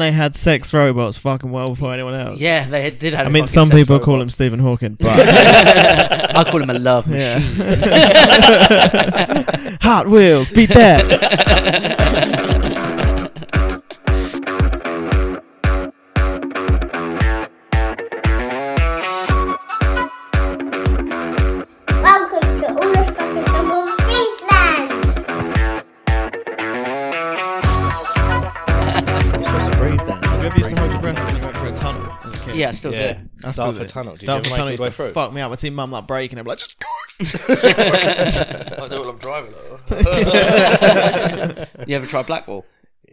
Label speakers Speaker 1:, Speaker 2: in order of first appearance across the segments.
Speaker 1: they had sex robots fucking well before anyone else.
Speaker 2: Yeah, they had- did have.
Speaker 1: I
Speaker 2: a
Speaker 1: mean,
Speaker 2: fucking
Speaker 1: some
Speaker 2: sex
Speaker 1: people
Speaker 2: robot.
Speaker 1: call him Stephen Hawking, but
Speaker 2: I call him a love machine.
Speaker 1: yeah. Hot Wheels, beat that.
Speaker 3: Welcome to All the Stuff in Someone's Land.
Speaker 4: You're supposed to breathe then.
Speaker 1: Remember, you used to hold your breath when you went through a tunnel. as a kid?
Speaker 2: Yeah, I still
Speaker 4: Yeah.
Speaker 2: do.
Speaker 1: I still
Speaker 4: Dartford
Speaker 1: do.
Speaker 4: Tunnel. Did you
Speaker 1: Dartford
Speaker 4: ever make
Speaker 1: Tunnel
Speaker 4: your
Speaker 1: used
Speaker 4: way
Speaker 1: to
Speaker 4: through?
Speaker 1: fuck me up. I'd see mum like breaking. I'd be like, just go.
Speaker 2: I do it while I'm driving. like- you ever try Blackwall?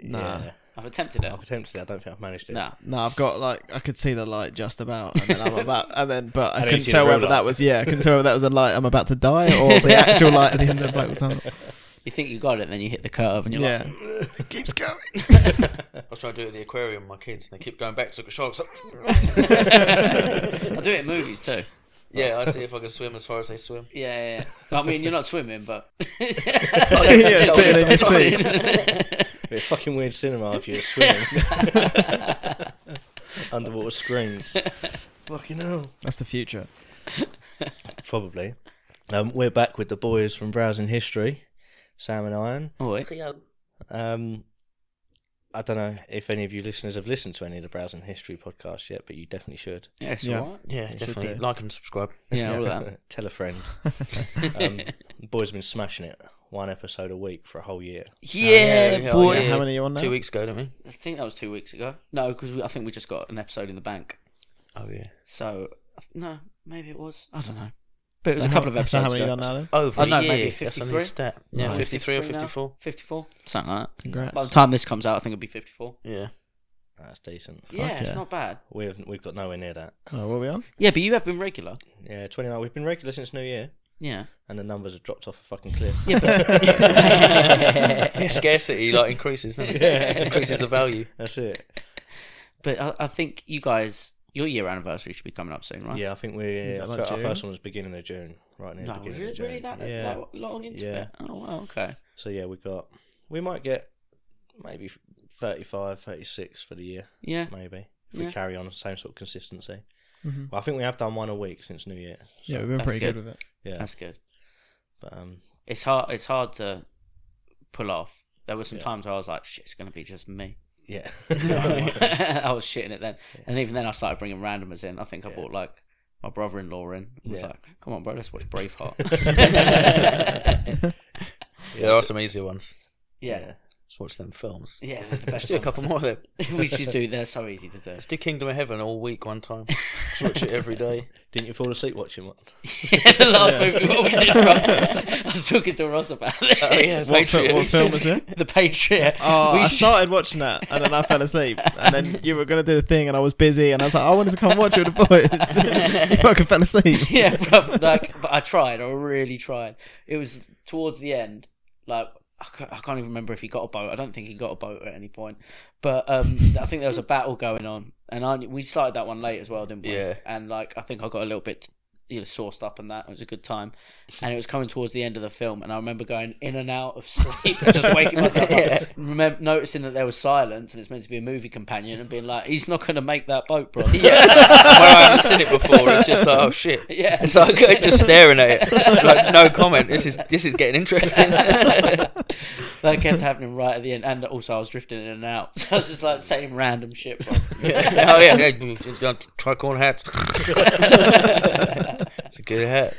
Speaker 1: Nah.
Speaker 4: Yeah.
Speaker 2: I've attempted it.
Speaker 4: I've attempted it. I don't think I've managed it.
Speaker 2: No.
Speaker 1: No, I've got like I could see the light just about, and then I'm about, and then but I
Speaker 4: then you
Speaker 1: couldn't
Speaker 4: see
Speaker 1: tell
Speaker 4: the real
Speaker 1: whether that
Speaker 4: light.
Speaker 1: was yeah, I couldn't tell whether that was the light I'm about to die or the actual light at the end of the Blackwell Tunnel.
Speaker 2: You think you got it, then you hit the curve and you're
Speaker 1: Yeah,
Speaker 2: like,
Speaker 1: it keeps going.
Speaker 5: I was trying to do it at the aquarium with my kids, and they keep going back to look at sharks.
Speaker 2: I do it in movies too.
Speaker 5: yeah, I see if I can swim as far as they swim.
Speaker 2: Yeah, yeah, yeah. I mean, you're not swimming, but.
Speaker 1: Yeah, sitting in the seat.
Speaker 4: It's fucking weird cinema if you're swimming. Underwater screens. fucking hell.
Speaker 1: That's the future.
Speaker 4: Probably. Um, we're back with the boys from Browsing History, Sam and Iron.
Speaker 2: Oh, wait.
Speaker 4: Um, I don't know if any of you listeners have listened to any of the Browsing History podcasts yet, but you definitely should.
Speaker 2: Yeah, it's
Speaker 1: Yeah.
Speaker 2: alright.
Speaker 5: Yeah,
Speaker 1: do.
Speaker 5: definitely. Like and subscribe.
Speaker 2: Yeah, all that.
Speaker 4: Tell a friend. um, the boys have been smashing it. One episode a week for a whole year.
Speaker 2: Yeah,
Speaker 5: yeah,
Speaker 2: boy.
Speaker 5: yeah.
Speaker 1: How many are you on now?
Speaker 5: Two weeks ago, didn't we?
Speaker 2: I think that was two weeks ago. No, because I think we just got an episode in the bank.
Speaker 5: Oh, yeah.
Speaker 2: So, no, maybe it was. I don't know. But it was
Speaker 1: So
Speaker 2: a
Speaker 1: how-
Speaker 2: couple of
Speaker 1: Uh-huh. so
Speaker 2: episodes
Speaker 1: How many
Speaker 2: ago.
Speaker 1: you got now? Then?
Speaker 5: Over
Speaker 2: I
Speaker 5: I
Speaker 2: know,
Speaker 5: know, year.
Speaker 2: maybe
Speaker 5: That's a
Speaker 2: 53?
Speaker 5: new stat. Yeah,
Speaker 1: Nice.
Speaker 5: 53 or
Speaker 2: now?
Speaker 5: 54.
Speaker 2: 54? Something like that.
Speaker 1: Congrats.
Speaker 2: By the time this comes out, I think it'll be 54.
Speaker 5: Yeah.
Speaker 4: That's decent.
Speaker 2: Yeah,
Speaker 1: yeah.
Speaker 2: it's not bad.
Speaker 4: We've we've got nowhere near that.
Speaker 1: Oh, were we on?
Speaker 2: Yeah, but you have been regular.
Speaker 4: Yeah, twenty nine. We've been regular since New Year,
Speaker 2: Yeah.
Speaker 4: and the numbers have dropped off a fucking cliff.
Speaker 2: Yeah, but
Speaker 5: yeah. Scarcity, like, increases, doesn't it? Increases the value.
Speaker 4: That's it.
Speaker 2: but I, I think you guys, your year anniversary should be coming up soon, right?
Speaker 4: Yeah, I think we.
Speaker 1: Is
Speaker 4: I
Speaker 1: that like
Speaker 4: think our
Speaker 1: June?
Speaker 4: first one was beginning of June, right near
Speaker 2: No,
Speaker 4: the
Speaker 2: was
Speaker 4: beginning of
Speaker 2: it
Speaker 4: June.
Speaker 2: really that
Speaker 4: yeah.
Speaker 2: like, long into
Speaker 4: Yeah.
Speaker 2: it? Oh, wow, okay.
Speaker 4: So yeah, we got. We might get maybe 35, 36 for the year,
Speaker 2: Yeah,
Speaker 4: maybe if
Speaker 2: Yeah. Mm-hmm.
Speaker 4: we carry on the same sort of consistency.
Speaker 1: Mhm.
Speaker 4: Well, I think we have done one a week since New Year. So,
Speaker 1: Yeah, we've been
Speaker 2: That's
Speaker 1: pretty good.
Speaker 2: good.
Speaker 1: with it.
Speaker 4: yeah.
Speaker 2: that's good.
Speaker 4: But um,
Speaker 2: It's hard. It's hard to pull off. There were some
Speaker 4: Yeah.
Speaker 2: times where I was like, "Shit, it's gonna be just me."
Speaker 4: yeah.
Speaker 2: I was shitting it then, and even then, I started bringing randomers in. I think I
Speaker 4: Yeah.
Speaker 2: bought like my brother-in-law in. I was
Speaker 4: Yeah.
Speaker 2: like, "Come on, bro, let's watch Braveheart."
Speaker 5: Yeah, there are some easier ones.
Speaker 2: yeah,
Speaker 5: Let's watch them films.
Speaker 2: yeah, they're the
Speaker 5: Let's
Speaker 2: best.
Speaker 5: do a couple more of them.
Speaker 2: one. we should do. They're so easy to do.
Speaker 5: Let's do Kingdom of Heaven all week one time. Let's watch it every day.
Speaker 4: Didn't you fall asleep watching one?
Speaker 2: the last movie what we did, Rob, I was talking to Ross about this.
Speaker 5: Oh, yeah,
Speaker 1: What,
Speaker 5: Patriot.
Speaker 1: fi- what film was it?
Speaker 2: The Patriot.
Speaker 1: Oh,
Speaker 2: we
Speaker 1: I
Speaker 2: should-
Speaker 1: started watching that and then I fell asleep. And then you were going to do the thing and I was busy and I was like, I wanted to come watch it with the boys. you fucking fell asleep.
Speaker 2: yeah, bro, like, but I tried. I really tried. It was towards the end. Like, I can't, I can't even remember if he got a boat. I don't think he got a boat at any point. But um, I think there was a battle going on, and I we started that one late as well, didn't we?
Speaker 5: Yeah.
Speaker 2: And like, I think I got a little bit. You know, sourced up and that it was a good time, and it was coming towards the end of the film, and I remember going in and out of sleep, and just waking myself up, remember, noticing that there was silence, and it's meant to be a movie companion, and being like, "He's not going to make that boat, bro."
Speaker 5: Yeah. Where I haven't seen it before, it's just like, oh shit.
Speaker 2: Yeah.
Speaker 5: It's like I'm just staring at it. Like no comment. This is this is getting interesting. Oh,
Speaker 2: That kept happening right at the end, and also I was drifting in and out, so I was just like saying random shit. Bro.
Speaker 5: oh yeah, yeah. you just go and Try corn hats. it's a good hat.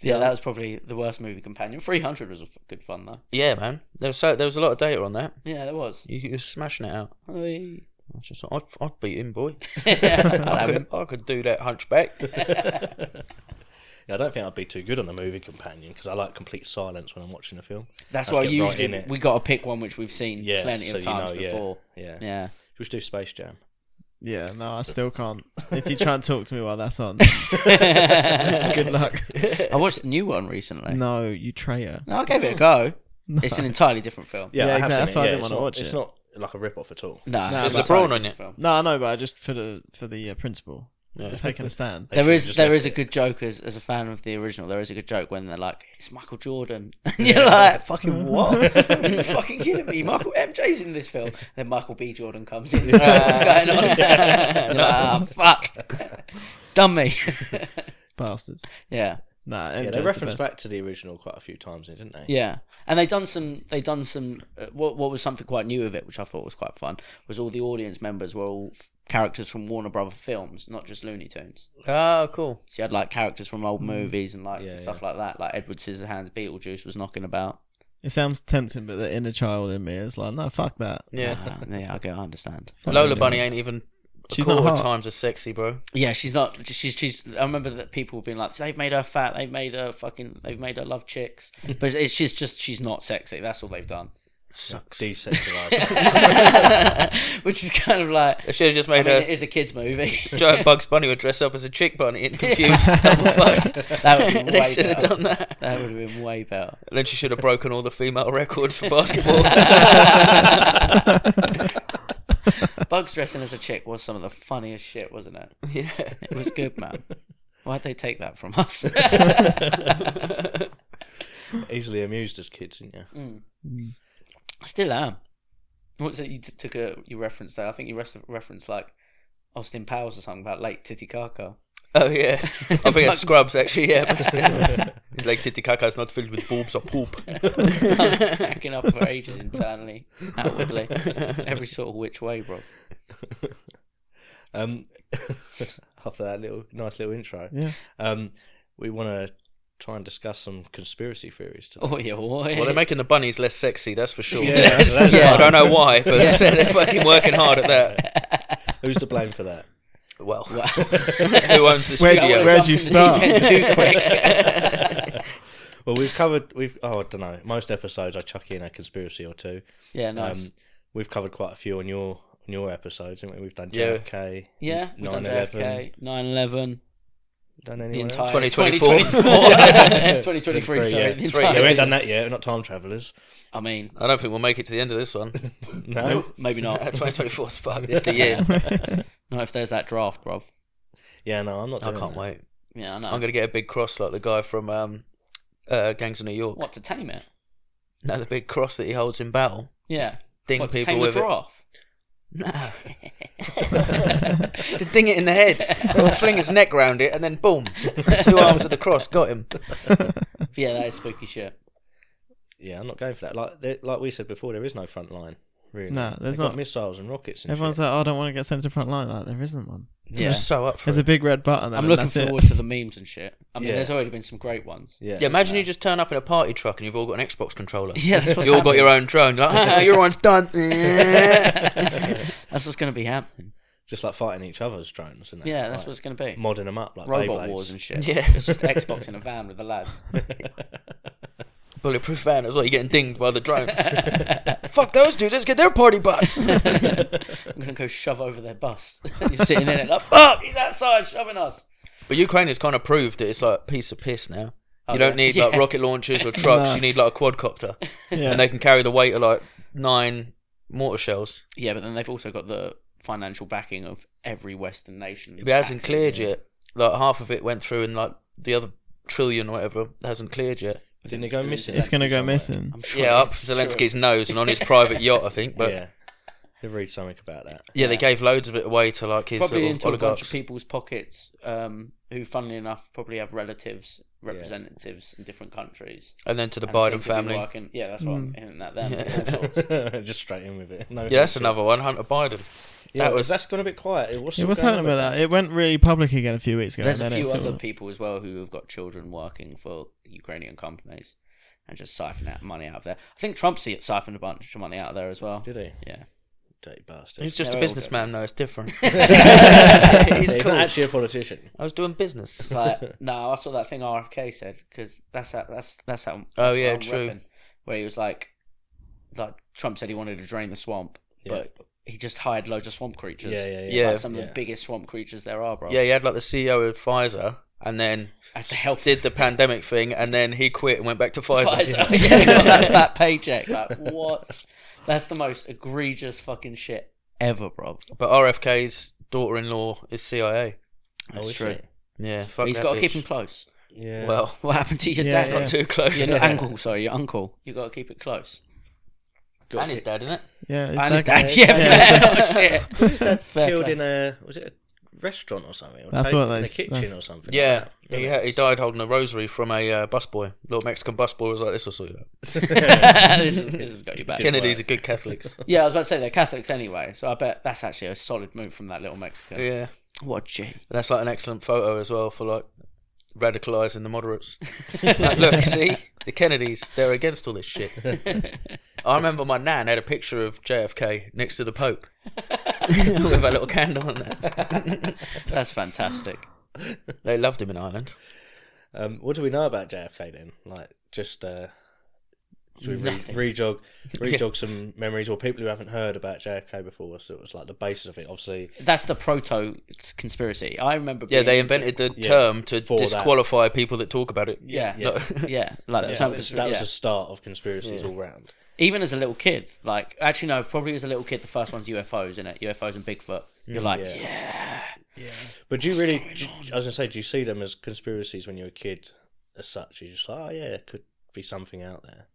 Speaker 2: yeah, that was probably the worst movie companion. Three hundred was a f- good fun though.
Speaker 5: Yeah, man. There was so there was a lot of data on that.
Speaker 2: Yeah, that was.
Speaker 5: You, you were smashing it out.
Speaker 2: Oi.
Speaker 5: I was just like, I'd, I'd beat him, boy.
Speaker 2: yeah, I'll
Speaker 5: I
Speaker 2: have
Speaker 5: could,
Speaker 2: him.
Speaker 5: I could do that hunchback.
Speaker 4: Yeah, I don't think I'd be too good on a movie companion because I like complete silence when I'm watching a film.
Speaker 2: That's
Speaker 4: Let's
Speaker 2: why
Speaker 4: get right
Speaker 2: usually
Speaker 4: in it.
Speaker 2: we got to pick one which we've seen
Speaker 4: Yeah,
Speaker 2: plenty of
Speaker 4: so you
Speaker 2: times
Speaker 4: know, yeah,
Speaker 2: before.
Speaker 4: yeah.
Speaker 2: yeah.
Speaker 4: We should do Space Jam.
Speaker 1: Yeah, no, I still can't. If you try and talk to me while that's on, good luck.
Speaker 2: I watched the new one recently. No.
Speaker 1: No, you traitor.
Speaker 2: I gave it a go. It's an entirely different film.
Speaker 1: Yeah,
Speaker 4: I have
Speaker 1: exactly,
Speaker 4: seen
Speaker 1: that's
Speaker 4: it,
Speaker 1: why I
Speaker 4: yeah,
Speaker 1: didn't
Speaker 4: it's
Speaker 1: wanna
Speaker 4: not-
Speaker 1: watch
Speaker 4: It's
Speaker 1: it.
Speaker 4: not like a rip off at all.
Speaker 2: No,
Speaker 1: There's
Speaker 2: it's
Speaker 1: a
Speaker 2: entirely
Speaker 5: prawn on
Speaker 2: different film.
Speaker 1: No, I know, but I just for the for the uh, principle.
Speaker 4: Yeah.
Speaker 1: taking a stand.
Speaker 4: They
Speaker 2: There
Speaker 4: should've
Speaker 2: is
Speaker 4: just
Speaker 2: there
Speaker 4: left
Speaker 2: is a
Speaker 4: it.
Speaker 2: good joke as, as a fan of the original. There is a good joke when they're like, "It's Michael Jordan," and you're like, "Fucking what? You're fucking kidding me? Michael MJ's in this film." Then Michael B. Jordan comes in. What's
Speaker 4: Uh,
Speaker 2: going on? You're like, "Ah, fuck, done me.
Speaker 1: Bastards.
Speaker 2: yeah,
Speaker 1: Nah,
Speaker 4: Yeah,
Speaker 1: MJ's
Speaker 4: they
Speaker 1: the
Speaker 4: referenced
Speaker 1: best.
Speaker 4: back to the original quite a few times, didn't they?
Speaker 2: yeah. And they done some. They done some. Uh, what what was something quite new of it, which I thought was quite fun, was all the audience members were all f- characters from Warner Brother films, not just Looney Tunes.
Speaker 5: Oh, cool.
Speaker 2: So you had like characters from old movies and like
Speaker 4: Yeah,
Speaker 2: stuff like that, like Edward Scissorhands, Beetlejuice was knocking about.
Speaker 1: It sounds tempting, but the inner child in me is like, no, fuck that.
Speaker 5: Yeah.
Speaker 2: Uh, yeah, okay, I understand.
Speaker 5: Lola Bunny ain't even a
Speaker 1: She's not
Speaker 5: quarter
Speaker 1: hot.
Speaker 5: times as sexy, bro.
Speaker 2: Yeah, she's not. She's she's. I remember that people have been like, they've made her fat, they've made her fucking, they've made her love chicks, but it's, she's just she's not sexy. That's all they've done,
Speaker 5: Sucks.
Speaker 4: Desexualized.
Speaker 2: which is kind of like.
Speaker 5: They should have just
Speaker 2: I
Speaker 5: made
Speaker 2: mean, it
Speaker 5: a
Speaker 2: is a kids' movie.
Speaker 5: giant Bugs Bunny would dress up as a chick bunny and confuse the fucks.
Speaker 2: that would have been
Speaker 5: They
Speaker 2: way
Speaker 5: should have
Speaker 2: better.
Speaker 5: done that.
Speaker 2: That would have been way better.
Speaker 5: And then she should have broken all the female records for basketball.
Speaker 2: Bugs dressing as a chick was some of the funniest shit, wasn't it?
Speaker 5: yeah.
Speaker 2: It was good, man. Why'd they take that from us?
Speaker 4: Easily amused as kids, didn't you?
Speaker 2: I still am. What was it you t- took a you referenced there? I think you res- referenced like Austin Powers or something about Lake Titicaca.
Speaker 5: Oh yeah, I think it's Scrubs actually. Yeah, but like Titicaca is not filled with boobs or poop.
Speaker 2: I was cracking up for ages internally, outwardly, every sort of which way, bro.
Speaker 4: Um, after that little nice little intro,
Speaker 1: Yeah.
Speaker 4: um, we want to try and discuss some conspiracy theories today.
Speaker 2: Oh yeah, boy.
Speaker 5: Well, they're making the bunnies less sexy, that's for sure.
Speaker 4: Yeah, that's- that's
Speaker 2: Yeah.
Speaker 5: I don't know why, but they're fucking working hard at that.
Speaker 4: Who's to blame for that?
Speaker 5: Well, who owns the
Speaker 1: Where-
Speaker 5: studio?
Speaker 1: where- Where'd you
Speaker 2: Jump in the deep end Too quick.
Speaker 4: Well, we've covered we've oh I don't know most episodes I chuck in a conspiracy or two.
Speaker 2: yeah, nice.
Speaker 4: Um, we've covered quite a few on your on your episodes, haven't we? We've done
Speaker 5: Yeah.
Speaker 4: JFK.
Speaker 2: yeah, we've done
Speaker 4: 9/11.
Speaker 2: JFK, 9/11,
Speaker 4: Done
Speaker 2: the
Speaker 4: anyone?
Speaker 2: entire
Speaker 4: else?
Speaker 5: 2024.
Speaker 2: 2023, sorry.
Speaker 4: yeah.
Speaker 2: the
Speaker 4: Three,
Speaker 2: entire
Speaker 4: yeah, we ain't done
Speaker 2: season.
Speaker 4: that yet. We're not time travelers.
Speaker 2: I mean,
Speaker 5: I don't think we'll make it to the end of this one. Uh,
Speaker 4: No.
Speaker 1: Oh.
Speaker 2: maybe not.
Speaker 5: 2024 is fucked. It's the year.
Speaker 2: Not if there's that draft, bro.
Speaker 4: Yeah, no, I'm not.
Speaker 5: I
Speaker 4: doing
Speaker 5: can't
Speaker 4: that.
Speaker 5: wait.
Speaker 2: Yeah, I know.
Speaker 5: I'm gonna get a big cross like the guy from um, uh, Gangs of New York.
Speaker 2: What to tame it?
Speaker 5: No, the big cross that he holds in battle.
Speaker 2: Yeah.
Speaker 5: Ding
Speaker 2: What, to
Speaker 5: people
Speaker 2: tame the
Speaker 5: with it.
Speaker 2: draft?
Speaker 5: No. to ding it in the head, fling his neck round it, and then boom, two arms of the cross got him.
Speaker 2: Yeah, that is spooky shit.
Speaker 4: Yeah, I'm not going for that. Like there- like we said before, there is no front line. Really.
Speaker 1: No, there's
Speaker 4: They've got
Speaker 1: not.
Speaker 4: missiles and rockets. And
Speaker 1: Everyone's
Speaker 4: shit.
Speaker 1: like, oh, I don't want to get sent to front line. Like, there isn't one.
Speaker 5: Yeah, so up for
Speaker 1: There's
Speaker 5: it.
Speaker 1: a big red button.
Speaker 2: I'm
Speaker 1: and
Speaker 2: looking
Speaker 1: that's it.
Speaker 2: forward to the memes and shit. I mean,
Speaker 4: Yeah.
Speaker 2: there's already been some great ones.
Speaker 4: yeah.
Speaker 5: Yeah, imagine you just turn up in a party truck and you've all got an Xbox controller.
Speaker 2: Yeah, that's what's
Speaker 5: you all got your own drone. You're like, ah, your one's done.
Speaker 2: That's what's going to be happening.
Speaker 4: just like fighting each other's drones and that.
Speaker 2: Yeah, that's
Speaker 4: like,
Speaker 2: what's going to be.
Speaker 4: modding them up like
Speaker 2: Robot
Speaker 4: Beyblades.
Speaker 2: wars and shit.
Speaker 5: Yeah.
Speaker 2: It's just Xbox in a van with the lads.
Speaker 5: Bulletproof van as well. You're getting dinged by the drones. Fuck those dudes. Let's get their party bus.
Speaker 2: I'm going to go shove over their bus. You're sitting in it like, fuck, he's outside shoving us.
Speaker 5: but Ukraine has kind of proved that it's like a piece of piss now. You
Speaker 2: Oh,
Speaker 5: don't
Speaker 2: yeah.
Speaker 5: need like
Speaker 2: Yeah.
Speaker 5: rocket launchers or trucks.
Speaker 1: No.
Speaker 5: You need like a quadcopter,
Speaker 1: Yeah.
Speaker 5: and they can carry the weight of like nine mortar shells.
Speaker 2: Yeah, but then they've also got the financial backing of every Western nation.
Speaker 5: It hasn't cleared yet. Like half of it went through, and like the other trillion or whatever hasn't cleared yet.
Speaker 4: Didn't it go missing?
Speaker 1: it's going to go missing.
Speaker 2: I'm sure
Speaker 5: Yeah, up
Speaker 2: it's
Speaker 5: Zelensky's nose and on his private yacht, I think. But yeah,
Speaker 4: yeah. Did read something about that.
Speaker 5: they gave loads of it away to like his
Speaker 2: probably
Speaker 5: sort of
Speaker 2: into a bunch
Speaker 5: oligarchs.
Speaker 2: of people's pockets um, who, funnily enough, probably have relatives, representatives in different countries.
Speaker 5: and then to the
Speaker 2: and seem
Speaker 5: Biden
Speaker 2: to be
Speaker 5: family.
Speaker 2: working- Yeah, that's what I'm
Speaker 1: Mm.
Speaker 2: hinting at them.
Speaker 5: Yeah.
Speaker 2: all sorts.
Speaker 4: just straight in with it. No
Speaker 5: Yeah, that's
Speaker 4: thank you.
Speaker 5: another one, Hunter Biden.
Speaker 4: Yeah,
Speaker 5: that was-
Speaker 4: that's gone a bit quiet. It was.
Speaker 1: It
Speaker 4: still
Speaker 1: was
Speaker 4: going
Speaker 1: happening
Speaker 4: on
Speaker 1: about that. It went really public again a few weeks ago.
Speaker 2: There's a
Speaker 1: and then
Speaker 2: few
Speaker 1: it's sort
Speaker 2: other
Speaker 1: of-
Speaker 2: people as well who have got children working for Ukrainian companies and just siphoning out money out of there. I think Trump's siphoned a bunch of money out of there as well.
Speaker 4: Did he?
Speaker 2: Yeah.
Speaker 4: Dirty bastard.
Speaker 5: He's just
Speaker 2: they're
Speaker 5: a
Speaker 2: all
Speaker 5: businessman, though. It's different.
Speaker 4: Yeah,
Speaker 5: He's
Speaker 4: he's
Speaker 5: cool.
Speaker 4: not actually a politician.
Speaker 5: I was doing business.
Speaker 2: But no, I saw that thing RFK said because that's how, that's that's how. That's
Speaker 5: Oh,
Speaker 2: what
Speaker 5: yeah,
Speaker 2: I'm
Speaker 5: true.
Speaker 2: repping, Where he was like, like Trump said he wanted to drain the swamp,
Speaker 4: Yeah.
Speaker 2: but he just hired loads of swamp creatures.
Speaker 4: Yeah, yeah, yeah.
Speaker 5: Yeah.
Speaker 2: Like some of
Speaker 4: yeah.
Speaker 2: the biggest swamp creatures there are, bro.
Speaker 5: Yeah, he had like the CEO of Pfizer, and then
Speaker 2: That's the health
Speaker 5: did the pandemic thing, and then he quit and went back to Pfizer.
Speaker 2: Pfizer. yeah, got that fat paycheck. Like what? That's the most egregious fucking shit ever, bro.
Speaker 5: But RFK's daughter-in-law is CIA.
Speaker 2: That's
Speaker 4: Oh, is
Speaker 2: true.
Speaker 4: it?
Speaker 5: Yeah,
Speaker 2: But
Speaker 5: fuck
Speaker 2: he's
Speaker 5: that
Speaker 2: got to keep
Speaker 5: bitch.
Speaker 2: him close.
Speaker 4: Yeah.
Speaker 5: Well,
Speaker 2: What happened to your
Speaker 1: Yeah,
Speaker 2: dad?
Speaker 1: yeah.
Speaker 5: not too close.
Speaker 2: Your uncle, sorry, your uncle. You got to keep it close. Got
Speaker 5: And his
Speaker 2: it.
Speaker 5: dad, innit?
Speaker 1: Yeah, it's
Speaker 2: And his
Speaker 1: that
Speaker 2: dad,
Speaker 1: guy.
Speaker 2: yeah. fair. Oh, shit. Fair
Speaker 4: killed
Speaker 2: play.
Speaker 4: in a was it a restaurant or something? Or
Speaker 1: That's
Speaker 4: taken
Speaker 1: what
Speaker 4: in the
Speaker 1: that's-
Speaker 4: kitchen
Speaker 1: that's-
Speaker 4: or something.
Speaker 5: Yeah,
Speaker 4: like that.
Speaker 5: he, had, he died holding a rosary from a uh, busboy. Little Mexican busboy was like, "This will sort you out."
Speaker 2: this, is, this has got you back.
Speaker 5: Kennedys are good Catholics.
Speaker 2: Yeah, I was about to say they're Catholics anyway, so I bet that's actually a solid move from that little Mexican.
Speaker 5: yeah, and
Speaker 2: What a G.
Speaker 5: that's like an excellent photo as well for like radicalising the moderates. Like, look, see the Kennedys, they're against all this shit. I remember my nan had a picture of JFK next to the Pope with a little candle on there.
Speaker 2: That's fantastic.
Speaker 5: they loved him in Ireland.
Speaker 4: Um, what do we know about JFK then? Like just uh, should we re-
Speaker 2: Nothing.
Speaker 4: rejog rejog some memories or people who haven't heard about JFK before? So it was like the basis of it. Obviously,
Speaker 2: That's the proto conspiracy. I remember.
Speaker 5: Yeah,
Speaker 2: being-
Speaker 5: they invented the
Speaker 4: Yeah,
Speaker 5: term to
Speaker 4: for that.
Speaker 5: disqualify people that talk about it.
Speaker 2: Yeah, yeah,
Speaker 5: Like-
Speaker 2: like the
Speaker 4: that,
Speaker 2: term-
Speaker 4: was, that was
Speaker 2: yeah.
Speaker 4: the start of conspiracies all round.
Speaker 2: even as a little kid, like actually no, probably as a little kid, the first one's UFOs, isn't it? UFOs and Bigfoot. You're like,
Speaker 4: yeah.
Speaker 2: yeah.
Speaker 4: But do you really? Do, I was gonna say, do you see them as conspiracies when you're a kid? As such, you're just like, oh yeah, it could be something out there.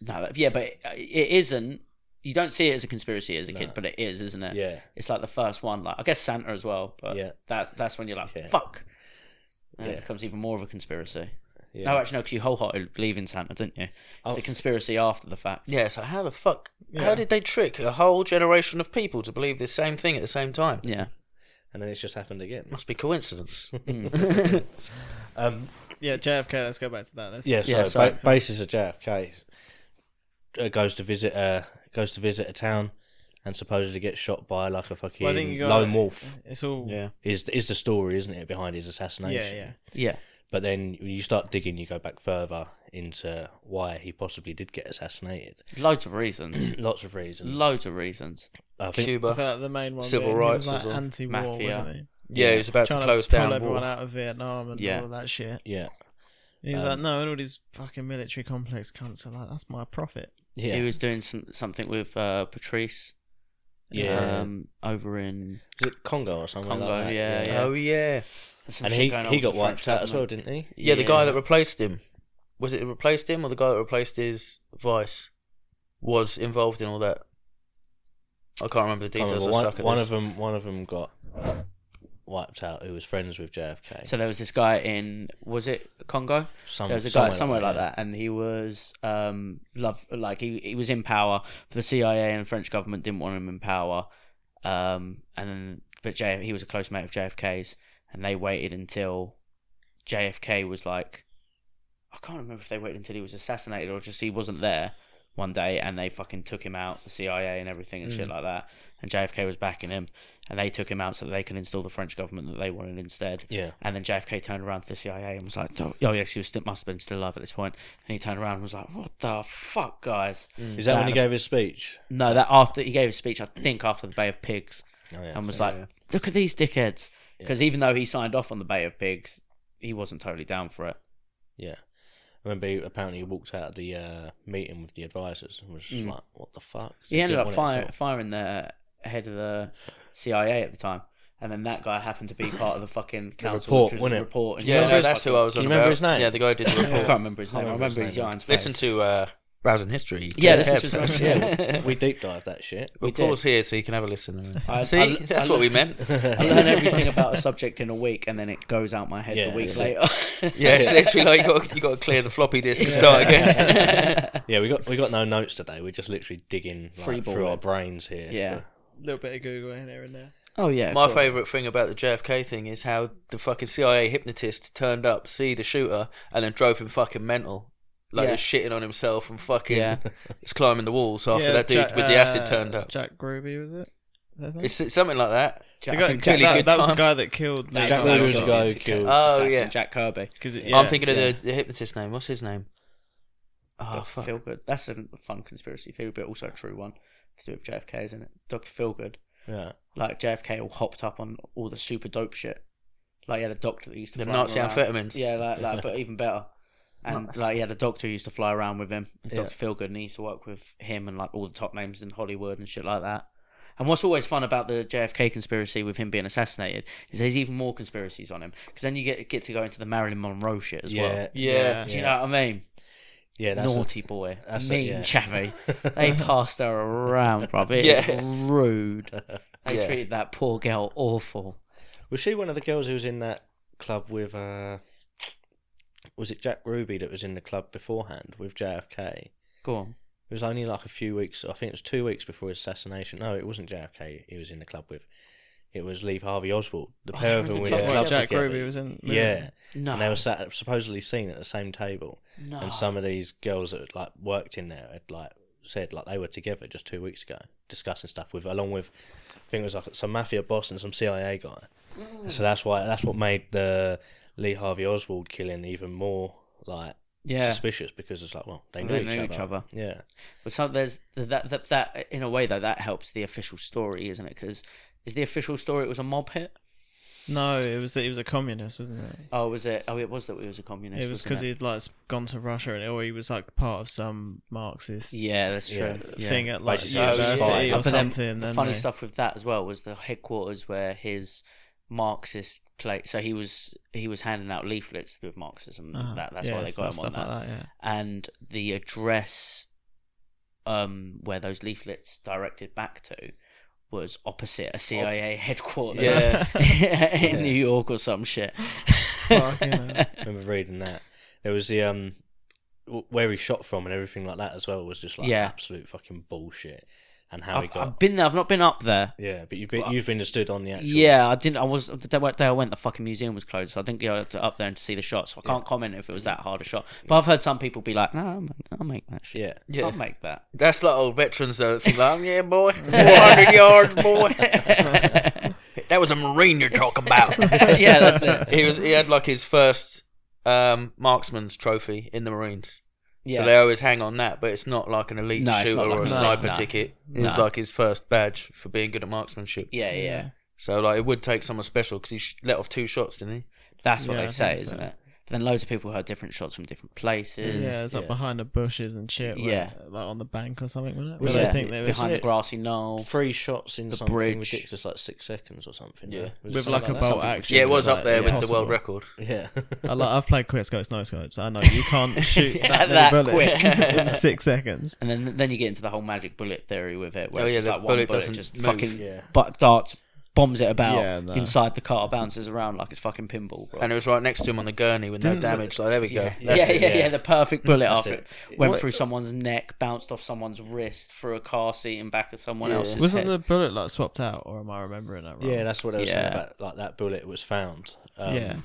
Speaker 2: no, yeah, but it, it isn't. You don't see it as a conspiracy as a kid,
Speaker 4: No.
Speaker 2: but it is, isn't it?
Speaker 4: Yeah,
Speaker 2: It's like the first one, like I guess Santa as well, but
Speaker 4: Yeah.
Speaker 2: that that's when you're like,
Speaker 4: Yeah.
Speaker 2: fuck. And
Speaker 4: Yeah.
Speaker 2: it becomes even more of a conspiracy.
Speaker 4: yeah.
Speaker 2: No, actually, no, because you wholeheartedly believe in Santa, didn't you? It's
Speaker 4: Oh.
Speaker 2: the conspiracy after the fact.
Speaker 5: Yeah, it's like how the fuck?
Speaker 1: Yeah.
Speaker 5: How did they trick a whole generation of people to believe the same thing at the same time?
Speaker 2: Yeah.
Speaker 4: and then it's just happened again.
Speaker 5: Must be coincidence.
Speaker 4: Um,
Speaker 1: Yeah, JFK. Let's go back to that. Let's,
Speaker 4: yeah, so,
Speaker 2: Yeah, sorry.
Speaker 4: ba- basis of JFK uh, goes to visit a goes to visit a town and supposedly gets shot by like a fucking
Speaker 1: Well, I think you got-
Speaker 4: lone wolf.
Speaker 1: It's all.
Speaker 5: yeah,
Speaker 4: Is is the story, isn't it, behind his
Speaker 1: yeah,
Speaker 4: assassination?
Speaker 1: yeah.
Speaker 2: Yeah.
Speaker 4: But then when you start digging, you go back further into why he possibly did get assassinated.
Speaker 2: Loads of reasons.
Speaker 4: Lots of reasons.
Speaker 2: Loads of reasons.
Speaker 4: I think
Speaker 1: I feel
Speaker 5: Cuba.
Speaker 1: like the main one.
Speaker 5: Civil
Speaker 1: being he
Speaker 5: rights
Speaker 1: was,
Speaker 5: as
Speaker 1: like,
Speaker 5: well.
Speaker 1: Anti-war,
Speaker 2: Mafia.
Speaker 1: wasn't he?
Speaker 5: Yeah, he was about
Speaker 1: Trying
Speaker 5: to close
Speaker 1: pull
Speaker 5: down.
Speaker 1: everyone
Speaker 5: war.
Speaker 1: out of Vietnam and
Speaker 2: Yeah.
Speaker 1: all that shit.
Speaker 4: yeah,
Speaker 1: And he was
Speaker 4: Um,
Speaker 1: like, no, and all these fucking military complex cunts are like, that's my profit.
Speaker 4: yeah,
Speaker 2: He was doing some something with uh, Patrice.
Speaker 4: yeah.
Speaker 2: Um, over in
Speaker 4: Is it Congo or something
Speaker 2: Congo,
Speaker 4: like that?
Speaker 2: yeah, yeah.
Speaker 5: Oh yeah.
Speaker 2: some
Speaker 4: And
Speaker 2: shit
Speaker 4: he
Speaker 2: going on
Speaker 4: he
Speaker 2: with
Speaker 4: got
Speaker 2: the
Speaker 4: wiped
Speaker 2: French
Speaker 4: out as well,
Speaker 2: government.
Speaker 4: didn't he?
Speaker 5: yeah, the guy that replaced him was it that replaced him or the guy that replaced his vice was involved in all that. I can't remember the
Speaker 4: Can't
Speaker 5: details.
Speaker 4: remember.
Speaker 5: I
Speaker 4: One,
Speaker 5: suck at
Speaker 4: one
Speaker 5: this.
Speaker 4: of them, one of them got wiped out. Who was friends with JFK?
Speaker 2: So there was this guy in was it Congo?
Speaker 4: Some,
Speaker 2: there was a guy somewhere like that, and he was um love like he he was in power. But the CIA and French government didn't want him in power. Um, and then but J he was a close mate of JFK's, and they waited until JFK was like, I can't remember if they waited until he was assassinated or just he wasn't there one day, and they fucking took him out, the CIA and everything and shit like that. And JFK was backing him, and they took him out so that they could install the French government that they wanted instead.
Speaker 4: Yeah,
Speaker 2: And then JFK turned around to the CIA and was like, "Oh, oh, yes, he was, st- must have been still alive at this point." And he turned around and was like, "What the fuck, guys?"
Speaker 4: is that when he
Speaker 2: That-
Speaker 4: gave his speech?
Speaker 2: No, that after he gave a speech, I think after the Bay of Pigs,
Speaker 4: Oh, yeah.
Speaker 2: and was like, "Look at these dickheads," because even though he signed off on the Bay of Pigs, he wasn't totally down for it.
Speaker 4: yeah. I remember he, apparently he walked out of the uh, meeting with the advisors and was just like, "What the fuck?"
Speaker 2: Mm. He ended
Speaker 4: didn't
Speaker 2: up
Speaker 4: want it
Speaker 2: fire,
Speaker 4: at all.
Speaker 2: firing the head of the CIA at the time, and then that guy happened to be part of the fucking council
Speaker 4: report,
Speaker 2: which was
Speaker 4: wasn't it?
Speaker 2: report. And
Speaker 5: yeah,
Speaker 2: shit.
Speaker 5: no, that's who I was
Speaker 4: Can
Speaker 5: on
Speaker 4: you remember
Speaker 5: about.
Speaker 4: his name?
Speaker 5: Yeah, the guy who did the
Speaker 2: I
Speaker 5: report.
Speaker 2: can't remember his name. I
Speaker 4: remember his
Speaker 2: remember his
Speaker 4: name.
Speaker 2: yarns.
Speaker 5: Listen to uh, Rousing History.
Speaker 2: Yeah, listen to his
Speaker 5: episode.
Speaker 2: Rousing.
Speaker 5: Yeah.
Speaker 4: We deep dived that shit.
Speaker 5: We'll
Speaker 2: did.
Speaker 5: pause here so you can have a listen.
Speaker 2: I-
Speaker 5: See,
Speaker 2: I- I
Speaker 5: that's what we meant.
Speaker 2: I learn everything about a subject in a week, and then it goes out my head
Speaker 4: Yeah,
Speaker 2: the week
Speaker 4: that's
Speaker 2: later.
Speaker 5: Yeah, it's literally like you got you got to clear the floppy disk and start again.
Speaker 4: yeah, we got we got no notes today. We're just literally digging
Speaker 2: Free
Speaker 4: like, through
Speaker 2: balling.
Speaker 4: our brains here.
Speaker 2: Yeah.
Speaker 4: for-
Speaker 1: A little bit of Google in here and there.
Speaker 2: Oh yeah.
Speaker 5: My favourite thing about the JFK thing is how the fucking CIA hypnotist turned up, see the shooter, and then drove him fucking mental. Like
Speaker 2: Yeah.
Speaker 5: he was shitting on himself and fucking
Speaker 2: Yeah.
Speaker 5: was climbing the walls after
Speaker 1: Yeah,
Speaker 5: that dude
Speaker 1: Jack-
Speaker 5: with the acid
Speaker 1: uh,
Speaker 5: turned up.
Speaker 1: Jack Ruby was it? Is that his name?
Speaker 5: It's, it's something like that.
Speaker 1: The
Speaker 2: Jack,
Speaker 1: guy-
Speaker 2: I think
Speaker 1: Jack-
Speaker 2: Jack,
Speaker 5: really
Speaker 1: that,
Speaker 5: good
Speaker 1: that was the
Speaker 5: time.
Speaker 1: guy that killed.
Speaker 2: That's
Speaker 4: Jack
Speaker 2: not how it
Speaker 4: Ruby was the
Speaker 2: goes.
Speaker 4: guy who killed.
Speaker 5: Oh
Speaker 2: Assassin
Speaker 5: yeah.
Speaker 2: Jack Kirby.
Speaker 1: Because
Speaker 5: I'm thinking of the, the hypnotist name. What's his name? Oh
Speaker 2: Dr.
Speaker 5: fuck.
Speaker 2: Feelgood. That's a fun conspiracy theory, but also a true one to do with JFK, isn't it? Dr. Feelgood.
Speaker 4: yeah.
Speaker 2: Like JFK all hopped up on all the super dope shit. Like he had a doctor that used to
Speaker 5: The
Speaker 2: fly him
Speaker 5: Nazi
Speaker 2: around.
Speaker 1: uh,
Speaker 5: amphetamines.
Speaker 2: Yeah, like, like but even better. And like he had a doctor who used to fly around with him, Dr. Feelgood, and he used to work with him and like all the top names in Hollywood and shit like that. And what's always fun about the JFK conspiracy with him being assassinated is there's even more conspiracies on him because then you get get to go into the Marilyn Monroe shit as
Speaker 4: yeah,
Speaker 2: well.
Speaker 5: Yeah.
Speaker 2: Do you know what I mean?
Speaker 4: yeah, that's a-
Speaker 2: Naughty boy,
Speaker 4: that's a-
Speaker 2: mean
Speaker 4: yeah.
Speaker 2: chavvy. They passed her around, bruv. It is
Speaker 5: Yeah.
Speaker 2: rude. They
Speaker 5: Yeah.
Speaker 2: treated that poor girl awful.
Speaker 4: Was she one of the girls who was in that club with? uh Was it Jack Ruby that was in the club beforehand with JFK?
Speaker 2: Go on.
Speaker 4: It was only like a few weeks. I think it was two weeks before his assassination. No, it wasn't JFK. He was in the club with. It was Lee Harvey Oswald. The pair of them were in the
Speaker 5: Yeah.
Speaker 1: Well,
Speaker 4: club
Speaker 1: Jack
Speaker 4: together.
Speaker 1: Ruby was in. the movie.
Speaker 4: Yeah,
Speaker 2: No.
Speaker 4: and they were sat, supposedly seen at the same table.
Speaker 2: no.
Speaker 4: And some of these girls that had, like worked in there had like said like they were together just two weeks ago discussing stuff with along with I think it was like some mafia boss and some CIA guy.
Speaker 2: Mm.
Speaker 4: So that's why that's what made the Lee Harvey Oswald killing even more like
Speaker 2: yeah.
Speaker 4: suspicious because it's like well they knew,
Speaker 2: They
Speaker 4: each,
Speaker 2: knew
Speaker 4: other.
Speaker 2: each other.
Speaker 4: Yeah,
Speaker 2: But some there's that that that in a way though that helps the official story, isn't it? Because is the official story it was a mob hit?
Speaker 1: No, it was he was a communist, wasn't it?
Speaker 2: Oh, was it? Oh, it was that it was a communist.
Speaker 1: it was
Speaker 2: wasn't
Speaker 1: because he'd like gone to Russia and or he was like part of some Marxist
Speaker 2: Yeah, that's true. Yeah.
Speaker 1: thing at like
Speaker 4: Basically, he was a spy.
Speaker 1: university
Speaker 4: Yeah,
Speaker 1: or
Speaker 2: but then
Speaker 1: something.
Speaker 2: the
Speaker 1: then
Speaker 2: funny
Speaker 1: they-
Speaker 2: stuff with that as well was the headquarters where his Marxist plate. So he was he was handing out leaflets with Marxism.
Speaker 1: Ah,
Speaker 2: that that's
Speaker 1: yeah,
Speaker 2: why they got him
Speaker 1: stuff
Speaker 2: on that.
Speaker 1: like that. Yeah.
Speaker 2: And the address, um, where those leaflets directed back to, was opposite a CIA headquarters.
Speaker 5: Yeah.
Speaker 2: in New York or some shit.
Speaker 1: Fucking hell.
Speaker 4: I remember reading that. There was the um w- where he shot from and everything like that as well was just like
Speaker 2: Yeah.
Speaker 4: absolute fucking bullshit. And how he
Speaker 2: I've,
Speaker 4: got
Speaker 2: I've been there. I've not been up there.
Speaker 4: yeah, but you've been, you've been stood on the actual
Speaker 2: Yeah, I didn't. I was the day, that day I went. The fucking museum was closed, so I didn't go to, up there and see the shot. So I can't comment if it was that hard a shot. But I've heard some people be like, "No, I'll make, I'll make that shit.
Speaker 4: yeah.
Speaker 5: Yeah.
Speaker 2: I'll make that."
Speaker 5: That's like old veterans though. that Think like, "Oh, yeah, boy, 400 yards, boy. that was a marine you're talking about.
Speaker 2: yeah, that's it.
Speaker 5: he was. He had like his first um, marksman's trophy in the Marines.
Speaker 2: Yeah,
Speaker 5: So they always hang on that, but it's not like an elite
Speaker 2: No, it's
Speaker 5: shooter
Speaker 2: not like
Speaker 5: or a
Speaker 2: that.
Speaker 1: No,
Speaker 5: sniper
Speaker 2: no.
Speaker 5: ticket. It was
Speaker 2: No.
Speaker 5: like his first badge for being good at marksmanship.
Speaker 2: yeah, yeah.
Speaker 5: So like it would take someone special because he sh- let off two shots, didn't he?
Speaker 2: That's what
Speaker 1: Yeah, I
Speaker 2: they say,
Speaker 1: think so.
Speaker 2: isn't it? Then loads of people heard different shots from different places.
Speaker 1: Yeah, it's like
Speaker 4: Yeah.
Speaker 1: behind the bushes and shit. where-
Speaker 2: Yeah.
Speaker 1: like on the bank or something, wasn't it?
Speaker 4: Was
Speaker 1: Where they
Speaker 2: Yeah,
Speaker 1: think they was
Speaker 2: behind the
Speaker 4: it-
Speaker 2: grassy knoll.
Speaker 4: three shots in
Speaker 2: The
Speaker 4: something
Speaker 2: bridge.
Speaker 4: ridiculous, like six seconds or something.
Speaker 5: Yeah.
Speaker 4: right? Was it
Speaker 1: with like
Speaker 4: something
Speaker 1: a
Speaker 4: that?
Speaker 1: bolt action.
Speaker 5: Yeah, it was
Speaker 1: it's
Speaker 5: up
Speaker 1: like
Speaker 5: there with the
Speaker 1: impossible.
Speaker 5: world record.
Speaker 4: Yeah,
Speaker 1: I like, I've played quick scopes, no scopes. I know you can't shoot
Speaker 2: Yeah,
Speaker 1: that,
Speaker 2: that
Speaker 1: many bullets
Speaker 2: quick.
Speaker 1: in six seconds.
Speaker 2: And then then you get into the whole magic bullet theory with it, where
Speaker 5: Oh,
Speaker 2: it's
Speaker 5: yeah,
Speaker 2: just
Speaker 5: the
Speaker 2: like one
Speaker 5: bullet
Speaker 2: bullet,
Speaker 5: doesn't
Speaker 2: just
Speaker 5: move,
Speaker 2: fucking
Speaker 4: yeah.
Speaker 2: butt darts, bombs it about
Speaker 1: Yeah, no.
Speaker 2: inside the car, bounces around like it's fucking pinball. Bro.
Speaker 5: And it was right next to him on the gurney with no
Speaker 1: Didn't-
Speaker 5: damage. So there we go.
Speaker 2: Mm. yeah,
Speaker 4: That's
Speaker 2: yeah,
Speaker 4: it,
Speaker 2: yeah,
Speaker 4: yeah.
Speaker 2: yeah, the perfect bullet
Speaker 4: That's
Speaker 2: after
Speaker 4: it.
Speaker 2: it. Went
Speaker 5: What-
Speaker 2: through someone's neck, bounced off someone's wrist, through a car seat and back of someone
Speaker 5: Yeah.
Speaker 2: else's
Speaker 1: Wasn't
Speaker 2: head.
Speaker 1: the bullet like swapped out, or am I remembering that wrong?
Speaker 4: yeah, that's what I was
Speaker 2: Yeah.
Speaker 4: saying about like that bullet was found. Um,
Speaker 1: Yeah.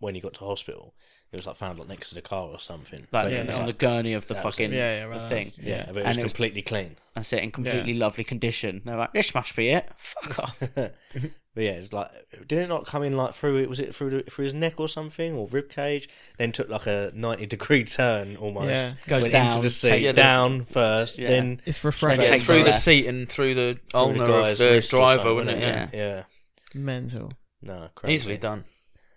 Speaker 4: when he got to hospital, it was like found like next to the car or something.
Speaker 2: like,
Speaker 4: Don't
Speaker 1: yeah,
Speaker 4: you know,
Speaker 2: on the
Speaker 4: like-
Speaker 2: gurney of the
Speaker 4: That was
Speaker 2: fucking
Speaker 1: yeah, yeah, right,
Speaker 2: the thing.
Speaker 1: that's-
Speaker 4: yeah, but it
Speaker 2: And
Speaker 4: was
Speaker 2: it was-
Speaker 4: completely clean.
Speaker 2: That's it, in completely lovely condition. They're like, this must be it. Fuck off.
Speaker 4: but yeah, it's like did it not come in like through it? Was it through the, through his neck or something or rib cage? Then took like a ninety degree turn almost.
Speaker 1: Yeah.
Speaker 2: Goes
Speaker 4: went into
Speaker 2: down,
Speaker 4: the sea,
Speaker 2: takes-
Speaker 5: Yeah, the-
Speaker 4: down first,
Speaker 2: Yeah.
Speaker 4: then
Speaker 1: It's refreshing.
Speaker 5: Yeah,
Speaker 2: Takes
Speaker 5: through
Speaker 2: a
Speaker 5: the
Speaker 2: rest.
Speaker 5: seat and through the
Speaker 4: through
Speaker 5: ulnar of
Speaker 4: guy's
Speaker 5: the
Speaker 4: wrist or
Speaker 5: driver,
Speaker 4: something,
Speaker 5: wouldn't it? Yeah.
Speaker 4: Yeah,
Speaker 1: Mental.
Speaker 4: no, crazy.
Speaker 5: Easily done.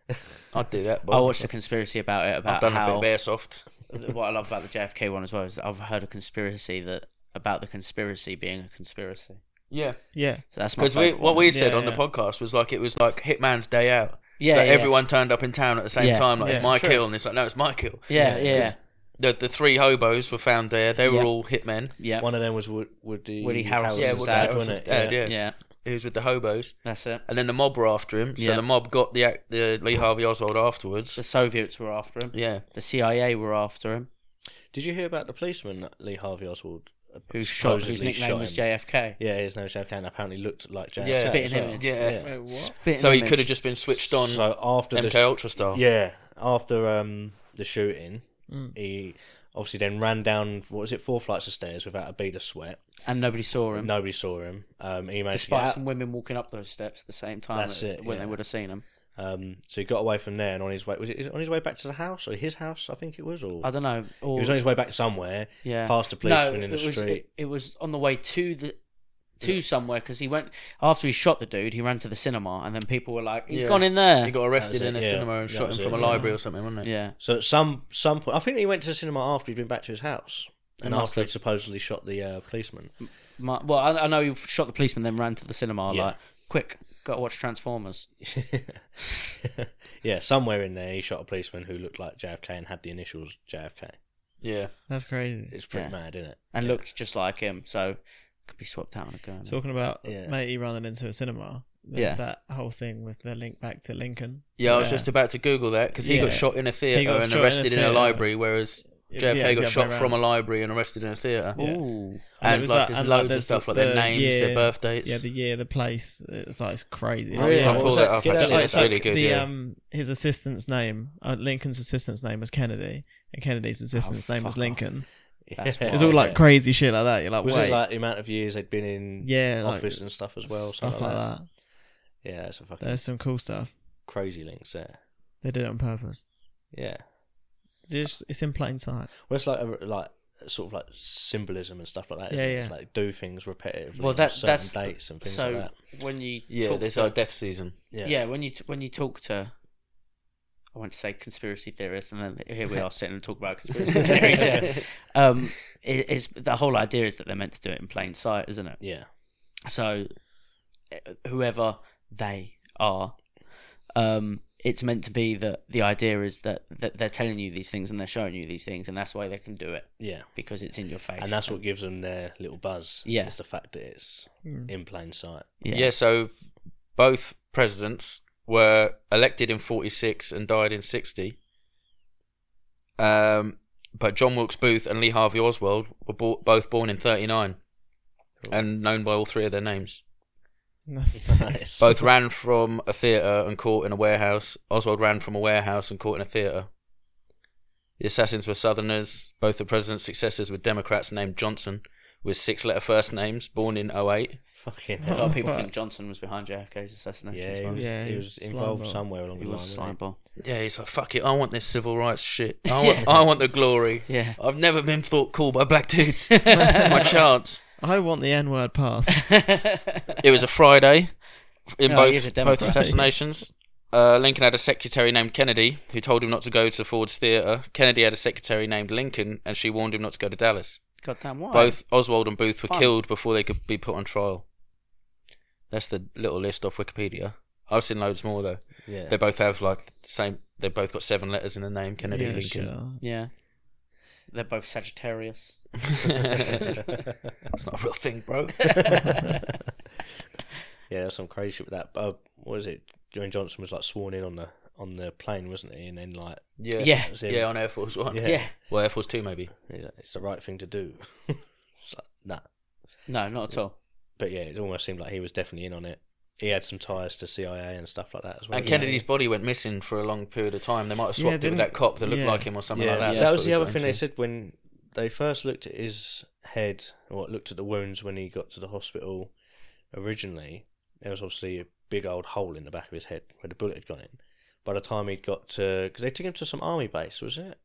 Speaker 5: I'd do that. But
Speaker 2: I watched a conspiracy about it about
Speaker 5: I've done
Speaker 2: how
Speaker 5: a bit of airsoft.
Speaker 2: what I love about the JFK one as well is that I've heard a conspiracy that about the conspiracy being a conspiracy.
Speaker 5: Yeah.
Speaker 1: Yeah.
Speaker 2: So that's my
Speaker 5: Because we,
Speaker 2: favourite
Speaker 5: what
Speaker 2: one.
Speaker 5: we said
Speaker 1: Yeah,
Speaker 5: on the
Speaker 1: yeah.
Speaker 5: podcast was like it was like Hitman's day out.
Speaker 2: yeah,
Speaker 5: so
Speaker 2: yeah.
Speaker 5: everyone turned up in town at the same
Speaker 2: Yeah.
Speaker 5: time. Like
Speaker 1: Yeah.
Speaker 5: it's my
Speaker 1: It's true.
Speaker 5: kill, and it's like no, it's my kill.
Speaker 2: yeah, yeah, yeah,
Speaker 5: 'Cause The, the three hobos were found there. They were
Speaker 2: Yeah.
Speaker 5: all hitmen. Uh,
Speaker 2: yeah,
Speaker 4: One of them was Wood, Woody,
Speaker 2: Woody Harrelson's
Speaker 5: Yeah,
Speaker 2: Harrelson's
Speaker 5: well,
Speaker 2: dad,
Speaker 5: that was
Speaker 4: wasn't
Speaker 5: his
Speaker 4: it?
Speaker 5: dad,
Speaker 4: Yeah.
Speaker 5: yeah.
Speaker 2: yeah.
Speaker 5: He was with the hobos,
Speaker 2: That's it.
Speaker 5: and then the mob were after him. So
Speaker 2: Yeah.
Speaker 5: the mob got the act, the Lee Harvey Oswald afterwards.
Speaker 2: The Soviets were after him.
Speaker 5: Yeah,
Speaker 2: The CIA were after him.
Speaker 4: Did you hear about the policeman that Lee Harvey Oswald?
Speaker 2: Who shot? Whose
Speaker 4: supposedly
Speaker 2: nickname
Speaker 4: shot
Speaker 2: was
Speaker 4: him?
Speaker 2: JFK.
Speaker 4: Yeah, his name JFK and apparently looked like JFK.
Speaker 5: Yeah.
Speaker 4: as
Speaker 2: Spitting
Speaker 4: well.
Speaker 2: image.
Speaker 5: Yeah.
Speaker 1: what?
Speaker 5: so he could have just been switched on
Speaker 4: So after
Speaker 5: MK
Speaker 4: the
Speaker 5: Ultra style.
Speaker 4: yeah after um the shooting,
Speaker 2: Hmm.
Speaker 1: Mm.
Speaker 4: he obviously then ran down what was it four flights of stairs without a bead of sweat.
Speaker 2: and nobody saw him.
Speaker 4: Nobody saw him. Um, he managed to
Speaker 2: Despite
Speaker 4: get out.
Speaker 2: some women walking up those steps at the same time
Speaker 4: That's
Speaker 2: that-
Speaker 4: it,
Speaker 2: when
Speaker 4: yeah.
Speaker 2: they would have seen him.
Speaker 4: Um, so he got away from there and on his way was it is it on his way back to the house or his house? I think it was or.
Speaker 2: I don't know. Or,
Speaker 4: he was on his way back somewhere,
Speaker 2: yeah.
Speaker 4: past a policeman in the
Speaker 2: it was,
Speaker 4: street.
Speaker 2: It, it was on the way to the to somewhere because he went after he shot the dude. He ran to the cinema, and then people were like, "He's
Speaker 5: Yeah.
Speaker 2: gone in there."
Speaker 5: He got arrested
Speaker 4: That was
Speaker 5: in a
Speaker 4: it, yeah.
Speaker 5: cinema and
Speaker 4: That
Speaker 5: shot him
Speaker 4: was
Speaker 5: from
Speaker 4: it,
Speaker 5: a
Speaker 4: yeah.
Speaker 5: library or something, wasn't it?
Speaker 2: yeah,
Speaker 4: So at some some point, I think he went to the cinema after he'd been back to his house, and
Speaker 2: must
Speaker 4: after
Speaker 2: have.
Speaker 4: he'd supposedly shot the uh, policeman.
Speaker 2: My, well, I, I know you shot the policeman, then ran to the cinema.
Speaker 4: Yeah.
Speaker 2: Like, quick, got to watch Transformers.
Speaker 4: yeah, somewhere in there, he shot a policeman who looked like JFK and had the initials JFK.
Speaker 5: Yeah.
Speaker 1: That's crazy.
Speaker 4: It's pretty
Speaker 2: Yeah.
Speaker 4: mad, isn't it?
Speaker 2: and
Speaker 4: Yeah.
Speaker 2: looked just like him, so could be swapped out on a gun.
Speaker 1: Talking about
Speaker 4: Yeah.
Speaker 1: matey running into a cinema. There's
Speaker 2: Yeah.
Speaker 1: that whole thing with the link back to Lincoln.
Speaker 5: Yeah, I was
Speaker 1: Yeah.
Speaker 5: just about to Google that because he
Speaker 1: Yeah.
Speaker 5: got shot in a theatre
Speaker 1: got
Speaker 5: and
Speaker 1: shot in a
Speaker 5: arrested in a,
Speaker 1: theatre.
Speaker 5: library, whereas
Speaker 1: It was-
Speaker 5: JFK
Speaker 1: yeah, it's
Speaker 5: got
Speaker 1: the
Speaker 5: shot
Speaker 1: other way
Speaker 5: from a
Speaker 1: around.
Speaker 5: library and arrested in a theatre.
Speaker 1: Yeah.
Speaker 2: Ooh,
Speaker 1: And it
Speaker 5: And
Speaker 1: was
Speaker 5: like,
Speaker 1: that-
Speaker 5: there's
Speaker 1: and, like,
Speaker 5: loads of
Speaker 1: there's
Speaker 5: stuff like
Speaker 1: the
Speaker 5: their names,
Speaker 1: year-
Speaker 5: their birth dates.
Speaker 1: Yeah, the year, the place. It's like it's crazy.
Speaker 4: Really?
Speaker 1: It's
Speaker 4: I'll
Speaker 1: like-
Speaker 4: pull
Speaker 1: it's like-
Speaker 5: that up,
Speaker 1: you know,
Speaker 5: actually.
Speaker 1: like,
Speaker 5: That's
Speaker 1: it's like
Speaker 5: really good,
Speaker 1: The,
Speaker 5: yeah.
Speaker 1: um, his assistant's name, uh, Lincoln's assistant's name was Kennedy, and
Speaker 5: Oh,
Speaker 1: Kennedy's assistant's name
Speaker 2: fuck
Speaker 1: was
Speaker 2: off.
Speaker 1: Lincoln.
Speaker 2: That's
Speaker 4: Yeah.
Speaker 1: It's all like crazy shit like that. You're like,
Speaker 4: Was
Speaker 1: wait,
Speaker 4: it like the amount of years they'd been in
Speaker 1: yeah, like,
Speaker 4: office and stuff as well?
Speaker 1: stuff
Speaker 4: something
Speaker 1: like that.
Speaker 4: that. Yeah, it's a fucking
Speaker 1: There's some cool stuff.
Speaker 4: crazy links there.
Speaker 1: They did it on purpose.
Speaker 4: Yeah.
Speaker 1: Just, it's in plain sight.
Speaker 4: Well, it's like a, like sort of like symbolism and stuff like that. Isn't
Speaker 1: Yeah,
Speaker 4: it? It's
Speaker 1: yeah.
Speaker 4: like do things repetitively.
Speaker 2: Well,
Speaker 4: Well,
Speaker 2: that-
Speaker 4: that's certain
Speaker 2: that's-
Speaker 4: dates and things
Speaker 2: so
Speaker 4: like that.
Speaker 2: when you
Speaker 5: Yeah,
Speaker 2: talk
Speaker 5: there's
Speaker 2: to,
Speaker 5: our death season.
Speaker 2: yeah. when you t- when you talk to I want to say conspiracy theorists, and then here we are sitting and talking about conspiracy theories. yeah. Um, it, it's the whole idea is that they're meant to do it in plain sight, isn't it?
Speaker 4: Yeah.
Speaker 2: So eh, whoever they are, um, it's meant to be that the idea is that, that they're telling you these things and they're showing you these things, and that's why they can do it
Speaker 4: Yeah.
Speaker 2: because it's in your face.
Speaker 4: And that's what gives them their little buzz.
Speaker 2: Yeah.
Speaker 4: It's the fact that it's
Speaker 1: Mm.
Speaker 4: in plain sight.
Speaker 5: Yeah. so both presidents were elected in 46 and died in 60. Um, but John Wilkes Booth and Lee Harvey Oswald were bo- both born in 39 and known by all three of their names.
Speaker 1: That's-
Speaker 4: Nice.
Speaker 5: Both ran from a theatre and caught in a warehouse. Oswald ran from a warehouse and caught in a theatre. The assassins were Southerners. Both the president's successors were Democrats named Johnson with six letter first names, born in 08.
Speaker 4: Fucking
Speaker 2: A lot
Speaker 4: hell.
Speaker 2: of people
Speaker 1: Right.
Speaker 2: think Johnson was behind JFK's assassination.
Speaker 4: Yeah,
Speaker 2: as
Speaker 4: he
Speaker 2: well.
Speaker 4: was,
Speaker 1: Yeah,
Speaker 4: he
Speaker 1: he
Speaker 4: was
Speaker 1: was
Speaker 4: involved
Speaker 1: slimeball.
Speaker 4: somewhere along
Speaker 2: He
Speaker 4: the
Speaker 2: was a
Speaker 4: line.
Speaker 2: slime ball.
Speaker 5: Yeah, he's like, fuck it, I want this civil rights shit. I
Speaker 2: Yeah.
Speaker 5: want, I want the glory.
Speaker 2: Yeah.
Speaker 5: I've never been thought cool by black dudes. That's my chance.
Speaker 1: I want the N word passed.
Speaker 5: It was a Friday in
Speaker 2: No, he is Oh, a
Speaker 5: both,
Speaker 2: Democrat.
Speaker 5: both assassinations. Uh, Lincoln had a secretary named Kennedy who told him not to go to Ford's Theatre. Kennedy had a secretary named Lincoln and she warned him not to go to Dallas.
Speaker 2: Goddamn why?
Speaker 5: Both Oswald and Booth
Speaker 2: It's
Speaker 5: were
Speaker 2: fun.
Speaker 5: killed before they could be put on trial. That's the little list off Wikipedia. I've seen loads more though.
Speaker 4: Yeah.
Speaker 5: They both have like the same. They both got seven letters in their name. Kennedy,
Speaker 1: Yeah,
Speaker 5: Lincoln.
Speaker 1: sure.
Speaker 2: Yeah. They're both Sagittarius.
Speaker 5: It's not a real thing, bro.
Speaker 4: yeah, there's some crazy shit with that. But, uh, what is it? John Johnson was like sworn in on the on the plane, wasn't he? And then like,
Speaker 5: Yeah.
Speaker 2: Yeah.
Speaker 4: it's him.
Speaker 5: Yeah, on Air Force One.
Speaker 4: Yeah.
Speaker 2: Yeah.
Speaker 5: Well, Air Force Two, maybe.
Speaker 4: He's like, it's the right thing to do. it's like, nah.
Speaker 2: No, not at all.
Speaker 4: But yeah, it almost seemed like he was definitely in on it. He had some ties to CIA and stuff like that as well.
Speaker 5: And
Speaker 4: didn't he?
Speaker 5: Kennedy's body went missing for a long period of time. They might have
Speaker 1: Yeah,
Speaker 5: swapped it
Speaker 1: didn't-
Speaker 5: with that cop that looked
Speaker 1: yeah.
Speaker 5: like him or something
Speaker 4: yeah,
Speaker 5: like that.
Speaker 4: that
Speaker 5: That's
Speaker 4: was
Speaker 5: what
Speaker 4: the
Speaker 5: we
Speaker 4: other
Speaker 5: got
Speaker 4: thing they
Speaker 5: into.
Speaker 4: said when they first looked at his head, or looked at the wounds when he got to the hospital originally. There was obviously a big old hole in the back of his head where the bullet had gone in. By the time he'd got to, because they took him to some army base, was it?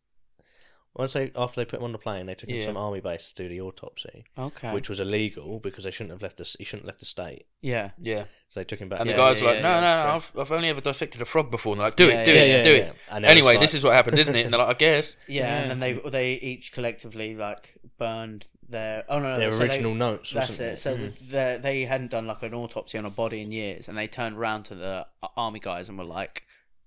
Speaker 4: Once they after they put him on the plane, they took him
Speaker 5: Yeah.
Speaker 4: to some army base to do the autopsy,
Speaker 2: Okay.
Speaker 4: which was illegal because they shouldn't have left the s- he shouldn't have left the state.
Speaker 2: yeah.
Speaker 5: Yeah.
Speaker 4: So they took him back.
Speaker 5: And
Speaker 4: to-
Speaker 5: the guys
Speaker 2: yeah,
Speaker 5: were like,
Speaker 2: yeah,
Speaker 5: no,
Speaker 2: yeah,
Speaker 5: no,
Speaker 2: that's
Speaker 5: no, I've, I've only ever dissected a frog before. And they're like, do
Speaker 2: Yeah,
Speaker 5: it, do
Speaker 2: yeah,
Speaker 5: it,
Speaker 4: yeah,
Speaker 5: do
Speaker 4: yeah.
Speaker 5: it.
Speaker 4: And it was
Speaker 5: Anyway,
Speaker 4: like-
Speaker 5: this is what happened, isn't it? And they're like, I guess.
Speaker 2: Yeah,
Speaker 1: Yeah.
Speaker 2: and they they each collectively like burned their oh no, no
Speaker 4: their
Speaker 2: so they-
Speaker 4: original notes.
Speaker 2: That's
Speaker 4: wasn't
Speaker 2: it. So
Speaker 5: Mm.
Speaker 2: the, they hadn't done like an autopsy on a body in years, and they turned round to the a- army guys and were like,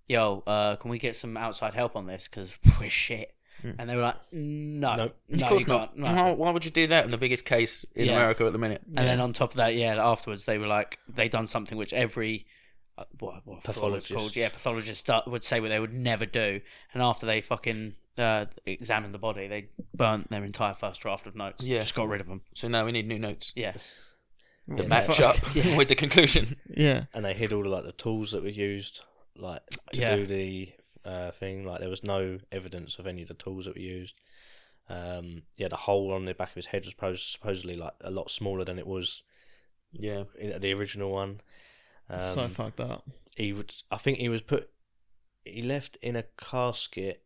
Speaker 2: "Yo, uh, can we get some outside help on this? Because we're shit." And they were like, "No,
Speaker 4: Nope.
Speaker 2: no,
Speaker 5: Hmm. of course
Speaker 2: you
Speaker 5: not.
Speaker 2: can't, no."
Speaker 5: Why, why would you do that in the biggest case in
Speaker 2: Yeah.
Speaker 5: America at the minute?
Speaker 2: And then on top of that, yeah, afterwards they were like, they done something which every uh, what, what pathologist,
Speaker 4: Pathologist.
Speaker 2: called, yeah, pathologist do- would say what they would never do. And after they fucking uh, examined the body, they burnt their entire first draft of notes.
Speaker 5: Yeah.
Speaker 2: just got rid of them.
Speaker 5: So now we need new notes.
Speaker 2: Yeah,
Speaker 1: What
Speaker 5: The
Speaker 1: the
Speaker 5: match
Speaker 1: fuck?
Speaker 5: up with the conclusion.
Speaker 1: Yeah.
Speaker 4: and they hid all the, like the tools that were used like to
Speaker 2: Yeah.
Speaker 4: do the uh, thing like there was no evidence of any of the tools that were used um, yeah the hole on the back of his head was supposed, supposedly like a lot smaller than it was
Speaker 5: Yeah.
Speaker 4: in the original one um,
Speaker 1: so fucked up.
Speaker 4: he would i think he was put he left in a casket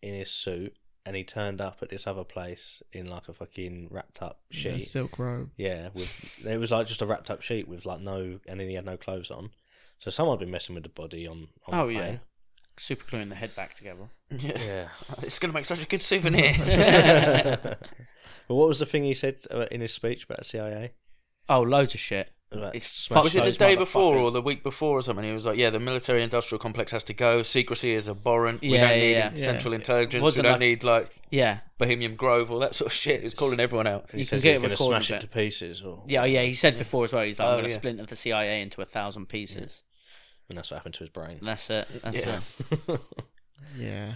Speaker 4: in his suit and he turned up at this other place in like a fucking wrapped up
Speaker 1: Yeah,
Speaker 4: sheet
Speaker 1: Silk Road.
Speaker 4: yeah, with it was like just a wrapped up sheet with like no, and then he had no clothes on. So someone had been messing with the body on. on
Speaker 2: Oh,
Speaker 4: the
Speaker 2: yeah.
Speaker 4: plane.
Speaker 2: super gluing the head back together.
Speaker 5: Yeah.
Speaker 4: yeah.
Speaker 5: It's going to make such a good souvenir.
Speaker 4: but what was the thing he said uh, in his speech about CIA?
Speaker 2: Oh, loads of shit.
Speaker 4: Like,
Speaker 2: It's
Speaker 4: smash
Speaker 5: Was it the
Speaker 2: Those
Speaker 5: day before or
Speaker 2: motherfuckers.
Speaker 5: the week before or something? He was like, "Yeah, the military-industrial complex has to go. Secrecy is abhorrent. we
Speaker 2: Yeah,
Speaker 5: don't need
Speaker 2: yeah, yeah.
Speaker 5: central intelligence.
Speaker 2: Wasn't
Speaker 5: we don't
Speaker 2: like-
Speaker 5: need like
Speaker 2: Yeah.
Speaker 5: Bohemian Grove, all that sort of shit." He was calling everyone out.
Speaker 4: He
Speaker 2: you can
Speaker 4: says
Speaker 2: get
Speaker 4: he's
Speaker 2: it
Speaker 4: going to
Speaker 2: recorded
Speaker 4: smash
Speaker 2: a
Speaker 4: it
Speaker 2: bit.
Speaker 4: to pieces, or
Speaker 2: Yeah, oh, yeah. He said before as well. He's like,
Speaker 5: Oh,
Speaker 2: I'm going to
Speaker 5: yeah.
Speaker 2: splinter the CIA into a thousand pieces.
Speaker 4: and that's what happened to his brain.
Speaker 2: And that's it. That's
Speaker 5: Yeah.
Speaker 2: it.
Speaker 1: Yeah.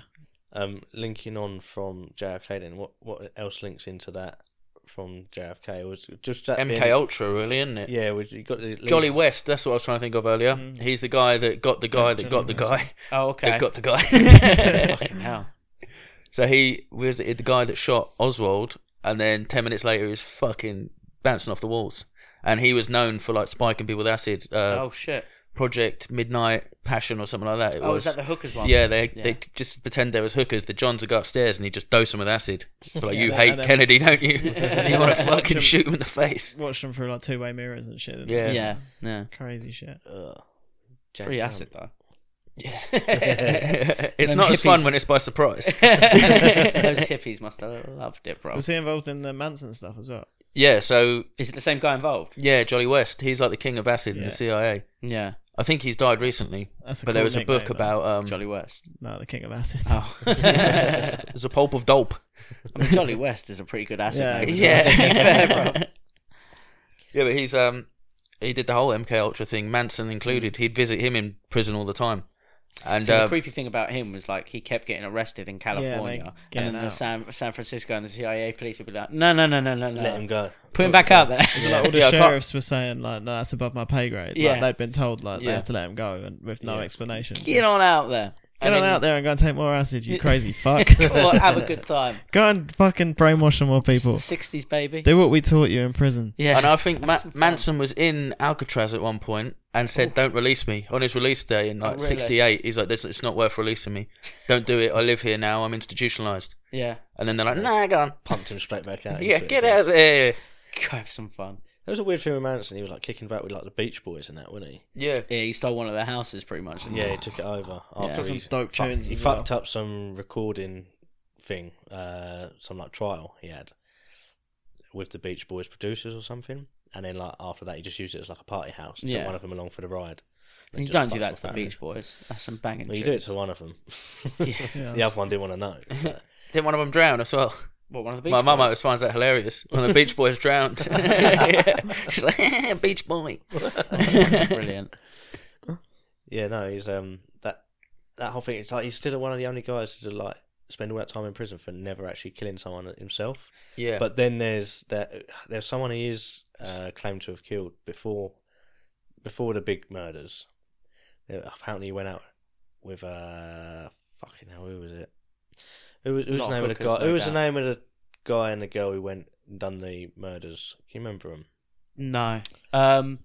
Speaker 4: um, linking on from JFK, then what what else links into that from JFK was just that
Speaker 5: MK
Speaker 4: being-
Speaker 5: Ultra, really, isn't it?
Speaker 4: Yeah, was you got the link-
Speaker 5: Jolly West. That's what I was trying to think of earlier.
Speaker 1: Mm.
Speaker 5: He's the guy that got the guy
Speaker 1: Yeah,
Speaker 5: that
Speaker 1: Jolly
Speaker 5: got the
Speaker 1: West.
Speaker 5: guy
Speaker 2: Oh, okay.
Speaker 5: that got the guy.
Speaker 2: Fucking hell.
Speaker 5: so he was the guy that shot Oswald, and then ten minutes later he was fucking bouncing off the walls. And he was known for like spiking people with acid. Uh,
Speaker 2: oh shit.
Speaker 5: Project Midnight Passion or something like that. It
Speaker 2: Oh,
Speaker 5: was.
Speaker 2: is that the hookers one?
Speaker 5: yeah, they
Speaker 2: Yeah.
Speaker 5: they just pretend there was hookers. The Johns would go upstairs and he'd just dose them with acid. Be like
Speaker 1: Yeah,
Speaker 5: you
Speaker 1: and
Speaker 5: hate
Speaker 1: then-
Speaker 5: Kennedy, don't you? you want
Speaker 1: Watch
Speaker 5: to fucking
Speaker 1: him.
Speaker 5: shoot him in the face.
Speaker 1: Watched them through like two way mirrors and shit. didn't
Speaker 5: Yeah. Oh.
Speaker 1: they?
Speaker 2: Yeah. Yeah.
Speaker 1: Crazy shit.
Speaker 4: Ugh.
Speaker 2: It's
Speaker 4: Jack
Speaker 2: Free
Speaker 4: Trump.
Speaker 2: acid though.
Speaker 5: it's
Speaker 2: Them
Speaker 5: not as fun
Speaker 2: hippies.
Speaker 5: when it's by surprise.
Speaker 2: Those hippies must have loved it, bro.
Speaker 1: Was he involved in the Manson stuff as well?
Speaker 5: yeah, so
Speaker 2: Is it the same guy involved?
Speaker 5: yeah, Jolly West, he's like the king of acid in
Speaker 1: Yeah.
Speaker 5: the CIA.
Speaker 2: Yeah.
Speaker 5: I think he's died recently,
Speaker 1: That's a
Speaker 5: but
Speaker 1: cool
Speaker 5: there was a
Speaker 1: nickname,
Speaker 5: book
Speaker 1: though.
Speaker 5: about um,
Speaker 2: Jolly West.
Speaker 1: No, the King of Acid.
Speaker 2: Oh. I
Speaker 5: there's a pulp of dope.
Speaker 2: mean, Jolly West is a pretty good acid
Speaker 1: Yeah.
Speaker 2: name. as well,
Speaker 5: Yeah,
Speaker 2: to be fair, bro.
Speaker 5: yeah, but he's um he did the whole MK Ultra thing, Manson
Speaker 1: Mm.
Speaker 5: included. He'd visit him in prison all the time, and
Speaker 2: See, the
Speaker 5: um,
Speaker 2: creepy thing about him was like he kept getting arrested in California,
Speaker 1: getting
Speaker 2: and then the
Speaker 1: out.
Speaker 2: San, San Francisco and the CIA police would be like, "No, no, no, no, no, no,
Speaker 4: Let him go.
Speaker 2: put him back out there."
Speaker 1: Like all the
Speaker 5: Yeah, I can't-
Speaker 1: sheriffs were saying, like, no, that's above my pay grade.
Speaker 2: Yeah.
Speaker 1: Like, they've been told, like,
Speaker 5: Yeah.
Speaker 1: they have to let him go and with no
Speaker 4: Yeah.
Speaker 1: explanation.
Speaker 2: Get on out there,
Speaker 1: Get
Speaker 5: and
Speaker 1: on
Speaker 5: then-
Speaker 1: out there and go and take more acid, you crazy fuck.
Speaker 2: or have a good time.
Speaker 1: go and fucking brainwash some more
Speaker 2: It's the
Speaker 1: people.
Speaker 2: '60s, baby.
Speaker 1: Do what we taught you in prison.
Speaker 2: Yeah,
Speaker 5: And I think
Speaker 2: Have
Speaker 5: Ma-
Speaker 2: some fun.
Speaker 5: Manson was in Alcatraz at one point and said, "Don't release me." On his release day in like
Speaker 2: Oh, really?
Speaker 5: '68, he's like, "This it's not worth releasing me. Don't do it. I live here now. I'm institutionalized."
Speaker 2: Yeah,
Speaker 5: And then they're like, "Nah, go on.
Speaker 4: Pumped him straight back out.
Speaker 5: Yeah,
Speaker 4: into it
Speaker 5: get
Speaker 4: again.
Speaker 5: out of there."
Speaker 2: go have some fun.
Speaker 4: There was a weird thing with Manson. He was like kicking back with like the Beach Boys and that, wasn't he?
Speaker 5: Yeah.
Speaker 2: Yeah, he stole one of their houses, pretty much. didn't
Speaker 4: Yeah,
Speaker 2: he?
Speaker 4: he took it over. After
Speaker 1: Got some
Speaker 4: he,
Speaker 1: dope
Speaker 4: fuck-
Speaker 1: tunes
Speaker 4: he
Speaker 1: as
Speaker 4: fucked
Speaker 1: well.
Speaker 4: up some recording thing, uh, some like trial he had with the Beach Boys producers or something. And then like after that, he just used it as like a party house. Took
Speaker 2: Yeah.
Speaker 4: one of them along for the ride.
Speaker 2: And you
Speaker 4: just
Speaker 2: don't do
Speaker 4: fucked
Speaker 2: that
Speaker 4: off
Speaker 2: to the
Speaker 4: out.
Speaker 2: Beach Boys. That's some banging.
Speaker 4: Well, you do it
Speaker 2: tunes.
Speaker 4: to one of them.
Speaker 2: Yeah.
Speaker 4: the other one didn't want to know. but-
Speaker 5: Didn't one of them drown as well?
Speaker 2: What one of the Beach
Speaker 5: My mum
Speaker 2: Boys?
Speaker 5: always finds that hilarious. When the Beach Boys drowned, Yeah. she's like, "Beach Boy."
Speaker 2: Brilliant.
Speaker 4: Yeah, no, he's um that that whole thing. It's like he's still one of the only guys to like spend all that time in prison for never actually killing someone himself.
Speaker 5: Yeah.
Speaker 4: But then there's that there's someone he is uh, claimed to have killed before before the big murders. Uh, Apparently, he went out with uh fucking hell. Who was it? Who was, who was
Speaker 5: Not
Speaker 4: the name of the
Speaker 5: hookers,
Speaker 4: guy?
Speaker 5: no
Speaker 4: who was the
Speaker 5: doubt.
Speaker 4: name of the guy and the girl who went and done the murders? Can you remember him?
Speaker 2: No. Um,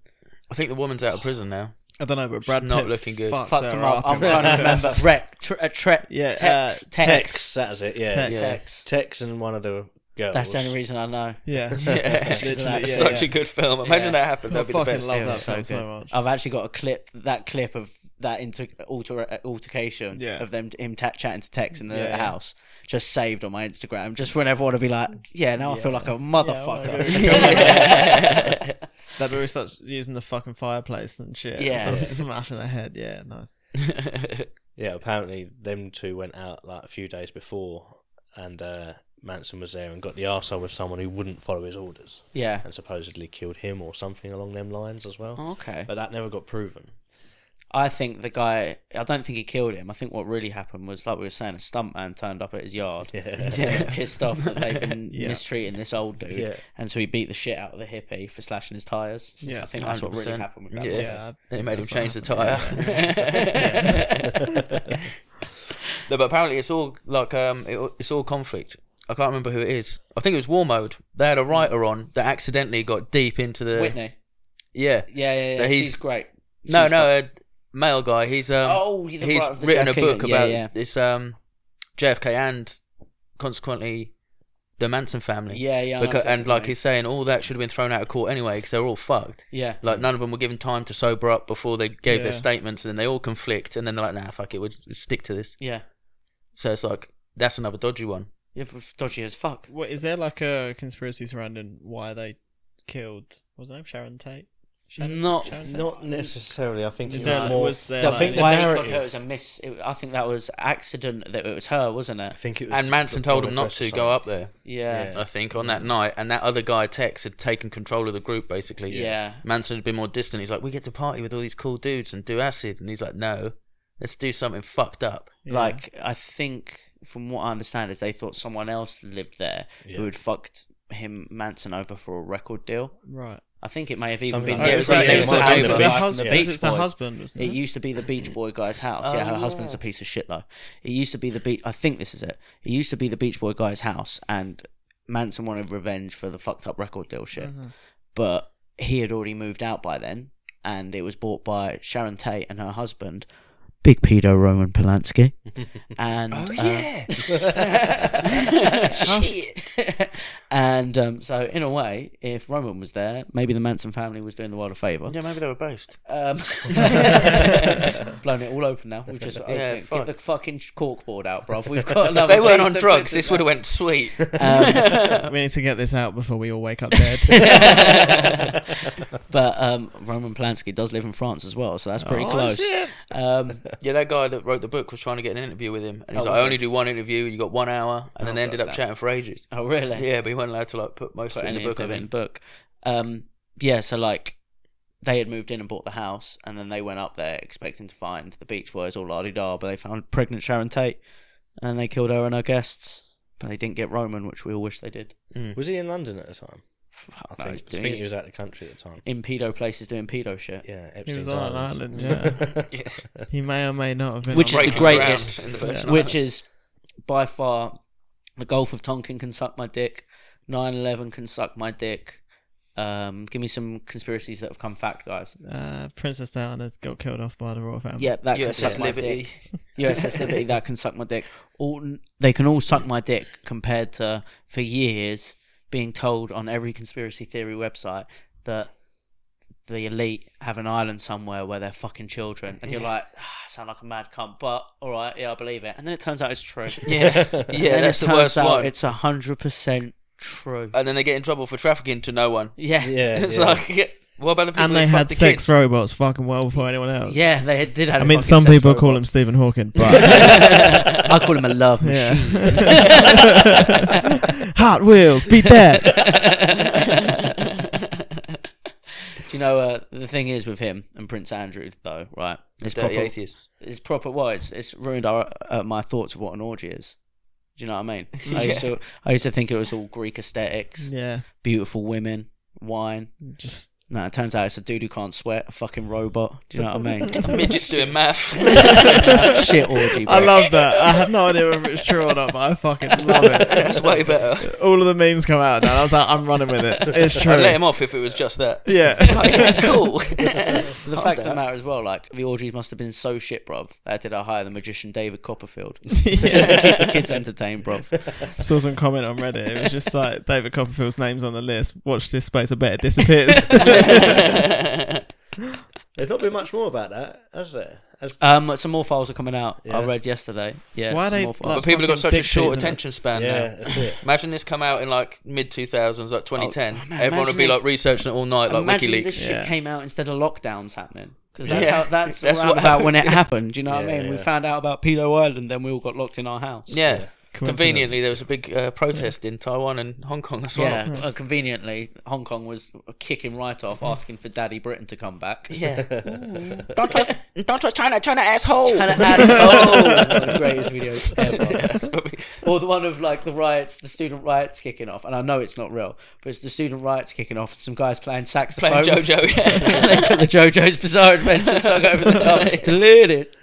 Speaker 5: I think the woman's out of prison now.
Speaker 1: I don't know, but
Speaker 5: She's
Speaker 1: Brad Pitt
Speaker 5: not looking good.
Speaker 1: fucked
Speaker 2: fucked him
Speaker 1: her
Speaker 2: up. I'm
Speaker 1: in
Speaker 2: trying to
Speaker 1: some
Speaker 2: remember.
Speaker 1: films.
Speaker 2: Rec. Tre- uh, tre-
Speaker 1: Yeah, uh,
Speaker 2: Tex. tex.
Speaker 4: Tex. That was it. Yeah,
Speaker 1: Tex.
Speaker 4: yeah.
Speaker 2: Tex.
Speaker 4: Tex and one of the girls.
Speaker 2: That's the only reason I know.
Speaker 1: Yeah.
Speaker 5: Yeah.
Speaker 1: Literally, yeah,
Speaker 5: Such
Speaker 1: yeah.
Speaker 5: a good film. Imagine
Speaker 2: Yeah.
Speaker 5: that happened.
Speaker 1: I
Speaker 5: That'd be the best.
Speaker 1: fucking love
Speaker 2: It
Speaker 1: that
Speaker 2: was so
Speaker 1: film so
Speaker 2: good.
Speaker 1: much.
Speaker 2: I've actually got a clip. That clip of that inter- alter- uh, altercation
Speaker 1: Yeah.
Speaker 2: of them him ta- chatting to Tex in the
Speaker 1: Yeah, yeah.
Speaker 2: house just saved on my Instagram. Just whenever I want to be like, yeah, now I feel like a motherfucker.
Speaker 1: Yeah. That we were such using the fucking fireplace and shit.
Speaker 2: Yeah.
Speaker 1: So smashing her head. Yeah, nice.
Speaker 4: Yeah, apparently them two went out like a few days before, and uh, Manson was there and got the arsehole with someone who wouldn't follow his orders
Speaker 2: yeah.
Speaker 4: and supposedly killed him or something along them lines as
Speaker 1: Oh.
Speaker 4: well.
Speaker 2: Okay.
Speaker 4: But that never got proven.
Speaker 2: I think the guy. I don't think he killed him. I think what really happened was, like we were saying, a stuntman turned up at his yard.
Speaker 4: Yeah.
Speaker 2: He was pissed off that they've been
Speaker 1: Yeah.
Speaker 2: mistreating this old dude,
Speaker 4: Yeah.
Speaker 2: and so he beat the shit out of the hippie for slashing his tires.
Speaker 1: Yeah.
Speaker 2: I think that's what really
Speaker 5: 100%.
Speaker 2: happened with that.
Speaker 5: Yeah.
Speaker 2: one.
Speaker 1: Yeah.
Speaker 5: They made him
Speaker 1: That's what
Speaker 5: change the tire.
Speaker 1: happened,
Speaker 5: no, but apparently it's all like um, it, it's all conflict. I can't remember who it is. I think it was War Mode. They had a writer on that accidentally got deep into the
Speaker 2: Whitney.
Speaker 5: yeah.
Speaker 2: Yeah, yeah, yeah.
Speaker 5: So
Speaker 2: he's
Speaker 5: he's-
Speaker 2: she's great.
Speaker 5: No,
Speaker 2: She's
Speaker 5: no, a male guy. He's um,
Speaker 2: Oh, the
Speaker 5: he's
Speaker 2: right- the
Speaker 5: written a
Speaker 2: JFK
Speaker 5: book
Speaker 2: guy.
Speaker 5: about
Speaker 2: Yeah, yeah.
Speaker 5: this um, JFK and consequently the Manson family.
Speaker 2: Yeah, yeah. I know
Speaker 5: Because,
Speaker 2: exactly
Speaker 5: and
Speaker 2: what you
Speaker 5: like
Speaker 2: mean.
Speaker 5: he's saying, all that should have been thrown out of court anyway because they were all fucked.
Speaker 2: yeah,
Speaker 5: Like none of them were given time to sober up before they gave
Speaker 1: Yeah.
Speaker 5: their statements, and then they all conflict, and then they're like, "Nah, fuck it, we'll just stick to this."
Speaker 2: yeah.
Speaker 5: So it's like that's another dodgy one.
Speaker 2: Yeah, f- dodgy as fuck.
Speaker 1: What is there like a conspiracy surrounding why they killed? was her name? Sharon Tate. Sharon,
Speaker 2: Not-
Speaker 1: Sharon Tate?
Speaker 4: Not necessarily. I think
Speaker 1: Is
Speaker 4: it's
Speaker 1: there,
Speaker 4: more.
Speaker 1: was there
Speaker 4: I
Speaker 1: like,
Speaker 4: think
Speaker 1: an-
Speaker 4: my
Speaker 2: They got her
Speaker 4: narrative-
Speaker 2: as a miss. It, I think that was accident that it was her, wasn't
Speaker 4: I
Speaker 2: it?
Speaker 4: think it was
Speaker 5: And Manson
Speaker 4: the
Speaker 5: told
Speaker 4: Donna
Speaker 5: him not
Speaker 4: Dresser
Speaker 5: to
Speaker 4: song.
Speaker 5: go up there.
Speaker 2: Yeah.
Speaker 5: I think on that night, and that other guy Tex had taken control of the group basically.
Speaker 2: Yeah.
Speaker 5: Manson had been more distant. He's like, we get to party with all these cool dudes and do acid, and he's like, no, let's do something fucked up.
Speaker 1: yeah.
Speaker 2: Like I think, from what I understand, is they thought someone else lived there
Speaker 4: Yeah.
Speaker 2: who had fucked him Manson over for a record deal.
Speaker 1: right?
Speaker 2: I think it may have even
Speaker 4: Something
Speaker 2: been
Speaker 4: like
Speaker 1: Oh,
Speaker 5: it
Speaker 1: it
Speaker 5: was
Speaker 1: was
Speaker 5: like
Speaker 1: the-
Speaker 5: they
Speaker 1: it was
Speaker 5: were
Speaker 1: the
Speaker 5: hiding
Speaker 1: husband.
Speaker 5: behind
Speaker 1: The
Speaker 5: the
Speaker 1: husband.
Speaker 2: Beach
Speaker 1: It was the
Speaker 2: Boys.
Speaker 1: husband, wasn't
Speaker 2: It
Speaker 1: it?
Speaker 2: used to be the Beach Boy guy's house. yeah, her husband's a piece of shit though. It used to be the beach. I think this is it. It used to be the Beach Boy guy's house, and Manson wanted revenge for the fucked up record deal shit. But he had already moved out by then, and it was bought by Sharon Tate and her husband, Big Pedo Roman Polanski, and
Speaker 5: Oh
Speaker 2: uh,
Speaker 5: yeah,
Speaker 2: Shit. and um, so, in a way, if Roman was there, maybe the Manson family was doing the world a favour.
Speaker 5: yeah. Maybe they were based.
Speaker 2: Um, blown it all open now. We've just opened
Speaker 5: Yeah,
Speaker 2: it.
Speaker 5: fuck.
Speaker 2: get the fucking corkboard out, bruv. We've got
Speaker 5: If
Speaker 2: another.
Speaker 5: they weren't
Speaker 2: piece
Speaker 5: on
Speaker 2: to
Speaker 5: drugs,
Speaker 2: put
Speaker 5: this
Speaker 2: in
Speaker 5: would have went sweet.
Speaker 2: there. Um,
Speaker 1: We need to get this out before we all wake up dead.
Speaker 2: but um, Roman Polanski does live in France as well, so
Speaker 1: Oh,
Speaker 2: that's pretty
Speaker 5: Oh,
Speaker 2: close. Um,
Speaker 5: Yeah, that guy that wrote the book was trying to get an interview with him, and he's
Speaker 2: Oh,
Speaker 5: like,
Speaker 2: was
Speaker 5: "I
Speaker 2: he?
Speaker 5: only do one interview. You got one hour," and then they ended up
Speaker 2: that.
Speaker 5: chatting for ages.
Speaker 2: oh, really?
Speaker 5: Yeah, but he wasn't allowed to like put most
Speaker 2: Put
Speaker 5: of it in
Speaker 2: any
Speaker 5: the book. I
Speaker 2: of it in the
Speaker 5: think.
Speaker 2: book. Um, yeah, so like they had moved in and bought the house, and then they went up there expecting to find the Beach Boys all la da, but they found pregnant Sharon Tate, and they killed her and her guests, but they didn't get Roman, which we all wish they did.
Speaker 4: Was he in London at the time? I
Speaker 2: Fuck
Speaker 4: think,
Speaker 2: knows,
Speaker 4: I
Speaker 2: dude.
Speaker 4: think he was out of the country at the time.
Speaker 2: in pedo places doing pedo shit.
Speaker 4: Yeah, Epstein's
Speaker 1: was on an
Speaker 4: Islands.
Speaker 1: island, he may or may not have been.
Speaker 2: Which
Speaker 1: on
Speaker 2: is the
Speaker 5: Breaking ground
Speaker 2: greatest,
Speaker 5: in the Virgin
Speaker 2: which
Speaker 5: Islands.
Speaker 2: is by far the Gulf of Tonkin can suck my dick, 9/11 can suck my dick. Um, give me some conspiracies that have come fact, guys.
Speaker 4: Um,
Speaker 1: uh, Princess Diana got killed off by the royal family.
Speaker 2: Yep, that can
Speaker 5: USS
Speaker 2: suck my
Speaker 5: Liberty.
Speaker 2: dick. USS Liberty, that can suck my dick. All they can all suck my dick compared to for years being told on every conspiracy theory website that the elite have an island somewhere where they're fucking children, and you're like, ah, I sound like a mad cunt, but all right, yeah, I believe it. And then it turns out it's true.
Speaker 5: Yeah, yeah,
Speaker 2: and
Speaker 5: that's
Speaker 2: it
Speaker 5: the
Speaker 2: turns
Speaker 5: worst
Speaker 2: out
Speaker 5: one. Uh,
Speaker 2: It's hundred percent true.
Speaker 5: And then they get in trouble for trafficking to no one.
Speaker 2: Yeah. yeah.
Speaker 4: Yeah,
Speaker 5: It's
Speaker 4: yeah.
Speaker 5: like, what about the people
Speaker 1: and
Speaker 5: who
Speaker 1: they
Speaker 5: fucked
Speaker 1: had
Speaker 5: the
Speaker 1: sex
Speaker 5: kids?
Speaker 1: robots fucking well before anyone else.
Speaker 2: they did have.
Speaker 1: I
Speaker 2: a
Speaker 1: mean,
Speaker 2: fucking
Speaker 1: some
Speaker 2: sex
Speaker 1: people call
Speaker 2: robot.
Speaker 1: him Stephen Hawking, but
Speaker 2: I call him a love machine.
Speaker 1: yeah. Hot Wheels, beat that.
Speaker 2: Do you know uh, the thing is with him and Prince Andrew though, right? It's
Speaker 5: Dirty
Speaker 2: proper.
Speaker 5: atheists.
Speaker 2: It's proper. Well, it's it's ruined our, uh, my thoughts of what an orgy is. Do you know what I mean? I used to I used to think it was all Greek aesthetics,
Speaker 1: Yeah,
Speaker 2: beautiful women, wine.
Speaker 1: just
Speaker 2: No, it turns out it's a dude who can't sweat, a fucking robot. Do you know what I mean?
Speaker 5: Midgets doing math.
Speaker 2: Shit orgy. Bro.
Speaker 1: I love that. I have no idea whether it's true or not, but I fucking love it.
Speaker 5: that's way better.
Speaker 1: All of the memes come out, and I was like, I'm running with it. It's true.
Speaker 5: I'd let him off if it was just that.
Speaker 1: yeah.
Speaker 5: cool.
Speaker 2: the fact of the matter as well, like the orgies must have been so shit, bruv. That did I hire the magician David Copperfield just to keep the kids entertained, bruv.
Speaker 1: Saw some comment on Reddit. It was just like David Copperfield's name's on the list. Watch this space, I bet it disappears.
Speaker 4: There's not been much more about that, has there? Has-
Speaker 2: Um, some more files are coming out. I
Speaker 4: Yeah.
Speaker 2: read yesterday. Yeah,
Speaker 1: Why
Speaker 2: some
Speaker 1: they-
Speaker 2: more
Speaker 1: like-
Speaker 2: files.
Speaker 5: But people have got such a
Speaker 1: Dick
Speaker 5: short
Speaker 1: teasing us.
Speaker 5: attention span
Speaker 4: yeah,
Speaker 5: now.
Speaker 4: that's it.
Speaker 5: Imagine this come out in like mid 2000s, like 2010.
Speaker 2: Oh, man,
Speaker 5: Everyone would be
Speaker 2: imagine
Speaker 5: like researching it all night, like
Speaker 2: Imagine
Speaker 5: WikiLeaks.
Speaker 2: this shit
Speaker 1: Yeah.
Speaker 2: came out instead of lockdowns happening. Because that's,
Speaker 5: Yeah,
Speaker 2: how, that's,
Speaker 5: that's
Speaker 2: around
Speaker 5: what
Speaker 2: about when it happened. Do you know what I
Speaker 4: Yeah,
Speaker 2: mean? We
Speaker 4: yeah.
Speaker 2: found out about Pedo Island, then we all got locked in our house.
Speaker 5: Yeah.
Speaker 1: Coincidence.
Speaker 5: Conveniently, there was a big uh, protest in Taiwan and Hong Kong as well.
Speaker 2: Yeah, uh, conveniently, Hong Kong was kicking right off, asking for Daddy Britain to come back.
Speaker 5: Don't trust, don't trust China, China asshole.
Speaker 2: China asshole. One of the greatest videos ever.
Speaker 5: Oh. That's what we-
Speaker 2: Or the one of like the riots, the student riots kicking off, and I know it's not real, but it's the student riots kicking off. Some guys playing
Speaker 5: playing
Speaker 2: saxophone.
Speaker 5: JoJo. Yeah.
Speaker 2: they put the JoJo's Bizarre Adventure song over the top. Deluded.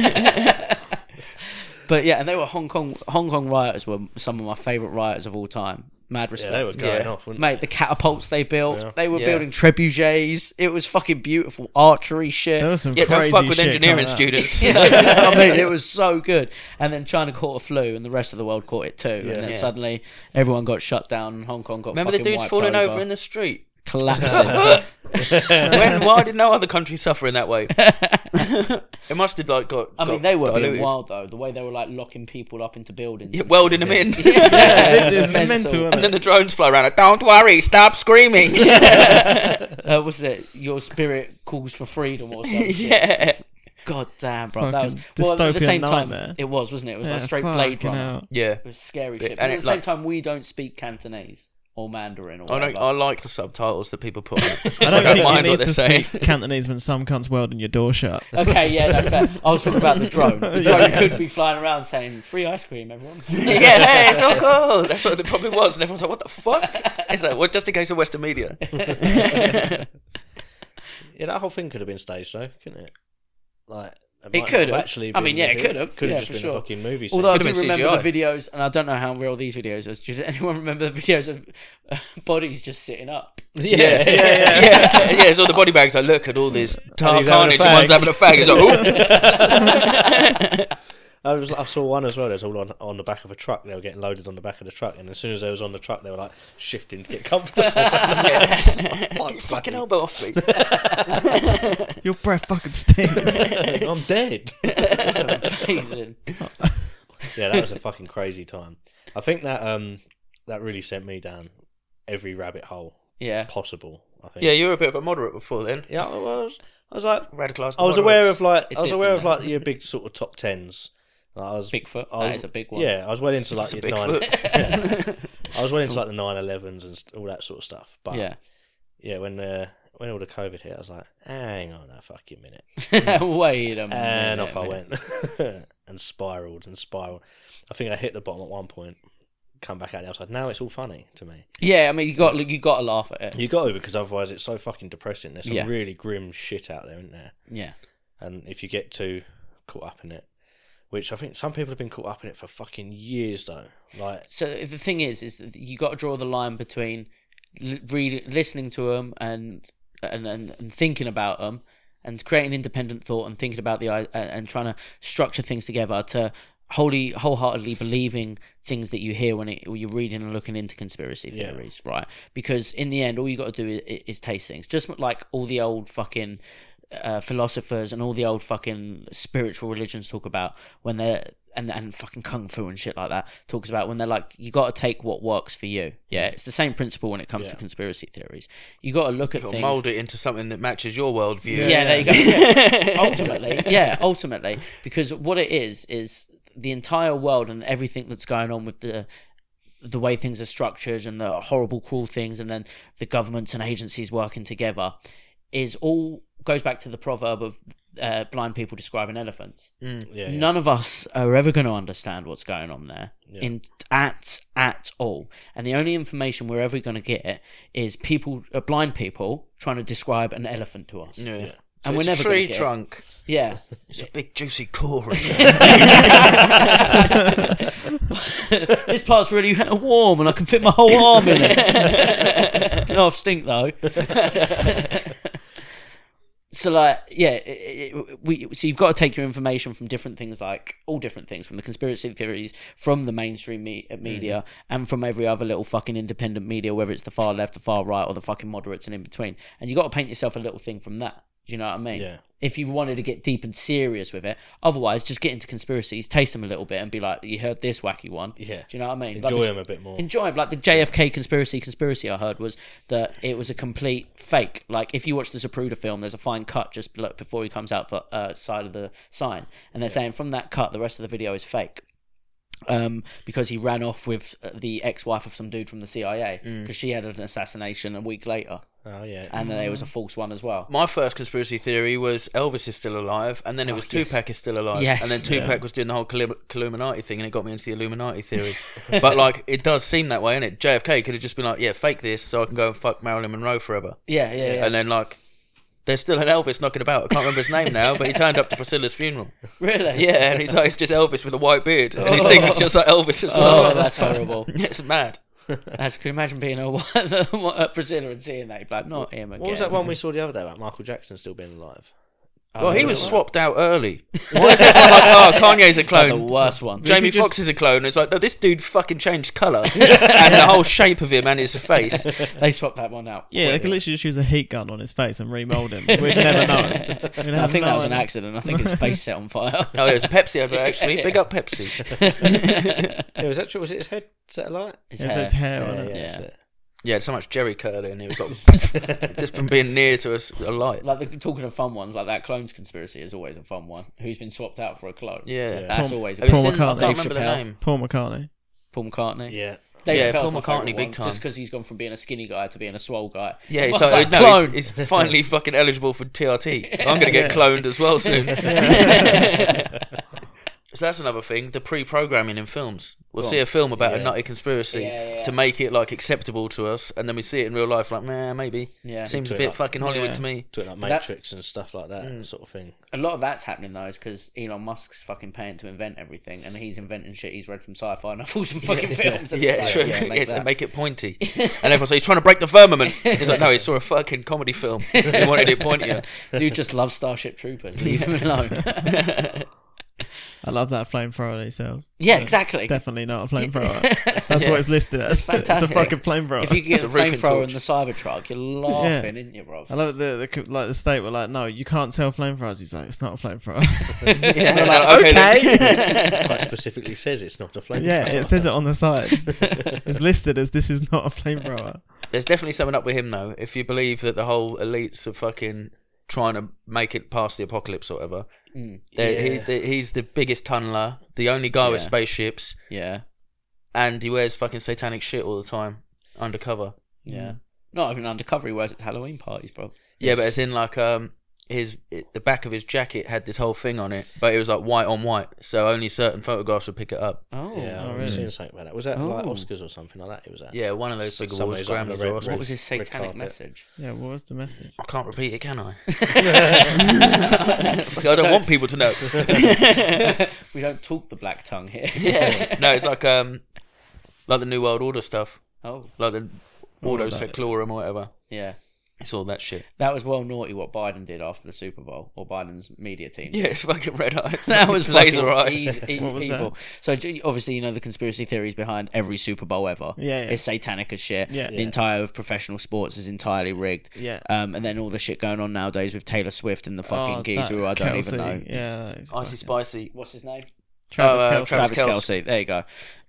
Speaker 2: but yeah, and they were Hong Kong. Hong Kong rioters were some of my favourite rioters of all time. Mad
Speaker 4: Yeah,
Speaker 2: respect.
Speaker 4: they were going
Speaker 5: Yeah.
Speaker 4: off, weren't
Speaker 2: Mate, the catapults they built,
Speaker 4: Yeah.
Speaker 2: they were
Speaker 5: Yeah.
Speaker 2: building trebuchets. It was fucking beautiful archery shit.
Speaker 1: There was some
Speaker 5: yeah, don't
Speaker 1: crazy
Speaker 5: fuck with
Speaker 1: shit coming
Speaker 5: engineering
Speaker 1: out.
Speaker 5: students.
Speaker 2: I mean, it was so good. And then China caught a flu, and the rest of the world caught it too. And then
Speaker 5: Yeah.
Speaker 2: suddenly everyone got shut down, and Hong Kong got
Speaker 5: Remember the
Speaker 2: fucking
Speaker 5: dudes
Speaker 2: wiped
Speaker 5: falling
Speaker 2: over,
Speaker 5: over. in the street?
Speaker 2: collapsing.
Speaker 5: when, why did no other country suffer in that way? It must have like got.
Speaker 2: I mean,
Speaker 5: got
Speaker 2: they were being
Speaker 5: diluted.
Speaker 2: wild though. The way they were like locking people up into buildings.
Speaker 5: Yeah, welding them in.
Speaker 1: It's mental,
Speaker 2: it's mental.
Speaker 1: isn't
Speaker 5: And then
Speaker 1: it?
Speaker 5: the drones fly around. Like, Don't worry, stop screaming.
Speaker 2: uh, what's it? Your spirit calls for freedom or something.
Speaker 5: yeah.
Speaker 2: God damn, bro. That was
Speaker 1: Fucking
Speaker 2: well at the
Speaker 1: dystopian
Speaker 2: same
Speaker 1: nightmare.
Speaker 2: time. It was, wasn't it? It was like
Speaker 1: Yeah,
Speaker 2: straight
Speaker 1: fucking
Speaker 2: Blade Runner.
Speaker 1: hell.
Speaker 5: Yeah.
Speaker 2: It was scary
Speaker 5: But-
Speaker 2: shit.
Speaker 5: and
Speaker 2: But at
Speaker 5: it,
Speaker 2: the same
Speaker 5: like-
Speaker 2: time, we don't speak Cantonese or Mandarin or
Speaker 5: I don't,
Speaker 2: whatever.
Speaker 5: I like the subtitles that people put on it.
Speaker 1: I don't, think
Speaker 5: mind
Speaker 1: you
Speaker 5: what
Speaker 1: need
Speaker 5: they're
Speaker 1: to
Speaker 5: saying.
Speaker 1: speak Cantonese when some cunt's welding your door shut.
Speaker 2: Okay, yeah, no, fair. I was talking about the drone. The drone could be flying around saying "free ice cream, everyone."
Speaker 5: yeah, hey, it's all cool. That's what it probably was. And everyone's like, what the fuck? It's like, well, just in case of Western media.
Speaker 4: Yeah, that whole thing could have been staged though, couldn't it? Like it,
Speaker 2: It
Speaker 4: might
Speaker 2: could
Speaker 4: not
Speaker 2: have.
Speaker 4: actually.
Speaker 2: I mean,
Speaker 4: been-
Speaker 2: yeah, it could have.
Speaker 4: Could have
Speaker 2: Yeah,
Speaker 4: just
Speaker 2: for
Speaker 4: been
Speaker 2: sure.
Speaker 4: a fucking movie. Scene.
Speaker 2: Although I
Speaker 5: Could
Speaker 2: do
Speaker 5: have been
Speaker 2: remember the
Speaker 5: CGI.
Speaker 2: videos, and I don't know how real these videos are. Does anyone remember the videos of uh, bodies just sitting up?
Speaker 4: yeah,
Speaker 5: Yeah, yeah, yeah. yeah, yeah. So all the body bags, I look at all this tar
Speaker 4: he's having a
Speaker 5: carnage and one's
Speaker 4: fag.
Speaker 5: having a fag. He's like,
Speaker 4: I was. I saw one as well. It was all on, on the back of a truck. They were getting loaded on the back of the truck, and as soon as they was on the truck, they were like shifting to get comfortable.
Speaker 5: oh, get your fucking elbow off me.
Speaker 1: Your breath fucking stinks.
Speaker 4: I'm dead.
Speaker 2: Amazing.
Speaker 4: Yeah, that was a fucking crazy time. I think that um that really sent me down every rabbit hole
Speaker 2: Yeah.
Speaker 4: possible. I think.
Speaker 5: Yeah, you were a bit of a moderate before then.
Speaker 4: yeah. I was. I was like,
Speaker 5: Radicalised.
Speaker 4: I was aware of like
Speaker 2: It
Speaker 4: I was
Speaker 2: did,
Speaker 4: aware of
Speaker 2: didn't
Speaker 4: like your big sort of top tens. Like, I was
Speaker 2: Bigfoot.
Speaker 4: I was-
Speaker 2: That is a big one.
Speaker 4: Yeah, I was well into like
Speaker 5: It's a
Speaker 4: your
Speaker 5: big
Speaker 4: nine.
Speaker 5: foot.
Speaker 4: yeah. I was well into like the nine elevens and st- all that sort of stuff. But yeah,
Speaker 2: Yeah.
Speaker 4: when uh, when all the COVID hit, I was like, hang on a fucking minute,
Speaker 2: Wait a minute.
Speaker 4: and off I
Speaker 2: man.
Speaker 4: went and spiraled and spiraled. I think I hit the bottom at one point. Come back out the outside. Now it's all funny to me.
Speaker 2: Yeah, I mean, you got you got to laugh at it.
Speaker 4: You got to because otherwise it's so fucking depressing. There's some
Speaker 2: Yeah.
Speaker 4: really grim shit out there, isn't there?
Speaker 2: Yeah.
Speaker 4: and if you get too caught up in it, which I think some people have been caught up in it for fucking years though. Like,
Speaker 2: So the thing is, is that you got to draw the line between l- read, listening to them and, and and and thinking about them, and creating independent thought and thinking about the i- uh, and trying to structure things together to wholly wholeheartedly believing things that you hear when, it, when you're reading and looking into conspiracy
Speaker 4: Yeah.
Speaker 2: theories, right? Because in the end, all you got to do is, is taste things, just like all the old fucking. Uh, philosophers and all the old fucking spiritual religions talk about when they're and and fucking kung fu and shit like that talks about when they're like you got to take what works for you. Yeah, it's the same principle when it comes to
Speaker 4: Yeah.
Speaker 2: conspiracy theories. You got to look at
Speaker 5: You'll
Speaker 2: things.
Speaker 5: mould it into something that matches your worldview.
Speaker 2: Yeah, there you go. Yeah. ultimately, yeah, ultimately, because what it is is the entire world and everything that's going on with the the way things are structured and the horrible, cruel things, and then the governments and agencies working together is all goes back to the proverb of uh, blind people describing elephants.
Speaker 4: yeah, yeah.
Speaker 2: None of us are ever going to understand what's going on there
Speaker 4: Yeah.
Speaker 2: in at at all, and the only information we're ever going to get is people, uh, blind people, trying to describe an elephant to us.
Speaker 5: Yeah.
Speaker 4: Yeah.
Speaker 2: And
Speaker 5: and
Speaker 2: we're
Speaker 5: it's
Speaker 2: never
Speaker 5: a
Speaker 2: gonna
Speaker 5: tree
Speaker 2: get it.
Speaker 5: trunk.
Speaker 2: Yeah,
Speaker 5: It's a big juicy core. in it.
Speaker 2: this part's really warm, and I can fit my whole arm in it. no, I've stink though. so like, yeah, it, it, we so you've got to take your information from different things, like all different things, from the conspiracy theories, from the mainstream me- uh, media, and from every other little fucking independent media, whether it's the far left, the far right, or the fucking moderates and in between. And you got to paint yourself a little thing from that. Do you know what I mean?
Speaker 4: Yeah.
Speaker 2: if you wanted to get deep and serious with it. Otherwise, just get into conspiracies, taste them a little bit, and be like, "You heard this wacky one."
Speaker 4: Yeah.
Speaker 2: Do you know what I mean?
Speaker 4: enjoy
Speaker 2: like the,
Speaker 4: them a bit more.
Speaker 2: Enjoy 'em. Like the JFK conspiracy. Conspiracy I heard was that it was a complete fake. Like if you watch the Zapruder film, there's a fine cut just look before he comes out the uh, side of the sign, and they're saying from that cut, the rest of the video is fake. Um, because he ran off with uh, the ex-wife of some dude from the CIA because she had an assassination a week later,
Speaker 4: oh yeah,
Speaker 2: and uh, it was a false one as well.
Speaker 5: My first conspiracy theory was Elvis is still alive, and then it was Tupac is still alive,
Speaker 2: Yes.
Speaker 5: and then Tupac was doing the whole Clu- Illuminati thing, and it got me into the Illuminati theory. but like, it does seem that way, innit? JFK could have just been like, "Yeah, fake this, so I can go and fuck Marilyn Monroe forever,"
Speaker 2: Yeah, yeah, yeah.
Speaker 5: and then like, there's still an Elvis knocking about. I can't remember his name now, but he turned up to Priscilla's funeral.
Speaker 2: really?
Speaker 5: Yeah, and he's like, it's just Elvis with a white beard, and he sings just like Elvis as well.
Speaker 2: Oh, that's horrible.
Speaker 5: Yeah, it's mad.
Speaker 2: That's could you imagine being a, a Brazilian and seeing that. You'd be like, not him again.
Speaker 4: what was that one we saw the other day about Michael Jackson still being alive?
Speaker 5: Well, he
Speaker 2: Oh,
Speaker 5: was
Speaker 2: right.
Speaker 5: swapped out early. Why is everyone like, oh, Kanye's
Speaker 2: Oh,
Speaker 5: a
Speaker 2: the
Speaker 5: clone?
Speaker 2: worst one.
Speaker 1: Did
Speaker 5: Jamie
Speaker 1: you just-
Speaker 5: Foxx is a clone. It's like, no, this dude fucking changed colour and the whole shape of him and his face.
Speaker 2: they swapped that one out.
Speaker 1: Yeah, they could literally just use a heat gun on his face and remold him. We'd never know. We'd
Speaker 2: I
Speaker 1: have
Speaker 2: think that
Speaker 1: no
Speaker 2: was an
Speaker 1: idea.
Speaker 2: accident. I think his face set on fire.
Speaker 5: Oh, yeah, it was a Pepsi advert, actually. Big up Pepsi.
Speaker 4: It was actually was it his head set alight?
Speaker 2: His
Speaker 1: It
Speaker 2: hair.
Speaker 1: says hair on it.
Speaker 4: yeah,
Speaker 2: Yeah.
Speaker 4: that's it.
Speaker 5: Yeah, so much Jerry curl in. He was like, just from being near to us a light.
Speaker 2: Like the, talking of fun ones, like that clones conspiracy is always a fun one. Who's been swapped out for a clone?
Speaker 5: Yeah.
Speaker 2: that's
Speaker 1: Paul-
Speaker 2: always a
Speaker 5: Have you
Speaker 1: Paul
Speaker 5: seen, I
Speaker 1: McCartney.
Speaker 5: can't
Speaker 1: Dave
Speaker 5: remember the
Speaker 2: Chappelle.
Speaker 5: name.
Speaker 1: Paul McCartney.
Speaker 2: Paul McCartney.
Speaker 4: Yeah.
Speaker 2: Dave
Speaker 5: Yeah,
Speaker 2: Chappelle's
Speaker 5: Paul
Speaker 2: my
Speaker 5: McCartney,
Speaker 2: favourite
Speaker 5: big
Speaker 2: one,
Speaker 5: time.
Speaker 2: Just because he's gone from being a skinny guy to being a swole guy.
Speaker 5: Yeah,
Speaker 2: What's
Speaker 5: so uh,
Speaker 2: that
Speaker 5: no,
Speaker 2: clone?
Speaker 5: he's, he's finally fucking eligible for TRT. I'm going to get
Speaker 1: Yeah.
Speaker 5: cloned as well soon. so that's another thing, the pre-programming in films. We'll see a film about a nutty conspiracy
Speaker 2: Yeah, yeah.
Speaker 5: to make it like acceptable to us, and then we see it in real life, like, man, maybe.
Speaker 2: Yeah.
Speaker 5: Seems a
Speaker 4: Do it
Speaker 5: bit
Speaker 4: like-
Speaker 5: fucking Hollywood
Speaker 1: Yeah.
Speaker 5: to me.
Speaker 4: Doing like
Speaker 2: that-
Speaker 4: Matrix and stuff like that sort of thing.
Speaker 2: a lot of that's happening though, is because Elon Musk's fucking paying to invent everything, and he's inventing shit he's read from sci-fi novels and fucking films.
Speaker 5: Yeah,
Speaker 2: Like,
Speaker 5: it's true.
Speaker 2: yeah,
Speaker 5: Yeah,
Speaker 2: make
Speaker 5: it's-
Speaker 2: that.
Speaker 5: make it pointy. And everyone's like, he's trying to break the firmament. He's like, no, he saw a fucking comedy film. He wanted it pointier.
Speaker 2: Dude just loves Starship Troopers. Leave him alone.
Speaker 1: I love that flamethrower that he sells.
Speaker 2: yeah, exactly.
Speaker 1: Definitely not a flamethrower. That's what it's listed as. It's,
Speaker 2: fantastic.
Speaker 1: a fucking flamethrower.
Speaker 2: If you could get
Speaker 5: It's
Speaker 2: a
Speaker 5: a roofing
Speaker 2: flamethrower
Speaker 5: torch.
Speaker 2: in the Cybertruck, you're laughing, isn't you, bro?
Speaker 1: I love the, the like the state were like, no, you can't sell flamethrowers. He's like, it's not a flamethrower.
Speaker 5: Yeah,
Speaker 1: They're
Speaker 5: like,
Speaker 1: like, okay.
Speaker 4: Quite specifically says it's not a flamethrower.
Speaker 1: yeah, it says it on the side. it's listed as this is not a flamethrower.
Speaker 5: There's definitely something up with him though. If you believe that the whole elites are fucking trying to make it past the apocalypse or whatever, they're-
Speaker 4: Mm, Yeah.
Speaker 5: he's, the, he's the biggest tunneler, the only guy with spaceships,
Speaker 2: Yeah,
Speaker 5: and he wears fucking satanic shit all the time undercover.
Speaker 2: yeah. Not even undercover. He wears it at Halloween parties, bro.
Speaker 5: Yeah, but as in like um his it- the back of his jacket had this whole thing on it, but it was like white on white, so only certain photographs would pick it up.
Speaker 2: Oh,
Speaker 4: Yeah,
Speaker 1: Oh,
Speaker 4: I've
Speaker 1: really?
Speaker 4: seen something about that. Was that like
Speaker 2: Oh.
Speaker 4: Oscars or something like that? It was that.
Speaker 5: Yeah, one of those
Speaker 4: Some-
Speaker 5: big
Speaker 4: some of
Speaker 5: awards,
Speaker 4: those are
Speaker 5: Grammys
Speaker 4: under
Speaker 5: or
Speaker 4: red-
Speaker 5: Oscars.
Speaker 2: what was his
Speaker 4: Red
Speaker 2: satanic
Speaker 4: carpet.
Speaker 2: message?
Speaker 1: Yeah, what was the message?
Speaker 5: I can't repeat it, can I? I don't want people to know.
Speaker 2: we don't talk the black tongue here.
Speaker 5: Yeah. no, it's like um, like the New World Order stuff,
Speaker 2: Oh,
Speaker 5: like the
Speaker 1: All
Speaker 5: Ordo
Speaker 1: of that.
Speaker 5: Seclorum or whatever.
Speaker 2: yeah.
Speaker 5: It's all that shit.
Speaker 2: That was well naughty what Biden did after the Super Bowl, or Biden's media team.
Speaker 5: Yeah, it's fucking red eyed.
Speaker 2: That was
Speaker 5: laser
Speaker 2: fucking
Speaker 5: eyes.
Speaker 2: e- e-
Speaker 1: What was
Speaker 2: evil. So j- obviously, you know the conspiracy theories behind every Super Bowl ever.
Speaker 1: Yeah, yeah.
Speaker 2: it's satanic as shit.
Speaker 1: Yeah.
Speaker 2: the
Speaker 1: Yeah.
Speaker 2: entire of professional sports is entirely rigged.
Speaker 1: Yeah.
Speaker 2: um, and then all the shit going on nowadays with Taylor Swift and the fucking
Speaker 1: Oh,
Speaker 2: geezer
Speaker 1: that
Speaker 2: who I don't
Speaker 1: Kelsey.
Speaker 2: even know. Oh,
Speaker 1: Yeah, that is
Speaker 5: Icy
Speaker 1: fine.
Speaker 5: spicy.
Speaker 2: What's his name?
Speaker 1: Travis
Speaker 5: Oh, uh,
Speaker 1: Kelce.
Speaker 5: Travis
Speaker 2: Travis
Speaker 5: Kelce.
Speaker 2: Kelsey. There you go.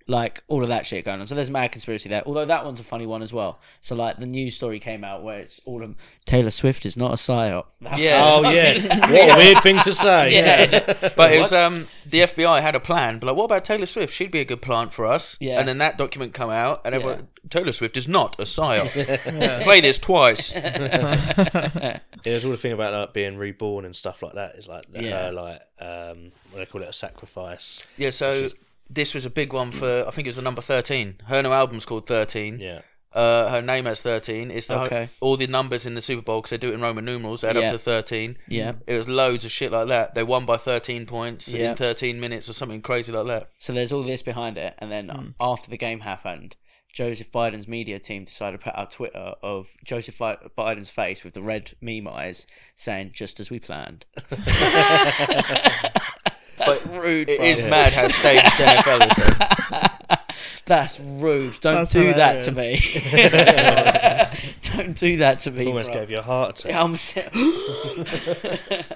Speaker 2: Like all of that shit going on. So there's mad conspiracy there. Although that one's a funny one as well. So like the news story came out where it's all of Taylor Swift is not a psyop.
Speaker 5: Yeah,
Speaker 4: Oh yeah. what a weird thing to say.
Speaker 2: Yeah.
Speaker 5: but it was um the FBI had a plan, but like, what about Taylor Swift? She'd be a good plant for us.
Speaker 2: Yeah.
Speaker 5: And then that document come out, and everyone,
Speaker 2: Yeah.
Speaker 5: Taylor Swift is not a psyop. Play this twice.
Speaker 4: Yeah, there's all the thing about like being reborn and stuff like that. Is like the-
Speaker 2: Yeah.
Speaker 4: her like um what do they call it a sacrifice.
Speaker 5: yeah. So this was a big one for I think it was the number thirteen. Her new album's called Thirteen.
Speaker 4: Yeah.
Speaker 5: Uh, her name has 13. It's the
Speaker 2: Okay.
Speaker 5: all the numbers in the Super Bowl because they do it in Roman numerals. They add
Speaker 2: Yeah.
Speaker 5: up to 13.
Speaker 2: Yeah.
Speaker 5: It was loads of shit like that. They won by 13 points
Speaker 2: Yeah.
Speaker 5: in 13 minutes or something crazy like that.
Speaker 2: So there's all this behind it, and then
Speaker 1: Hmm.
Speaker 2: um, after the game happened, Joseph Biden's media team decided to put out Twitter of Joseph Bi- Biden's face with the red meme eyes, saying "just as we planned."
Speaker 5: But
Speaker 2: Rude.
Speaker 5: it
Speaker 2: bro.
Speaker 5: is mad how staged NFL is. though.
Speaker 2: That's rude. Don't
Speaker 1: That's
Speaker 2: do that to me. Don't do that to me.
Speaker 4: Almost
Speaker 2: bro.
Speaker 4: gave you a heart attack.
Speaker 2: I'm si-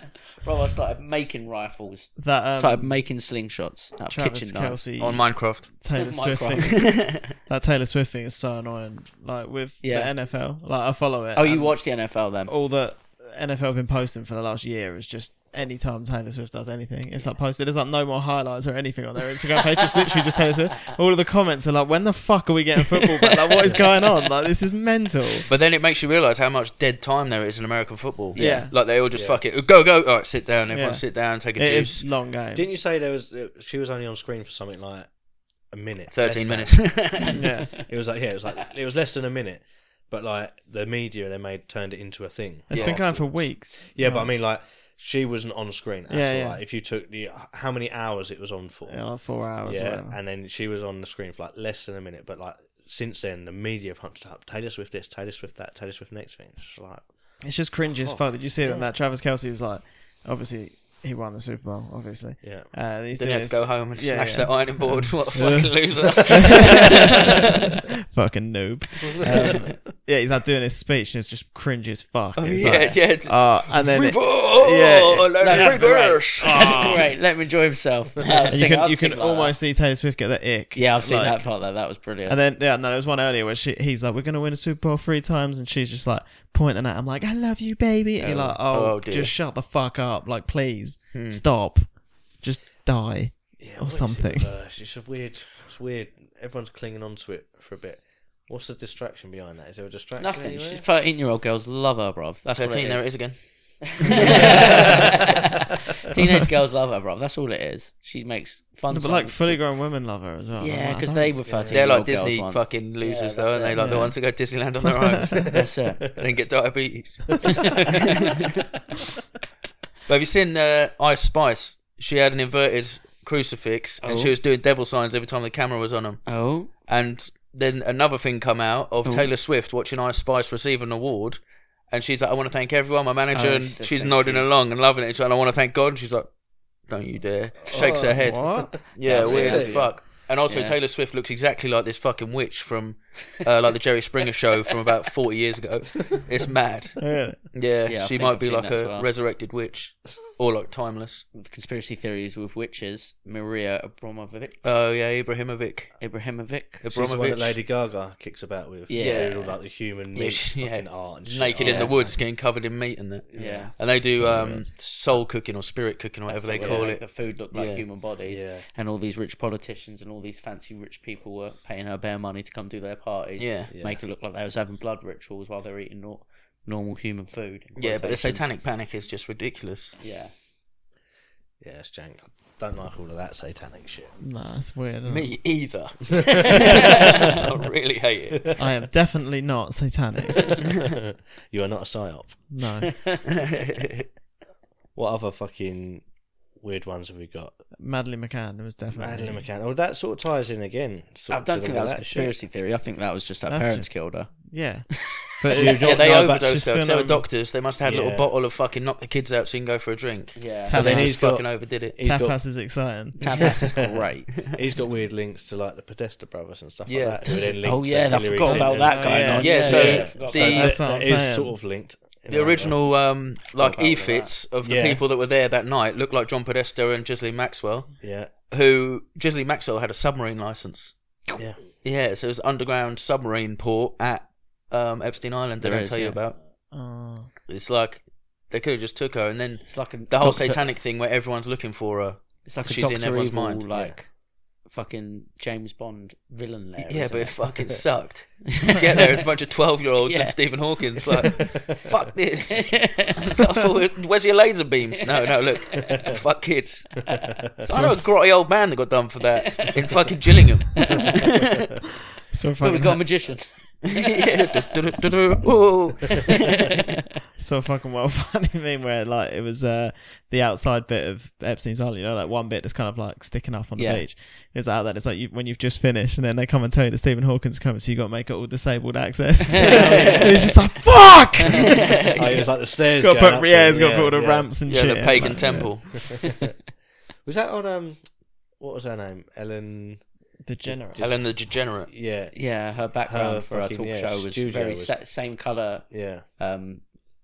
Speaker 2: bro, I started making rifles.
Speaker 1: That um,
Speaker 2: started making slingshots. Out of
Speaker 1: Travis
Speaker 2: kitchen knife.
Speaker 1: Kelsey.
Speaker 5: On Minecraft.
Speaker 1: Taylor Swift
Speaker 2: Minecraft.
Speaker 1: thing. that Taylor Swift thing is so annoying. Like with
Speaker 2: Yeah.
Speaker 1: the NFL, like I follow it.
Speaker 2: Oh, you
Speaker 1: and
Speaker 2: watch the NFL
Speaker 4: Oh,
Speaker 2: then?
Speaker 1: all that NFL have been posting for the last year is just any time Taylor Swift does anything, it's like posted. There's like no more highlights or anything on their Instagram page. It's literally just Taylor Swift. All of the comments are like, "When the fuck are we getting football back? Like, what is going on? Like, this is mental."
Speaker 5: But then it makes you realise how much dead time there is in American football.
Speaker 1: Yeah.
Speaker 5: Like they all just fuck it. Go, go. All right, sit down. Everyone
Speaker 1: Yeah.
Speaker 5: sit down, take a
Speaker 1: It
Speaker 5: juice.
Speaker 1: is long game.
Speaker 4: Didn't you say there was uh, she was only on screen for something like a minute?
Speaker 5: 13
Speaker 4: less
Speaker 5: minutes.
Speaker 4: than-
Speaker 1: yeah,
Speaker 4: It was like yeah, it was like it was less than a minute, but like the media they made turned it into a thing.
Speaker 1: It's
Speaker 4: It's
Speaker 1: been going for weeks.
Speaker 4: Yeah, but I mean like she wasn't on screen. At
Speaker 1: Yeah,
Speaker 4: all.
Speaker 1: yeah.
Speaker 4: Like, if you took the how many hours it was on for,
Speaker 1: Yeah, like four hours. or
Speaker 4: yeah,
Speaker 1: whatever.
Speaker 4: and then she was on the screen for like less than a minute. But like since then, the media pumped it up Taylor Swift this, Taylor Swift that, Taylor Swift next thing. It's just like
Speaker 1: It's just cringe as
Speaker 4: off.
Speaker 1: fuck that you see it on that Travis Kelsey was like, obviously he won the Super Bowl. Obviously,
Speaker 4: Yeah.
Speaker 1: uh, and he's
Speaker 5: Then he
Speaker 1: doing
Speaker 5: had to
Speaker 1: his-
Speaker 5: go home and
Speaker 1: Yeah,
Speaker 5: smash
Speaker 1: yeah.
Speaker 5: that ironing board. What a fucking loser.
Speaker 1: Fucking noob. Um, yeah, he's like doing his speech and it's just cringe as fuck.
Speaker 5: Oh,
Speaker 1: It's
Speaker 5: yeah,
Speaker 1: like,
Speaker 5: yeah. it's-
Speaker 1: uh, and then
Speaker 5: Free
Speaker 1: it-
Speaker 5: ball,
Speaker 1: yeah.
Speaker 5: oh, let's
Speaker 2: No, that's
Speaker 5: free
Speaker 2: great.
Speaker 5: birds.
Speaker 2: That's great. Let him enjoy himself. I'll
Speaker 1: and you
Speaker 2: sing-
Speaker 1: can
Speaker 2: I'll
Speaker 1: you
Speaker 2: sing
Speaker 1: can
Speaker 2: like that.
Speaker 1: almost see Taylor Swift get that ick.
Speaker 2: Yeah, I've seen
Speaker 1: Like,
Speaker 2: that part there. That was brilliant.
Speaker 1: And then yeah, no, there was one earlier where she he's like, "We're gonna win a Super Bowl three times," and she's just like pointing at him like, "I love you, baby," and you're like, "Oh,
Speaker 5: oh, dear. Hmm.
Speaker 1: just shut the fuck up! Like, please stop, just die."
Speaker 4: yeah
Speaker 1: or
Speaker 4: what is it
Speaker 1: something.
Speaker 4: with her? It's just a weird. It's weird. Everyone's clinging on to it for a bit. What's the distraction behind that? Is there a distraction?
Speaker 2: Nothing.
Speaker 4: anywhere?
Speaker 2: She's thirteen-year-old girls love her, bruv. That's what
Speaker 5: 13,
Speaker 2: it
Speaker 5: there it
Speaker 2: is.
Speaker 5: is again.
Speaker 2: Teenage girls love her, bruv. That's all it is. She makes fun.
Speaker 1: No, but
Speaker 2: songs.
Speaker 1: like fully grown women love her as well. I'm
Speaker 2: yeah,
Speaker 1: like,
Speaker 2: because
Speaker 1: I
Speaker 2: they
Speaker 1: don't-
Speaker 2: were thirteen.
Speaker 5: They're like Disney fucking losers,
Speaker 4: Yeah,
Speaker 5: though,
Speaker 4: that's
Speaker 5: aren't they?
Speaker 4: it.
Speaker 5: Like the
Speaker 1: Yeah.
Speaker 5: ones that go to Disneyland on their own
Speaker 2: That's it.
Speaker 5: and then get diabetes.
Speaker 2: That's
Speaker 5: But have you seen uh, Ice Spice? She had an inverted crucifix and
Speaker 2: Oh.
Speaker 5: she was doing devil signs every time the camera was on them.
Speaker 2: oh,
Speaker 5: And then another thing come out of
Speaker 2: Oh.
Speaker 5: Taylor Swift watching Ice Spice receive an award. And she's like, I want to thank everyone, my manager.
Speaker 2: Oh,
Speaker 5: and
Speaker 2: she's just
Speaker 5: she's
Speaker 2: thank
Speaker 5: nodding
Speaker 2: yous.
Speaker 5: along and loving it. She's like, I want to thank God. And she's like, don't you dare. Shakes
Speaker 2: Oh,
Speaker 5: her head.
Speaker 1: What?
Speaker 5: Yeah,
Speaker 2: That's
Speaker 5: weird
Speaker 2: it.
Speaker 5: as fuck. And also,
Speaker 2: Yeah.
Speaker 5: Taylor Swift looks exactly like this fucking witch from, uh, like the Jerry Springer show from about forty years ago. It's mad.
Speaker 1: Really?
Speaker 5: Yeah,
Speaker 2: Yeah, I
Speaker 5: she
Speaker 2: think
Speaker 5: might
Speaker 2: I've
Speaker 5: be
Speaker 2: seen
Speaker 5: like
Speaker 2: that as
Speaker 5: a
Speaker 2: well.
Speaker 5: resurrected witch, or like timeless.
Speaker 2: conspiracy theories with witches. Maria Abramovic.
Speaker 5: Oh yeah, Ibrahimovic.
Speaker 2: Abrahamovic.
Speaker 4: She's the one that
Speaker 5: Ibrahimovic.
Speaker 4: Lady Gaga kicks about with.
Speaker 2: Yeah.
Speaker 4: Doing all like the human
Speaker 5: Yeah,
Speaker 4: meat
Speaker 5: she- yeah.
Speaker 4: fucking art and shit.
Speaker 5: naked
Speaker 4: Oh,
Speaker 5: in the
Speaker 4: yeah.
Speaker 5: woods, getting covered in meat and that.
Speaker 2: Yeah.
Speaker 5: And they do
Speaker 1: So
Speaker 5: um,
Speaker 1: weird.
Speaker 5: soul cooking or spirit cooking or whatever they
Speaker 2: Yeah,
Speaker 5: call
Speaker 2: like
Speaker 5: it.
Speaker 2: The food looked like
Speaker 5: Yeah.
Speaker 2: human bodies,
Speaker 4: Yeah.
Speaker 2: and all these rich politicians and all these fancy rich people were paying her bare money to come do their parties.
Speaker 5: Yeah.
Speaker 4: Yeah.
Speaker 2: make it look like they was having blood rituals while they're eating nor- normal human food.
Speaker 5: Yeah, but the
Speaker 2: Quotations.
Speaker 5: satanic panic is just ridiculous.
Speaker 2: Yeah,
Speaker 4: Yeah, it's jank. Don't like all of that satanic shit.
Speaker 1: Nah, that's weird. isn't it?
Speaker 5: Me either. I really hate it.
Speaker 1: I am definitely not satanic.
Speaker 4: you are not a psyop.
Speaker 1: No,
Speaker 4: What other fucking weird ones have we got?
Speaker 1: Madeleine McCann was definitely
Speaker 4: Madeline McCann. Oh, that sort of ties in again.
Speaker 2: I
Speaker 4: sort
Speaker 2: don't
Speaker 4: of
Speaker 2: think
Speaker 4: to
Speaker 2: that was
Speaker 4: shit.
Speaker 2: conspiracy theory. I think that was just her
Speaker 1: That's
Speaker 2: parents killed her.
Speaker 1: Yeah, Oh, but
Speaker 4: You
Speaker 1: it's-
Speaker 4: don't
Speaker 5: yeah, they
Speaker 4: know about-
Speaker 5: overdosed
Speaker 1: She's
Speaker 5: though. 'cause
Speaker 1: still
Speaker 5: They were
Speaker 1: on-
Speaker 5: doctors. They must have had a
Speaker 4: Yeah.
Speaker 5: little bottle of fucking knock the kids out so you can go for a drink.
Speaker 2: Yeah,
Speaker 1: Tap-
Speaker 5: But then
Speaker 1: Yeah.
Speaker 5: he's
Speaker 4: He's got-
Speaker 5: fucking overdid it.
Speaker 4: He's got,
Speaker 1: tapas is exciting.
Speaker 2: tapas is great.
Speaker 4: he's got weird links to like the Podesta brothers and stuff
Speaker 5: Yeah.
Speaker 4: like that. who
Speaker 2: Does
Speaker 4: then
Speaker 2: it-
Speaker 4: links
Speaker 2: oh
Speaker 4: to
Speaker 2: yeah, I
Speaker 4: Hillary
Speaker 2: forgot about
Speaker 4: Clinton.
Speaker 2: that going
Speaker 1: yeah.
Speaker 2: on.
Speaker 5: Yeah, so
Speaker 4: Yeah.
Speaker 2: forgot
Speaker 5: the-
Speaker 2: about that.
Speaker 1: That's what I'm
Speaker 4: That is
Speaker 1: saying.
Speaker 4: sort of linked. in
Speaker 5: The
Speaker 4: a way.
Speaker 5: original, um, like
Speaker 2: about all
Speaker 5: EFITs of the
Speaker 4: Yeah.
Speaker 5: people that were there that night looked like John Podesta and Ghislaine Maxwell,
Speaker 4: Yeah.
Speaker 5: who Ghislaine Maxwell had a submarine license.
Speaker 4: Yeah.
Speaker 5: Yeah, so it was an underground submarine port at um, Epstein Island. They
Speaker 2: There
Speaker 5: don't
Speaker 2: is,
Speaker 5: tell you
Speaker 2: yeah.
Speaker 5: about.
Speaker 1: Oh,
Speaker 5: It's like they could have just took her, and then
Speaker 2: It's like a
Speaker 5: the whole
Speaker 2: Doctor-
Speaker 5: satanic thing where everyone's looking for her.
Speaker 2: It's like a
Speaker 5: she's in
Speaker 2: Doctor
Speaker 5: everyone's
Speaker 2: Evil,
Speaker 5: mind, yeah.
Speaker 2: like fucking James Bond villain. There,
Speaker 5: yeah,
Speaker 2: isn't
Speaker 5: but it
Speaker 2: it?
Speaker 5: fucking sucked. You get there, it's a bunch of twelve-year-olds
Speaker 2: Yeah.
Speaker 5: and Stephen Hawking's like,
Speaker 4: Oh,
Speaker 5: "Fuck this." So I thought, Where's your laser beams? No, no, look, fuck kids. So I know a grotty old man that got done for that in fucking Gillingham.
Speaker 1: so
Speaker 2: but we
Speaker 1: fucking,
Speaker 2: got a magician.
Speaker 5: Ooh.
Speaker 1: so fucking well funny meme where like it was uh, the outside bit of Epstein's Island, you know, like one bit that's kind of like sticking up on the
Speaker 2: Yeah.
Speaker 1: beach. It's out that it's like you, when you've just finished, and then they come and tell you that Stephen Hawkins coming, so you got to make it all disabled access. and he's just like, "Fuck!"
Speaker 4: Oh, it was like the stairs.
Speaker 1: got to
Speaker 4: going up
Speaker 1: put
Speaker 4: to
Speaker 1: yeah,
Speaker 4: it,
Speaker 1: he's got to put all the
Speaker 4: yeah.
Speaker 1: ramps and
Speaker 5: yeah,
Speaker 1: shit.
Speaker 5: the
Speaker 1: in.
Speaker 5: pagan
Speaker 1: Like,
Speaker 5: temple.
Speaker 4: Was that on um, what was her name? Ellen.
Speaker 1: Degenerate.
Speaker 5: Ellen the Degenerate.
Speaker 4: Yeah,
Speaker 2: yeah, her background
Speaker 4: Her
Speaker 2: for our
Speaker 4: fucking,
Speaker 2: talk
Speaker 4: yeah,
Speaker 2: show was
Speaker 4: studio
Speaker 2: very
Speaker 4: was-
Speaker 2: sa- same color
Speaker 4: yeah,
Speaker 2: um,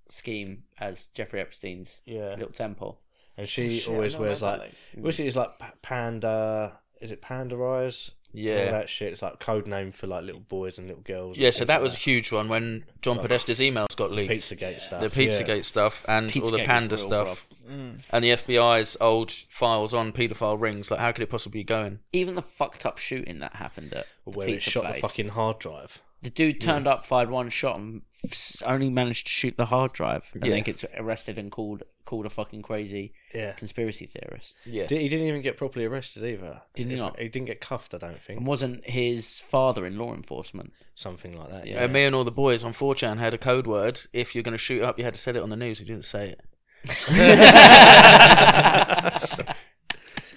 Speaker 2: scheme as Jeffrey Epstein's
Speaker 4: yeah.
Speaker 2: Little Temple.
Speaker 4: And she always wears like, was she is like pa- panda? Is it panda eyes? All
Speaker 5: Yeah.
Speaker 4: that shit. It's like code name for like little boys and little girls. and
Speaker 5: Yeah, so
Speaker 4: things
Speaker 5: that
Speaker 4: like
Speaker 5: was a huge one when John Podesta's emails got leaked.
Speaker 4: Pizzagate stuff.
Speaker 5: The Pizzagate stuff and all
Speaker 2: Pizzagate
Speaker 5: the
Speaker 2: was
Speaker 5: panda
Speaker 2: real,
Speaker 5: stuff. And the FBI's old files on paedophile rings. Like, how could it possibly be going?
Speaker 2: Even the fucked up shooting that happened at
Speaker 4: Yeah.
Speaker 2: the
Speaker 4: Where it
Speaker 2: pizza
Speaker 4: shot
Speaker 2: place.
Speaker 4: the fucking hard drive.
Speaker 2: The dude turned up, fired one shot, and s- only managed to shoot the hard drive. And then gets arrested and called called a fucking crazy
Speaker 4: Yeah.
Speaker 2: conspiracy theorist.
Speaker 5: Yeah.
Speaker 4: Di- He didn't even get properly arrested either.
Speaker 2: Did he
Speaker 4: If-
Speaker 2: not?
Speaker 4: He didn't get cuffed, I don't
Speaker 2: And
Speaker 4: think.
Speaker 2: wasn't his father in law enforcement?
Speaker 4: Something like that.
Speaker 5: And
Speaker 4: Yeah.
Speaker 5: Uh, me and all the boys on 4chan had a code word. If you're going to shoot up, you had to set it on the news. We didn't say it.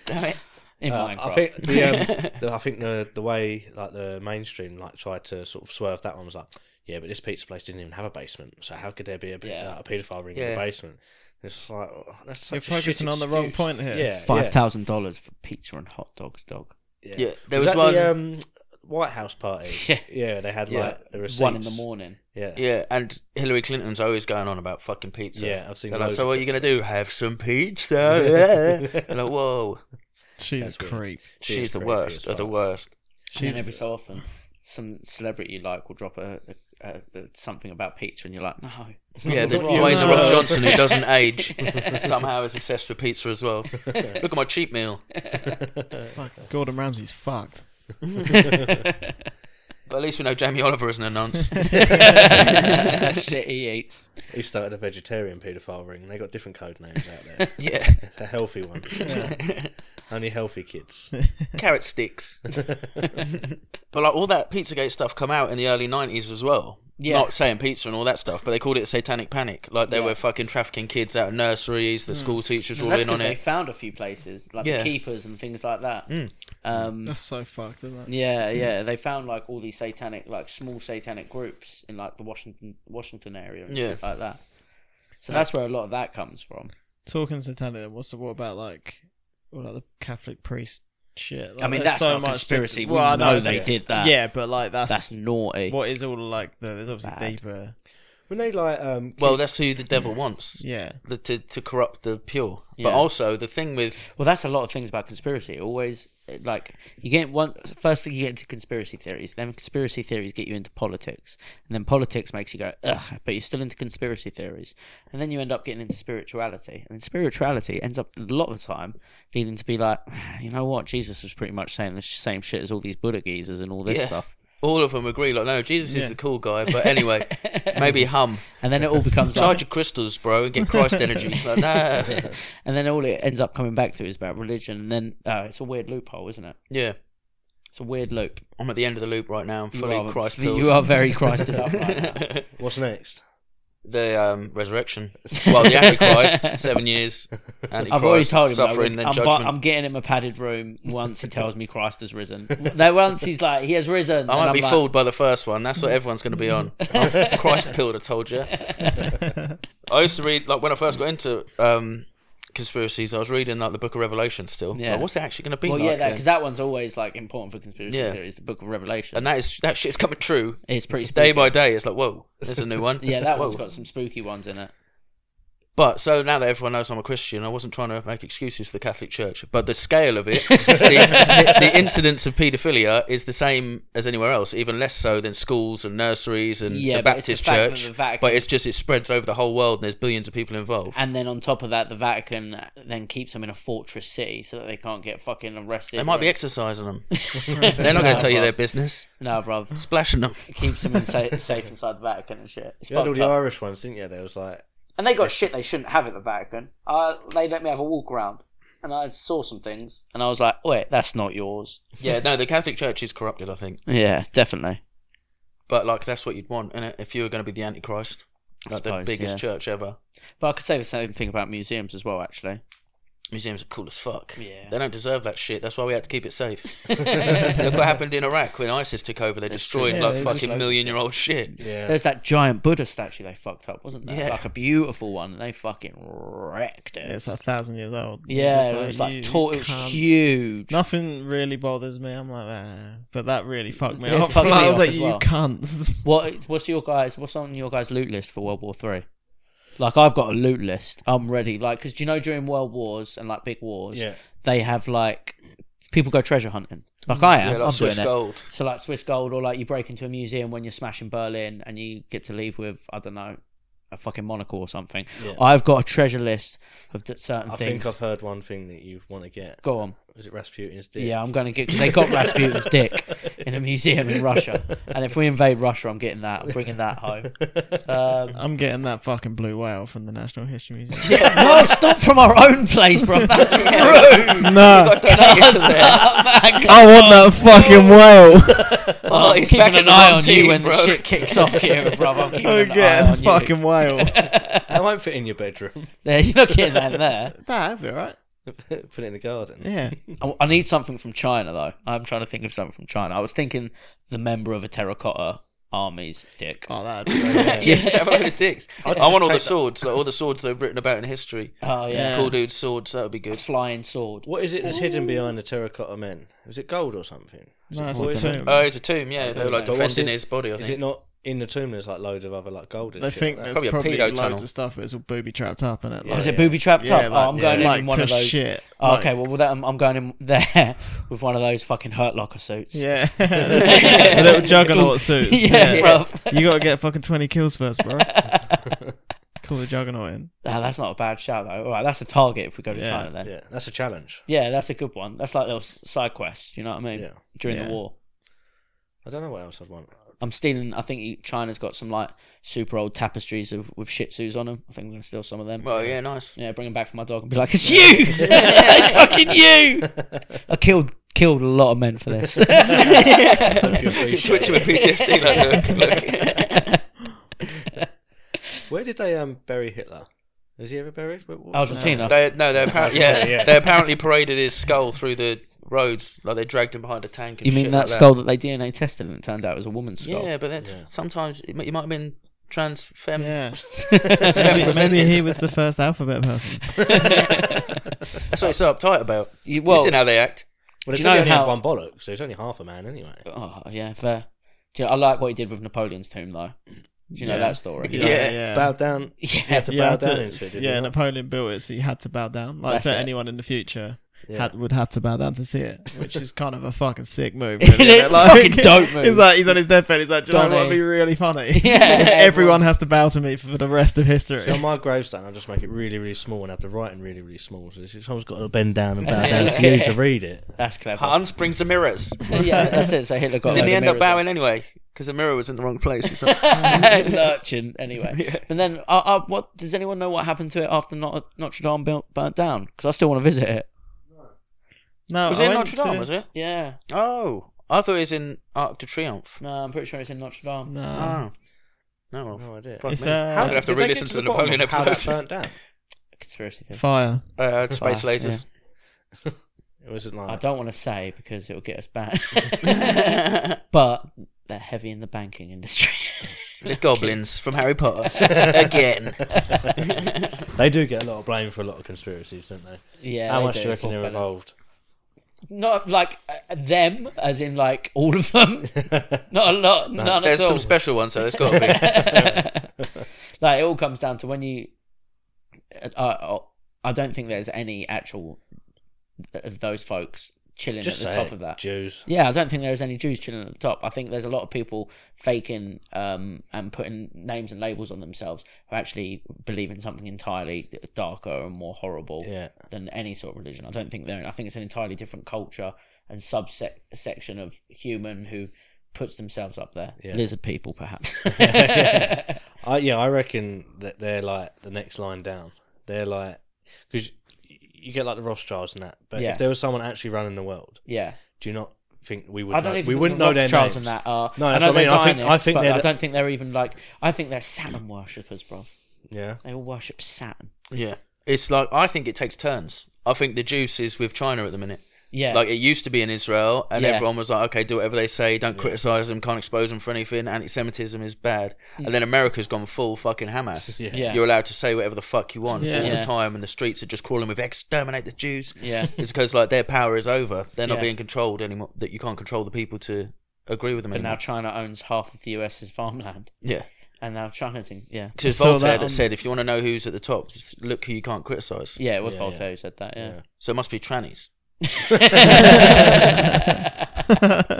Speaker 5: Damn it.
Speaker 2: In
Speaker 4: Uh,
Speaker 2: Minecraft.
Speaker 4: I think the, um, the I think the the way like the mainstream like tried to sort of swerve that one was like, yeah, but this pizza place didn't even have a basement, so how could there be a, pe-
Speaker 2: Yeah.
Speaker 4: like, a paedophile ring in
Speaker 5: Yeah.
Speaker 4: the basement? It's like oh, that's such
Speaker 1: You're
Speaker 4: a shit
Speaker 1: focusing on the wrong
Speaker 4: excuse.
Speaker 1: point here.
Speaker 4: Yeah,
Speaker 2: Five thousand dollars for pizza and hot dogs, dog.
Speaker 4: yeah.
Speaker 5: Yeah, there
Speaker 4: was,
Speaker 5: was,
Speaker 4: that
Speaker 5: one.
Speaker 4: The, um, White House party.
Speaker 2: Yeah.
Speaker 4: yeah, they had
Speaker 5: Yeah.
Speaker 4: like the receipts.
Speaker 2: One in the morning.
Speaker 4: Yeah,
Speaker 5: yeah, and Hillary Clinton's always going on about fucking pizza.
Speaker 4: Yeah, I've seen
Speaker 5: They're like,
Speaker 4: loads
Speaker 5: so
Speaker 4: of
Speaker 5: what are you gonna do? Have some pizza? Yeah. They're like, whoa,
Speaker 1: She's
Speaker 4: That's
Speaker 1: a
Speaker 4: weird.
Speaker 1: creep.
Speaker 4: She is
Speaker 5: she's the
Speaker 4: creepy as
Speaker 5: worst of the
Speaker 4: fuck.
Speaker 5: worst.
Speaker 2: And then
Speaker 1: She's
Speaker 2: every so often, some celebrity you like will drop a, a, a, something about pizza, and you're like, no.
Speaker 5: Yeah, the
Speaker 1: The Rock.
Speaker 5: Dwayne the Rock
Speaker 1: No.
Speaker 5: Johnson who doesn't age somehow is obsessed with pizza as well. Look at my cheap meal.
Speaker 1: fuck, Gordon Ramsay's fucked.
Speaker 5: But at least we know Jamie Oliver isn't a nonce.
Speaker 2: Shit, he eats.
Speaker 4: He started a vegetarian paedophile ring. They got different code names out there.
Speaker 5: yeah,
Speaker 4: It's a healthy one. Only healthy kids.
Speaker 5: carrot sticks. but like all that Pizzagate stuff come out in the early '90s as well.
Speaker 2: Yeah.
Speaker 5: Not saying pizza and all that stuff, but they called it Satanic Panic. Like they were fucking trafficking kids out of nurseries. The school teachers all
Speaker 2: Hmm. That's
Speaker 5: in on
Speaker 2: because they
Speaker 5: it.
Speaker 2: found a few places, like
Speaker 5: Yeah.
Speaker 2: the keepers and things like that. Um,
Speaker 1: That's so fucked, isn't it?
Speaker 2: Yeah, yeah. They found like all these satanic, like small satanic groups in like the Washington Washington area and
Speaker 5: Yeah.
Speaker 2: shit like that. So that's where a lot of that comes from.
Speaker 1: Talking satanic, what's the, what about like, what about the Catholic priest shit? Like,
Speaker 2: I mean,
Speaker 1: there's
Speaker 2: that's
Speaker 1: so
Speaker 2: not
Speaker 1: much
Speaker 2: conspiracy.
Speaker 1: to-
Speaker 2: we
Speaker 1: I
Speaker 2: know
Speaker 1: it's
Speaker 2: they
Speaker 1: like-
Speaker 2: did that.
Speaker 1: Yeah, but like that's,
Speaker 2: that's naughty.
Speaker 1: what is all like. The, there's obviously
Speaker 2: Bad.
Speaker 1: deeper.
Speaker 4: When they like um
Speaker 5: Well, that's who the devil wants.
Speaker 1: Yeah,
Speaker 5: The, to to corrupt the pure.
Speaker 2: Yeah.
Speaker 5: But also the thing with
Speaker 2: Well, that's a lot of things about conspiracy. It Always, it, like, you get one first thing you get into conspiracy theories, then conspiracy theories get you into politics, and then politics makes you go, ugh, but you're still into conspiracy theories, and then you end up getting into spirituality, and spirituality ends up a lot of the time leading to be like, "Ah, you know what, Jesus was pretty much saying the sh- same shit as all these Buddha geezers and all this
Speaker 5: Yeah.
Speaker 2: stuff,
Speaker 5: all of them agree, like no, Jesus
Speaker 1: Yeah.
Speaker 5: is the cool guy. But anyway, maybe hum.
Speaker 2: and then it all becomes like,
Speaker 5: Charge your crystals, bro, and get Christ energy. Like, nah.
Speaker 2: and then all it ends up coming back to is about religion, and then uh, it's a weird loophole, isn't it?
Speaker 5: Yeah,
Speaker 2: It's a weird loop.
Speaker 5: I'm at the end of the loop right now. I'm
Speaker 2: You
Speaker 5: fully
Speaker 2: are-
Speaker 5: Christ filled.
Speaker 2: you are very Christed up right now.
Speaker 4: what's next?
Speaker 5: the um, resurrection. Well, the Antichrist, seven years. Antichrist,
Speaker 2: I've already told him.
Speaker 5: suffering
Speaker 2: though,
Speaker 5: and
Speaker 2: I'm, bu-
Speaker 5: judgment.
Speaker 2: I'm getting him a padded room once he tells me Christ has risen. No, once he's like, he has risen.
Speaker 5: I
Speaker 2: and
Speaker 5: might
Speaker 2: I'm
Speaker 5: be
Speaker 2: like,
Speaker 5: fooled by the first one. That's what everyone's going to be on. I'm Christ pilled, I told you. I used to read, like, when I first got into um, conspiracies, I was reading, like, the Book of Revelation still.
Speaker 2: Yeah.
Speaker 5: Like, what's it actually going to be
Speaker 2: Well,
Speaker 5: like?
Speaker 2: yeah,
Speaker 5: then?
Speaker 2: because that one's always like important for conspiracy
Speaker 5: Yeah.
Speaker 2: theories. The Book of Revelation,
Speaker 5: and that is that shit's coming true
Speaker 2: it's pretty
Speaker 5: day
Speaker 2: spooky.
Speaker 5: by day. It's like, whoa, there's a new one.
Speaker 2: yeah, that
Speaker 5: Whoa.
Speaker 2: one's got some spooky ones in it.
Speaker 5: But so now that everyone knows I'm a Christian, I wasn't trying to make excuses for the Catholic Church. But the scale of it, the, the incidence of paedophilia is the same as anywhere else, even less so than schools and nurseries and
Speaker 2: Yeah,
Speaker 5: the
Speaker 2: but it's the
Speaker 5: Baptist
Speaker 2: fact that
Speaker 5: Church.
Speaker 2: the Vatican-
Speaker 5: But it's just it spreads over the whole world, and there's billions of people involved.
Speaker 2: And then on top of that, the Vatican then keeps them in a fortress city so that they can't get fucking arrested.
Speaker 5: They might be
Speaker 2: or-
Speaker 5: exercising them. They're not going to tell you their business.
Speaker 2: no, bruv. It
Speaker 5: Splashing them.
Speaker 2: keeps them in sa- safe inside the Vatican and shit. It's
Speaker 4: You had all
Speaker 2: fucked
Speaker 4: the
Speaker 2: up.
Speaker 4: Irish ones, didn't you? There was like
Speaker 2: And they got shit they shouldn't have at the Vatican. Uh, they let me have a walk around. And I saw some things. And I was like, wait, that's not yours.
Speaker 5: Yeah, no, the Catholic Church is corrupted, I think.
Speaker 2: Yeah, definitely.
Speaker 5: But like, that's what you'd want, innit? If you were going to be the Antichrist, like
Speaker 2: suppose,
Speaker 5: the biggest
Speaker 2: yeah.
Speaker 5: church ever.
Speaker 2: But I could say the same thing about museums as well, actually.
Speaker 5: Museums are cool as fuck.
Speaker 2: Yeah.
Speaker 5: They don't deserve that shit. That's why we had to keep it safe. Look what happened in Iraq when ISIS took over. They destroyed
Speaker 1: true. Yeah,
Speaker 5: like
Speaker 1: they just
Speaker 5: fucking million year old shit.
Speaker 4: yeah,
Speaker 2: There's that giant Buddha statue they fucked up, wasn't there?
Speaker 5: Yeah.
Speaker 2: Like a beautiful one. and They fucking wrecked it.
Speaker 1: it's a thousand years old.
Speaker 2: yeah,
Speaker 1: It's
Speaker 2: it was like
Speaker 1: you-
Speaker 2: tall.
Speaker 1: you
Speaker 2: It was
Speaker 1: can't-
Speaker 2: huge.
Speaker 1: Nothing really bothers me. I'm like, ah. but that really fucked me
Speaker 2: Yeah, it
Speaker 1: off.
Speaker 2: fucked
Speaker 1: Like,
Speaker 2: me
Speaker 1: I was
Speaker 2: off
Speaker 1: like,
Speaker 2: as
Speaker 1: you
Speaker 2: well.
Speaker 1: cunts.
Speaker 2: What? What's your guys? What's on your guys' loot list for World War Three? Like I've got a loot list. I'm ready. Like because you know during World Wars and like big wars,
Speaker 4: Yeah.
Speaker 2: they have like people go treasure hunting. Like I am.
Speaker 5: Yeah, like
Speaker 2: I'm
Speaker 5: Swiss
Speaker 2: doing
Speaker 5: gold.
Speaker 2: It. So like Swiss gold, or like you break into a museum when you're smashing Berlin, and you get to leave with I don't know a fucking monocle or something. I've got a treasure list of d- certain
Speaker 4: I
Speaker 2: things.
Speaker 4: think I've heard one thing that you want to get.
Speaker 2: Go on.
Speaker 4: Was it Rasputin's dick?
Speaker 2: Yeah, I'm going to get. Cause they got Rasputin's dick in a museum in Russia, and if we invade Russia, I'm getting that. I'm bringing that home.
Speaker 4: Uh,
Speaker 2: Um,
Speaker 1: I'm getting that fucking blue whale from the National History Museum.
Speaker 2: no, it's not from our own place, bro. That's rude.
Speaker 1: no,
Speaker 5: It's there.
Speaker 1: I want that fucking whale.
Speaker 5: Oh,
Speaker 2: I'm
Speaker 5: he's
Speaker 2: keeping
Speaker 5: back in
Speaker 2: an
Speaker 5: the
Speaker 2: eye
Speaker 5: wrong
Speaker 2: on
Speaker 5: team,
Speaker 2: you when
Speaker 5: bro.
Speaker 2: the shit kicks off, Kira, bro. I'm keeping
Speaker 1: I'm
Speaker 2: an eye
Speaker 1: getting
Speaker 2: on
Speaker 1: Oh, fucking
Speaker 2: you.
Speaker 1: whale.
Speaker 4: I won't fit in your bedroom.
Speaker 2: There, you're not getting that in there.
Speaker 1: That'd be alright.
Speaker 4: Put it in the garden.
Speaker 1: Yeah.
Speaker 2: I, I need something from China though. I'm trying to think of something from China. I was thinking the member of a terracotta Army's dick.
Speaker 1: Oh, that'd be great.
Speaker 5: yeah, just have a load of dicks. I
Speaker 4: I'd
Speaker 5: want
Speaker 4: just
Speaker 5: all the
Speaker 4: take-
Speaker 5: swords, like, all the swords they've written about in history.
Speaker 2: Oh yeah,
Speaker 1: Yeah. Oh,
Speaker 5: Cool dude swords, that would be
Speaker 2: a
Speaker 5: good.
Speaker 2: flying sword.
Speaker 4: What is it that's hidden behind the terracotta men? Is it gold or something? Is
Speaker 1: No,
Speaker 4: it
Speaker 1: it's a
Speaker 4: poison?
Speaker 1: tomb.
Speaker 5: Oh, it's a tomb, yeah. They were like
Speaker 4: But what's
Speaker 5: defending
Speaker 4: it-
Speaker 5: his body, I
Speaker 4: Is it
Speaker 5: think.
Speaker 4: not in the tomb? There's like loads of other like golden.
Speaker 1: They
Speaker 4: shit
Speaker 1: think
Speaker 4: like
Speaker 1: there's
Speaker 4: that.
Speaker 5: Probably
Speaker 1: probably,
Speaker 5: a pedo
Speaker 1: loads
Speaker 5: tunnel.
Speaker 1: of stuff, but it's all booby trapped up, and it?
Speaker 4: Yeah.
Speaker 1: Like,
Speaker 2: Oh, Is it booby trapped
Speaker 1: yeah, like-
Speaker 2: up? oh, I'm
Speaker 1: yeah.
Speaker 2: going in
Speaker 1: like
Speaker 2: with one
Speaker 1: to
Speaker 2: of those.
Speaker 1: shit.
Speaker 2: Oh,
Speaker 1: Like-
Speaker 2: okay, well, with that, I'm, I'm going in there with one of those fucking hurt locker suits.
Speaker 1: Yeah, the little juggernaut suits.
Speaker 2: yeah,
Speaker 1: Yeah,
Speaker 2: bruv.
Speaker 1: you gotta get fucking twenty kills first, bro. Call the juggernaut in.
Speaker 2: Ah, that's not a bad shout though. All right, that's a target if we go to
Speaker 1: Yeah.
Speaker 2: China then. Yeah.
Speaker 4: Yeah, that's a challenge.
Speaker 2: that's a good one. That's like little s- side quest. You know what I mean?
Speaker 4: Yeah.
Speaker 2: During
Speaker 1: Yeah.
Speaker 2: the war,
Speaker 4: I don't know what else I'd want.
Speaker 2: I'm stealing. I think he- China's got some like super old tapestries of with Shih Tzus on them. I think I'm gonna steal some of them.
Speaker 5: Well, yeah, nice.
Speaker 2: Yeah, bring them back for my dog and be like, it's you. it's fucking you. I killed killed a lot of men for this.
Speaker 4: If you appreciate
Speaker 5: Twitching with PTSD, like, look, look.
Speaker 4: it. Where did they um bury Hitler? Is he ever buried? Where- what-
Speaker 2: Argentina.
Speaker 5: They, no, they apparently, yeah,
Speaker 4: yeah.
Speaker 5: they apparently paraded his skull through the roads, like they dragged him behind a tank. And
Speaker 2: You mean
Speaker 5: shit
Speaker 2: that
Speaker 5: like
Speaker 2: skull that. they DNA tested and it turned out it was a woman's skull?
Speaker 5: Yeah, but that's
Speaker 4: Yeah.
Speaker 5: sometimes it, might- it might have been trans femme.
Speaker 1: Yeah,
Speaker 5: femme
Speaker 1: maybe,
Speaker 5: presented.
Speaker 1: maybe he was the first alphabet person.
Speaker 5: That's what he's so uptight about.
Speaker 2: You-
Speaker 5: Well,
Speaker 2: well-
Speaker 5: you seen how they act.
Speaker 4: Well, it's
Speaker 2: Do you
Speaker 4: only
Speaker 2: know
Speaker 4: only had
Speaker 2: how-
Speaker 4: one bollock, so he's only half a man anyway.
Speaker 2: Oh, yeah, fair. Do you know, I like what he did with Napoleon's tomb, though. Do you know
Speaker 1: Yeah.
Speaker 2: that story?
Speaker 1: You know,
Speaker 5: Yeah.
Speaker 4: Bow down.
Speaker 2: Yeah.
Speaker 4: He had to
Speaker 1: You
Speaker 4: bow
Speaker 1: had to-
Speaker 4: down into it. Did
Speaker 1: yeah,
Speaker 4: he not?
Speaker 1: Napoleon built it, so you had to bow down. Like
Speaker 2: That's
Speaker 1: so,
Speaker 2: it.
Speaker 1: anyone in the future
Speaker 4: Yeah.
Speaker 1: had, would have to bow down to see it, which is kind of a fucking sick move.
Speaker 2: It
Speaker 1: really,
Speaker 2: is
Speaker 1: isn't Like,
Speaker 2: fucking dope move.
Speaker 1: He's like, he's on his deathbed. He's like, do you know what would
Speaker 2: Donny.
Speaker 1: be really funny?
Speaker 2: Yeah,
Speaker 1: everyone
Speaker 2: everyone's-
Speaker 1: has to bow to me for the rest of history.
Speaker 4: So on my gravestone, I'll just make it really, really small and have the writing really, really small. So someone's got to bend down and bow down to you to read it.
Speaker 2: That's clever.
Speaker 5: Hans brings the mirrors.
Speaker 2: yeah, that's it. So Hitler got.
Speaker 5: Didn't
Speaker 2: like,
Speaker 5: he
Speaker 2: the
Speaker 5: end
Speaker 2: mirrors
Speaker 5: up
Speaker 2: on.
Speaker 5: bowing anyway? Because the mirror was in the wrong place. Or something.
Speaker 2: Mm. Lurching anyway. And then, uh, uh, what does anyone know what happened to it after Not- Notre Dame built, burnt down? Because I still want to visit it.
Speaker 1: no,
Speaker 5: was
Speaker 1: Oh, I
Speaker 5: it in
Speaker 1: went
Speaker 5: Notre Dame?
Speaker 1: to-
Speaker 5: Was it?
Speaker 2: Yeah,
Speaker 5: Oh, I thought it was in Arc de Triomphe.
Speaker 2: no, I'm pretty sure it's in Notre Dame.
Speaker 1: No.
Speaker 5: Oh, no. well,
Speaker 4: No idea.
Speaker 5: fuck
Speaker 1: It's,
Speaker 5: me.
Speaker 1: uh,
Speaker 5: I'm gonna have to
Speaker 4: did they get
Speaker 5: re-listen to the
Speaker 4: bottom
Speaker 5: Napoleon
Speaker 4: of how that
Speaker 5: episode.
Speaker 4: burnt down?
Speaker 2: Conspiracy theory.
Speaker 1: Fire.
Speaker 5: Uh, space
Speaker 2: Fire,
Speaker 5: lasers.
Speaker 4: It wasn't
Speaker 2: I
Speaker 4: like
Speaker 2: don't want to say because it'll get us banned. but they're heavy in the banking industry.
Speaker 5: The goblins from Harry Potter again.
Speaker 4: they do get a lot of blame for a lot of conspiracies, don't they?
Speaker 2: yeah.
Speaker 4: how
Speaker 2: they
Speaker 4: much do you reckon
Speaker 2: poor
Speaker 4: they're
Speaker 2: fellas.
Speaker 4: involved?
Speaker 2: Not like uh, them, as in like all of them. Not a lot. None
Speaker 5: There's
Speaker 2: at all.
Speaker 5: some special ones, so there's got to be.
Speaker 2: like it all comes down to when you. I I I don't think there's any actual of those folks chilling
Speaker 4: Just
Speaker 2: at
Speaker 4: say
Speaker 2: the top
Speaker 4: it,
Speaker 2: of that.
Speaker 4: Jews.
Speaker 2: Yeah, I don't think there's any Jews chilling at the top. I think there's a lot of people faking um, and putting names and labels on themselves who actually believe in something entirely darker and more horrible
Speaker 4: Yeah.
Speaker 2: than any sort of religion. I don't think they're. I think it's an entirely different culture and subset section of human who puts themselves up there.
Speaker 4: Yeah.
Speaker 2: Lizard people, perhaps.
Speaker 4: I yeah, I reckon that they're like the next line down. They're like because you get like the Rothschilds and that, but
Speaker 2: Yeah.
Speaker 4: if there was someone actually running the world,
Speaker 2: yeah,
Speaker 4: do you not think we would?
Speaker 2: I don't
Speaker 4: know,
Speaker 2: even
Speaker 4: we
Speaker 2: think
Speaker 4: wouldn't
Speaker 2: the
Speaker 4: know their
Speaker 2: Rothschilds
Speaker 4: names.
Speaker 2: and that are.
Speaker 4: No,
Speaker 2: I
Speaker 4: that's
Speaker 2: know
Speaker 4: what I mean.
Speaker 2: they're
Speaker 4: I think- I
Speaker 2: Zionists,
Speaker 4: think
Speaker 2: but
Speaker 4: they're
Speaker 2: I
Speaker 4: the-
Speaker 2: don't think they're even like. I think they're Saturn worshippers, bruv.
Speaker 4: Yeah,
Speaker 2: They all worship Saturn.
Speaker 5: Yeah. It's like, I think it takes turns. I think the juice is with China at the minute.
Speaker 2: Yeah,
Speaker 5: Like, it used to be in Israel, and
Speaker 2: Yeah.
Speaker 5: everyone was like, okay, do whatever they say, don't criticize them, can't expose them for anything, anti Semitism is bad. And then America's gone full fucking Hamas.
Speaker 4: Yeah.
Speaker 2: Mm. Yeah.
Speaker 5: You're allowed to say whatever the fuck you want all
Speaker 2: Yeah.
Speaker 5: the time, and the streets are just crawling with exterminate the Jews.
Speaker 2: Yeah.
Speaker 5: It's because, like, their power is over. They're not
Speaker 2: Yeah.
Speaker 5: being controlled anymore, that you can't control the people to agree with them
Speaker 2: But now
Speaker 5: anymore.
Speaker 2: China owns half of the US's farmland,
Speaker 5: yeah.
Speaker 2: and now China's in. Yeah,
Speaker 5: Because
Speaker 1: I saw
Speaker 5: Voltaire
Speaker 1: that
Speaker 5: that
Speaker 1: on-
Speaker 5: said, if you want to know who's at the top, just look who you can't criticise.
Speaker 2: yeah, it was
Speaker 4: Yeah,
Speaker 2: Voltaire
Speaker 4: yeah.
Speaker 2: who said that. Yeah,
Speaker 5: So it must be trannies.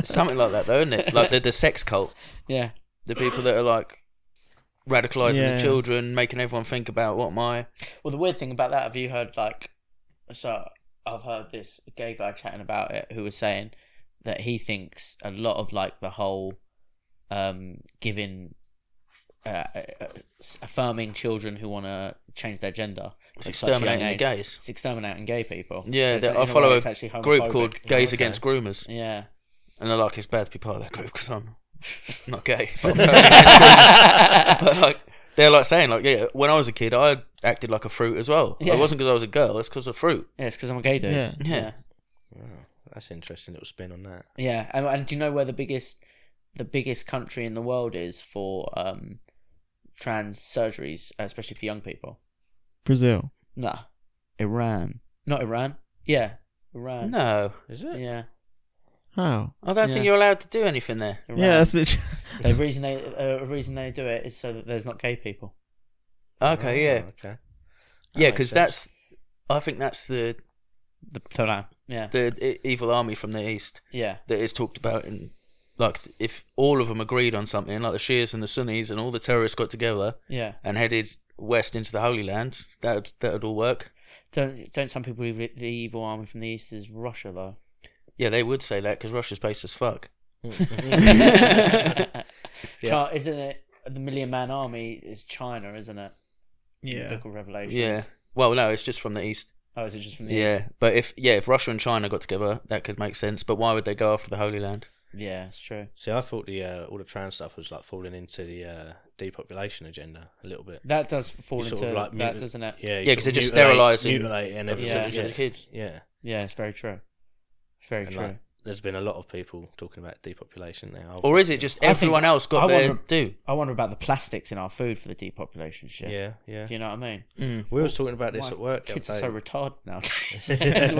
Speaker 5: Something like that, though, isn't it? Like the, the sex cult.
Speaker 2: yeah,
Speaker 5: The people that are like radicalising
Speaker 1: Yeah.
Speaker 5: the children, making everyone think about what my.
Speaker 2: Well, the weird thing about that, have you heard like, so I've heard this gay guy chatting about it who was saying that he thinks a lot of like the whole um giving uh, uh, affirming children who want to change their gender
Speaker 5: It's
Speaker 2: at such a young
Speaker 5: exterminating the
Speaker 2: age.
Speaker 5: gays.
Speaker 2: It's exterminating gay people.
Speaker 5: Yeah,
Speaker 2: it's-
Speaker 5: that-
Speaker 2: in
Speaker 5: I
Speaker 2: way,
Speaker 5: follow
Speaker 2: it's
Speaker 5: a
Speaker 2: actually
Speaker 5: Group
Speaker 2: homophobic.
Speaker 5: called Gays Against Groomers.
Speaker 2: Yeah.
Speaker 5: And they're like, it's bad to be part of that group because I'm not gay. but I'm totally against groomers. But like, they're like saying, like, yeah, when I was a kid, I acted like a fruit as well.
Speaker 2: Yeah.
Speaker 5: It wasn't because I was a girl, it's because of fruit.
Speaker 2: Yeah, it's because I'm a gay dude.
Speaker 1: Yeah.
Speaker 5: Yeah.
Speaker 4: that's an interesting little spin on that.
Speaker 2: Yeah, and, and do you know where the biggest the biggest country in the world is for um, trans surgeries, especially for young people.
Speaker 1: Brazil.
Speaker 2: Nah, Iran. Not Iran. Yeah, Iran.
Speaker 5: No,
Speaker 4: Is it?
Speaker 2: Yeah,
Speaker 1: How?
Speaker 5: I don't
Speaker 2: Yeah.
Speaker 5: think you're allowed to do anything there.
Speaker 2: Iran.
Speaker 1: Yeah, that's literally.
Speaker 2: The reason they uh, the reason they do it is so that there's not gay people.
Speaker 5: Okay, yeah,
Speaker 4: Oh, okay. That
Speaker 5: yeah,
Speaker 4: makes
Speaker 5: because
Speaker 4: sense.
Speaker 5: that's. I think that's the
Speaker 2: The Tehran. Yeah,
Speaker 5: the e- evil army from the east
Speaker 2: yeah,
Speaker 5: that is talked about in like if all of them agreed on something, like the Shias and the Sunnis and all the terrorists got together
Speaker 2: yeah.
Speaker 5: and headed west into the Holy Land, that that would all work.
Speaker 2: Don't don't some people believe the evil army from the east is Russia though?
Speaker 5: Yeah, they would say that because Russia's based as fuck.
Speaker 4: Oh,
Speaker 2: Chi- isn't it the Million Man Army is China, isn't it? In the
Speaker 1: Yeah.
Speaker 2: Book of Revelations.
Speaker 5: Yeah. Well, no, it's just from the east.
Speaker 2: Oh, is it just from the
Speaker 5: Yeah,
Speaker 2: east?
Speaker 5: but if yeah, if Russia and China got together, that could make sense. But why would they go after the Holy Land?
Speaker 2: Yeah, it's true.
Speaker 4: See, I thought the uh, all the trans stuff was like falling into the uh, depopulation agenda a little bit.
Speaker 2: That does fall
Speaker 4: You sort
Speaker 2: into
Speaker 4: of like
Speaker 2: that,
Speaker 4: mutant-
Speaker 2: doesn't it?
Speaker 4: Yeah, you
Speaker 5: Yeah,
Speaker 4: sort
Speaker 5: 'cause
Speaker 4: of
Speaker 5: they're just
Speaker 4: mutilate-
Speaker 5: sterilising
Speaker 4: mutilate and everything.
Speaker 2: Yeah.
Speaker 4: Yeah,
Speaker 5: Percentage of the kids.
Speaker 4: yeah.
Speaker 2: Yeah, it's very true. It's very
Speaker 4: And,
Speaker 2: true.
Speaker 4: like, there's been a lot of people talking about depopulation now.
Speaker 5: Or is it just
Speaker 2: I think-
Speaker 5: everyone else got
Speaker 2: I
Speaker 5: their
Speaker 2: wonder-
Speaker 5: due?
Speaker 2: I wonder about the plastics in our food for the depopulation shit.
Speaker 4: Yeah, yeah.
Speaker 2: Do you know what I mean?
Speaker 4: We was talking about this
Speaker 2: Why
Speaker 4: at work. the
Speaker 2: Kids are
Speaker 4: other
Speaker 2: so
Speaker 4: day.
Speaker 2: retarded now.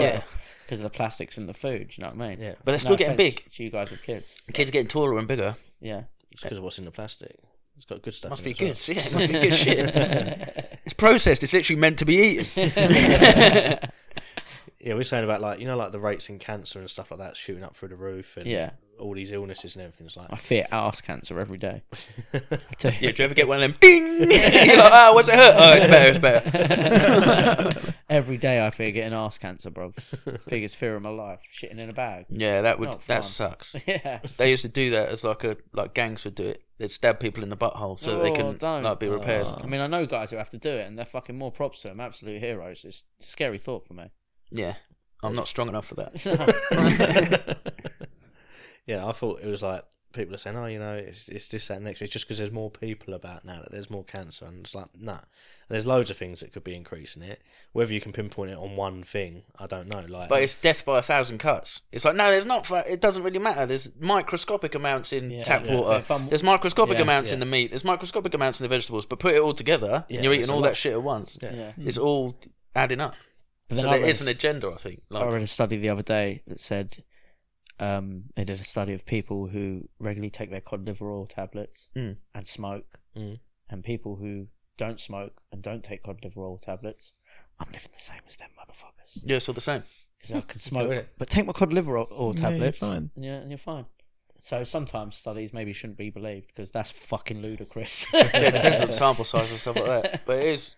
Speaker 5: Yeah.
Speaker 2: Because of the plastics in the food, do you know what I mean?
Speaker 4: yeah,
Speaker 5: But they're still
Speaker 2: No
Speaker 5: getting
Speaker 2: offense
Speaker 5: big.
Speaker 2: To you guys with kids.
Speaker 5: Kids are getting taller and bigger.
Speaker 2: Yeah.
Speaker 4: it's because of what's in the plastic. It's got good stuff.
Speaker 5: Must
Speaker 4: in
Speaker 5: be
Speaker 4: it as
Speaker 5: good. Yeah, it must be good shit. It's processed. It's literally meant to be eaten.
Speaker 4: Well. Yeah, we we're saying about like you know like the rates in cancer and stuff like that shooting up through the roof and
Speaker 2: yeah.
Speaker 4: all these illnesses and everything. It's like
Speaker 2: I fear ass cancer every day. I do.
Speaker 5: Yeah, do you ever get one of them? Ding! You're like, oh, what's it hurt? Oh, it's better. It's better.
Speaker 2: every day I fear getting ass cancer, bro. Biggest fear of my life. Shitting in a bag.
Speaker 5: yeah, that would
Speaker 2: Not Oh, fun.
Speaker 5: that sucks.
Speaker 2: Yeah.
Speaker 5: They used to do that as like a like gangs would do it. They'd stab people in the butthole so that they
Speaker 2: Oh,
Speaker 5: couldn't
Speaker 2: don't.
Speaker 5: like be repaired.
Speaker 4: Ah.
Speaker 2: I mean, I know guys who have to do it, and they're fucking more props to them. Absolute heroes. It's a scary thought for me.
Speaker 5: Yeah, I'm not strong enough for that.
Speaker 4: yeah, I thought it was like people are saying, oh, you know, it's it's this that and next. It's just because there's more people about now that there's more cancer, and it's like nah. There's loads of things that could be increasing it. Whether you can pinpoint it on one thing, I don't know. Like,
Speaker 5: But it's death by a thousand cuts. It's like no, there's not. fu- It doesn't really matter. There's microscopic amounts in
Speaker 2: Yeah.
Speaker 5: tap
Speaker 2: Yeah.
Speaker 5: water.
Speaker 2: If I'm-
Speaker 5: There's microscopic
Speaker 2: Yeah,
Speaker 5: amounts in
Speaker 4: yeah.
Speaker 5: the meat. There's microscopic amounts in the vegetables. But put it all together,
Speaker 4: Yeah,
Speaker 5: and you're eating
Speaker 4: it's a
Speaker 5: all
Speaker 4: lot.
Speaker 5: that shit at once.
Speaker 4: Yeah.
Speaker 2: Yeah.
Speaker 5: It's all adding up.
Speaker 2: But
Speaker 5: So
Speaker 2: then I
Speaker 5: there
Speaker 2: read
Speaker 5: is
Speaker 2: a-
Speaker 5: an agenda, I think.
Speaker 2: I
Speaker 5: Like,
Speaker 2: read a study the other day that said um, they did a study of people who regularly take their cod liver oil tablets
Speaker 5: Mm.
Speaker 2: and smoke,
Speaker 4: Mm.
Speaker 2: and people who don't smoke and don't take cod liver oil tablets. I'm living the same as them motherfuckers.
Speaker 5: yeah, it's all the same.
Speaker 2: 'Cause I can smoke, but take my cod liver oil, oil
Speaker 1: Yeah, you're
Speaker 2: tablets,
Speaker 1: fine.
Speaker 2: And, you're, and you're fine. So sometimes studies maybe shouldn't be believed because that's fucking ludicrous.
Speaker 5: Yeah, it depends on sample size and stuff like that. But it is.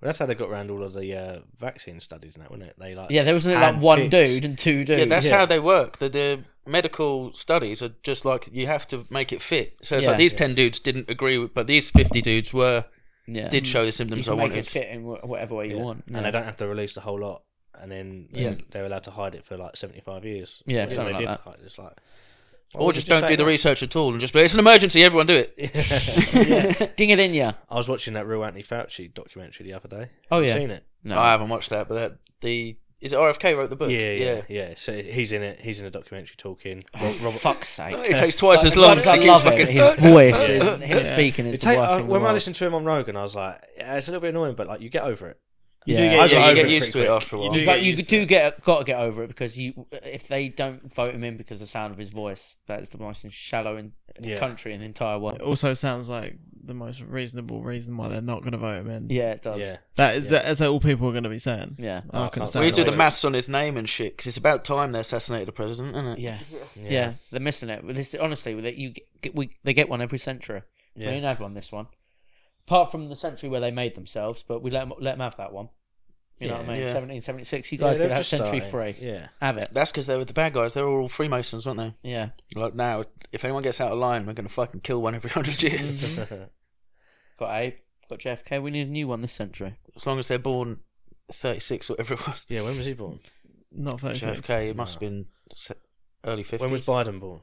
Speaker 4: Well, that's how they got around all of the uh, vaccine studies and that, wasn't it? They like
Speaker 2: Yeah, there wasn't like
Speaker 4: And
Speaker 2: one
Speaker 4: pigs.
Speaker 2: dude and two dudes.
Speaker 5: Yeah, that's
Speaker 4: Yeah.
Speaker 5: how they work. The, the medical studies are just like you have to make it fit. So it's
Speaker 2: Yeah.
Speaker 5: like these ten dudes didn't agree, with, but these fifty dudes were
Speaker 2: yeah.
Speaker 5: did show the
Speaker 2: you
Speaker 5: symptoms I
Speaker 2: can make
Speaker 5: wanted.
Speaker 2: it fit in wh- whatever way you
Speaker 4: Yeah.
Speaker 2: want.
Speaker 4: and they don't have to release the whole lot, and then they-
Speaker 2: Yeah.
Speaker 4: they're allowed to hide it for like seventy-five years.
Speaker 2: Yeah,
Speaker 4: Whereas they
Speaker 2: something like
Speaker 4: did
Speaker 2: that.
Speaker 4: hide- It's like, why
Speaker 5: Or
Speaker 4: would
Speaker 5: just
Speaker 4: you
Speaker 5: don't
Speaker 4: say
Speaker 5: do the
Speaker 4: that?
Speaker 5: research at all and just be, it's an emergency, everyone do it.
Speaker 2: Ding it in ya.
Speaker 4: I was watching that real Anthony Fauci documentary the other day.
Speaker 2: Oh,
Speaker 4: Have you
Speaker 2: yeah.
Speaker 4: seen it.
Speaker 2: No.
Speaker 5: I haven't watched that, but that, the is it RFK wrote the book?
Speaker 4: Yeah, yeah, yeah, So he's in it. He's in a documentary talking. Rob, Robert.
Speaker 2: Fuck's sake.
Speaker 5: It takes twice as long. 'cause
Speaker 2: I
Speaker 5: he keeps
Speaker 2: love it.
Speaker 5: fucking.
Speaker 2: His voice, is, him
Speaker 1: Yeah.
Speaker 2: speaking, is
Speaker 4: It
Speaker 2: the
Speaker 4: take-
Speaker 2: worst
Speaker 4: I-
Speaker 2: thing in the
Speaker 4: when I
Speaker 2: world.
Speaker 4: listened to him on Rogan, I was like, yeah, it's a little bit annoying, but like you get over it.
Speaker 1: You do
Speaker 2: Yeah.
Speaker 1: get-
Speaker 4: I got
Speaker 5: Yeah, you
Speaker 4: over
Speaker 5: get
Speaker 4: it
Speaker 5: used to
Speaker 4: pretty
Speaker 5: it
Speaker 4: quick.
Speaker 5: after a
Speaker 1: You
Speaker 5: while.
Speaker 1: do
Speaker 2: But
Speaker 1: get
Speaker 2: you
Speaker 1: used to
Speaker 2: do get got to get over it because you if they don't vote him in because of the sound of his voice, that is the most shallow in
Speaker 4: Yeah.
Speaker 2: country in the entire
Speaker 1: It
Speaker 2: world.
Speaker 1: also sounds like the most reasonable reason why they're not going to vote him in.
Speaker 2: Yeah, it does.
Speaker 4: Yeah,
Speaker 1: That is that's all people are going to be saying.
Speaker 2: Yeah.
Speaker 1: Oh, I
Speaker 4: I
Speaker 1: can
Speaker 4: can't
Speaker 1: stand
Speaker 5: We
Speaker 1: it.
Speaker 5: do the
Speaker 4: Yeah.
Speaker 5: maths on his name and shit because it's about time they assassinated the president, isn't it?
Speaker 2: Yeah. Yeah. they're missing it. But This, honestly, with it, you get, we, they get one every century.
Speaker 4: Yeah.
Speaker 2: We ain't had one this one, apart from the century where they made themselves. But we let them, have that one. You know what I mean?
Speaker 5: Yeah.
Speaker 2: Seventeen seventy six. You
Speaker 4: Yeah,
Speaker 2: guys
Speaker 4: they're
Speaker 2: could have
Speaker 4: just
Speaker 2: century
Speaker 4: starting.
Speaker 2: free.
Speaker 4: Yeah,
Speaker 2: Have it.
Speaker 5: That's because they were the bad guys. They were all Freemasons, weren't they?
Speaker 2: Yeah.
Speaker 5: Like now, if anyone gets out of line, we're going to fucking kill one every hundred
Speaker 4: Mm.
Speaker 5: years.
Speaker 2: Got Abe. Got JFK. We need a new one this century.
Speaker 5: as long as they're born 36, whatever it was.
Speaker 4: yeah. When was he born?
Speaker 1: Not 36.
Speaker 5: JFK, it must have been se- early 50s.
Speaker 4: When was Biden born?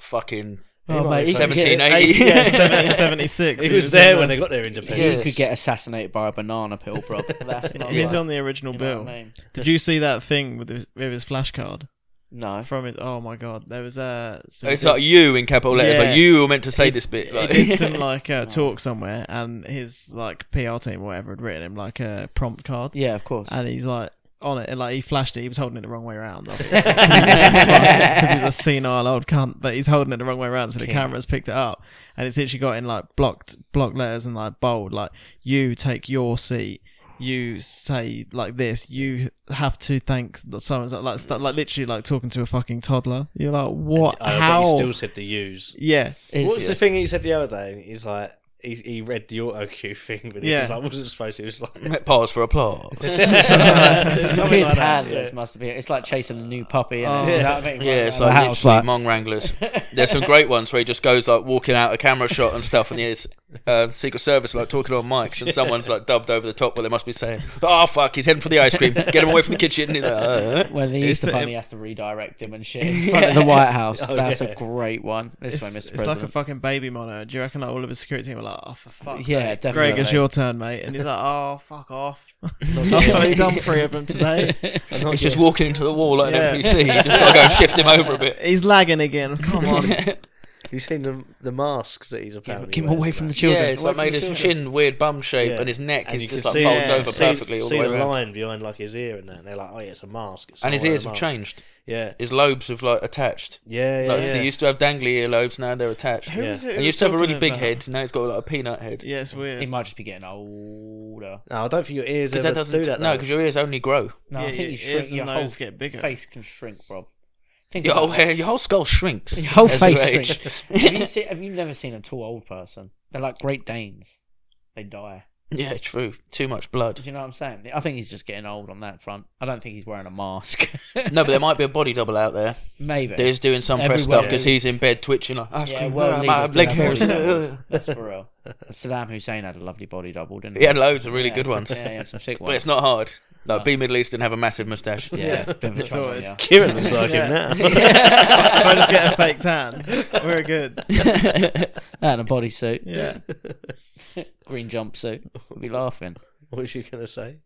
Speaker 5: Fucking
Speaker 4: He might
Speaker 2: he
Speaker 4: be
Speaker 2: could get-
Speaker 5: 1780.
Speaker 1: Yeah, 1776.
Speaker 4: He was there when
Speaker 1: on
Speaker 4: they got their
Speaker 5: Yeah.
Speaker 4: independence.
Speaker 2: He could get assassinated by a banana pill, bro. That's
Speaker 1: the-
Speaker 2: not.
Speaker 1: He was
Speaker 2: right.
Speaker 1: on the original
Speaker 2: You know what
Speaker 1: bill.
Speaker 2: I mean?
Speaker 1: Did you see that thing with his, with his flashcard?
Speaker 2: No.
Speaker 1: from his. Oh my god, there was a. Uh,
Speaker 4: Oh,
Speaker 5: It's like you in capital letters.
Speaker 1: Yeah.
Speaker 5: Like you were meant to say this bit.
Speaker 1: he
Speaker 5: Like,
Speaker 1: did some like uh, talk somewhere, and his like PR team or whatever had written him like a prompt card,
Speaker 2: Yeah, of course.
Speaker 1: and he's like on it, and, like he flashed it. He was holding it the wrong way around. Because he's a senile old cunt, but he's holding it the wrong way around, so the
Speaker 2: King.
Speaker 1: camera's picked it up, and it's literally got in like blocked block letters and like bold, like you take your seat. You say like this. You have to thank someone like stu- like literally like talking to a fucking toddler. You're like, what?
Speaker 4: I,
Speaker 1: How?
Speaker 4: But he still said the use.
Speaker 1: yeah,
Speaker 2: It's-
Speaker 4: What's the thing he said the other day? He's like, he, he read the auto cue thing, but he
Speaker 1: Yeah.
Speaker 4: was like, wasn't supposed to. He was like,
Speaker 5: Pause for applause.
Speaker 4: Something
Speaker 2: His
Speaker 4: like that,
Speaker 2: handlers
Speaker 4: yeah.
Speaker 2: must be. It's like chasing a new puppy.
Speaker 1: Oh.
Speaker 2: And
Speaker 1: Yeah.
Speaker 2: you know what I mean?
Speaker 5: Yeah, it's
Speaker 2: Running
Speaker 5: like
Speaker 2: around the
Speaker 5: literally
Speaker 2: house, like-
Speaker 5: Mong Wranglers. There's some great ones where he just goes like walking out a camera shot and stuff, and there's uh, Secret Service like talking on mics, and someone's like dubbed over the top where they must be saying, "Oh fuck, he's heading for the ice cream. Get him away from the kitchen." He's like, "Uh, uh."
Speaker 2: When the Easter
Speaker 1: It's-
Speaker 2: Bunny has to redirect him and shit in front of the White House.
Speaker 4: Oh,
Speaker 2: That's
Speaker 4: yeah.
Speaker 2: a great one. This
Speaker 1: It's,
Speaker 2: one, Mr.
Speaker 1: it's like a
Speaker 2: President.
Speaker 1: fucking baby monitor. Do you reckon like all of his security team are like, oh for fuck's
Speaker 2: Yeah,
Speaker 1: sake,
Speaker 2: definitely.
Speaker 1: Greg, it's your turn, mate. And he's like, oh fuck off. I've
Speaker 2: Yeah.
Speaker 1: already done three of them today.
Speaker 4: I'm not
Speaker 5: He's just
Speaker 4: getting-
Speaker 5: walking into the wall like
Speaker 1: Yeah.
Speaker 5: an NPC. You just gotta go and shift him over a bit.
Speaker 1: He's lagging again. Come on.
Speaker 4: you seen the, the masks that he's
Speaker 2: Yeah,
Speaker 4: apparently
Speaker 2: but keep him
Speaker 4: wears
Speaker 2: away
Speaker 4: and
Speaker 2: from
Speaker 4: that?
Speaker 2: the children.
Speaker 5: yeah, it's like
Speaker 2: Away
Speaker 5: made
Speaker 2: from the
Speaker 5: his
Speaker 2: children.
Speaker 5: chin weird bum shape,
Speaker 4: Yeah.
Speaker 5: and his neck
Speaker 4: And
Speaker 5: is
Speaker 4: you
Speaker 5: just
Speaker 4: can
Speaker 5: like
Speaker 4: see-
Speaker 5: folds
Speaker 1: yeah,
Speaker 5: over
Speaker 1: see-
Speaker 5: perfectly all
Speaker 4: see
Speaker 5: the way
Speaker 4: the
Speaker 5: around.
Speaker 4: line behind like his ear and that, and they're like, oh yeah, it's a mask. It's
Speaker 5: And his
Speaker 4: not
Speaker 5: ears have
Speaker 4: wearing a mask.
Speaker 5: changed.
Speaker 4: Yeah,
Speaker 5: His lobes have like attached.
Speaker 4: yeah, yeah.
Speaker 5: Like, 'cause
Speaker 4: yeah.
Speaker 5: He used to have dangly earlobes, now they're attached.
Speaker 1: Who was it? who
Speaker 5: And
Speaker 1: was
Speaker 5: he used to have a
Speaker 1: talking
Speaker 5: really big
Speaker 1: about-
Speaker 5: head. Now he's got like a peanut head.
Speaker 1: Yeah, it's
Speaker 2: He
Speaker 1: weird.
Speaker 2: might just be getting older.
Speaker 4: No, I don't think your ears
Speaker 5: Because
Speaker 4: ever
Speaker 5: that doesn't.
Speaker 4: do that.
Speaker 5: no,
Speaker 4: though.
Speaker 5: because your ears only grow.
Speaker 1: Yeah,
Speaker 2: No, I
Speaker 1: your
Speaker 2: think you
Speaker 1: ears
Speaker 2: shrink,
Speaker 1: and
Speaker 2: your whole
Speaker 1: nose get bigger.
Speaker 2: face can shrink, Rob. Think
Speaker 5: Your
Speaker 2: about
Speaker 5: whole
Speaker 2: it.
Speaker 5: hair, your whole skull shrinks.
Speaker 2: Your whole
Speaker 5: as
Speaker 2: face
Speaker 5: you age.
Speaker 2: have, you seen, have you never seen a tall old person? They're like Great Danes. They die.
Speaker 5: yeah, true. Too much
Speaker 2: Do
Speaker 5: blood.
Speaker 2: you know what I'm saying? I think he's just getting old on that front. I don't think he's wearing a mask.
Speaker 5: No, but there might be a body double out there.
Speaker 2: Maybe.
Speaker 5: That is doing some press
Speaker 2: Everywhere.
Speaker 5: stuff because he's in bed twitching like, "Ice
Speaker 2: yeah,
Speaker 5: cream,
Speaker 2: well,
Speaker 5: ah,
Speaker 2: leaders
Speaker 5: my
Speaker 2: do
Speaker 5: leg
Speaker 2: have
Speaker 5: hair
Speaker 2: body
Speaker 5: is.
Speaker 2: doubles.
Speaker 5: uh."
Speaker 2: That's for real. Saddam Hussein had a lovely body double, didn't he?
Speaker 5: He had loads of really
Speaker 2: Yeah.
Speaker 5: good ones,
Speaker 2: Yeah, he had some sick ones.
Speaker 5: but it's not hard. Like,
Speaker 2: No.
Speaker 5: be Middle Eastern, have a massive moustache.
Speaker 2: Yeah,
Speaker 1: Yeah.
Speaker 2: bit of a
Speaker 1: That's
Speaker 2: trouble,
Speaker 1: always-
Speaker 2: yeah.
Speaker 4: Kieran looks like him
Speaker 1: Yeah.
Speaker 4: now.
Speaker 1: if I just get a fake tan, we're good.
Speaker 2: That and a bodysuit,
Speaker 1: Yeah.
Speaker 2: green jumpsuit. We'll be laughing.
Speaker 4: what was you gonna say?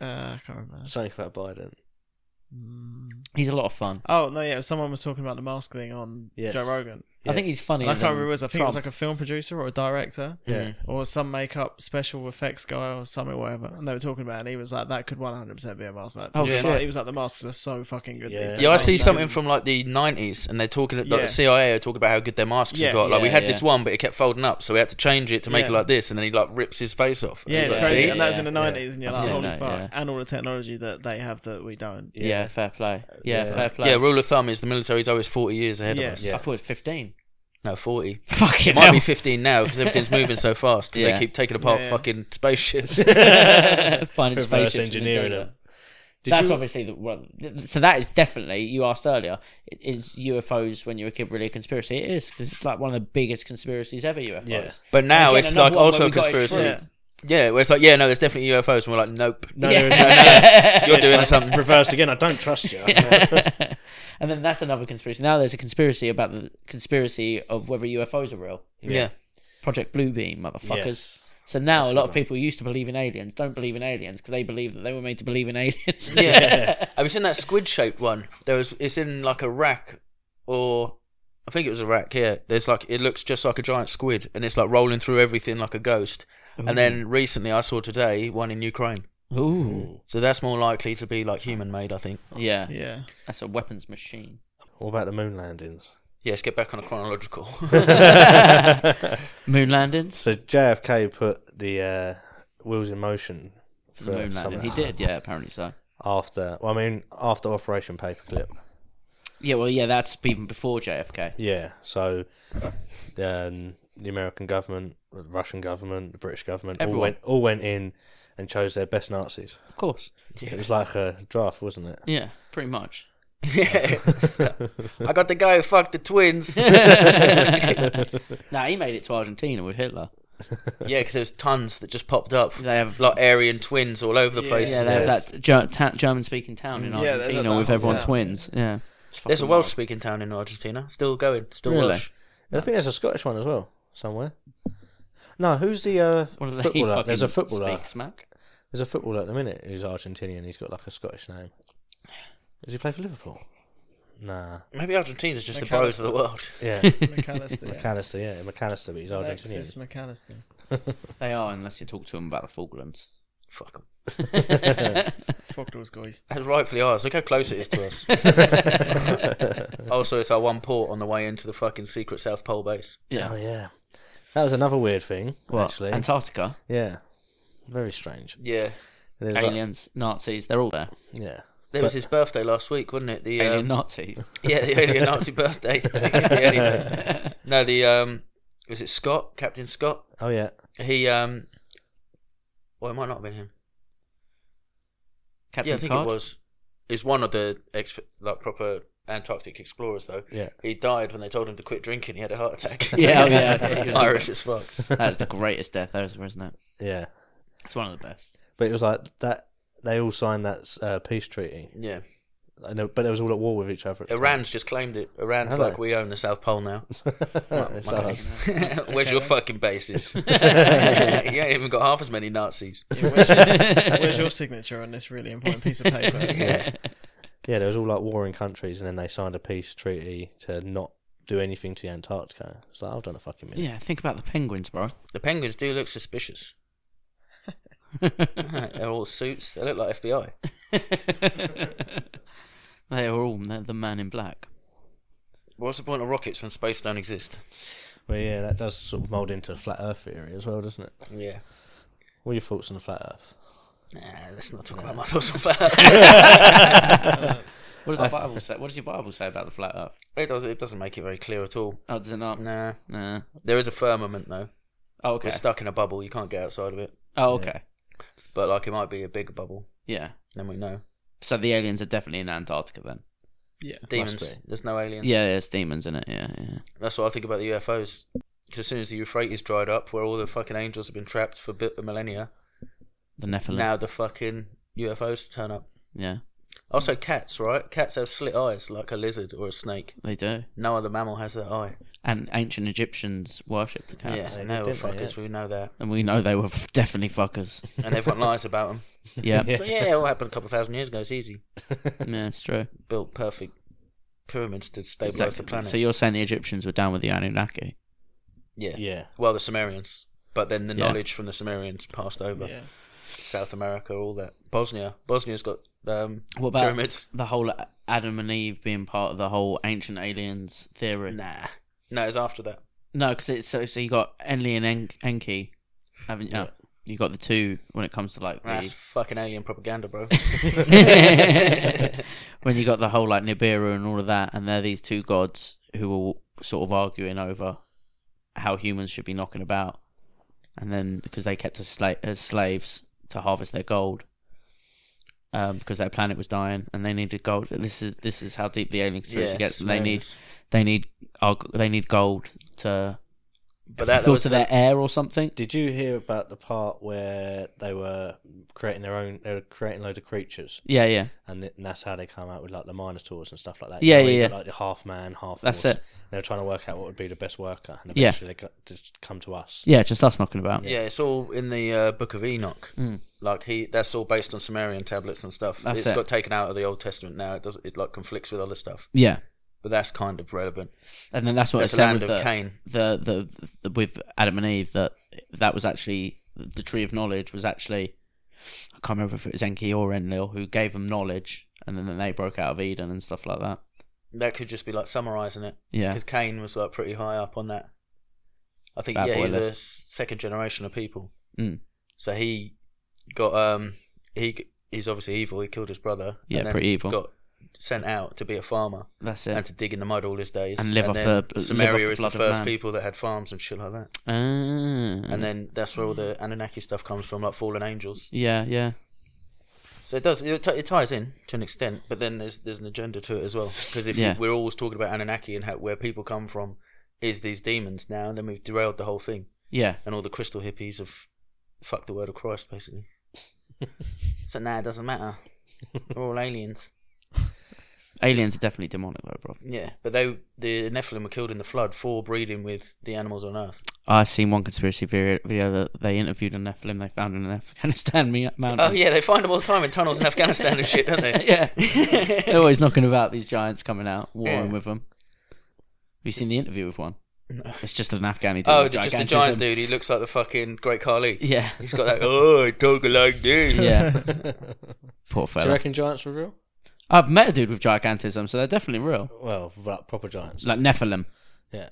Speaker 1: Uh, I can't remember.
Speaker 4: Something about Biden.
Speaker 2: He's a lot of fun.
Speaker 1: Oh no, yeah. Someone was talking about the mask thing on
Speaker 4: Yes.
Speaker 1: Joe Rogan.
Speaker 2: I think
Speaker 4: Yes.
Speaker 2: he's funny.
Speaker 1: And I can't remember. Who it was. I think it was like
Speaker 2: Trump.
Speaker 1: a film producer or a director.
Speaker 4: Yeah.
Speaker 1: or some makeup special effects guy or something, whatever. And they were talking about it, and he was like, that could 100% be a mask. Like,
Speaker 2: Oh,
Speaker 1: he was
Speaker 5: shit.
Speaker 1: like- He was like, the masks are so fucking good
Speaker 4: Yeah.
Speaker 1: these days.
Speaker 5: Yeah, I
Speaker 1: Like,
Speaker 5: see
Speaker 1: you
Speaker 5: something
Speaker 1: can-
Speaker 5: from like the nineties, and they're talking like
Speaker 1: Yeah.
Speaker 5: the CIA are talking about how good their masks
Speaker 1: Yeah,
Speaker 5: have got. Like we
Speaker 2: yeah,
Speaker 5: had this
Speaker 2: yeah.
Speaker 5: one, but it kept folding up, so we had to change it to make
Speaker 1: Yeah.
Speaker 5: it like this, and then he like rips his face off.
Speaker 1: Yeah,
Speaker 5: It's
Speaker 1: it's
Speaker 5: like,
Speaker 1: crazy.
Speaker 5: "See?"
Speaker 1: and that was in the
Speaker 4: Yeah,
Speaker 1: 90s, and you're
Speaker 2: I've
Speaker 1: like,
Speaker 2: seen
Speaker 1: holy
Speaker 2: that,
Speaker 1: fuck.
Speaker 2: yeah.
Speaker 1: And all the technology that they have that we don't.
Speaker 2: Yeah, fair play. Yeah,
Speaker 4: Yeah.
Speaker 2: fair play.
Speaker 5: Yeah, rule of thumb is the military's always 40 years ahead
Speaker 1: Yeah.
Speaker 5: of us.
Speaker 4: Yeah.
Speaker 2: I thought it was 15.
Speaker 5: No, 40.
Speaker 2: Fucking
Speaker 5: It might
Speaker 2: hell.
Speaker 5: be 15 now because everything's moving so fast because
Speaker 2: Yeah.
Speaker 5: they keep taking apart
Speaker 1: Yeah.
Speaker 5: fucking spaceships.
Speaker 2: Finding
Speaker 4: Reverse
Speaker 2: spaceships in the
Speaker 4: engineering
Speaker 2: desert.
Speaker 4: them. Did
Speaker 2: That's
Speaker 4: you-
Speaker 2: obviously the one. So that is definitely you asked earlier. Is UFOs when you're a kid really a conspiracy? It is because it's like one of the biggest conspiracies ever. UFOs.
Speaker 4: Yeah.
Speaker 5: but now
Speaker 2: Again,
Speaker 5: it's
Speaker 2: another
Speaker 5: like
Speaker 2: one where
Speaker 5: also a
Speaker 2: we got it
Speaker 5: conspiracy.
Speaker 1: Yeah.
Speaker 2: true.
Speaker 5: Yeah, where it's like, yeah, no, there's definitely UFOs. And we're like, nope.
Speaker 4: No,
Speaker 2: Yeah.
Speaker 4: there is no, no,
Speaker 5: You're
Speaker 4: It's
Speaker 5: doing
Speaker 4: like,
Speaker 5: something.
Speaker 4: reversed again. I don't trust you.
Speaker 2: and then that's another conspiracy. Now there's a conspiracy about the conspiracy of whether UFOs are real.
Speaker 5: Yeah.
Speaker 2: Project Bluebeam, motherfuckers.
Speaker 4: Yes.
Speaker 2: So now a lot of people who used to believe in aliens don't believe in aliens because they believe that they were made to believe in aliens.
Speaker 5: Yeah. Have you seen that squid shaped one? There was, it's in like a rack or. I think it was a rack, yeah. There's like it looks just like a giant squid and it's like rolling through everything like a ghost. And then recently I saw today one in Ukraine.
Speaker 2: Ooh.
Speaker 5: So that's more likely to be like human made, I think.
Speaker 2: Yeah.
Speaker 1: Yeah.
Speaker 2: That's a weapons machine.
Speaker 4: What about the moon landings?
Speaker 5: Yes, get back on a chronological.
Speaker 2: Moon landings.
Speaker 4: So JFK put the uh, wheels in motion for
Speaker 2: The moon landing.
Speaker 4: something
Speaker 2: He did. Yeah. Apparently so.
Speaker 4: after. Well, I mean, after Operation Paperclip.
Speaker 2: Yeah. Well. Yeah. That's even before JFK.
Speaker 4: Yeah. So um, the American government, the Russian government, the British government all
Speaker 2: Everyone.
Speaker 4: went all went in and chose their best Nazis.
Speaker 2: Of course.
Speaker 4: It was like a draft, wasn't it?
Speaker 2: Yeah. Pretty much.
Speaker 5: yeah. I got the guy who fucked the twins. yeah,
Speaker 2: Now he made it to Argentina with Hitler.
Speaker 5: because there's tons that just popped up.
Speaker 2: They have
Speaker 5: Like Aryan twins all over the place.
Speaker 2: Yeah, they have that ger- ta- German-speaking town in
Speaker 1: Yeah, there's
Speaker 2: Argentina
Speaker 1: that
Speaker 2: with
Speaker 1: whole
Speaker 2: everyone
Speaker 1: town.
Speaker 2: twins. Yeah, It's
Speaker 5: There's a
Speaker 2: fucking
Speaker 5: Welsh speaking town in Argentina. Still going. Still
Speaker 2: Really?
Speaker 5: Welsh.
Speaker 4: I think there's a Scottish one as well somewhere. No, who's the uh,
Speaker 2: wild. What are they
Speaker 4: footballer? There's a
Speaker 2: fucking
Speaker 4: footballer.
Speaker 2: Speak smack.
Speaker 4: There's a footballer at the minute who's Argentinian. He's got like a Scottish name. Does he play for Liverpool? Nah.
Speaker 5: Maybe Argentina's just the
Speaker 1: McAllister.
Speaker 5: bros of the world.
Speaker 4: Yeah.
Speaker 1: McAllister. yeah.
Speaker 4: McAllister, yeah, McAllister, but he's
Speaker 1: Alexis
Speaker 4: Argentinian.
Speaker 1: McAllister.
Speaker 2: They are, unless you talk to them about the Falklands.
Speaker 5: Fuck 'em.
Speaker 1: Fuck those guys.
Speaker 5: That's rightfully ours. Look how close it is to us. also, it's our one port on the way into the fucking secret South Pole base.
Speaker 4: Oh yeah, that was another weird thing. Actually,
Speaker 2: Antarctica,
Speaker 4: yeah, very strange.
Speaker 5: Yeah.
Speaker 4: There's like-
Speaker 2: aliens, Nazis, they're all there.
Speaker 4: yeah,
Speaker 5: There was his birthday last week, wasn't it? The
Speaker 2: Alien
Speaker 5: um,
Speaker 2: Nazis.
Speaker 5: yeah, the alien Nazi birthday. It could be any day. no, the um, was it Scott, Captain Scott?
Speaker 4: oh yeah,
Speaker 5: He um, well, it might not have been him.
Speaker 2: Captain
Speaker 5: Yeah, I think
Speaker 2: Picard?
Speaker 5: it was. It was one of the exp- like proper Antarctic explorers, though.
Speaker 4: yeah.
Speaker 5: He died when they told him to quit drinking. He had a heart attack.
Speaker 2: Yeah, oh, yeah, okay. He was-
Speaker 5: Irish as fuck.
Speaker 2: That's the greatest death ever, isn't it?
Speaker 4: Yeah,
Speaker 2: It's one of the best.
Speaker 4: but it was like that. They all signed that uh, peace treaty,
Speaker 5: Yeah,
Speaker 4: I know, but they was all at war with each other. at the
Speaker 5: Iran's just claimed it. Iran's
Speaker 4: Have
Speaker 5: like
Speaker 4: they?
Speaker 5: we own the South Pole now.
Speaker 4: time. It's
Speaker 5: My
Speaker 4: ours.
Speaker 5: God. Where's your fucking bases? you ain't even got half as many Nazis.
Speaker 1: Yeah, where's, your, where's your signature on this really important piece of paper?
Speaker 5: Yeah.
Speaker 4: yeah, there was all like warring countries, and then they signed a peace treaty to not do anything to Antarctica. It's like I've done a fucking minute.
Speaker 2: Yeah, think about the penguins, bro.
Speaker 5: The penguins do look suspicious. They're all suits. They look like FBI.
Speaker 2: they are all they're the man in black.
Speaker 5: What's the point of rockets when space don't exist?
Speaker 4: Well, yeah, that does sort of mould into flat Earth theory as well, doesn't it?
Speaker 5: Yeah.
Speaker 4: What are your thoughts on the flat Earth?
Speaker 5: Nah, let's not talk about my thoughts on that.
Speaker 2: What does the
Speaker 5: Uh,
Speaker 2: Bible say? What does your Bible say about the flat Earth?
Speaker 5: it, does, it doesn't make it very clear at all.
Speaker 2: Oh, does it not?
Speaker 5: Nah.
Speaker 2: No.
Speaker 5: There is a firmament, though.
Speaker 2: Oh, okay.
Speaker 5: It's stuck in a bubble. You can't get outside of it.
Speaker 2: Oh, okay.
Speaker 5: But, like, it might be a bigger bubble.
Speaker 2: Yeah.
Speaker 5: Then we know.
Speaker 2: So the aliens are definitely in Antarctica then.
Speaker 1: Yeah.
Speaker 5: Demons.
Speaker 4: be.
Speaker 5: There's no aliens.
Speaker 2: Yeah, there's demons in it. Yeah, yeah.
Speaker 5: That's what I think about the UFOs. 'Cause as soon as the Euphrates dried up, where all the fucking angels have been trapped for bit of millennia,
Speaker 2: The Nephilim.
Speaker 5: now the fucking UFOs turn up.
Speaker 2: Yeah,
Speaker 5: Also,
Speaker 2: Mm.
Speaker 5: cats, right? Cats have slit eyes like a lizard or a snake.
Speaker 2: they do.
Speaker 5: No other mammal has that eye.
Speaker 2: And ancient Egyptians worshipped the cats.
Speaker 5: yeah,
Speaker 4: did,
Speaker 5: no we're
Speaker 4: didn't they?
Speaker 5: fuckers. We know that,
Speaker 2: And we know they were f- definitely fuckers.
Speaker 5: and everyone lies about them.
Speaker 2: Yeah, yeah,
Speaker 5: So yeah, it all happened a couple thousand years ago. It's easy.
Speaker 2: it's true.
Speaker 5: Built perfect pyramids to stabilize the
Speaker 2: Exactly.
Speaker 5: planet.
Speaker 2: So you're saying the Egyptians were down with the Anunnaki?
Speaker 5: yeah.
Speaker 4: Yeah,
Speaker 5: Well, the Sumerians, but then the
Speaker 2: Yeah.
Speaker 5: knowledge from the Sumerians passed over
Speaker 1: Yeah.
Speaker 5: South America, all that. Bosnia, Bosnia's got um,
Speaker 2: What about
Speaker 5: pyramids.
Speaker 2: the whole Adam and Eve being part of the whole ancient aliens theory?
Speaker 5: Nah, no, it's after that.
Speaker 2: No, because it's so so you got Enlil and en- Enki, haven't you?
Speaker 4: Yeah.
Speaker 2: You got the two when it comes to like
Speaker 5: That's
Speaker 2: the
Speaker 5: fucking alien propaganda, bro.
Speaker 2: when you got the whole like Nibiru and all of that, and they're these two gods who were sort of arguing over how humans should be knocking about, and then because they kept us sla- as slaves to harvest their gold, um, because their planet was dying and they needed gold. This is this is how deep the alien conspiracy gets. They need
Speaker 5: Sumerians.
Speaker 2: they need our, they need gold to
Speaker 5: but that, that was
Speaker 2: filter
Speaker 5: the-
Speaker 2: their air or something.
Speaker 4: Did you hear about the part where they were creating their own? They were creating loads of creatures,
Speaker 2: Yeah, yeah,
Speaker 4: and, th- and that's how they come out with like the minotaurs and stuff like that.
Speaker 2: Yeah,
Speaker 4: You know,
Speaker 2: yeah,
Speaker 4: you've got, Like the half man, half.
Speaker 2: That's
Speaker 4: horse.
Speaker 2: it.
Speaker 4: They were trying to work out what would be the best worker, and
Speaker 2: Yeah.
Speaker 4: eventually they got just come to us.
Speaker 2: yeah. Just us knocking about.
Speaker 5: Yeah, it's all in the uh, Book of Enoch.
Speaker 2: Mm.
Speaker 5: Like he, that's all based on Sumerian tablets and stuff.
Speaker 2: That's
Speaker 5: It's
Speaker 2: it.
Speaker 5: got taken out of the Old Testament now. It does. It like conflicts with other stuff,
Speaker 2: yeah.
Speaker 5: but that's kind of relevant.
Speaker 2: And then that's what
Speaker 5: That's
Speaker 2: it's
Speaker 5: the
Speaker 2: saying
Speaker 5: land
Speaker 2: with
Speaker 5: of
Speaker 2: the-
Speaker 5: Cain.
Speaker 2: the, the the with Adam and Eve that that was actually the tree of knowledge was actually I can't remember if it was Enki or Enlil who gave them knowledge, and then, then they broke out of Eden and stuff like that.
Speaker 5: That could just be like summarizing it
Speaker 2: Yeah,
Speaker 5: because Cain was like pretty high up on that. I think
Speaker 2: Bad
Speaker 5: yeah,
Speaker 2: boy
Speaker 5: he was the
Speaker 2: list.
Speaker 5: second generation of people.
Speaker 2: Mm.
Speaker 5: So he got um he he's obviously evil. He killed his brother.
Speaker 2: Yeah,
Speaker 5: and then
Speaker 2: pretty evil.
Speaker 5: Got sent out to be a farmer
Speaker 2: that's
Speaker 5: and
Speaker 2: it.
Speaker 5: to dig in the mud all his days
Speaker 2: And live off
Speaker 5: then
Speaker 2: the- live off
Speaker 5: Samaria
Speaker 2: the
Speaker 5: is
Speaker 2: blood
Speaker 5: the
Speaker 2: of
Speaker 5: first
Speaker 2: man. Mm.
Speaker 5: people that had farms and shit like that.
Speaker 2: Ah,
Speaker 5: and then that's where all the Anunnaki stuff comes from, like fallen angels.
Speaker 2: yeah, yeah,
Speaker 5: So it does it, t- it ties in to an extent, but then there's there's an agenda to it as well. Because if you-
Speaker 2: Yeah.
Speaker 5: we're always talking about Anunnaki and how, where people come from is these demons now, and then we've derailed the whole thing,
Speaker 2: yeah.
Speaker 5: and all the crystal hippies have fucked the word of Christ basically. so now it doesn't matter. We're all aliens.
Speaker 2: Aliens are definitely demonic, though, bro.
Speaker 5: Yeah, but they the Nephilim were killed in the flood for breeding with the animals on Earth.
Speaker 2: I seen one conspiracy video video that they interviewed a Nephilim they found in Afghanistan me- mountains.
Speaker 5: Oh yeah, they find them all the time in tunnels in Afghanistan and shit, don't they?
Speaker 2: yeah. They're always knocking about these giants coming out, warring
Speaker 5: Yeah.
Speaker 2: with them. Have you seen the interview with one? It's just an Afghani dude.
Speaker 5: Oh,
Speaker 2: with
Speaker 5: just the
Speaker 2: gigantism.
Speaker 5: giant dude. He looks like the fucking Great Khali.
Speaker 2: Yeah,
Speaker 5: He's got that. Oh, I talk like this.
Speaker 2: yeah. Poor
Speaker 4: Do you
Speaker 2: fella.
Speaker 4: reckon giants were real?
Speaker 2: I've met a dude with gigantism, so they're definitely real.
Speaker 4: Well, like proper giants.
Speaker 2: Like Nephilim.
Speaker 4: yeah.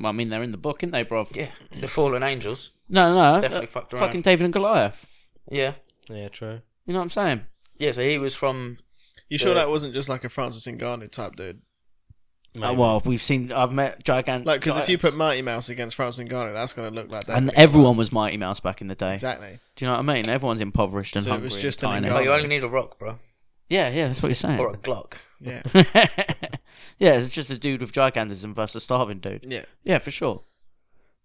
Speaker 2: Well, I mean, they're in the book, aren't they, bro?
Speaker 5: Yeah, the fallen angels.
Speaker 2: No, no.
Speaker 5: Definitely
Speaker 2: uh,
Speaker 5: fucked around.
Speaker 2: fucking David and Goliath.
Speaker 5: Yeah,
Speaker 4: Yeah, true.
Speaker 2: You know what I'm saying?
Speaker 5: yeah. So he was from.
Speaker 1: You sure
Speaker 5: Yeah.
Speaker 1: that wasn't just like a Francis Ngannou type dude?
Speaker 2: Uh,
Speaker 4: Maybe.
Speaker 2: well, we've seen. I've met gigantic.
Speaker 1: Like, because if you put Mighty Mouse against Francis Ngannou, that's going to look like that.
Speaker 2: and everyone was Mighty Mouse back in the day.
Speaker 1: exactly.
Speaker 2: Do you know what I mean? Everyone's impoverished and
Speaker 1: So it
Speaker 2: hungry.
Speaker 1: was
Speaker 2: and
Speaker 1: just an
Speaker 2: tiny.
Speaker 5: Oh,
Speaker 1: engulf-
Speaker 5: you only need a rock, bro,
Speaker 2: Yeah, yeah, that's what you're saying.
Speaker 5: or a Glock.
Speaker 1: Yeah,
Speaker 2: yeah, it's just a dude with gigantism versus a starving dude.
Speaker 1: yeah.
Speaker 2: Yeah, for sure.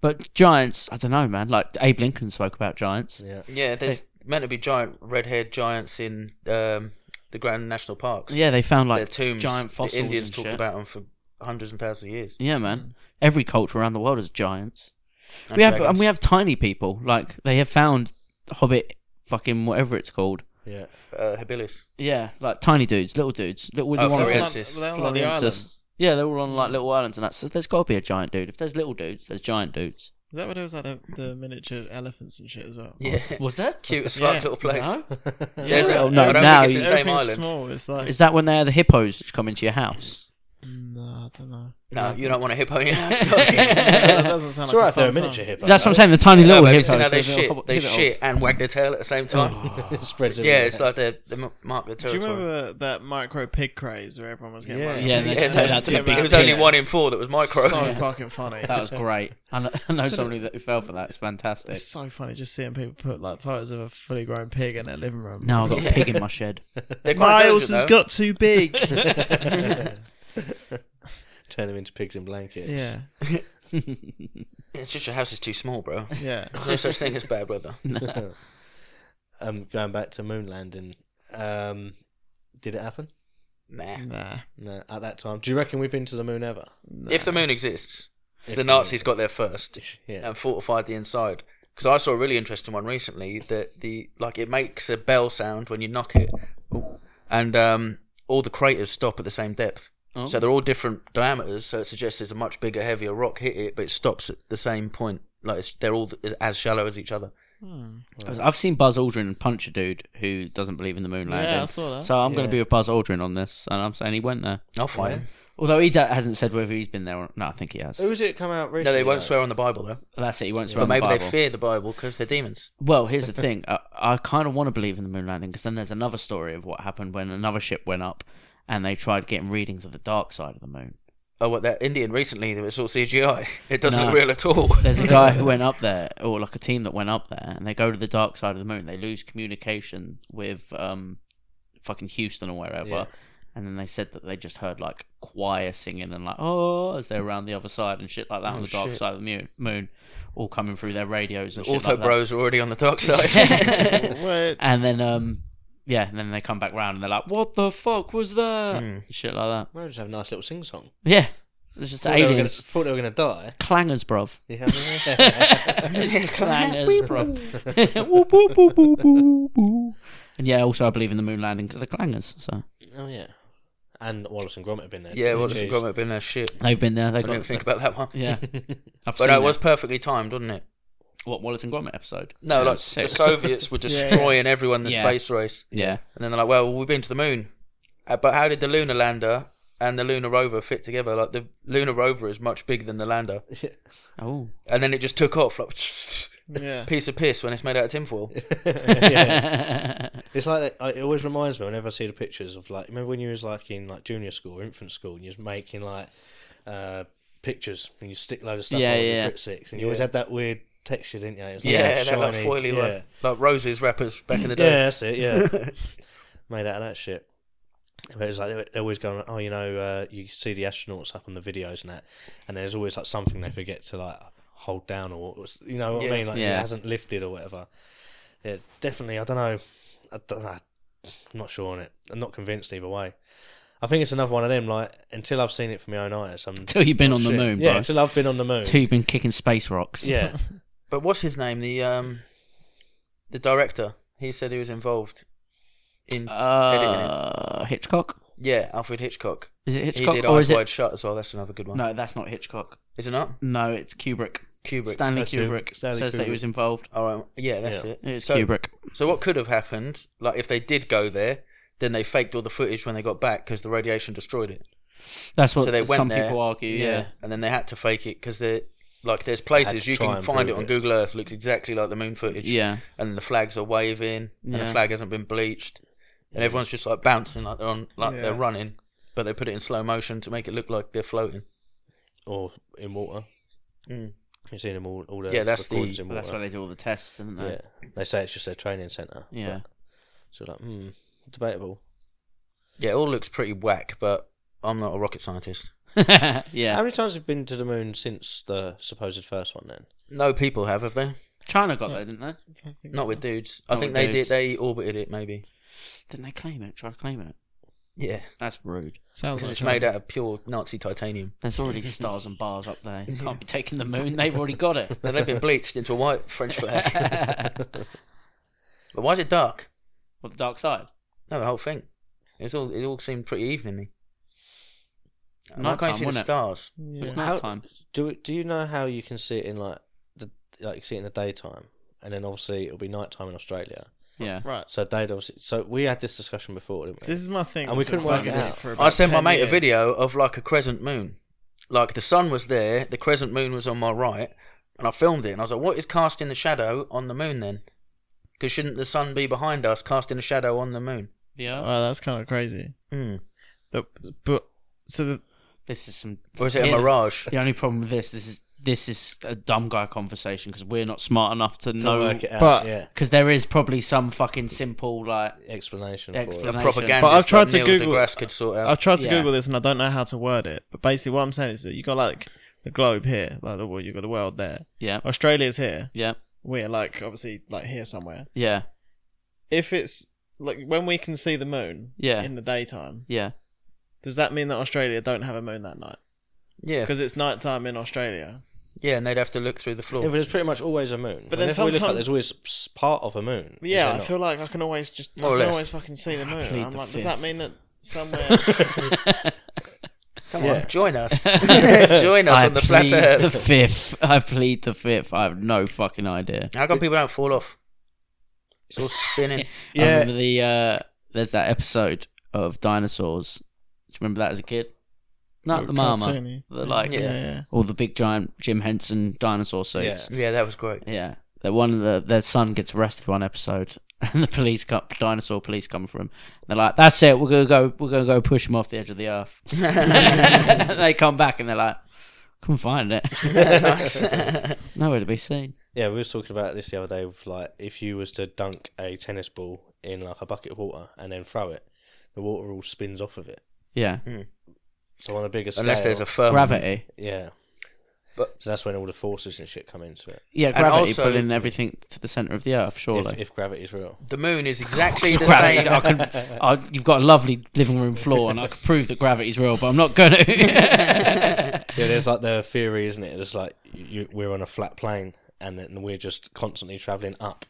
Speaker 2: But giants, I don't know, man. Like Abe Lincoln spoke about giants.
Speaker 4: Yeah.
Speaker 5: Yeah, there's meant to be giant red-haired giants in um, the Grand National Parks.
Speaker 2: Yeah, they found
Speaker 5: their
Speaker 2: like
Speaker 5: tombs.
Speaker 2: giant fossils.
Speaker 5: the Indians
Speaker 2: and
Speaker 5: talked
Speaker 2: shit.
Speaker 5: about them for hundreds and thousands of years.
Speaker 2: Yeah, man. Every culture around the world has giants.
Speaker 5: And
Speaker 2: we have
Speaker 5: dragons.
Speaker 2: and we have tiny people. Like they have found Hobbit, fucking whatever it's called.
Speaker 4: Yeah.
Speaker 5: uh, habilis.
Speaker 2: Yeah, like tiny dudes, little dudes, little Willy
Speaker 5: Oh,
Speaker 1: Were
Speaker 2: Wonka.
Speaker 1: they all on-
Speaker 5: Floriensis.
Speaker 1: were they all on the
Speaker 2: Floriensis.
Speaker 1: islands? Is
Speaker 2: Yeah, they're all on like little islands and that. So there's got to be a giant dude. If there's little dudes, there's giant dudes.
Speaker 1: that where there was like the, the miniature elephants and shit as well?
Speaker 5: Yeah,
Speaker 2: Was that?
Speaker 5: cute as fuck
Speaker 1: Yeah.
Speaker 5: little place.
Speaker 2: No?
Speaker 5: There's
Speaker 1: Yeah.
Speaker 5: a-
Speaker 1: Oh,
Speaker 2: no,
Speaker 5: I don't
Speaker 2: now
Speaker 5: think
Speaker 2: you-
Speaker 5: it's the same
Speaker 1: Everything's
Speaker 5: island.
Speaker 1: small. It's like
Speaker 2: Is that when they're the hippos which come into your house?
Speaker 1: no, mm, I don't know.
Speaker 5: No, you don't want a hippo in your house.
Speaker 1: that doesn't sound like
Speaker 4: It's alright if
Speaker 1: a
Speaker 4: they're a
Speaker 1: fun time.
Speaker 4: miniature hippo.
Speaker 2: That's what I'm saying. The tiny
Speaker 5: No,
Speaker 2: little
Speaker 5: but have you
Speaker 2: hippos.
Speaker 5: seen how they
Speaker 2: those little Oh.
Speaker 5: shit? They
Speaker 2: hobbit-
Speaker 5: shit and wag their tail at the same time.
Speaker 4: it spreads.
Speaker 5: yeah,
Speaker 4: everywhere.
Speaker 5: it's like they they m- mark their
Speaker 1: Do you
Speaker 5: territory.
Speaker 1: remember that micro pig craze where everyone was getting
Speaker 4: Yeah.
Speaker 1: money?
Speaker 2: Yeah, and they just
Speaker 5: Yeah,
Speaker 2: turned out to be
Speaker 1: yeah,
Speaker 2: big
Speaker 5: it was
Speaker 1: pigs.
Speaker 5: only one in four that was micro.
Speaker 1: So fucking funny.
Speaker 2: That was great. I know, I know somebody that fell for that. It's fantastic.
Speaker 1: It's so funny just seeing people put like photos of a fully grown pig in their living room.
Speaker 2: Now I've got a pig in my shed.
Speaker 5: They're quite
Speaker 1: Miles has
Speaker 5: intelligent, though.
Speaker 1: got too big.
Speaker 4: Turn them into pigs in blankets.
Speaker 1: yeah,
Speaker 5: It's just your house is too small, bro.
Speaker 1: yeah.
Speaker 5: There's no such thing as bad weather.
Speaker 4: Um, going back to moon landing. Um, did it happen?
Speaker 5: Nah.
Speaker 1: Nah.
Speaker 4: No, at that time. Do you reckon we've been to the moon ever?
Speaker 5: If the moon exists,
Speaker 4: If
Speaker 5: the Nazis got there first
Speaker 4: Yeah.
Speaker 5: and fortified the inside. Because I saw a really interesting one recently that the like it makes a bell sound when you knock it, and um, all the craters stop at the same depth.
Speaker 2: Oh.
Speaker 5: So they're all different diameters. So it suggests there's a much bigger, heavier rock hit it, but it stops at the same point. Like it's, they're all th- as shallow as each other.
Speaker 2: I've seen Buzz Aldrin punch a dude who doesn't believe in the moon landing.
Speaker 1: Yeah, I saw that.
Speaker 2: So I'm going
Speaker 4: Yeah.
Speaker 2: to be with Buzz Aldrin on this, and I'm saying he went there.
Speaker 5: I'll find them.
Speaker 2: Although he da- hasn't said whether he's been there or not. I think he has.
Speaker 4: Who was it come out recently?
Speaker 5: No, they won't
Speaker 4: though?
Speaker 5: swear on the Bible though.
Speaker 2: That's it. He won't swear
Speaker 5: But
Speaker 2: on the
Speaker 5: maybe they
Speaker 2: Bible.
Speaker 5: fear the Bible because they're demons.
Speaker 2: Well, here's the thing. I, I kind of want to believe in the moon landing because then there's another story of what happened when another ship went up and they tried getting readings of the dark side of the moon.
Speaker 5: Oh, what that Indian recently? It was all CGI. It doesn't
Speaker 2: No.
Speaker 5: look real at all.
Speaker 2: There's a guy who went up there, or like a team that went up there, and they go to the dark side of the moon. They lose communication with um, fucking Houston or wherever.
Speaker 4: Yeah.
Speaker 2: And then they said that they just heard like choir singing and like, oh, as they're around the other side and shit like
Speaker 4: Oh,
Speaker 2: that on the dark
Speaker 5: shit.
Speaker 2: side of the mu- moon, all coming through their radios and shit.
Speaker 5: Ortho
Speaker 2: like that.
Speaker 5: bros are already on the dark side.
Speaker 1: Wait.
Speaker 2: And then um yeah, and then they come back round and they're like, "What the fuck was that?"
Speaker 4: Hmm.
Speaker 2: Shit like
Speaker 4: Might just have a nice little sing song.
Speaker 2: that. Yeah, it's just
Speaker 4: Thought they were gonna,
Speaker 2: aliens
Speaker 4: thought they were gonna die.
Speaker 2: clangers, bruv.
Speaker 4: Yeah.
Speaker 2: It's clangers, bruv. Whoop, whoop, whoop, whoop, whoop, whoop. and yeah, also I believe in the moon landing because of the clangers. So
Speaker 4: oh yeah. And Wallace and Gromit have been there.
Speaker 5: yeah,
Speaker 4: too.
Speaker 5: Wallace and
Speaker 4: Jeez.
Speaker 5: Gromit have been there. Shit,
Speaker 2: they've been there. They
Speaker 5: I
Speaker 2: got
Speaker 5: didn't think about that one.
Speaker 2: yeah. I've
Speaker 5: But
Speaker 2: seen
Speaker 5: no, it was
Speaker 2: that.
Speaker 5: perfectly timed, wasn't it?
Speaker 2: what Wallace and Gromit episode.
Speaker 5: No,
Speaker 2: Yeah,
Speaker 5: like the
Speaker 2: sick.
Speaker 5: Soviets were destroying everyone in the
Speaker 2: Yeah.
Speaker 5: space race,
Speaker 2: yeah,
Speaker 5: and then they're like, "Well, we've been to the moon, uh, but how did the lunar lander and the lunar rover fit together? Like the lunar rover is much bigger than the lander,
Speaker 2: oh,
Speaker 5: and then it just took off like
Speaker 1: Yeah.
Speaker 5: piece of piss when it's made out of tinfoil."
Speaker 4: It's like that, it always reminds me whenever I see the pictures of like remember when you was like in like junior school or infant school and you was making like uh pictures and you stick loads of stuff
Speaker 2: Yeah,
Speaker 4: on
Speaker 2: yeah.
Speaker 4: Crit Six and you always had that weird texture, didn't you? It was like
Speaker 5: Yeah,
Speaker 4: that
Speaker 5: they're like
Speaker 4: shiny-
Speaker 5: foily,
Speaker 4: yeah.
Speaker 5: like, like roses wrappers back in the
Speaker 4: Yeah,
Speaker 5: day.
Speaker 4: that's it. Yeah, made out of that shit. But it's like they're- they're always going, oh, you know, uh, you see the astronauts up on the videos and that, and there's always like something they forget to like hold down or what's- you know what
Speaker 5: Yeah.
Speaker 4: I mean, like it
Speaker 2: Yeah.
Speaker 4: hasn't lifted or whatever. Yeah, definitely. I don't know. I don't, I'm not sure on it. I'm not convinced either way. I think it's another one of them. Like until I've seen it for my own eyes, I'm
Speaker 2: Till you've been
Speaker 4: oh,
Speaker 2: on the
Speaker 4: shit.
Speaker 2: moon,
Speaker 4: Yeah,
Speaker 2: bro.
Speaker 4: until I've been on the moon.
Speaker 2: Till you've been kicking space rocks.
Speaker 4: Yeah,
Speaker 5: But what's his name? The um, the director. He said he was involved in.
Speaker 2: Uh, Hitchcock.
Speaker 5: yeah, Alfred Hitchcock.
Speaker 2: Is it
Speaker 5: He
Speaker 2: Hitchcock
Speaker 5: did
Speaker 2: or
Speaker 5: Eyes
Speaker 2: is
Speaker 5: Wide
Speaker 2: it?
Speaker 5: Shut as well. That's another good one.
Speaker 2: No, that's not Hitchcock.
Speaker 5: Is it not?
Speaker 2: No, it's Kubrick.
Speaker 5: Kubrick.
Speaker 2: Stanley
Speaker 4: That's him.
Speaker 2: Kubrick
Speaker 4: Stanley
Speaker 2: says that he
Speaker 4: Kubrick.
Speaker 2: was involved.
Speaker 5: All right. Yeah, that's
Speaker 4: Yeah.
Speaker 5: it.
Speaker 2: It's
Speaker 5: so,
Speaker 2: Kubrick.
Speaker 5: So what could have happened? Like if they did go there, then they faked all the footage when they got back because the radiation destroyed it.
Speaker 2: That's what
Speaker 5: so they went
Speaker 2: some
Speaker 5: there.
Speaker 2: people argue. Yeah.
Speaker 5: and then they had to fake it because they like there's
Speaker 4: Had
Speaker 5: places
Speaker 4: to
Speaker 5: you
Speaker 4: try
Speaker 5: can
Speaker 4: and
Speaker 5: find it
Speaker 4: prove
Speaker 5: on
Speaker 4: it.
Speaker 5: Google Earth looks exactly like the moon footage.
Speaker 2: Yeah.
Speaker 5: and the flags are waving, and the
Speaker 2: Yeah.
Speaker 5: flag hasn't been bleached, and everyone's just like bouncing like they're on like
Speaker 1: Yeah.
Speaker 5: they're running, but they put it in slow motion to make it look like they're floating.
Speaker 4: or in water.
Speaker 5: Mm.
Speaker 4: You've seen them all. all the
Speaker 5: Yeah, that's the-
Speaker 4: recordings in
Speaker 2: Well, that's why
Speaker 4: water.
Speaker 2: they do all the tests, isn't they?
Speaker 4: yeah, they say it's just their training center.
Speaker 2: Yeah.
Speaker 4: but- so like, hmm, debatable.
Speaker 5: Yeah, it all looks pretty whack, but I'm not a rocket scientist.
Speaker 2: Yeah.
Speaker 4: How many times have you been to the moon since the supposed first one? Then
Speaker 5: No people have, have they?
Speaker 2: China got
Speaker 1: Yeah.
Speaker 2: there, didn't they?
Speaker 5: Not with dudes. I
Speaker 2: Not
Speaker 5: think
Speaker 2: with
Speaker 5: they
Speaker 2: dudes.
Speaker 5: did. They orbited it, maybe.
Speaker 2: Didn't they claim it? Try to claim it.
Speaker 5: Yeah,
Speaker 2: That's rude.
Speaker 1: Sounds
Speaker 5: because
Speaker 1: like
Speaker 5: it's made out of pure Nazi titanium.
Speaker 2: There's already stars and bars up there. You can't be taking the moon. They've already got it.
Speaker 5: And they've been bleached into a white French flag. but why is it dark?
Speaker 2: What the dark side?
Speaker 5: No, the whole thing. It's all. It all seemed pretty eveningy. And Why
Speaker 2: Nighttime,
Speaker 5: can't you see the
Speaker 2: wasn't it?
Speaker 5: stars?
Speaker 1: Yeah.
Speaker 2: It was
Speaker 4: How-
Speaker 2: night time.
Speaker 4: do do you know how you can see it in like the like you see it in the daytime, and then obviously it'll be nighttime in Australia.
Speaker 2: Yeah.
Speaker 1: Right.
Speaker 4: So they'd obviously. So we had this discussion before, didn't we?
Speaker 1: This is my thing.
Speaker 4: And we
Speaker 1: that's been
Speaker 4: couldn't work it
Speaker 1: bugging us
Speaker 4: out.
Speaker 1: for about
Speaker 5: I sent my
Speaker 1: 10
Speaker 5: mate a
Speaker 1: years.
Speaker 5: video of like a crescent moon. Like the sun was there, the crescent moon was on my right, and I filmed it. And I was like, "What is casting the shadow on the moon then? Because shouldn't the sun be behind us, casting a shadow on the moon?"
Speaker 2: Yeah.
Speaker 1: Wow, Oh, that's kind of crazy.
Speaker 5: Hmm.
Speaker 1: But but so the,
Speaker 2: This is some.
Speaker 5: Or is it a
Speaker 2: Yeah.
Speaker 5: mirage?
Speaker 2: The only problem with this, this is this is a dumb guy conversation because we're not smart enough to
Speaker 4: To
Speaker 2: know.
Speaker 4: work it out,
Speaker 1: but-
Speaker 4: yeah,
Speaker 2: Because there is probably some fucking simple like
Speaker 4: explanation, for
Speaker 2: Explanation.
Speaker 5: A
Speaker 4: it.
Speaker 2: But
Speaker 5: propaganda.
Speaker 1: I've tried to
Speaker 5: Neil
Speaker 1: Google-
Speaker 5: deGrasse could sort out.
Speaker 1: I tried to
Speaker 2: Yeah.
Speaker 1: Google this and I don't know how to word it. But basically, what I'm saying is that you got like the globe here, like the well, you got the world there.
Speaker 2: yeah
Speaker 1: Australia's here.
Speaker 2: yeah
Speaker 1: We're like obviously like here somewhere.
Speaker 2: yeah
Speaker 1: If it's like when we can see the moon
Speaker 2: Yeah.
Speaker 1: in the daytime,
Speaker 2: yeah
Speaker 1: does that mean that Australia don't have a moon that night?
Speaker 5: yeah,
Speaker 1: Because it's nighttime in Australia.
Speaker 5: yeah, and they'd have to look through the floor.
Speaker 4: Yeah, but there's pretty much always a moon.
Speaker 1: But then
Speaker 4: Whenever we look up,
Speaker 1: sometimes-
Speaker 4: there's always s- part of a moon.
Speaker 1: But
Speaker 4: is
Speaker 1: yeah,
Speaker 4: there
Speaker 1: I
Speaker 4: not?
Speaker 1: feel like I can always just
Speaker 5: More or
Speaker 1: I can
Speaker 5: less.
Speaker 1: always fucking see the moon.
Speaker 2: plead
Speaker 1: I'm
Speaker 2: the
Speaker 1: like, does
Speaker 2: fifth.
Speaker 1: that mean that somewhere?
Speaker 5: Come
Speaker 4: Yeah.
Speaker 5: on, join us. join us
Speaker 2: I
Speaker 5: on the flat
Speaker 2: plead
Speaker 5: Earth.
Speaker 2: the fifth I plead the fifth I have no fucking idea
Speaker 5: How come people don't fall off? It's all spinning.
Speaker 2: yeah I
Speaker 4: Yeah.
Speaker 2: remember the uh there's that episode of dinosaurs do you remember that as a kid not the mama
Speaker 1: Cartoony.
Speaker 2: the like
Speaker 1: Yeah.
Speaker 5: Yeah.
Speaker 1: yeah.
Speaker 2: all the big giant Jim Henson dinosaur suits
Speaker 5: yeah, that was great.
Speaker 2: yeah, That one of the their son gets arrested one episode and the police come dinosaur police come for him they're like that's it we're gonna go we're gonna go push him off the edge of the earth they come back and they're like, couldn't find it.
Speaker 5: nice.
Speaker 2: Nowhere to be seen.
Speaker 4: Yeah, we was talking about this the other day with like if you was to dunk a tennis ball in like a bucket of water and then throw it, the water all spins off of it.
Speaker 2: Yeah.
Speaker 4: So on a bigger scale,
Speaker 5: Unless there's a
Speaker 2: Um,
Speaker 5: firm
Speaker 2: gravity.
Speaker 4: yeah,
Speaker 5: But-
Speaker 4: so that's when all the forces and shit come into it.
Speaker 2: Yeah,
Speaker 5: And
Speaker 2: gravity
Speaker 5: also-
Speaker 2: pulling everything to the centre of the earth, surely.
Speaker 4: If, if gravity's real,
Speaker 5: The moon is exactly the
Speaker 2: Gravity-
Speaker 5: same.
Speaker 2: I can, I, you've got a lovely living room floor, and I could prove that gravity's real, but I'm not going to.
Speaker 4: yeah, there's like the theory, isn't it? It's like you, we're on a flat plane and then we're just constantly traveling up.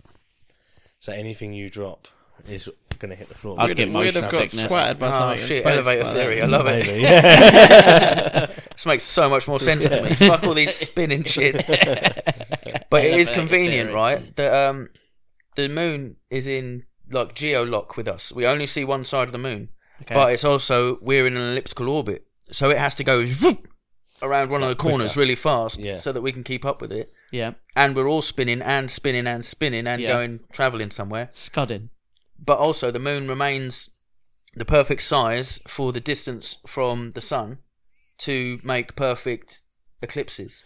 Speaker 4: So anything you drop is gonna hit the floor.
Speaker 2: I'd
Speaker 1: We'd,
Speaker 2: get
Speaker 1: we'd have
Speaker 2: motion
Speaker 1: got
Speaker 2: sickness.
Speaker 1: swatted by
Speaker 5: Oh
Speaker 1: something. in
Speaker 5: shit!
Speaker 1: space
Speaker 5: Elevator
Speaker 1: by that.
Speaker 5: theory. I love it.
Speaker 4: Maybe, yeah.
Speaker 5: This makes so much more sense to me. Fuck all these spinning shits. but it is
Speaker 2: Elevator
Speaker 5: convenient,
Speaker 2: theory.
Speaker 5: right? That um, the moon is in like geolock with us. We only see one side of the moon,
Speaker 2: Okay.
Speaker 5: but it's also we're in an elliptical orbit, so it has to go around one of the corners really fast,
Speaker 4: Yeah.
Speaker 5: so that we can keep up with it.
Speaker 2: yeah.
Speaker 5: And we're all spinning and spinning and spinning and
Speaker 2: Yeah.
Speaker 5: going traveling somewhere.
Speaker 2: Scudding.
Speaker 5: but also the moon remains the perfect size for the distance from the sun to make perfect eclipses.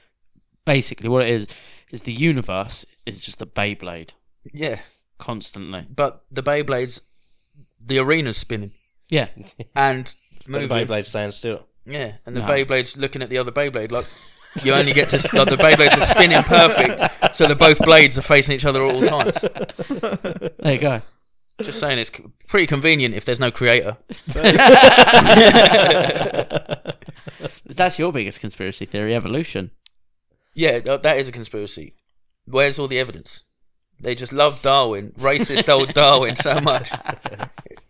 Speaker 2: Basically, what it is, is the universe is just a Beyblade
Speaker 5: Yeah,
Speaker 2: constantly.
Speaker 5: but the Beyblades, the arena's spinning
Speaker 2: Yeah.
Speaker 5: and
Speaker 4: But the
Speaker 5: moving.
Speaker 4: Beyblade stands still.
Speaker 5: Yeah, and the
Speaker 2: No.
Speaker 5: Beyblade's looking at the other Beyblade like. You only get to like the Beyblades are spinning perfect, so that both blades are facing each other at all times.
Speaker 2: There you go.
Speaker 5: Just saying, it's c- pretty convenient if there's no creator.
Speaker 2: That's your biggest conspiracy theory, evolution.
Speaker 5: Yeah, th- that is a conspiracy. Where's all the evidence? They just love Darwin, racist old Darwin, so much.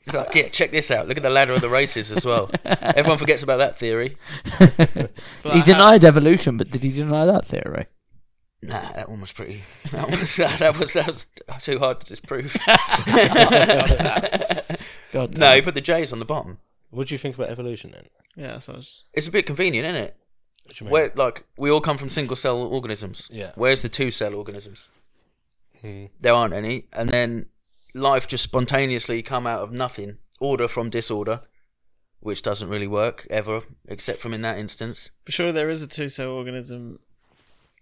Speaker 5: It's like, yeah, check this out. Look at the ladder of the races as well. Everyone forgets about that theory.
Speaker 1: But I
Speaker 2: he
Speaker 1: have-
Speaker 2: denied evolution, but did he deny that theory?
Speaker 5: Nah, that one was pretty. That was that was, that was too hard to disprove.
Speaker 2: God
Speaker 5: no, he put the J's on the bottom.
Speaker 4: What do you think about evolution then?
Speaker 1: Yeah, so I was-
Speaker 5: It's a bit convenient, isn't it?
Speaker 4: What do you mean?
Speaker 5: Where like we all come from single cell organisms.
Speaker 4: Yeah.
Speaker 5: Where's the two cell organisms?
Speaker 4: Hmm.
Speaker 5: There aren't any, and then life just spontaneously come out of nothing, order from disorder, which doesn't really work ever, except from in that instance.
Speaker 1: but sure there is a two cell organism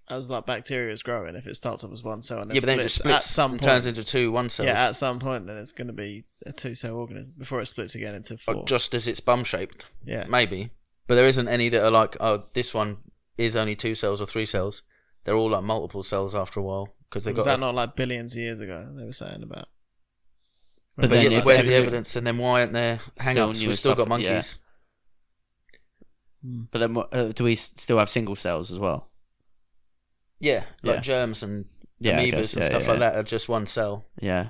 Speaker 1: as like bacteria is growing if it starts off as one cell and
Speaker 5: yeah, but then it just splits
Speaker 1: at some
Speaker 5: and
Speaker 1: point.
Speaker 5: turns into two one cells.
Speaker 1: yeah, at some point then it's going to be a two cell organism before it splits again into
Speaker 5: Or
Speaker 1: four.
Speaker 5: just as it's bum shaped,
Speaker 1: yeah.
Speaker 5: maybe. But there isn't any that are like, oh, this one is only two cells or three cells. They're all like multiple cells after a while because they
Speaker 1: Was
Speaker 5: got.
Speaker 1: that
Speaker 5: a-
Speaker 1: not like billions of years ago they were saying about?
Speaker 2: But
Speaker 5: but
Speaker 2: then
Speaker 5: yeah,
Speaker 2: if
Speaker 5: where's
Speaker 2: there's
Speaker 5: the
Speaker 2: a-
Speaker 5: evidence? And then why aren't there hang ups?
Speaker 2: new
Speaker 5: We've still
Speaker 2: stuff,
Speaker 5: got monkeys.
Speaker 2: But then, what- uh, do we s- still have single cells as well?
Speaker 5: Yeah, like
Speaker 2: Yeah.
Speaker 5: germs and
Speaker 2: Yeah, I
Speaker 5: amoebas
Speaker 2: guess,
Speaker 5: and
Speaker 2: yeah,
Speaker 5: stuff
Speaker 2: yeah,
Speaker 5: like
Speaker 2: yeah.
Speaker 5: that are just one cell
Speaker 2: Yeah.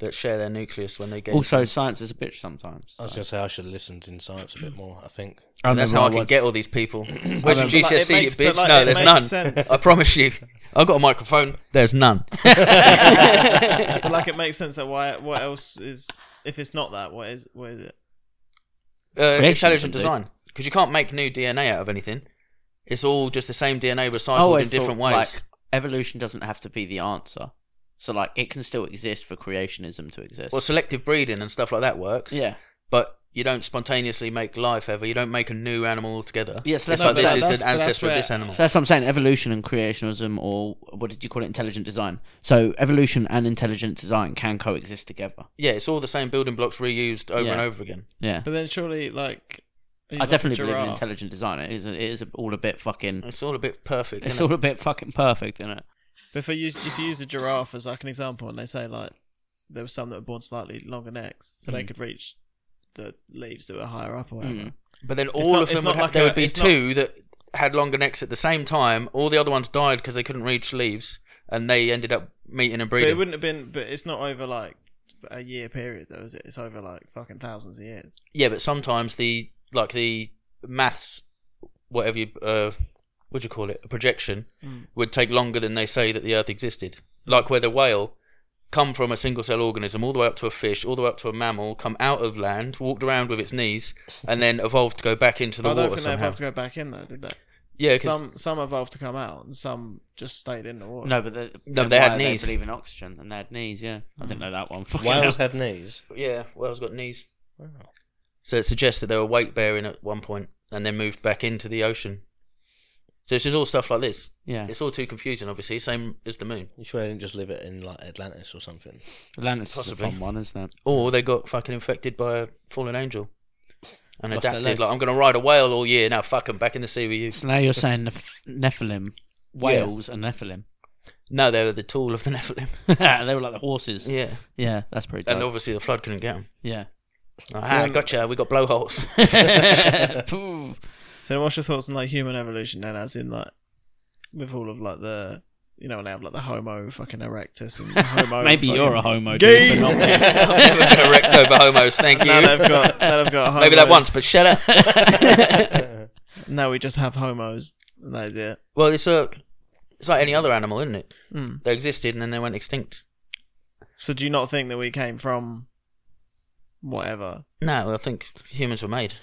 Speaker 5: that share their nucleus when they get.
Speaker 2: Also, science is a bitch sometimes.
Speaker 4: I was going to say I should have listened in science a bit more, I think.
Speaker 5: and that's how I can
Speaker 2: watched-
Speaker 5: get all these people. Where's your
Speaker 1: remember. But, like,
Speaker 5: GCSE,
Speaker 1: it makes-
Speaker 5: E, you bitch?
Speaker 1: but, like,
Speaker 5: no,
Speaker 1: it
Speaker 5: there's
Speaker 1: makes
Speaker 5: none.
Speaker 1: sense.
Speaker 5: I promise you. I've got a microphone. There's none.
Speaker 1: But like, it makes sense that why? What else is if it's not that? What is? What is it?
Speaker 5: Uh,
Speaker 2: Creation
Speaker 5: intelligent
Speaker 2: something.
Speaker 5: design. Because you can't make new DNA out of anything. It's all just the same DNA
Speaker 2: I
Speaker 5: recycled
Speaker 2: always
Speaker 5: in different
Speaker 2: thought,
Speaker 5: ways.
Speaker 2: Like, evolution doesn't have to be the answer. So, like, it can still exist for creationism to exist.
Speaker 5: well, selective breeding and stuff like that works.
Speaker 2: yeah.
Speaker 5: But you don't spontaneously make life ever. You don't make a new animal altogether.
Speaker 2: Yeah, so that's what
Speaker 5: it's like
Speaker 2: I'm
Speaker 5: this
Speaker 2: saying.
Speaker 5: is
Speaker 1: That's-
Speaker 5: an
Speaker 1: but that's
Speaker 5: ancestor of
Speaker 1: where-
Speaker 5: this animal.
Speaker 2: So that's what I'm saying. Evolution and creationism, or what did you call it? Intelligent design. So evolution and intelligent design can coexist together.
Speaker 5: Yeah, it's all the same building blocks reused over
Speaker 2: Yeah.
Speaker 5: and over again.
Speaker 2: Yeah.
Speaker 1: But then surely, like, he's
Speaker 2: I
Speaker 1: like a
Speaker 2: definitely believe in
Speaker 1: giraffe.
Speaker 2: intelligent design. It is, it is all a bit fucking.
Speaker 5: It's all a bit perfect.
Speaker 2: It's
Speaker 5: isn't
Speaker 2: all a bit fucking perfect, isn't it?
Speaker 1: But if I use if you use a giraffe as like an example, and they say like there were some that were born slightly longer necks, so
Speaker 5: Hmm.
Speaker 1: they could reach the leaves that were higher up or whatever.
Speaker 2: Mm.
Speaker 5: it? But then
Speaker 1: it's
Speaker 5: all
Speaker 1: not-
Speaker 5: of
Speaker 1: it's
Speaker 5: them
Speaker 1: not
Speaker 5: would ha-
Speaker 1: like
Speaker 5: there
Speaker 1: a-
Speaker 5: would be
Speaker 1: it's not-
Speaker 5: two that had longer necks at the same time. All the other ones died because they couldn't reach leaves, and they ended up meeting and
Speaker 1: But it
Speaker 5: breeding.
Speaker 1: wouldn't have been. But it's not over like a year period though, is it? It's over like fucking thousands of years.
Speaker 5: yeah, but sometimes the like the maths, whatever you uh, what do you call it, a projection
Speaker 1: Mm.
Speaker 5: would take longer than they say that the Earth existed. Like where the whale come from a single cell organism all the way up to a fish, all the way up to a mammal, come out of land, walked around with its knees, and then evolved to go back into the
Speaker 1: I don't
Speaker 5: water
Speaker 1: think they
Speaker 5: somehow.
Speaker 1: evolved to go back in though, did they?
Speaker 5: Yeah, 'cause
Speaker 1: some some evolved to come out, and some just stayed in the water.
Speaker 2: No, but the,
Speaker 5: No,
Speaker 2: the
Speaker 5: they had
Speaker 2: why
Speaker 5: knees. Hmm.
Speaker 2: believe in oxygen, and they had knees. Yeah, I didn't know that one. Fucking
Speaker 4: Whales
Speaker 2: hell.
Speaker 4: had knees.
Speaker 5: Yeah, whales got knees. So it suggests that they were weight bearing at one point and then moved back into the ocean. So it's just all stuff like this.
Speaker 2: yeah,
Speaker 5: It's all too confusing, obviously. Same as the moon.
Speaker 4: You sure they didn't just live it in like Atlantis or something?
Speaker 2: Atlantis is a
Speaker 5: possibly.
Speaker 2: fun one, isn't it?
Speaker 5: Or they got fucking infected by a fallen angel and
Speaker 2: Lost their
Speaker 5: adapted.
Speaker 2: legs.
Speaker 5: Like, I'm going to ride a whale all year. Now, fuck 'em, Back in the sea with you.
Speaker 2: So now you're saying neph- Nephilim, whales and Nephilim.
Speaker 5: No, they were the tool of the Nephilim.
Speaker 2: they were like the horses. Yeah,
Speaker 5: yeah.
Speaker 2: that's pretty. Dope.
Speaker 5: And obviously the flood couldn't get them.
Speaker 2: yeah.
Speaker 5: ah, gotcha. We got blowholes.
Speaker 2: Pooh.
Speaker 1: So what's your thoughts on like human evolution then, as in like with all of like the you know when they have like the Homo fucking erectus and Homo.
Speaker 2: Maybe
Speaker 1: fucking-
Speaker 2: you're a homo.
Speaker 1: Gay.
Speaker 2: dude, but not me.
Speaker 5: I'm never going to erect over homos. Thank
Speaker 1: Now
Speaker 5: you.
Speaker 1: they've got now they've got
Speaker 5: Maybe that once,
Speaker 1: homos.
Speaker 5: but shut up.
Speaker 1: now we just have homos. And that is it.
Speaker 5: Well, it's a, it's like any other animal, isn't it?
Speaker 1: Hmm.
Speaker 5: They existed and then they went extinct.
Speaker 1: So do you not think that we came from whatever?
Speaker 5: No, I think humans were made,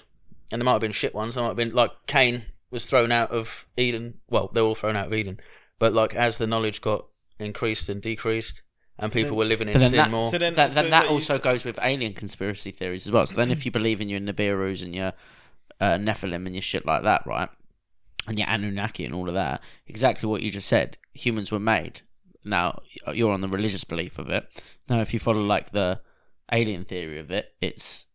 Speaker 5: and there might have been shit ones. There might have been like Cain was thrown out of Eden. Well, they were all thrown out of Eden, but like as the knowledge got increased and decreased, and
Speaker 1: So
Speaker 5: people
Speaker 1: then-
Speaker 5: were living in
Speaker 2: But then
Speaker 5: sin
Speaker 2: that-
Speaker 5: more.
Speaker 1: So then
Speaker 2: that,
Speaker 1: so
Speaker 2: then that
Speaker 1: you
Speaker 2: also
Speaker 1: s-
Speaker 2: goes with alien conspiracy theories as well. So then, if you believe in your Nibiru's and your uh, Nephilim and your shit like that, right, and your Anunnaki and all of that, exactly what you just said, humans were made. Now you're on the religious belief of it. Now, if you follow like the alien theory of it, it's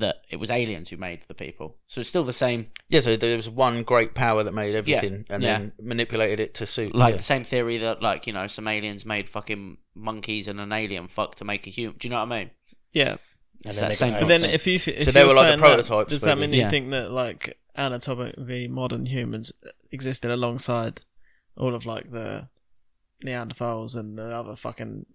Speaker 2: that it was aliens who made the people. So it's still the same,
Speaker 5: yeah, so there was one great power that made everything, and then manipulated it to suit.
Speaker 2: like
Speaker 5: yeah.
Speaker 2: the same theory that like you know some aliens made fucking monkeys and an alien fuck to make a human. Do you know what I mean?
Speaker 1: yeah.
Speaker 4: And
Speaker 2: It's
Speaker 4: then
Speaker 2: that
Speaker 4: they
Speaker 2: same
Speaker 4: got
Speaker 1: But
Speaker 2: Right.
Speaker 1: then if you if
Speaker 5: So they
Speaker 1: you're
Speaker 5: were like the
Speaker 1: saying that,
Speaker 5: prototypes,
Speaker 1: does that
Speaker 5: maybe.
Speaker 1: mean you
Speaker 2: Yeah.
Speaker 1: think that like anatomically modern humans existed alongside all of like the Neanderthals and the other fucking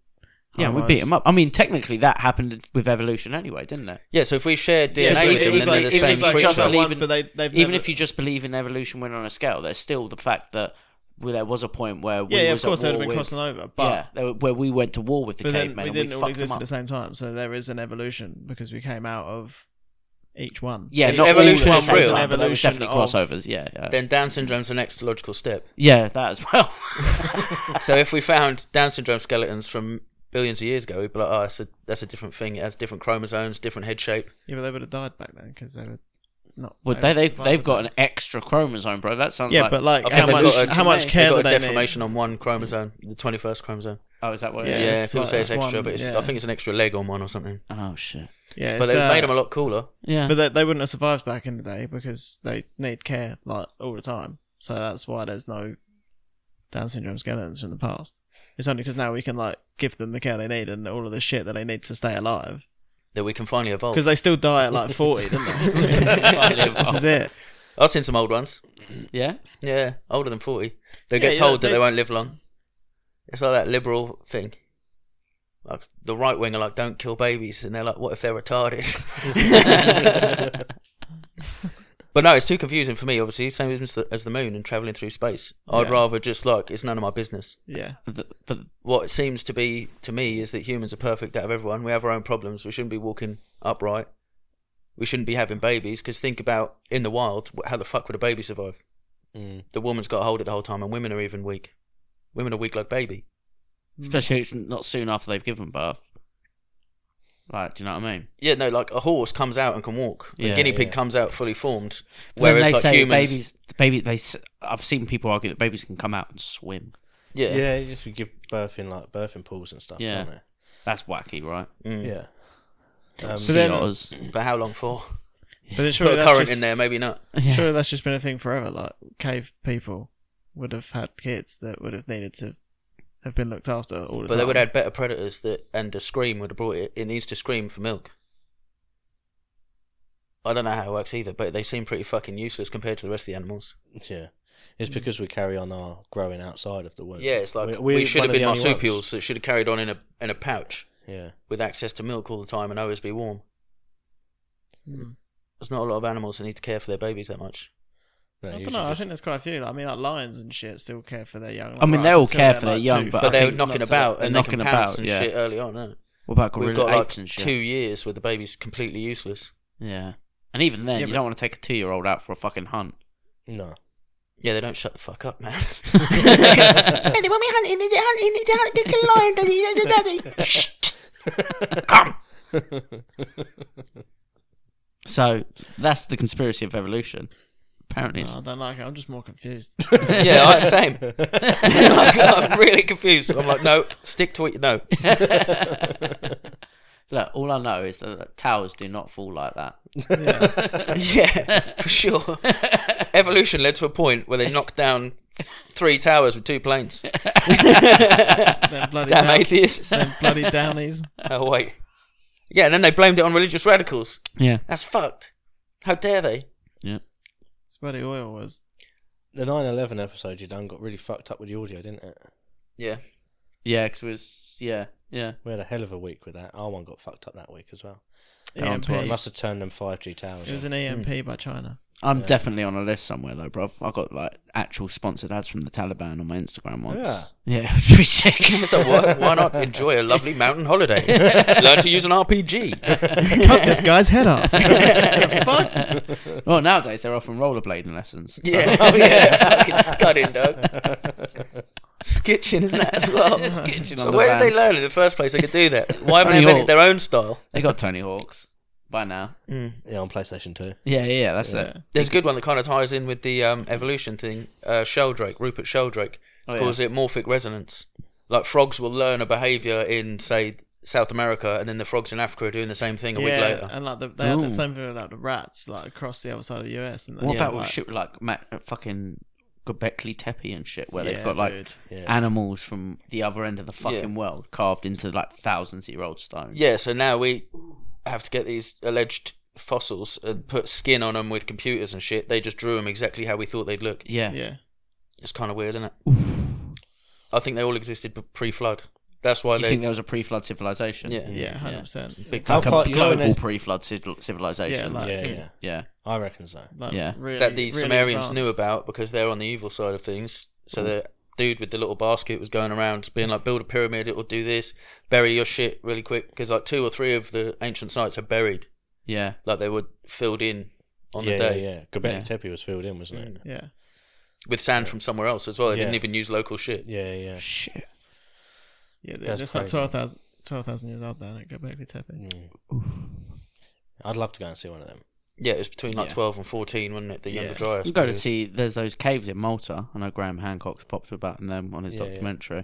Speaker 2: Yeah, we beat them up. I mean, technically, that happened with evolution anyway, didn't it?
Speaker 5: Yeah, so if we share DNA
Speaker 1: Yeah, so
Speaker 5: with
Speaker 1: it
Speaker 5: them,
Speaker 1: was
Speaker 5: then
Speaker 1: like
Speaker 5: they're
Speaker 1: it
Speaker 5: the same
Speaker 1: was like just
Speaker 5: creature.
Speaker 1: that
Speaker 2: creature.
Speaker 1: one,
Speaker 2: Even-
Speaker 1: but they they've
Speaker 2: Even
Speaker 1: never-
Speaker 2: if you just believe in evolution, when on a scale, there's still the fact that well, there was a point where we
Speaker 1: yeah, yeah of
Speaker 2: was
Speaker 1: course
Speaker 2: at
Speaker 1: they'd
Speaker 2: war
Speaker 1: have been
Speaker 2: with,
Speaker 1: crossing over, but.
Speaker 2: yeah, there- where we went to war with the
Speaker 1: But then
Speaker 2: cavemen
Speaker 1: we
Speaker 2: and
Speaker 1: didn't
Speaker 2: we
Speaker 1: all
Speaker 2: fucked them
Speaker 1: exist at
Speaker 2: up.
Speaker 1: the same time, so there is an evolution because we came out of each one.
Speaker 2: Yeah,
Speaker 5: If
Speaker 2: not
Speaker 5: evolution
Speaker 2: all at
Speaker 5: is
Speaker 2: the same
Speaker 5: real,
Speaker 2: time, but there was
Speaker 1: evolution
Speaker 2: definitely
Speaker 1: of-
Speaker 2: crossovers. Yeah, yeah,
Speaker 5: Then Down syndrome's the next logical step.
Speaker 2: yeah, that as well.
Speaker 5: so if we found Down syndrome skeletons from billions of years ago, we'd be like, oh, that's a, that's a different thing. It has different chromosomes, different head shape.
Speaker 1: Yeah, but they would have died back then because they were not. able
Speaker 2: But they
Speaker 1: to
Speaker 2: they've
Speaker 1: survive
Speaker 2: they've
Speaker 1: back
Speaker 2: got
Speaker 1: then.
Speaker 2: an extra chromosome, bro. That sounds
Speaker 1: Yeah,
Speaker 2: like
Speaker 1: but like
Speaker 5: I think
Speaker 1: how much
Speaker 5: they've got a-
Speaker 1: how much
Speaker 2: they've
Speaker 1: care
Speaker 5: They've got
Speaker 1: do
Speaker 5: a
Speaker 1: they need?
Speaker 5: deformation on one chromosome, the 21st chromosome.
Speaker 2: oh, is that what
Speaker 1: Yeah,
Speaker 2: it
Speaker 5: Yeah,
Speaker 2: is?
Speaker 1: it's
Speaker 5: people
Speaker 1: like-
Speaker 5: say it's
Speaker 1: that's
Speaker 5: extra,
Speaker 1: one,
Speaker 5: but it's,
Speaker 1: yeah.
Speaker 5: I think it's an extra leg on one or something.
Speaker 2: Oh shit.
Speaker 1: Yeah,
Speaker 5: But
Speaker 1: it's,
Speaker 5: they
Speaker 1: uh,
Speaker 5: made them a lot cooler.
Speaker 2: Yeah.
Speaker 1: But they, they wouldn't have survived back in the day because they need care like all the time. So that's why there's no Down syndrome skeletons from the past. It's only because now we can like give them the care they need and all of the shit that they need to stay alive.
Speaker 5: That we can finally evolve.
Speaker 1: Because they still die at like forty, don't they? this is it.
Speaker 5: I've seen some old ones.
Speaker 2: yeah.
Speaker 5: Yeah, older than 40. They
Speaker 1: Yeah,
Speaker 5: get
Speaker 1: you know,
Speaker 5: told that
Speaker 1: they-
Speaker 5: they won't live long. It's like that liberal thing. Like the right wing are like, don't kill babies, and they're like, what if they're retarded? but no, it's too confusing for me. Obviously, same as the, as the moon and traveling through space. I'd
Speaker 1: Yeah.
Speaker 5: rather just like it's none of my business.
Speaker 1: Yeah.
Speaker 2: But, but
Speaker 5: What it seems to be to me is that humans are perfect out of everyone. We have our own problems. We shouldn't be walking upright. We shouldn't be having babies because think about in the wild, wh- how the fuck would a baby survive?
Speaker 4: Mm.
Speaker 5: the woman's got a hold it the whole time, and women are even weak. Women are weak like baby.
Speaker 2: especially it's not soon after they've given birth. Like, do you know what I mean?
Speaker 5: Yeah, no, like a horse comes out and can walk. A
Speaker 2: Yeah,
Speaker 5: guinea pig
Speaker 4: yeah.
Speaker 5: comes out fully formed,
Speaker 2: When
Speaker 5: whereas
Speaker 2: they
Speaker 5: like
Speaker 2: say
Speaker 5: humans,
Speaker 2: babies, the baby they. s- I've seen people argue that babies can come out and swim.
Speaker 5: yeah,
Speaker 4: Yeah, you just give birth in like birthing pools and stuff,
Speaker 2: Yeah.
Speaker 4: don't
Speaker 2: That's wacky, right?
Speaker 5: Mm.
Speaker 4: they? Yeah. Um,
Speaker 1: So then-
Speaker 2: Otters.
Speaker 5: But how long for?
Speaker 1: But it's
Speaker 5: Put
Speaker 1: surely
Speaker 5: a
Speaker 1: that's
Speaker 5: current
Speaker 1: just,
Speaker 5: in there, maybe not.
Speaker 2: Yeah.
Speaker 1: Surely that's just been a thing forever. Like cave people would have had kids that would have needed to have been looked after all the
Speaker 5: But
Speaker 1: time.
Speaker 5: they would have had better predators that, and a scream would have brought it. It needs to scream for milk. I don't know how it works either, but they seem pretty fucking useless compared to the rest of the animals.
Speaker 4: Yeah. It's because we carry on our growing outside of the womb.
Speaker 5: Yeah, it's like we,
Speaker 4: We're- we're
Speaker 5: should
Speaker 4: one
Speaker 5: have
Speaker 4: of the
Speaker 5: been
Speaker 4: only ones.
Speaker 5: marsupials that should have carried on in a in a pouch
Speaker 4: Yeah.
Speaker 5: with access to milk all the time and always be warm.
Speaker 1: Mm.
Speaker 5: There's not a lot of animals that need to care for their babies that much.
Speaker 4: No,
Speaker 1: I
Speaker 4: you
Speaker 1: don't
Speaker 4: should
Speaker 1: know. I
Speaker 4: just-
Speaker 1: think there's quite a few. Like, I mean, like lions and shit still care for their young.
Speaker 2: I mean,
Speaker 1: right
Speaker 2: they all
Speaker 1: up until
Speaker 2: care
Speaker 1: they're,
Speaker 2: for their
Speaker 1: like,
Speaker 2: young,
Speaker 1: two.
Speaker 2: but I
Speaker 5: But they're
Speaker 2: think
Speaker 5: knocking
Speaker 2: not to-
Speaker 5: about
Speaker 2: they're
Speaker 5: and
Speaker 2: knocking
Speaker 5: they can pounce
Speaker 2: about,
Speaker 5: and
Speaker 2: yeah.
Speaker 5: shit early on. Huh?
Speaker 2: What about gorilla
Speaker 5: We've got like
Speaker 2: apes and shit?
Speaker 5: two years where the baby's completely useless.
Speaker 2: Yeah. And even
Speaker 1: Yeah,
Speaker 2: then,
Speaker 1: but-
Speaker 2: you don't want to take a two-year-old out for a fucking hunt.
Speaker 4: No.
Speaker 5: Yeah, they don't shut the fuck up, man.
Speaker 2: Daddy,
Speaker 5: when we hunting, is it hunting? Is it hunting? Kill a lion, daddy, daddy.
Speaker 2: So that's the conspiracy of evolution. Apparently,
Speaker 1: No,
Speaker 2: it's
Speaker 1: I don't like it. I'm just more confused.
Speaker 5: yeah, I, same. Like, I'm really confused. I'm like, no, stick to what you know.
Speaker 2: look. All I know is that towers do not fall like that.
Speaker 5: Yeah, for sure. Evolution led to a point where they knocked down three towers with two planes.
Speaker 1: Them bloody
Speaker 5: Damn
Speaker 1: down-
Speaker 5: atheists.
Speaker 1: them bloody downies.
Speaker 5: Oh wait. Yeah, and then they blamed it on religious radicals.
Speaker 2: Yeah.
Speaker 5: That's fucked. How dare they?
Speaker 1: It's bloody oil was.
Speaker 4: the 9/11 episode you done got really fucked up with the audio, didn't it?
Speaker 5: Yeah.
Speaker 2: Yeah, because was yeah, yeah.
Speaker 4: We had a hell of a week with that. Our one got fucked up that week as well.
Speaker 2: They're on
Speaker 1: EMP.
Speaker 2: to
Speaker 4: It
Speaker 2: us.
Speaker 1: It
Speaker 4: must have turned them 5G towers.
Speaker 1: was
Speaker 4: off.
Speaker 1: an EMP
Speaker 2: Hmm.
Speaker 1: by China.
Speaker 2: I'm definitely on a list somewhere though, bruv. I got like actual sponsored ads from the Taliban on my Instagram once.
Speaker 4: Yeah.
Speaker 2: yeah it was pretty sick.
Speaker 5: So what? Why not enjoy a lovely mountain holiday? Learn to use an RPG.
Speaker 1: Cut this guy's head off. Fuck.
Speaker 2: well, nowadays they're offering rollerblading lessons.
Speaker 5: Yeah. Oh yeah. Fucking scudding, dog. Skitching and that as well.
Speaker 2: Skitching
Speaker 5: so
Speaker 2: on the
Speaker 5: where
Speaker 2: van.
Speaker 5: did they learn in the first place they could do that? Why haven't
Speaker 2: Tony
Speaker 5: they invented
Speaker 2: Hawk.
Speaker 5: their own style?
Speaker 2: They got Tony Hawks by now.
Speaker 4: Yeah, on PlayStation 2.
Speaker 2: Yeah, yeah, that's it.
Speaker 5: There's a good one that kind of ties in with the um, evolution thing. Uh, Sheldrake, Rupert Sheldrake,
Speaker 2: Oh, yeah.
Speaker 5: calls it morphic resonance. Like frogs will learn a behaviour in, say, South America, and then the frogs in Africa are doing the same thing a week
Speaker 1: Yeah,
Speaker 5: later.
Speaker 2: uh,
Speaker 1: and like the, they had
Speaker 2: Ooh.
Speaker 1: the same thing with like the rats, like across the other side of the US. And
Speaker 2: What
Speaker 1: yeah,
Speaker 2: about with
Speaker 1: like,
Speaker 2: shit like ma- uh, fucking Göbekli Tepe and shit, where
Speaker 1: Yeah,
Speaker 2: they've got like
Speaker 1: dude.
Speaker 4: Yeah.
Speaker 2: animals from the other end of the fucking world carved into like thousands year old stone.
Speaker 5: Yeah, so now we have to get these alleged fossils and put skin on them with computers and shit. They just drew them exactly how we thought they'd look.
Speaker 2: Yeah.
Speaker 1: Yeah.
Speaker 5: It's kind of weird, isn't it? I think they all existed pre flood. That's why
Speaker 2: You
Speaker 5: they.
Speaker 2: think there was a pre flood civilization?
Speaker 5: yeah.
Speaker 1: Yeah, hundred percent.
Speaker 5: Big
Speaker 4: How
Speaker 5: time.
Speaker 2: Like
Speaker 4: far-
Speaker 2: a global
Speaker 4: Clonid-
Speaker 2: pre flood civilization.
Speaker 1: Yeah, like-
Speaker 4: yeah, yeah.
Speaker 2: yeah.
Speaker 4: I reckon so.
Speaker 1: Like,
Speaker 2: Yeah.
Speaker 1: really,
Speaker 5: that the
Speaker 1: really
Speaker 5: Sumerians knew
Speaker 1: advanced.
Speaker 5: about because they're on the evil side of things. So the dude with the little basket was going around being like, build a pyramid, it will do this, bury your shit really quick. Because like two or three of the ancient sites are buried,
Speaker 2: Yeah.
Speaker 5: like they were filled in on
Speaker 4: yeah,
Speaker 5: the day
Speaker 4: yeah, yeah. Göbekli
Speaker 2: Yeah.
Speaker 4: Tepe was filled in, wasn't it?
Speaker 1: Yeah.
Speaker 5: with sand from somewhere else as well. They didn't
Speaker 4: Yeah.
Speaker 5: even use local shit.
Speaker 4: Yeah, yeah.
Speaker 2: Shit.
Speaker 1: Yeah,
Speaker 4: That's
Speaker 1: That's it's like
Speaker 4: crazy.
Speaker 1: 12,000 12,000 years old then at Göbekli Tepe.
Speaker 4: Mm. I'd love to go and see one of them.
Speaker 5: Yeah, it was between like
Speaker 2: Yeah. 12
Speaker 5: 12 and 14, wasn't it? The
Speaker 1: Younger
Speaker 5: Younger
Speaker 1: Yeah.
Speaker 5: Dryas.
Speaker 2: I'm going to see. There's those caves in Malta. I know Graham Hancock's popped about them on his
Speaker 4: Yeah, yeah.
Speaker 2: documentary.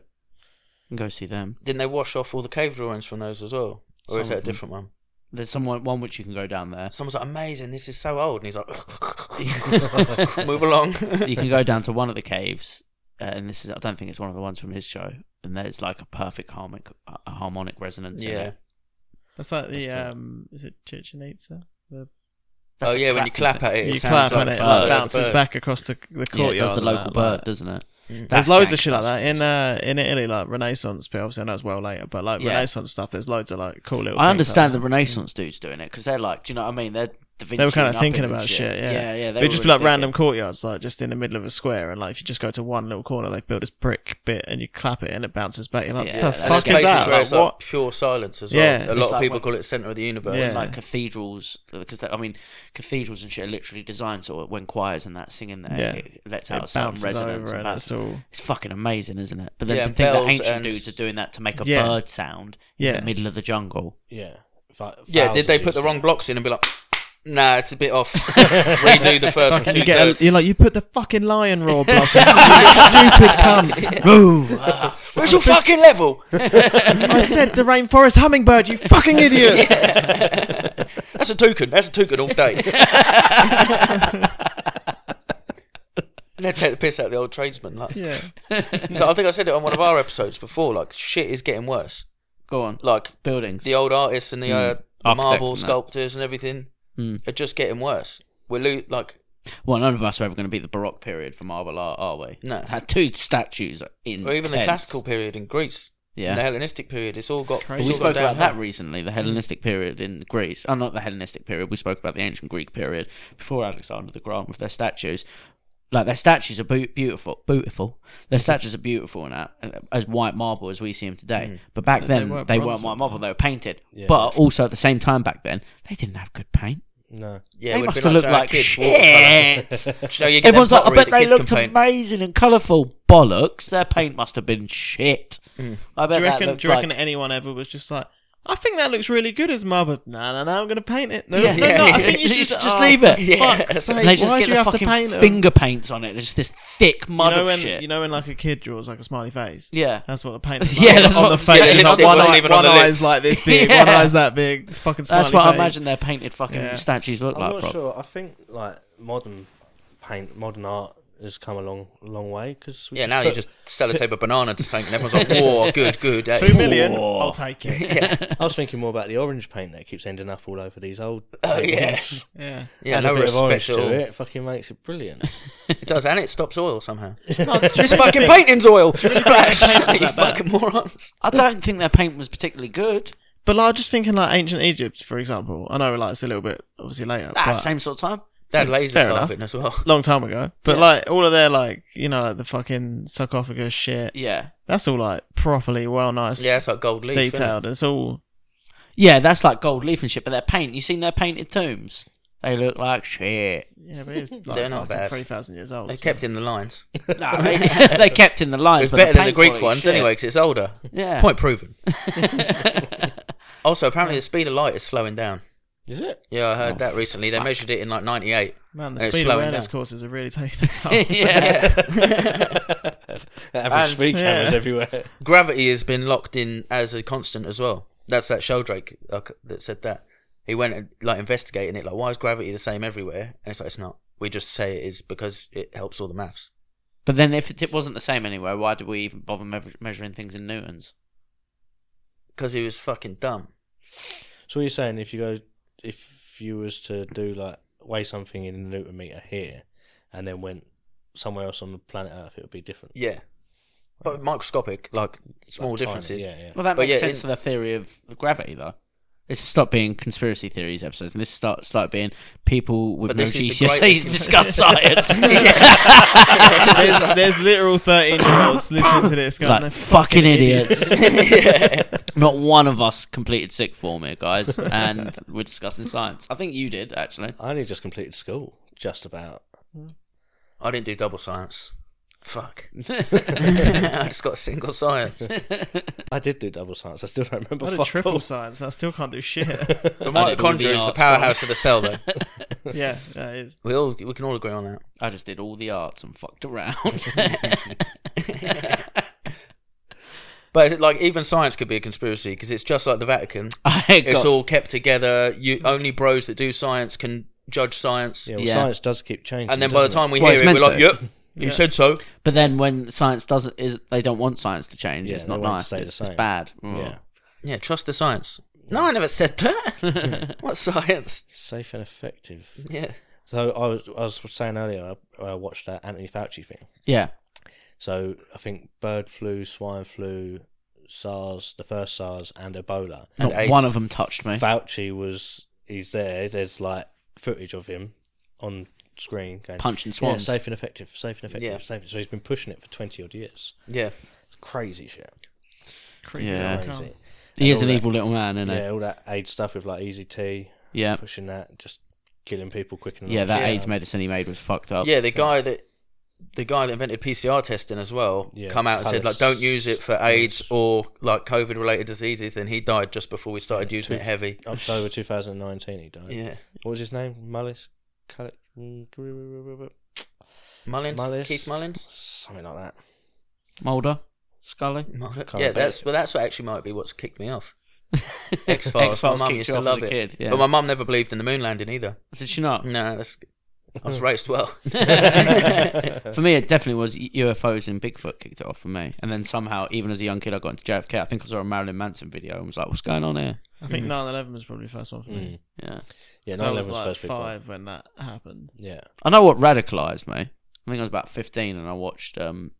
Speaker 2: You can go see them.
Speaker 5: Didn't they wash off all the cave drawings from those as well? Or is
Speaker 2: Some
Speaker 5: that a
Speaker 2: of them.
Speaker 5: different one?
Speaker 2: There's someone one which you can go down there.
Speaker 5: Someone's like, amazing, this is so old. And he's like, move along.
Speaker 2: you can go down to one of the caves, uh, and this is I don't think it's one of the ones from his show. And there's like a perfect harmonic a harmonic resonance. in
Speaker 5: Yeah. Oh,
Speaker 2: it.
Speaker 1: That's like the,
Speaker 2: That's cool.
Speaker 1: um, is it Chichen Itza? The,
Speaker 2: That's
Speaker 5: oh,
Speaker 2: a
Speaker 5: yeah, when you clap
Speaker 2: clapping
Speaker 5: at it, it
Speaker 1: you
Speaker 5: sounds
Speaker 1: clap
Speaker 5: like
Speaker 1: and it
Speaker 5: a
Speaker 1: like,
Speaker 5: bird.
Speaker 1: bounces
Speaker 5: Bird.
Speaker 1: back across the, the
Speaker 2: thing. Yeah,
Speaker 1: courtyard.
Speaker 2: it does the
Speaker 1: and
Speaker 2: local
Speaker 1: that,
Speaker 2: bird,
Speaker 1: like-
Speaker 2: doesn't it?
Speaker 5: Mm.
Speaker 1: There's
Speaker 2: That's
Speaker 1: loads
Speaker 2: gangsta
Speaker 1: of shit like that
Speaker 2: stuff.
Speaker 1: in uh, in Italy, like Renaissance people. So I know it's well later, but like
Speaker 2: Yeah.
Speaker 1: Renaissance stuff. There's loads of like cool little.
Speaker 2: I understand the Renaissance dudes doing it because they're like, do you know what I mean? They're Da
Speaker 1: They were kind
Speaker 2: Vinci-ing
Speaker 1: of
Speaker 2: up
Speaker 1: thinking
Speaker 2: it and
Speaker 1: about shit. Yeah,
Speaker 2: yeah, yeah.
Speaker 1: They
Speaker 2: were
Speaker 1: would just be
Speaker 2: really
Speaker 1: like random
Speaker 2: thinking.
Speaker 1: courtyards, like just in the middle of a square, and like if you just go to one little corner, they built this brick bit, and you clap it, and it bounces back. You're like,
Speaker 2: Yeah,
Speaker 1: the
Speaker 2: that's
Speaker 1: fuck
Speaker 2: places
Speaker 1: is that?
Speaker 5: where
Speaker 1: Like,
Speaker 5: it's like
Speaker 1: what?
Speaker 5: pure silence as well.
Speaker 1: Yeah.
Speaker 5: a
Speaker 1: It's
Speaker 5: lot of
Speaker 2: like
Speaker 5: people
Speaker 2: when-
Speaker 5: call it center of the universe.
Speaker 1: Yeah.
Speaker 2: It's like cathedrals because I mean cathedrals and shit are literally designed so when choirs and that sing in there,
Speaker 1: Yeah.
Speaker 2: it lets out
Speaker 1: It
Speaker 2: some
Speaker 1: bounces
Speaker 2: resonance.
Speaker 1: over,
Speaker 2: and
Speaker 1: and
Speaker 2: bounce-
Speaker 1: it's all.
Speaker 2: It's fucking amazing, isn't it? But then
Speaker 5: Yeah,
Speaker 2: to think that
Speaker 5: bells
Speaker 2: ancient
Speaker 5: and-
Speaker 2: dudes are doing that to make a
Speaker 1: Yeah.
Speaker 2: bird sound in
Speaker 1: Yeah.
Speaker 2: the middle of the jungle.
Speaker 4: Yeah. Fa-
Speaker 5: Yeah, did they
Speaker 4: thousands
Speaker 5: put the
Speaker 4: years
Speaker 5: wrong
Speaker 4: ago.
Speaker 5: blocks in and be like, nah, it's a bit off. Redo the first
Speaker 1: Fucking,
Speaker 5: two
Speaker 1: you get
Speaker 5: thirds.
Speaker 1: a, you're like you put the fucking lion roar block in. you stupid cunt.
Speaker 5: Where's your fucking level?
Speaker 1: I said the rainforest hummingbird. You fucking idiot.
Speaker 5: That's a token. That's a token all day. And they take the piss out of the old tradesman. Like.
Speaker 1: Yeah.
Speaker 5: So I think I said it on one of our episodes before. Like shit is getting worse.
Speaker 2: Go on,
Speaker 5: Like
Speaker 2: buildings.
Speaker 5: the old artists and the, uh, the
Speaker 2: Hmm. Architects
Speaker 5: marble
Speaker 2: and that. Hmm.
Speaker 5: sculptors and everything are just getting worse. We're lo- like
Speaker 2: well, none of us are ever going to beat the Baroque period for marble art, are we?
Speaker 5: No.
Speaker 2: That dude statues are in.
Speaker 5: or even the classical period in Greece,
Speaker 2: Yeah.
Speaker 5: and the Hellenistic period. It's all got.
Speaker 2: But
Speaker 5: it's
Speaker 2: we
Speaker 5: all gone
Speaker 2: spoke about
Speaker 5: downhill.
Speaker 2: that recently,
Speaker 1: Mm.
Speaker 2: the Hellenistic period in Greece. Oh, not the Hellenistic period. We spoke about the ancient Greek period before Alexander the Great with their statues. Like their statues are beau- beautiful, beautiful. Their statues are beautiful and that, and uh, as white marble as we see them today. But back
Speaker 1: Mm. they
Speaker 2: then
Speaker 1: weren't
Speaker 2: they
Speaker 1: bronze,
Speaker 2: weren't white
Speaker 1: weren't
Speaker 2: marble; they were painted.
Speaker 4: Yeah.
Speaker 2: But also at the same time, back then they didn't have good paint.
Speaker 4: No.
Speaker 5: Yeah,
Speaker 2: they
Speaker 5: we'd
Speaker 2: must
Speaker 5: been
Speaker 2: have looked
Speaker 5: showing our
Speaker 2: like
Speaker 5: kids
Speaker 2: shit.
Speaker 5: watercolours. You know, you get
Speaker 2: Everyone's
Speaker 5: them
Speaker 2: like, I
Speaker 5: pottery
Speaker 2: bet
Speaker 5: the
Speaker 2: they
Speaker 5: kids can
Speaker 2: looked
Speaker 5: paint.
Speaker 2: amazing and colourful. Bollocks! Their paint must have been shit. I bet
Speaker 1: Mm. Do you
Speaker 2: that
Speaker 1: reckon?
Speaker 2: looked
Speaker 1: Do you reckon
Speaker 2: like-
Speaker 1: anyone ever was just like? I think that looks really good as marble. No, no, no. I'm gonna paint it. No,
Speaker 2: Yeah.
Speaker 1: no, no. I think you should
Speaker 2: just
Speaker 1: oh,
Speaker 2: leave it.
Speaker 1: for
Speaker 5: Yeah.
Speaker 1: fuck's
Speaker 5: And
Speaker 1: sake,
Speaker 2: and they just
Speaker 1: why
Speaker 2: get
Speaker 1: do you
Speaker 2: the
Speaker 1: have to
Speaker 2: fucking
Speaker 1: paint 'em?
Speaker 2: finger paints on it. There's just this thick mud
Speaker 1: you know
Speaker 2: of
Speaker 1: when
Speaker 2: shit.
Speaker 1: you know when like a kid draws like a smiley face.
Speaker 2: Yeah.
Speaker 1: that's what the paint. Is like,
Speaker 2: Yeah, that's
Speaker 1: on
Speaker 2: what-
Speaker 1: the face.
Speaker 2: yeah, the
Speaker 1: like,
Speaker 5: lipstick
Speaker 1: one
Speaker 5: wasn't
Speaker 1: eye,
Speaker 5: even on
Speaker 1: one
Speaker 5: the
Speaker 1: eye's
Speaker 5: lips.
Speaker 1: like this big,
Speaker 2: Yeah.
Speaker 1: one eye's that big. It's fucking smiley
Speaker 2: That's what I
Speaker 1: face.
Speaker 2: imagine their painted fucking
Speaker 1: Yeah.
Speaker 2: statues look
Speaker 4: I'm
Speaker 2: like.
Speaker 4: not
Speaker 2: bro.
Speaker 4: sure. I think like modern paint, modern art has come a long, long way because
Speaker 5: Yeah, now you just sellotape a banana to something, and everyone's like, "Whoa, good, good." that's
Speaker 1: Two million,
Speaker 2: Four.
Speaker 1: I'll take it.
Speaker 4: I was thinking more about the orange paint that keeps ending up all over these old.
Speaker 5: Oh, yeah.
Speaker 4: buildings.
Speaker 1: Yeah,
Speaker 5: Yeah,
Speaker 4: Add
Speaker 5: no
Speaker 4: a bit of orange
Speaker 5: respect at all.
Speaker 4: to it.
Speaker 5: It.
Speaker 4: it fucking makes it brilliant.
Speaker 5: does, and it stops oil somehow.
Speaker 1: No, do you
Speaker 5: this
Speaker 1: really
Speaker 5: fucking
Speaker 1: think-
Speaker 5: painting's oil. Splash! you fucking morons.
Speaker 2: I don't think their paint was particularly good.
Speaker 1: But like, I'm just thinking like ancient Egypt, for example. I know like it's a little bit obviously later,
Speaker 2: Ah,
Speaker 1: but
Speaker 2: same sort of time.
Speaker 5: They had laser
Speaker 1: Fair enough.
Speaker 5: carpeting as well.
Speaker 1: long time ago. But
Speaker 2: Yeah.
Speaker 1: like all of their like you know like the fucking sarcophagus shit.
Speaker 2: Yeah,
Speaker 1: That's all like properly well nice,
Speaker 5: Yeah, it's like gold leaf. isn't it?
Speaker 1: detailed. It's all
Speaker 2: yeah, that's like gold leaf and shit. But their paint, you seen their painted tombs? They look like shit.
Speaker 1: yeah, but it's like
Speaker 5: They're not bad.
Speaker 1: three thousand years old.
Speaker 5: They
Speaker 1: so-
Speaker 5: kept in the lines.
Speaker 2: No, they, they kept in the lines.
Speaker 5: It's
Speaker 2: but
Speaker 5: better than the
Speaker 2: paint
Speaker 5: Greek
Speaker 2: quality
Speaker 5: ones
Speaker 2: shit.
Speaker 5: anyway, because it's older.
Speaker 2: Yeah.
Speaker 5: Point proven. also, apparently the speed of light is slowing down.
Speaker 4: Is it?
Speaker 5: Yeah, I heard that recently. They measured it in like 98.
Speaker 1: Man,
Speaker 5: And
Speaker 1: the
Speaker 5: it's
Speaker 1: speed
Speaker 5: slowing
Speaker 1: awareness
Speaker 5: down.
Speaker 1: courses are really taking a toll.
Speaker 2: yeah.
Speaker 4: Average speed
Speaker 1: yeah.
Speaker 4: cameras everywhere.
Speaker 5: Gravity has been locked in as a constant as well. That's that Sheldrake uh, c- that said that. He went and, like investigating it, like why is gravity the same everywhere? And it's like it's not. We just say it is because it helps all the maths.
Speaker 2: But then, if it wasn't the same anyway, why did we even bother me- measuring things in newtons?
Speaker 5: because he was fucking dumb.
Speaker 4: So what you're saying if you go if you was to do like weigh something in a newton meter here and then went somewhere else on the planet Earth it would be different.
Speaker 5: Yeah, but microscopic, like small
Speaker 4: Tiny,
Speaker 5: differences.
Speaker 4: Yeah, yeah.
Speaker 2: Well, that
Speaker 5: But
Speaker 2: makes
Speaker 5: yeah,
Speaker 2: sense
Speaker 5: in-
Speaker 2: for the theory of gravity, though. This stop being conspiracy theories episodes, and this start start being people with
Speaker 5: But
Speaker 2: no
Speaker 5: this is the
Speaker 2: GCSEs
Speaker 5: greatest-
Speaker 2: discuss science.
Speaker 1: There's, there's literal 13 year olds listening to this going,
Speaker 2: like
Speaker 1: "They're
Speaker 2: fucking idiots.
Speaker 5: yeah.
Speaker 2: Not one of us completed sick form here, guys, and we're discussing science. I think you did actually.
Speaker 4: I only just completed school, just about.
Speaker 5: I didn't do double science. Fuck. I just got single science.
Speaker 4: I did do double science. I still don't remember.
Speaker 1: What a
Speaker 4: fuck
Speaker 1: triple
Speaker 4: all.
Speaker 1: science. I still can't do shit.
Speaker 5: The
Speaker 2: I did all the
Speaker 5: mitochondria is the
Speaker 2: arts,
Speaker 5: powerhouse of the cell, though.
Speaker 1: yeah, that is.
Speaker 5: We all we can all agree on that.
Speaker 2: I just did all the arts and fucked around.
Speaker 5: But is it like even science could be a conspiracy because it's just like the Vatican.
Speaker 2: I
Speaker 5: It's
Speaker 2: got
Speaker 5: all kept together. You only bros that do science can judge science.
Speaker 4: Yeah, well,
Speaker 2: Yeah.
Speaker 4: science does keep changing.
Speaker 5: And then by the
Speaker 4: doesn't
Speaker 5: time we
Speaker 2: Well, it's
Speaker 5: hear it, we're
Speaker 2: meant
Speaker 5: like,
Speaker 2: to.
Speaker 5: "Yep, you said so."
Speaker 2: But then when science doesn't is they don't want science to change.
Speaker 4: Yeah,
Speaker 2: it's
Speaker 4: they
Speaker 2: not
Speaker 4: want it to
Speaker 2: nice.
Speaker 4: stay the
Speaker 2: It's, it's
Speaker 4: same.
Speaker 2: bad.
Speaker 4: it?
Speaker 2: Mm.
Speaker 4: Yeah.
Speaker 5: Yeah, trust the science. No, I never said that. what science?
Speaker 4: Safe and effective.
Speaker 5: Yeah.
Speaker 4: So I was I was saying earlier I, I watched that Anthony Fauci thing.
Speaker 2: Yeah.
Speaker 4: So I think bird flu, swine flu, SARS, the first SARS, and Ebola.
Speaker 2: Not
Speaker 5: AIDS.
Speaker 2: one of them touched me.
Speaker 4: Fauci was he's there. There's like footage of him on screen going
Speaker 2: Punching
Speaker 4: yeah,
Speaker 2: swans.
Speaker 4: safe and effective, safe and effective,
Speaker 5: Yeah.
Speaker 4: safe. So he's been pushing it for twenty odd years.
Speaker 5: Yeah.
Speaker 4: It's crazy shit.
Speaker 1: Creepy.
Speaker 2: Yeah. Oh,
Speaker 1: I can't.
Speaker 4: Crazy.
Speaker 2: he is
Speaker 4: all
Speaker 2: an
Speaker 4: that-
Speaker 2: evil little man, isn't
Speaker 4: Yeah, all that AIDS stuff with like easy tea,
Speaker 2: he? Yeah.
Speaker 4: pushing that, just killing people quick and
Speaker 2: Yeah, that
Speaker 5: Yeah.
Speaker 2: AIDS medicine he made was fucked up.
Speaker 5: Yeah, the guy that the guy that invented PCR testing as well
Speaker 4: Yeah,
Speaker 5: come out and said
Speaker 4: Callis.
Speaker 5: like don't use it for AIDS or like COVID related diseases. Then he died just before we started using it heavy.
Speaker 4: October 2019, he died.
Speaker 5: Yeah,
Speaker 4: What was his name? Mullis? Cal- Something
Speaker 5: Mullins,
Speaker 4: Mullis.
Speaker 5: Keith Mullins.
Speaker 4: like that.
Speaker 2: Mulder, Scully.
Speaker 5: yeah,
Speaker 4: remember
Speaker 5: that's
Speaker 4: it.
Speaker 5: well, that's what actually might be what's kicked me off. X Files. My
Speaker 2: X-Files
Speaker 5: mum
Speaker 2: kicked
Speaker 5: used
Speaker 2: you
Speaker 5: to
Speaker 2: off
Speaker 5: love
Speaker 2: as a
Speaker 5: it,
Speaker 2: kid, yeah.
Speaker 5: but my mum Mm. never believed in the moon landing either.
Speaker 2: Did she not?
Speaker 5: No, that's I was raised well.
Speaker 2: For me, it definitely was UFOs and Bigfoot kicked it off for me. And then somehow, even as a young kid, I got into JFK. I think I saw a Marilyn Manson video and was like, "What's going on here?"
Speaker 1: I think 9 11 was probably the first one for me.
Speaker 4: Mm.
Speaker 2: Yeah,
Speaker 4: Yeah,
Speaker 1: So I
Speaker 4: 9
Speaker 1: was
Speaker 4: was
Speaker 1: like
Speaker 4: first big one.
Speaker 1: five when that happened.
Speaker 4: Yeah.
Speaker 2: I know what radicalized me. I think I was about fifteen, and I watched. um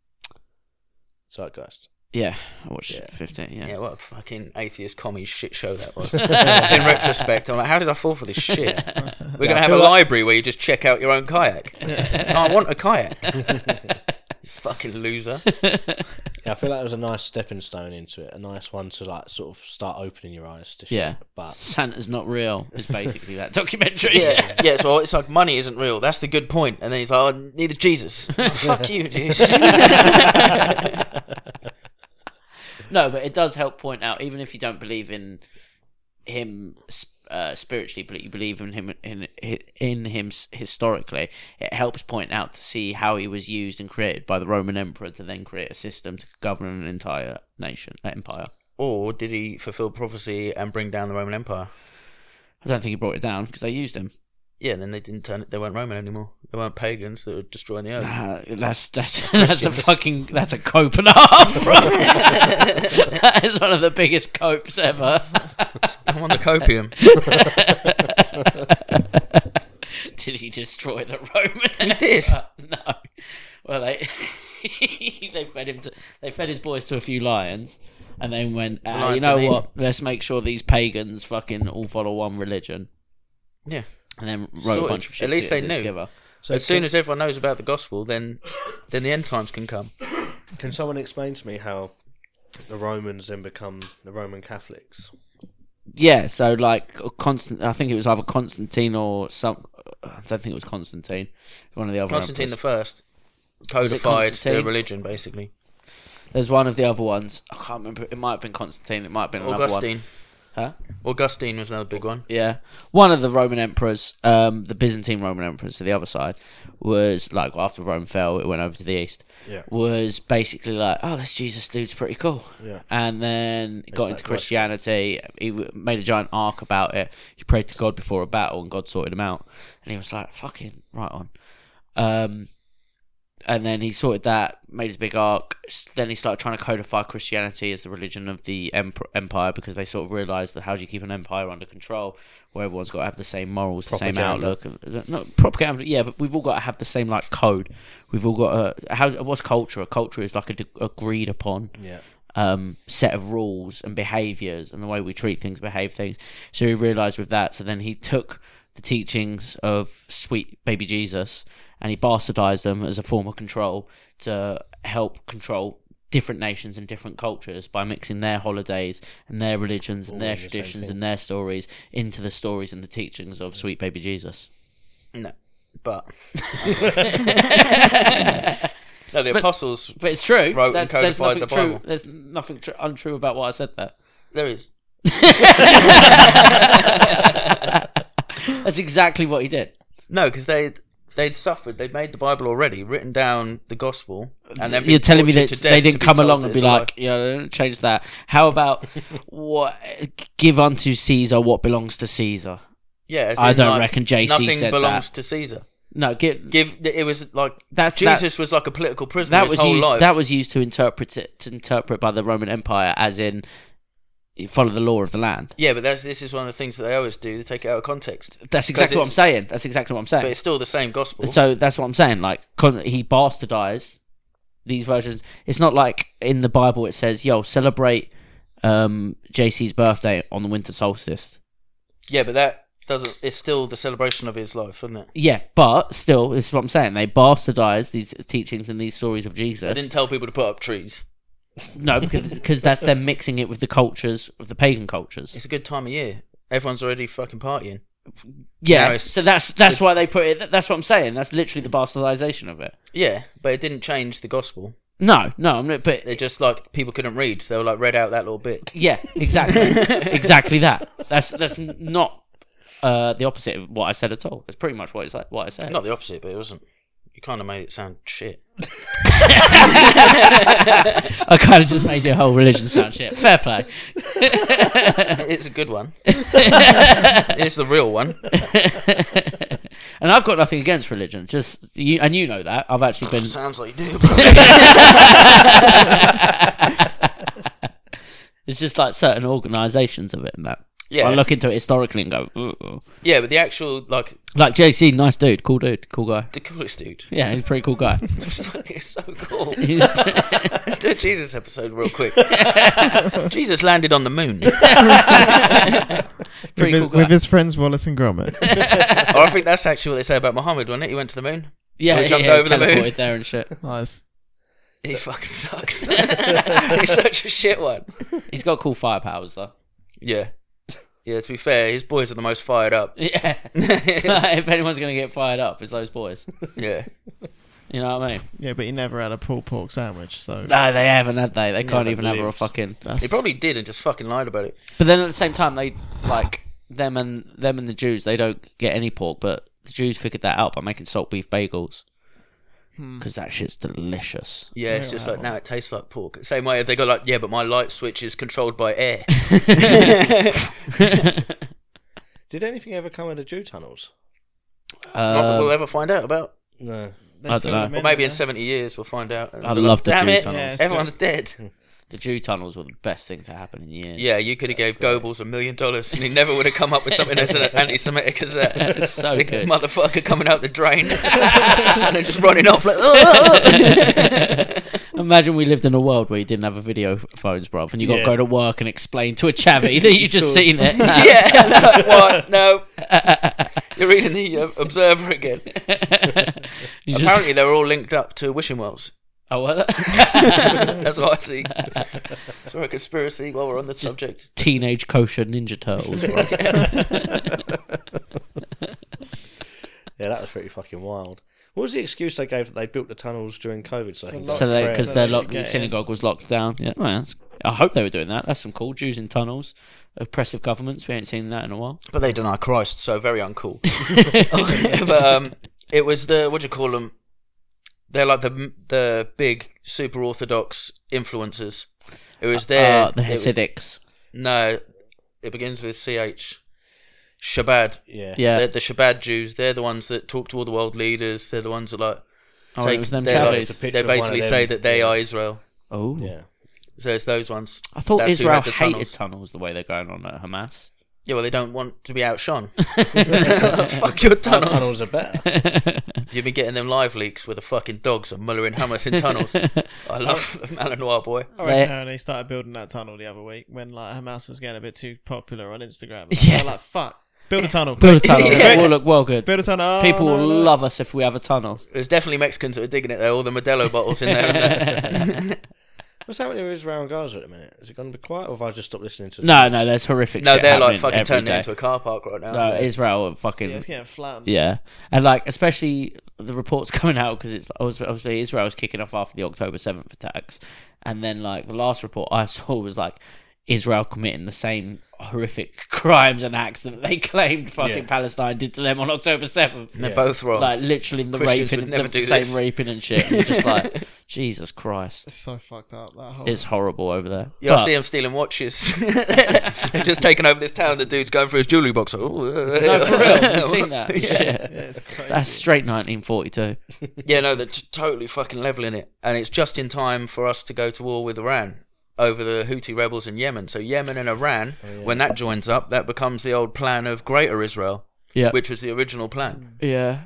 Speaker 4: Zeitgeist.
Speaker 2: Yeah, I watched
Speaker 4: Yeah.
Speaker 2: fifteen.
Speaker 5: Yeah, what a fucking atheist commie shit show that was.
Speaker 2: Yeah.
Speaker 5: In retrospect, I'm like, how did I fall for this shit? We're
Speaker 4: Yeah, I
Speaker 5: gonna have a
Speaker 4: feel like-
Speaker 5: library where you just check out your own kayak. I want a kayak. Fucking loser.
Speaker 4: Yeah, I feel like it was a nice stepping stone into it, a nice one to like sort of start opening your eyes to shit.
Speaker 2: Yeah.
Speaker 4: But
Speaker 2: Santa's not real is basically that documentary.
Speaker 5: Yeah, yeah. So it's like money isn't real. That's the good point. And then he's like, oh, neither Jesus. Fuck you, dude.
Speaker 2: No, but it does help point out, even if you don't believe in him sp- uh, spiritually, but you believe in him in in him s- historically, it helps point out to see how he was used and created by the Roman Emperor to then create a system to govern an entire nation, uh, empire.
Speaker 5: or did he fulfill prophecy and bring down the Roman Empire?
Speaker 2: I don't think he brought it down because they used him.
Speaker 5: Yeah, and then they didn't turn it. They weren't Roman anymore. They weren't pagans that were destroying the earth.
Speaker 2: Uh, that's that's that's a fucking that's a cope and a half. bro. that is one of the biggest copes ever.
Speaker 5: I'm on the copium.
Speaker 2: Did he destroy the Roman? He
Speaker 5: did.
Speaker 2: no. Well, they they fed him to they fed his boys to a few lions, and then went. Uh,
Speaker 5: lions
Speaker 2: you know
Speaker 5: didn't eat
Speaker 2: what? Let's make sure these pagans fucking all follow one religion,
Speaker 5: Yeah.
Speaker 2: and then wrote a
Speaker 5: Sorted.
Speaker 2: bunch of shit.
Speaker 5: At least
Speaker 2: to-
Speaker 5: they knew.
Speaker 2: Together.
Speaker 4: so
Speaker 5: as soon as everyone knows about the gospel, then then the end times can come.
Speaker 4: Can someone explain to me how the Romans then become the Roman Catholics?
Speaker 2: Yeah, so like Constant, I think it was either Constantine or some. I don't think it was Constantine. One of the other
Speaker 5: Constantine the
Speaker 2: emperors.
Speaker 5: First
Speaker 2: it
Speaker 5: codified the
Speaker 2: Constantine?
Speaker 5: religion, basically.
Speaker 2: There's one of the other ones. I can't remember. It might have been Constantine. It might have been another one.
Speaker 5: Augustine.
Speaker 2: Huh?
Speaker 5: Augustine was another big one.
Speaker 2: Yeah, one of the Roman emperors, um, the Byzantine Roman emperors, so the other side was like after Rome fell, it went over to the east.
Speaker 4: Yeah.
Speaker 2: was basically like, oh, this Jesus dude's pretty cool.
Speaker 4: Yeah.
Speaker 2: and then he got
Speaker 4: that
Speaker 2: into
Speaker 4: guy.
Speaker 2: Christianity. He w- made a giant arc about it. He prayed to God before a battle, and God sorted him out. And he was like, fucking right on. Um, and then he sorted that, made his big arc. S- Then he started trying to codify Christianity as the religion of the em- empire because they sort of realized that how do you keep an empire under control where everyone's got to have the same morals, the same
Speaker 4: Propaganda.
Speaker 2: outlook. and- No, propaganda, yeah, but we've all got to have the same like code. We've all got to, how what's culture? A culture is like a, de- agreed upon
Speaker 4: Yeah.
Speaker 2: um, set of rules and behaviors and the way we treat things, behave things. So he realized with that. So then he took the teachings of sweet baby Jesus and he bastardized them as a form of control to help control different nations and different cultures by mixing their holidays and their religions and their
Speaker 4: in the same
Speaker 2: traditions
Speaker 4: thing.
Speaker 2: and their stories into the stories and the teachings of sweet baby Jesus.
Speaker 5: No, but no, the apostles.
Speaker 2: But it's true.
Speaker 5: Wrote and
Speaker 2: That's- there's nothing
Speaker 5: codified the
Speaker 2: true.
Speaker 5: Bible.
Speaker 2: There's nothing tr- untrue about what I said there.
Speaker 5: There is.
Speaker 2: That's exactly what he did.
Speaker 5: No, because they they'd suffered. They'd made the Bible already, written down the gospel, and then
Speaker 2: You're
Speaker 5: been
Speaker 2: telling me
Speaker 5: tortured
Speaker 2: that
Speaker 5: to
Speaker 2: they
Speaker 5: death to
Speaker 2: didn't come
Speaker 5: told
Speaker 2: along
Speaker 5: that
Speaker 2: and
Speaker 5: it's
Speaker 2: be
Speaker 5: a lie.
Speaker 2: like, yeah, don't change that. How about what? Give unto Caesar what belongs to Caesar.
Speaker 5: yeah, as
Speaker 2: I
Speaker 5: in,
Speaker 2: don't
Speaker 5: like,
Speaker 2: reckon JC
Speaker 5: nothing
Speaker 2: said
Speaker 5: belongs
Speaker 2: that.
Speaker 5: to Caesar.
Speaker 2: No, give,
Speaker 5: Give it was like
Speaker 2: That's-
Speaker 5: Jesus was like a political prisoner
Speaker 2: that
Speaker 5: his
Speaker 2: was
Speaker 5: whole
Speaker 2: used.
Speaker 5: life.
Speaker 2: That was used to interpret it, to interpret by the Roman Empire as in you follow the law of the land.
Speaker 5: yeah, but that's this is one of the things that they always do. They take it out of context,
Speaker 2: That's exactly what I'm
Speaker 5: it's-
Speaker 2: saying. That's exactly what I'm saying.
Speaker 5: but it's still the same gospel.
Speaker 2: So that's what I'm saying. Like con- he bastardized these versions. It's not like in the Bible it says, "Yo, celebrate um, JC's birthday on the winter solstice."
Speaker 5: yeah, but that doesn't. It's still the celebration of his life, isn't it?
Speaker 2: Yeah, but still, this is what I'm saying. They bastardized these teachings and these stories of
Speaker 5: They
Speaker 2: Jesus.
Speaker 5: didn't tell people to put up trees.
Speaker 2: no, because cause that's them mixing it with the cultures of the pagan cultures.
Speaker 5: It's a good time of year. Everyone's already fucking partying.
Speaker 2: Yeah,
Speaker 5: No, it's-
Speaker 2: so that's that's why they put it. That's what I'm saying. That's literally the bastardization of it.
Speaker 5: Yeah, but it didn't change the gospel.
Speaker 2: No, no, I'm not. But
Speaker 5: They just like people couldn't read, so they were like read out that little bit.
Speaker 2: Yeah, exactly, exactly that. That's that's n- not uh, the opposite of what I said at all. That's pretty much what it's like, what I said.
Speaker 5: Not the opposite, but it wasn't. You kind of made it sound shit.
Speaker 2: I kind of just made your whole religion sound shit. Fair play.
Speaker 5: it's a good one. it's the real one.
Speaker 2: and I've got nothing against religion. Just you, and you know that I've actually been.
Speaker 5: Sounds like you do.
Speaker 2: It's just like certain organisations of it and that.
Speaker 5: Yeah.
Speaker 2: I look into it historically and go, Ooh.
Speaker 5: yeah, but the actual like
Speaker 2: like JC, nice dude, cool dude, cool guy.
Speaker 5: the coolest dude.
Speaker 2: Yeah, he's a pretty cool guy.
Speaker 5: it's so cool.
Speaker 2: He's-
Speaker 5: Let's do a Jesus episode real quick. Jesus landed on the moon.
Speaker 2: pretty
Speaker 1: with,
Speaker 2: cool
Speaker 1: his,
Speaker 2: guy.
Speaker 1: with his friends Wallace and Gromit.
Speaker 5: or I think that's actually what they say about Muhammad, wasn't it? He went to the moon.
Speaker 2: yeah,
Speaker 5: Or he jumped
Speaker 2: yeah,
Speaker 5: over the
Speaker 2: teleported
Speaker 5: moon.
Speaker 2: there and shit.
Speaker 1: nice.
Speaker 5: He fucking sucks. He's such a shit one.
Speaker 2: He's got cool fire powers though.
Speaker 5: Yeah. Yeah, to be fair, his boys are the most fired up.
Speaker 2: Yeah. if anyone's gonna get fired up, it's those boys.
Speaker 5: Yeah.
Speaker 2: You know what I mean?
Speaker 1: Yeah, but he never had a pulled pork sandwich, so
Speaker 2: No, they haven't, had they? They can't
Speaker 5: Never
Speaker 2: even have a
Speaker 5: lived.
Speaker 2: fucking.
Speaker 1: that's
Speaker 5: He probably did and just fucking lied about it.
Speaker 2: But then at the same time, they like them and them and the Jews. They don't get any pork, but the Jews figured that out by making salt beef bagels
Speaker 1: hmm.
Speaker 2: because that shit's delicious.
Speaker 5: Yeah, it's just like now it tastes like pork. Same way they go like, yeah, but my light switch is controlled by air.
Speaker 4: Did anything ever come out of Jew tunnels?
Speaker 5: Not that we'll
Speaker 2: Uh,
Speaker 5: ever find out about.
Speaker 4: No.
Speaker 1: They
Speaker 2: I don't
Speaker 1: fill
Speaker 2: know.
Speaker 1: them
Speaker 5: Or maybe
Speaker 1: don't they?
Speaker 5: in seventy years we'll find out. And
Speaker 2: I
Speaker 5: we'll
Speaker 2: love
Speaker 5: like,
Speaker 2: the
Speaker 5: Damn
Speaker 2: Jew
Speaker 5: it,
Speaker 1: Yeah.
Speaker 2: tunnels.
Speaker 5: everyone's dead.
Speaker 2: the Jew tunnels were the best thing to happen in years.
Speaker 5: Yeah, you could have gave Goebbels a million dollars, and he never would have come up with something as anti-Semitic as that.
Speaker 2: so
Speaker 5: the
Speaker 2: good.
Speaker 5: motherfucker coming out the drain and then just running off like. "Oh."
Speaker 2: Imagine we lived in a world where you didn't have a video f- phones, bruv, and you got to
Speaker 4: Yeah.
Speaker 2: go to work and explain to a chavvy that you just seen it.
Speaker 5: yeah, no, what? No, you're reading the uh, Observer again.
Speaker 2: You just-
Speaker 5: Apparently, they were all linked up to wishing wells.
Speaker 2: Oh, what?
Speaker 5: That's what I see. Saw a conspiracy while we're on the subject.
Speaker 2: Teenage kosher Ninja Turtles. bruv.
Speaker 4: Yeah, that was pretty fucking wild. What was the excuse they gave that they built the tunnels during COVID? So, they can
Speaker 1: Well,
Speaker 2: so they
Speaker 1: Correct.
Speaker 2: because
Speaker 1: So
Speaker 2: their
Speaker 1: they
Speaker 2: lock,
Speaker 1: could get in.
Speaker 2: synagogue was locked down. Yeah, well, that's, I hope they were doing that. That's some cool Jews in tunnels, oppressive governments. We ain't seen that in a while.
Speaker 5: But they deny Christ, so very uncool. but um, it was the what do you call them? They're like the the big super orthodox influencers. It was their
Speaker 2: Uh, the
Speaker 5: it was-
Speaker 2: Hasidics.
Speaker 5: no, it begins with ch. Shabbat.
Speaker 4: yeah.
Speaker 2: Yeah,
Speaker 5: They're the Shabbat Jews. They're the ones that talk to all the world leaders. They're the ones that like
Speaker 2: Oh,
Speaker 5: take
Speaker 2: it was them
Speaker 5: their-
Speaker 4: Well, it's
Speaker 2: Chavez.
Speaker 4: a picture
Speaker 5: They
Speaker 4: of one of
Speaker 5: basically
Speaker 4: them.
Speaker 5: say that they are Israel.
Speaker 2: Oh,
Speaker 4: Yeah.
Speaker 5: So it's those ones.
Speaker 2: I thought
Speaker 5: That's who
Speaker 2: Israel
Speaker 5: had the
Speaker 2: hated
Speaker 5: tunnels.
Speaker 2: tunnels. the way they're going on at Hamas.
Speaker 5: Yeah, well, they don't want to be outshone. Fuck your
Speaker 4: Our
Speaker 5: tunnels.
Speaker 4: tunnels are better.
Speaker 5: You've been getting them live leaks with the fucking dogs and Muller and Hamas in tunnels. I love Alan Noir boy.
Speaker 1: I
Speaker 2: They-
Speaker 1: reckon how they started building that tunnel the other week when like Hamas was getting a bit too popular on Instagram.
Speaker 2: Yeah.
Speaker 1: They're like, fuck, build a tunnel.
Speaker 2: Build a tunnel.
Speaker 5: Yeah.
Speaker 2: It will look well good.
Speaker 1: Build a tunnel. Oh,
Speaker 2: People
Speaker 1: no,
Speaker 2: will
Speaker 1: no.
Speaker 2: love us if we have a tunnel.
Speaker 5: There's definitely Mexicans that are digging it there. All the Modelo bottles in there. and that.
Speaker 4: What's happening with Israel and Gaza at the minute? Is it gone to be quiet, or have I just stopped listening to?
Speaker 2: No, no, there's horrific.
Speaker 5: no,
Speaker 2: shit
Speaker 5: they're
Speaker 2: happening
Speaker 5: like fucking
Speaker 2: every
Speaker 5: turning
Speaker 2: day.
Speaker 5: it into a car park right now.
Speaker 2: No, Israel are fucking
Speaker 1: Yeah,
Speaker 2: yeah.
Speaker 1: it's getting flattened.
Speaker 2: and like especially the reports coming out because it's obviously, obviously Israel's kicking off after the October seventh attacks, and then like the last report I saw was like Israel committing the same horrific crimes and acts that they claimed fucking
Speaker 4: Yeah.
Speaker 2: Palestine did to them on October seventh.
Speaker 5: They're both wrong.
Speaker 2: Like literally the
Speaker 5: Christians
Speaker 2: raping,
Speaker 5: would never
Speaker 2: the
Speaker 5: do
Speaker 2: same
Speaker 5: this.
Speaker 2: raping and shit. And you're just like Jesus Christ,
Speaker 1: It's so fucked up. That whole.
Speaker 2: it's horrible over there.
Speaker 5: Yeah, I
Speaker 2: But-
Speaker 5: see them stealing watches. They're just taking over this town. The dude's going through his jewelry box. Oh,
Speaker 2: no, for real, you've seen that? Shit.
Speaker 1: yeah, it's crazy.
Speaker 2: That's straight 1942.
Speaker 5: Yeah, no, they're t- totally fucking leveling it, and it's just in time for us to go to war with Iran over the Houthi rebels in Yemen. So Yemen and Iran,
Speaker 2: Oh,
Speaker 5: when that joins up, that becomes the old plan of Greater Israel,
Speaker 2: Yeah.
Speaker 5: which was the original
Speaker 2: Hmm.
Speaker 5: plan.
Speaker 2: Yeah.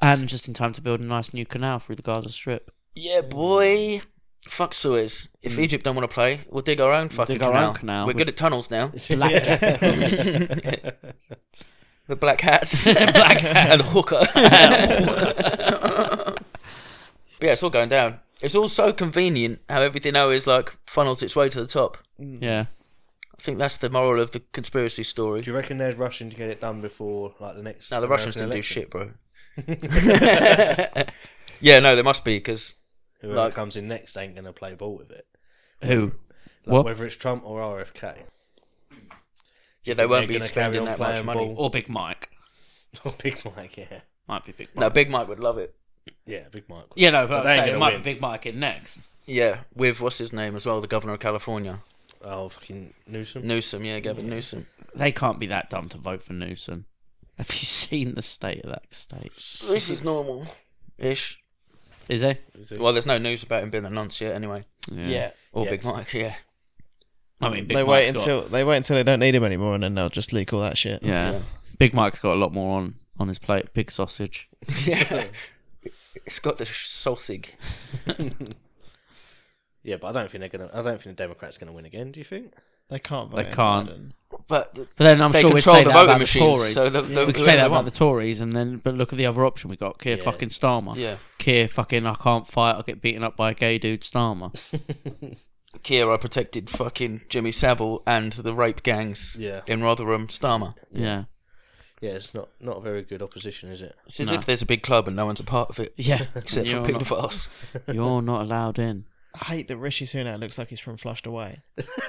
Speaker 2: And just in time to build a nice new canal through the Gaza Strip.
Speaker 5: Yeah, boy. Fuck Suez. If Egypt don't want to play, we'll dig our own fucking
Speaker 2: Hmm. dig our own canal.
Speaker 5: canal. We're
Speaker 2: We've-
Speaker 5: good at tunnels now. With black hats.
Speaker 2: Black
Speaker 5: and hooker. but yeah, it's all going down. It's all so convenient how everything now is like funnels its way to the top.
Speaker 2: Yeah.
Speaker 5: I think that's the moral of the conspiracy story.
Speaker 4: Do you reckon they're rushing to get it done before like the next?
Speaker 5: Now the
Speaker 4: American
Speaker 5: Russians didn't do
Speaker 4: election?
Speaker 5: shit, bro. yeah, no, there must be because
Speaker 4: Whoever
Speaker 5: Like-
Speaker 4: comes in next ain't gonna play ball with it.
Speaker 2: Who?
Speaker 4: Like,
Speaker 2: What?
Speaker 4: Whether it's Trump or RFK.
Speaker 5: yeah, they won't
Speaker 4: They're
Speaker 5: be
Speaker 4: gonna
Speaker 5: spending
Speaker 4: carry on
Speaker 5: that much
Speaker 4: playing
Speaker 5: money.
Speaker 4: ball.
Speaker 2: Or Big Mike.
Speaker 4: Or Big Mike, yeah,
Speaker 2: Might be Big Mike.
Speaker 5: No, Big Mike would love it.
Speaker 4: yeah, Big Mike.
Speaker 2: Yeah, no, but,
Speaker 4: But
Speaker 2: I'm
Speaker 4: they ain't
Speaker 2: saying it
Speaker 4: gonna
Speaker 2: might
Speaker 4: win.
Speaker 2: be Big Mike in next.
Speaker 5: Yeah, with what's his name as well, the governor of California,
Speaker 4: Oh, fucking Newsom.
Speaker 5: Newsom. Yeah, Gavin Newsom.
Speaker 2: They can't be that dumb to vote for Newsom. Have you seen the state of that state?
Speaker 5: This is normal, ish.
Speaker 2: Is he?
Speaker 5: Well, there's no news about him being a nonce yet, anyway.
Speaker 1: yeah.
Speaker 5: Or Big
Speaker 4: Yes.
Speaker 5: Mike. Yeah.
Speaker 2: I mean,
Speaker 1: They
Speaker 2: Big Mike's
Speaker 1: wait
Speaker 2: got-
Speaker 1: until they wait until they don't need him anymore, and then they'll just leak all that shit.
Speaker 2: Yeah.
Speaker 5: Yeah.
Speaker 2: Big Mike's got a lot more on, on his plate. Big sausage.
Speaker 5: Yeah. It's got the sausage.
Speaker 4: Yeah, but I don't think they're gonna. I don't think the Democrats gonna win again. Do you think?
Speaker 1: They can't.
Speaker 2: They
Speaker 1: vote in
Speaker 2: can't.
Speaker 1: Biden.
Speaker 5: But the,
Speaker 2: But then I'm
Speaker 5: they
Speaker 2: sure we'd
Speaker 5: control
Speaker 2: say
Speaker 5: the
Speaker 2: that
Speaker 5: voting
Speaker 2: about the
Speaker 5: machines,
Speaker 2: Tories.
Speaker 5: so they'll, they'll
Speaker 2: we could say that about the Tories, and then but look at the other option we got: Keir
Speaker 4: Yeah.
Speaker 2: fucking Starmer.
Speaker 5: Yeah.
Speaker 2: Keir fucking I can't fight. I get beaten up by a gay dude. Starmer.
Speaker 5: Kira protected fucking Jimmy Savile and the rape gangs
Speaker 4: Yeah.
Speaker 5: in Rotherham, Starmer.
Speaker 2: Yeah.
Speaker 4: Yeah, it's not not a very good opposition, is it?
Speaker 5: It's as
Speaker 2: No.
Speaker 5: if there's a big club and no one's a part of it,
Speaker 2: Yeah.
Speaker 5: except
Speaker 2: you're,
Speaker 5: for
Speaker 2: not,
Speaker 5: pedophiles.
Speaker 2: you're not allowed in.
Speaker 1: I hate that Rishi Sunak looks like he's from Flushed Away.
Speaker 5: Holy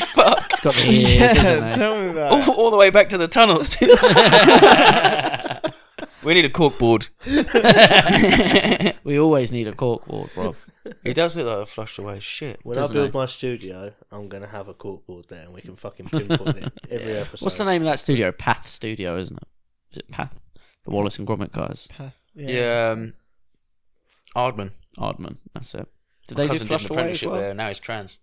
Speaker 5: fuck!
Speaker 2: It's got the ears, isn't it?
Speaker 1: tell me that.
Speaker 5: All, all the way back to the tunnels. dude. we need a corkboard.
Speaker 2: We always need a corkboard, Rob.
Speaker 5: He does look like a flushed away shit.
Speaker 4: When
Speaker 2: Doesn't
Speaker 4: I build
Speaker 2: it?
Speaker 4: my studio, I'm gonna have a corkboard there, and we can fucking pinpoint it every episode.
Speaker 2: What's the name of that studio? Path Studio, isn't it? Is it Path? The Wallace and Gromit guys.
Speaker 5: Yeah. Um, Ardman.
Speaker 2: Ardman. That's it. Did they do
Speaker 5: cousin did an
Speaker 2: Flushed Away as
Speaker 5: apprenticeship
Speaker 2: well?
Speaker 5: there. Now he's trans.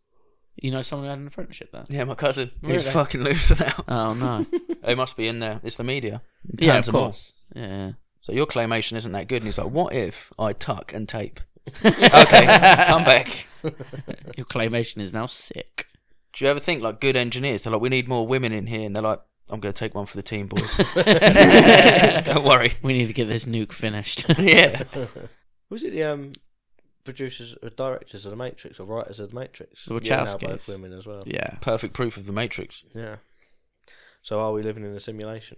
Speaker 2: You know someone who had an apprenticeship there?
Speaker 5: Yeah, my cousin. He's
Speaker 2: Really?
Speaker 5: fucking loser now.
Speaker 2: Oh no.
Speaker 5: They must be in there. It's the media.
Speaker 2: yeah,
Speaker 5: Tons
Speaker 2: of
Speaker 5: of more.
Speaker 2: course. Yeah.
Speaker 5: So your claymation isn't that good. And he's like, what if I tuck and tape? okay, come back.
Speaker 2: Your claymation is now sick.
Speaker 5: Do you ever think like good engineers? They're like, we need more women in here, and they're like, I'm going to take one for the team, boys. Don't worry.
Speaker 2: We need to get this nuke finished.
Speaker 5: Yeah.
Speaker 4: Was it the um, producers or directors of the Matrix or writers of the Matrix?
Speaker 2: The
Speaker 4: Yeah, now
Speaker 2: Wachowskis.
Speaker 4: both women as well.
Speaker 2: yeah.
Speaker 5: Perfect proof of the Matrix.
Speaker 4: Yeah. So are we living in a simulation?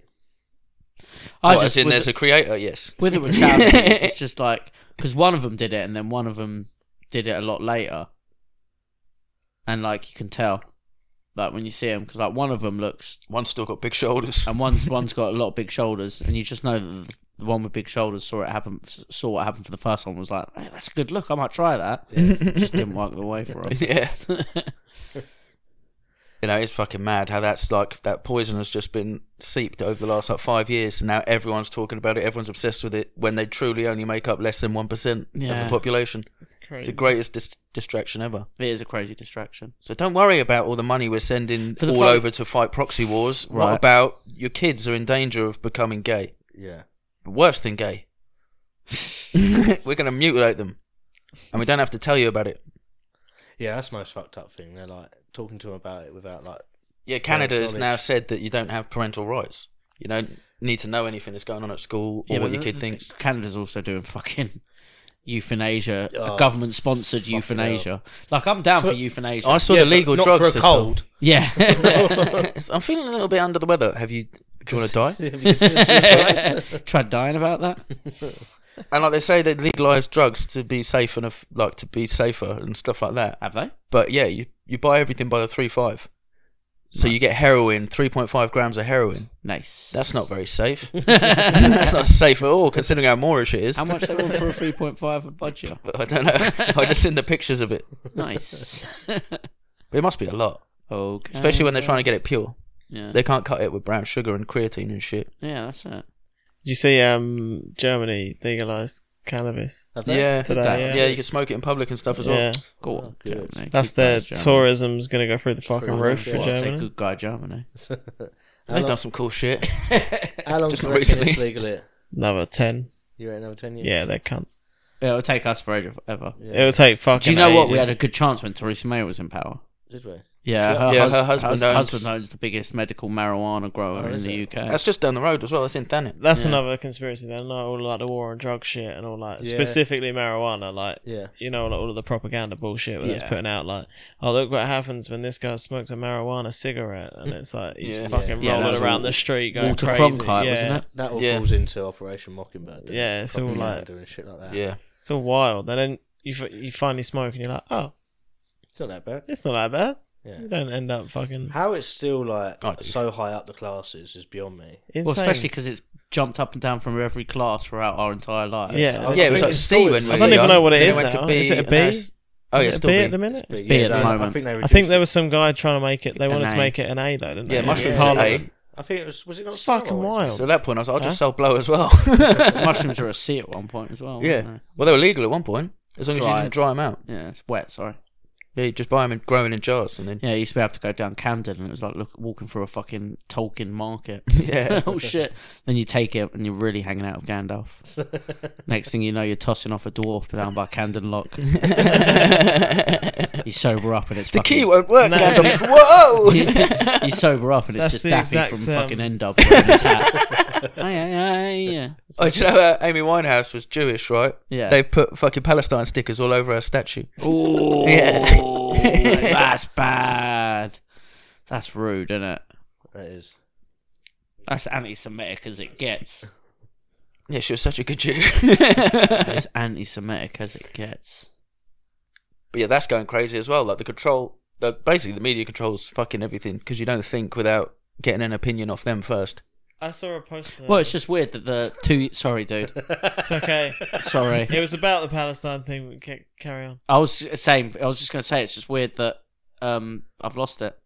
Speaker 5: I
Speaker 2: I
Speaker 5: what,
Speaker 2: just
Speaker 5: as in
Speaker 2: with
Speaker 5: there's
Speaker 2: the,
Speaker 5: a creator, yes.
Speaker 2: with the Wachowskis, it's just like because one of them did it and then one of them did it a lot later, and like you can tell, like when you see them, because like one of them looks
Speaker 5: One's still got big shoulders.
Speaker 2: and one's one's got a lot of big shoulders, and you just know that the- the one with big shoulders saw it happen, saw what happened for the first one, was like, hey, that's a good look, I might try that. just didn't work the way for him.
Speaker 5: yeah. You know, it's fucking mad how that's like that poison has just been seeped over the last like five years, and now everyone's talking about it. Everyone's obsessed with it when they truly only make up less than one percent of
Speaker 2: Yeah.
Speaker 5: the population. It's
Speaker 1: Crazy.
Speaker 5: the greatest dis- distraction ever.
Speaker 2: It is a crazy distraction.
Speaker 5: So don't worry about all the money we're sending
Speaker 2: For the
Speaker 5: all
Speaker 2: fun-
Speaker 5: over to fight proxy wars. What
Speaker 2: Right.
Speaker 5: about your kids are in danger of becoming gay?
Speaker 4: Yeah.
Speaker 5: Worse than gay. We're going to mutilate them. And we don't have to tell you about it.
Speaker 4: Yeah, that's the most fucked up thing. They're like talking to them about it without like.
Speaker 5: Yeah, Canada
Speaker 4: Yeah,
Speaker 5: has
Speaker 4: solid.
Speaker 5: now said that you don't have parental rights. You don't need to know anything that's going on at school or
Speaker 2: Yeah,
Speaker 5: what
Speaker 2: but
Speaker 5: your
Speaker 2: the-
Speaker 5: kid
Speaker 2: the-
Speaker 5: thinks.
Speaker 2: Canada's also doing fucking euthanasia,
Speaker 4: Oh,
Speaker 2: a government sponsored euthanasia. Like I'm down for, euthanasia.
Speaker 5: I saw
Speaker 4: Yeah,
Speaker 5: the
Speaker 4: but
Speaker 5: legal
Speaker 4: not
Speaker 5: drugs.
Speaker 4: for a
Speaker 5: that's all.
Speaker 4: cold.
Speaker 2: yeah.
Speaker 5: I'm feeling a little bit under the weather. Have you? Do you want to die?
Speaker 2: Tried dying about that.
Speaker 5: And like they say, they legalize drugs to be safe and af- like to be safer and stuff like that.
Speaker 2: Have they?
Speaker 5: But yeah, you, you buy everything by the three five. So you get heroin, three point five grams of heroin.
Speaker 2: Nice.
Speaker 5: That's not very safe. That's not safe at all, considering how Moorish it is.
Speaker 2: How much they want for a 3.5 budget?
Speaker 5: I don't know. I just seen the pictures of it.
Speaker 2: Nice.
Speaker 5: But it must be a lot,
Speaker 2: okay.
Speaker 4: Oh,
Speaker 5: especially when they're trying to get it pure.
Speaker 2: Yeah.
Speaker 5: They can't cut it with brown sugar and creatine and shit.
Speaker 2: yeah, that's it.
Speaker 1: You see, um, Germany legalized cannabis.
Speaker 5: Yeah,
Speaker 1: Today,
Speaker 5: yeah.
Speaker 1: yeah.
Speaker 5: you can smoke it in public and stuff as well.
Speaker 1: Yeah,
Speaker 2: Go
Speaker 4: Oh,
Speaker 2: on,
Speaker 4: good.
Speaker 2: Germany.
Speaker 1: that's
Speaker 2: Good
Speaker 1: their
Speaker 2: guys, Germany.
Speaker 1: tourism's gonna go through the
Speaker 4: Through
Speaker 1: fucking
Speaker 4: the
Speaker 1: roof for
Speaker 4: roof, yeah.
Speaker 2: I'd say
Speaker 1: Germany.
Speaker 2: good guy Germany.
Speaker 4: How
Speaker 5: They've
Speaker 4: long-
Speaker 5: done some cool shit.
Speaker 4: How long
Speaker 5: Just
Speaker 4: do you
Speaker 5: not
Speaker 4: reckon it's
Speaker 5: recently.
Speaker 4: legal here?
Speaker 1: Another ten.
Speaker 4: You reckon another 10 years?
Speaker 1: Yeah, they're cunts.
Speaker 2: Yeah, it'll take us forever. ever.
Speaker 1: It will take fucking.
Speaker 2: Do you know what? We
Speaker 1: ages.
Speaker 2: had a good chance when Theresa May was in power.
Speaker 4: Did we?
Speaker 2: Yeah, her,
Speaker 5: Yeah,
Speaker 2: hus-
Speaker 5: her husband
Speaker 2: hus-
Speaker 5: owns-
Speaker 2: husband owns the biggest medical marijuana grower
Speaker 4: Oh,
Speaker 2: in
Speaker 4: is
Speaker 2: the
Speaker 4: it?
Speaker 2: UK.
Speaker 5: That's just down the road as well. That's in Thanet.
Speaker 1: That's
Speaker 2: Yeah.
Speaker 1: another conspiracy. They know all like the war on drug shit and all like
Speaker 4: Yeah.
Speaker 1: specifically marijuana. Like
Speaker 4: Yeah.
Speaker 1: you know, like all of the propaganda bullshit where it's
Speaker 2: Yeah.
Speaker 1: putting out like, oh look what happens when this guy smokes a marijuana cigarette, and it's like he's
Speaker 5: Yeah.
Speaker 1: fucking
Speaker 2: Yeah, that
Speaker 1: rolling
Speaker 2: was
Speaker 1: around
Speaker 2: all
Speaker 1: the street going
Speaker 2: Walter
Speaker 1: crazy.
Speaker 2: Cronkite,
Speaker 1: yeah.
Speaker 2: wasn't it?
Speaker 4: That all
Speaker 5: Yeah.
Speaker 4: falls into Operation Mockingbird. doesn't
Speaker 1: Yeah,
Speaker 4: it?
Speaker 1: it's all like-
Speaker 4: Propaganda and shit like that.
Speaker 5: Yeah.
Speaker 1: It's all wild. And then you f- you finally smoke and you're like, oh,
Speaker 4: It's not that bad.
Speaker 1: it's not that bad.
Speaker 4: Yeah.
Speaker 1: You don't end up fucking
Speaker 4: How it's still like
Speaker 5: Oh, dude.
Speaker 4: so high up the classes is beyond me.
Speaker 1: insane.
Speaker 2: Well, especially because it's jumped up and down from every class throughout our entire life.
Speaker 1: yeah.
Speaker 4: I
Speaker 5: Yeah, it
Speaker 4: think
Speaker 5: was like
Speaker 4: it's
Speaker 5: C
Speaker 4: still-
Speaker 5: when we
Speaker 1: I don't even
Speaker 5: were
Speaker 1: know what it
Speaker 5: young.
Speaker 1: is
Speaker 5: Then went
Speaker 1: now.
Speaker 5: to B,
Speaker 1: Is it a
Speaker 5: and
Speaker 1: B?
Speaker 5: now it's- Oh, yeah,
Speaker 1: Is it
Speaker 5: still
Speaker 1: B
Speaker 5: B.
Speaker 1: at the minute.
Speaker 4: But
Speaker 2: B at the
Speaker 4: they- I
Speaker 2: moment.
Speaker 4: think they
Speaker 1: I
Speaker 4: reduced
Speaker 1: think there
Speaker 4: it.
Speaker 1: was some guy trying to make it. They
Speaker 2: An
Speaker 1: wanted to
Speaker 2: A.
Speaker 1: make it an A though, didn't they?
Speaker 5: Yeah, mushrooms
Speaker 1: Yeah.
Speaker 5: are A.
Speaker 1: Parliament.
Speaker 4: I think it was. Was it not
Speaker 1: It's
Speaker 4: Star
Speaker 1: fucking
Speaker 4: Wars?
Speaker 1: wild.
Speaker 5: So at that point, I was like, I'll just
Speaker 1: Huh?
Speaker 5: sell blow as well.
Speaker 2: Mushrooms are a sea at one point as well. weren't
Speaker 5: yeah. Well, they were legal at one point, as long as you
Speaker 2: Dry.
Speaker 5: didn't dry them out.
Speaker 2: they? Yeah, it's wet, sorry.
Speaker 5: Yeah, you just buy them and grow 'em in jars, and then
Speaker 2: Yeah, you used to be able to go down Camden and it was like look, walking through a fucking Tolkien market.
Speaker 5: yeah,
Speaker 2: oh shit. Then you take it and you're really hanging out with Gandalf. Next thing you know, you're tossing off a dwarf down by Camden Lock. you sober up and it's
Speaker 5: the
Speaker 2: fucking.
Speaker 5: key won't work.
Speaker 1: No.
Speaker 5: Gandalf. Whoa!
Speaker 2: you sober up and
Speaker 1: That's
Speaker 2: it's
Speaker 1: the
Speaker 2: just Daffy
Speaker 1: exact,
Speaker 2: from
Speaker 1: um,
Speaker 2: fucking end up. wearing his hat. Aye, aye, aye, yeah.
Speaker 5: oh, do you know uh, Amy Winehouse was Jewish, right?
Speaker 2: Yeah.
Speaker 5: They put fucking Palestine stickers all over her statue.
Speaker 2: Ooh,
Speaker 5: Yeah.
Speaker 2: that's bad. That's rude, isn't it?
Speaker 4: That is.
Speaker 2: That's anti-Semitic as it gets.
Speaker 5: Yeah, she was such a good Jew.
Speaker 2: As anti-Semitic as it gets.
Speaker 5: But yeah, that's going crazy as well. Like the control, the, basically the media controls fucking everything because you don't think without getting an opinion off them first.
Speaker 1: I saw a post. today.
Speaker 2: Well, it's just weird that the two. Sorry, dude.
Speaker 1: it's okay.
Speaker 2: Sorry.
Speaker 1: It was about the Palestine thing. But ca- carry on.
Speaker 2: I was saying, I was just going to say, it's just weird that um, I've lost it.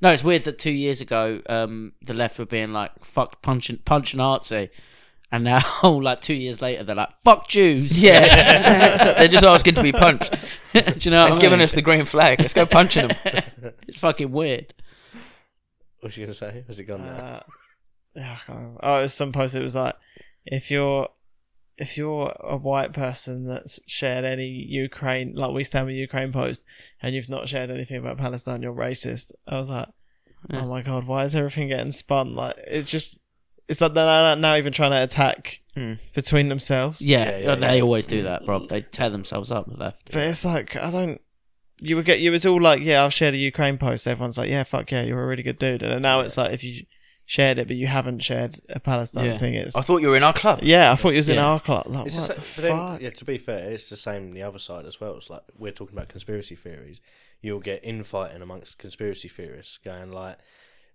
Speaker 2: No, it's weird that two years ago, um, the left were being like, "fuck punch and punch and artsy," and now, like two years later, they're like, "fuck Jews."
Speaker 5: Yeah, So they're just asking to be punched.
Speaker 2: do you
Speaker 1: Oh,
Speaker 2: know? What I
Speaker 5: They've given
Speaker 2: mean?
Speaker 5: us the green flag. Let's go punching them.
Speaker 2: It's fucking weird.
Speaker 4: What was you gonna say? Was it gone now?
Speaker 1: Uh, yeah, I can't remember. oh, it was some post. It was like, if you're, if you're a white person that's shared any Ukraine, like we stand with Ukraine post, and you've not shared anything about Palestine, you're racist. I was like,
Speaker 2: Yeah.
Speaker 1: oh my god, why is everything getting spun? Like it's just, it's like they're now- now even trying to attack
Speaker 5: Hmm.
Speaker 1: between themselves.
Speaker 2: Yeah,
Speaker 4: Yeah, yeah,
Speaker 2: they
Speaker 4: yeah.
Speaker 2: always do that, bro. They tear themselves up the left.
Speaker 1: But it's like I don't. You would get. You was all like, "Yeah, I'll share the Ukraine post." Everyone's like, "Yeah, fuck yeah, you're a really good dude." And then now it's like, if you shared it, but you haven't shared a Palestine
Speaker 2: Yeah.
Speaker 1: thing, it's
Speaker 5: I thought you were in our club.
Speaker 1: yeah. I thought you was in
Speaker 2: Yeah.
Speaker 1: our club. Like,
Speaker 4: It's
Speaker 1: what
Speaker 4: the
Speaker 1: the
Speaker 4: same, but then,
Speaker 1: fuck?
Speaker 4: yeah, to be fair, it's the same the other side as well. It's like we're talking about conspiracy theories. You'll get infighting amongst conspiracy theorists going like,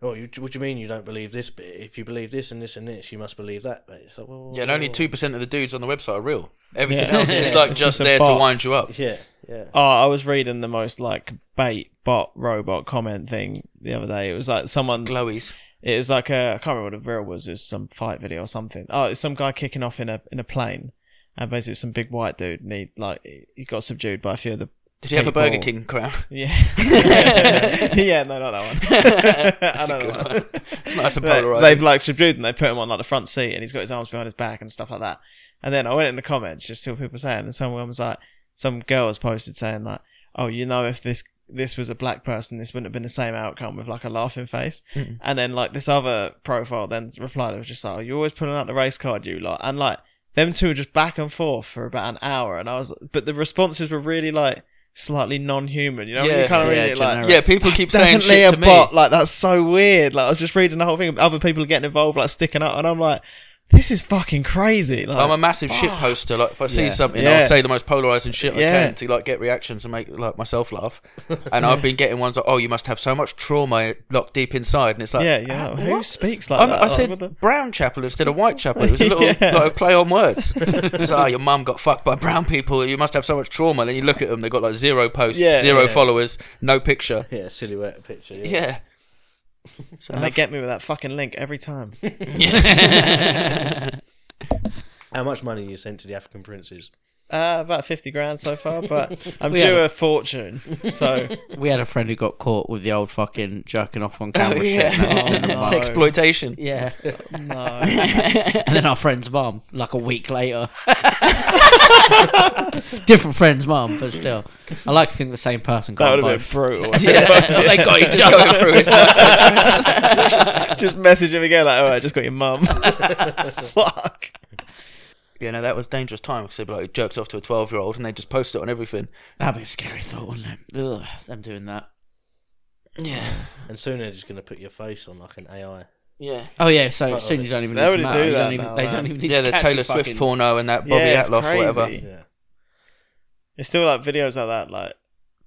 Speaker 4: "Oh, you, what do you mean you don't believe this bit? If you believe this and this and this, you must believe that." But it's like, well,
Speaker 5: Yeah, and only two percent of the dudes on the website are real. Everything
Speaker 1: Yeah.
Speaker 5: else is
Speaker 1: Yeah.
Speaker 5: like
Speaker 1: It's
Speaker 5: just
Speaker 1: just a
Speaker 5: there to
Speaker 1: bot.
Speaker 5: wind you up.
Speaker 4: Yeah, Yeah.
Speaker 1: Oh, I was reading the most like bait bot robot comment thing the other day. It was like someone.
Speaker 5: Glowies.
Speaker 1: It was like a I can't remember what the real was. It was some fight video or something. Oh, it's some guy kicking off in a in a plane, and basically some big white dude. And he like he got subdued by a few of the
Speaker 5: Did you have a Burger
Speaker 1: People.
Speaker 5: King crown?
Speaker 1: yeah yeah no not that one. I
Speaker 5: That's a
Speaker 1: know
Speaker 5: good
Speaker 1: that
Speaker 5: one. It's nice and
Speaker 1: They-
Speaker 5: polarizing.
Speaker 1: They've like subdued and they put him on like the front seat and he's got his arms behind his back and stuff like that. And then I went in the comments just to what people were saying and someone was like, some girl was posted saying like, oh, you know, if this this was a black person, this wouldn't have been the same outcome with like a laughing face.
Speaker 5: Mm.
Speaker 1: And then like this other profile then replied, it was just like, oh, you're always pulling out the race card, you lot. And like them two were just back and forth for about an hour. And I was, but the responses were really like slightly non-human. You know,
Speaker 5: Yeah,
Speaker 1: you kind of
Speaker 2: yeah,
Speaker 1: read it like,
Speaker 2: generic.
Speaker 5: yeah, people
Speaker 1: that's
Speaker 5: keep saying
Speaker 1: definitely
Speaker 5: shit
Speaker 1: a
Speaker 5: to me.
Speaker 1: bot. Like that's so weird. Like I was just reading the whole thing. Other people are getting involved, like sticking up, and I'm like, this is fucking crazy. Like
Speaker 5: I'm a massive shit
Speaker 1: Fuck.
Speaker 5: poster. Like if I see
Speaker 2: Yeah.
Speaker 5: something,
Speaker 1: Yeah.
Speaker 5: I'll say the most polarizing shit I
Speaker 1: Yeah.
Speaker 5: can to like get reactions and make like myself laugh. And I've been getting ones like, "Oh, you must have so much trauma locked deep inside," and it's like,
Speaker 1: yeah, yeah. like, who
Speaker 5: Uh, what?
Speaker 1: speaks like
Speaker 5: I'm-
Speaker 1: that?
Speaker 5: I
Speaker 1: Like,
Speaker 5: said
Speaker 1: what the-
Speaker 5: brown chapel instead of white chapel. It was a little
Speaker 1: Yeah.
Speaker 5: like a play on words. It's like, oh, your mum got fucked by brown people. You must have so much trauma. Then you look at them, they've got like zero posts,
Speaker 1: Yeah,
Speaker 5: zero
Speaker 4: yeah.
Speaker 5: followers, no picture.
Speaker 4: Yeah, silhouette picture. Yeah.
Speaker 5: Yeah. So
Speaker 1: and they get me with that fucking link every time.
Speaker 4: How much money you sent to the African princes?
Speaker 1: Uh, about fifty grand so far, but I'm
Speaker 2: We
Speaker 1: due
Speaker 2: have
Speaker 1: a fortune. So
Speaker 2: We had a friend who got caught with the old fucking jerking off on camera
Speaker 5: Oh,
Speaker 2: shit.
Speaker 5: yeah.
Speaker 1: Oh, no.
Speaker 5: Sexploitation.
Speaker 2: Yeah.
Speaker 1: no,
Speaker 2: and then our friend's mum, like a week later. Different friend's mum, but still. I like to think the same person
Speaker 1: that
Speaker 2: got
Speaker 1: would
Speaker 2: them
Speaker 1: have been
Speaker 2: both.
Speaker 1: brutal.
Speaker 2: they got each
Speaker 5: Just
Speaker 2: other.
Speaker 5: going through his house.
Speaker 1: just message him again like, oh, I just got your mum. Fuck.
Speaker 5: Yeah, no, that was dangerous time because they'd be like, jerked off to a 12 year old and they just post it on everything.
Speaker 2: That'd be a scary thought, wouldn't it? Ugh, them doing that.
Speaker 5: Yeah.
Speaker 4: And soon they're just going to put your face on like an AI.
Speaker 5: Yeah.
Speaker 2: Oh yeah, so soon you don't even
Speaker 1: They already
Speaker 2: need to matter.
Speaker 1: do
Speaker 2: You don't
Speaker 1: that
Speaker 2: even,
Speaker 1: now,
Speaker 2: they
Speaker 1: man.
Speaker 2: don't even need
Speaker 5: Yeah,
Speaker 2: to
Speaker 5: the
Speaker 2: catch
Speaker 5: Taylor
Speaker 2: you
Speaker 5: Swift
Speaker 2: fucking-
Speaker 5: porno and that Bobby
Speaker 1: yeah, it's
Speaker 5: Atloff, whatever.
Speaker 1: crazy.
Speaker 4: Yeah.
Speaker 1: It's still like videos like that, like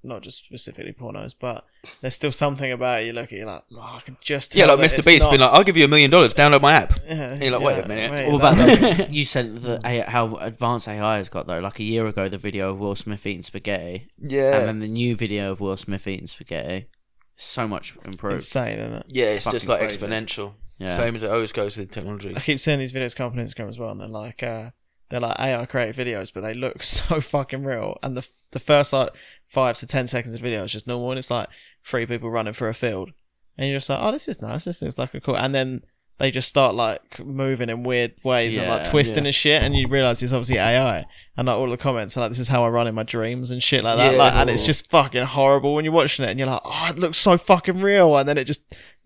Speaker 1: not just specifically pornos, but there's still something about it. You look at you like, oh, I can just
Speaker 5: Yeah,
Speaker 1: tell
Speaker 5: like
Speaker 1: that
Speaker 5: Mr.
Speaker 1: it's
Speaker 5: Beast
Speaker 1: not-
Speaker 5: being like, I'll give you a million dollars, download my app.
Speaker 1: yeah,
Speaker 5: you're like, wait a minute.
Speaker 2: What about that? you said the A- how advanced AI has got though? Like a year ago, the video of Will Smith eating spaghetti, and
Speaker 5: Yeah.
Speaker 2: then the new video of Will Smith eating spaghetti, so much improved.
Speaker 1: insane, isn't it?
Speaker 5: Yeah, it's just like
Speaker 2: Fucking crazy.
Speaker 5: exponential.
Speaker 2: Yeah.
Speaker 5: Same as it always goes with technology.
Speaker 1: I keep seeing these videos come up on Instagram as well, and they're like, uh, they're like AI created videos, but they look so fucking real. And the the first like five to ten seconds of the video is just normal, and it's like three people running through a field, and you're just like, oh, this is nice. This is like a cool. And then they just start like moving in weird ways and like
Speaker 2: Yeah,
Speaker 1: twisting and shit, and you realize it's obviously AI. And like all the comments are like, this is how I run in my dreams and shit like that.
Speaker 5: Yeah.
Speaker 1: like, and it's just fucking horrible when you're watching it, and you're like, oh, it looks so fucking real, and then it just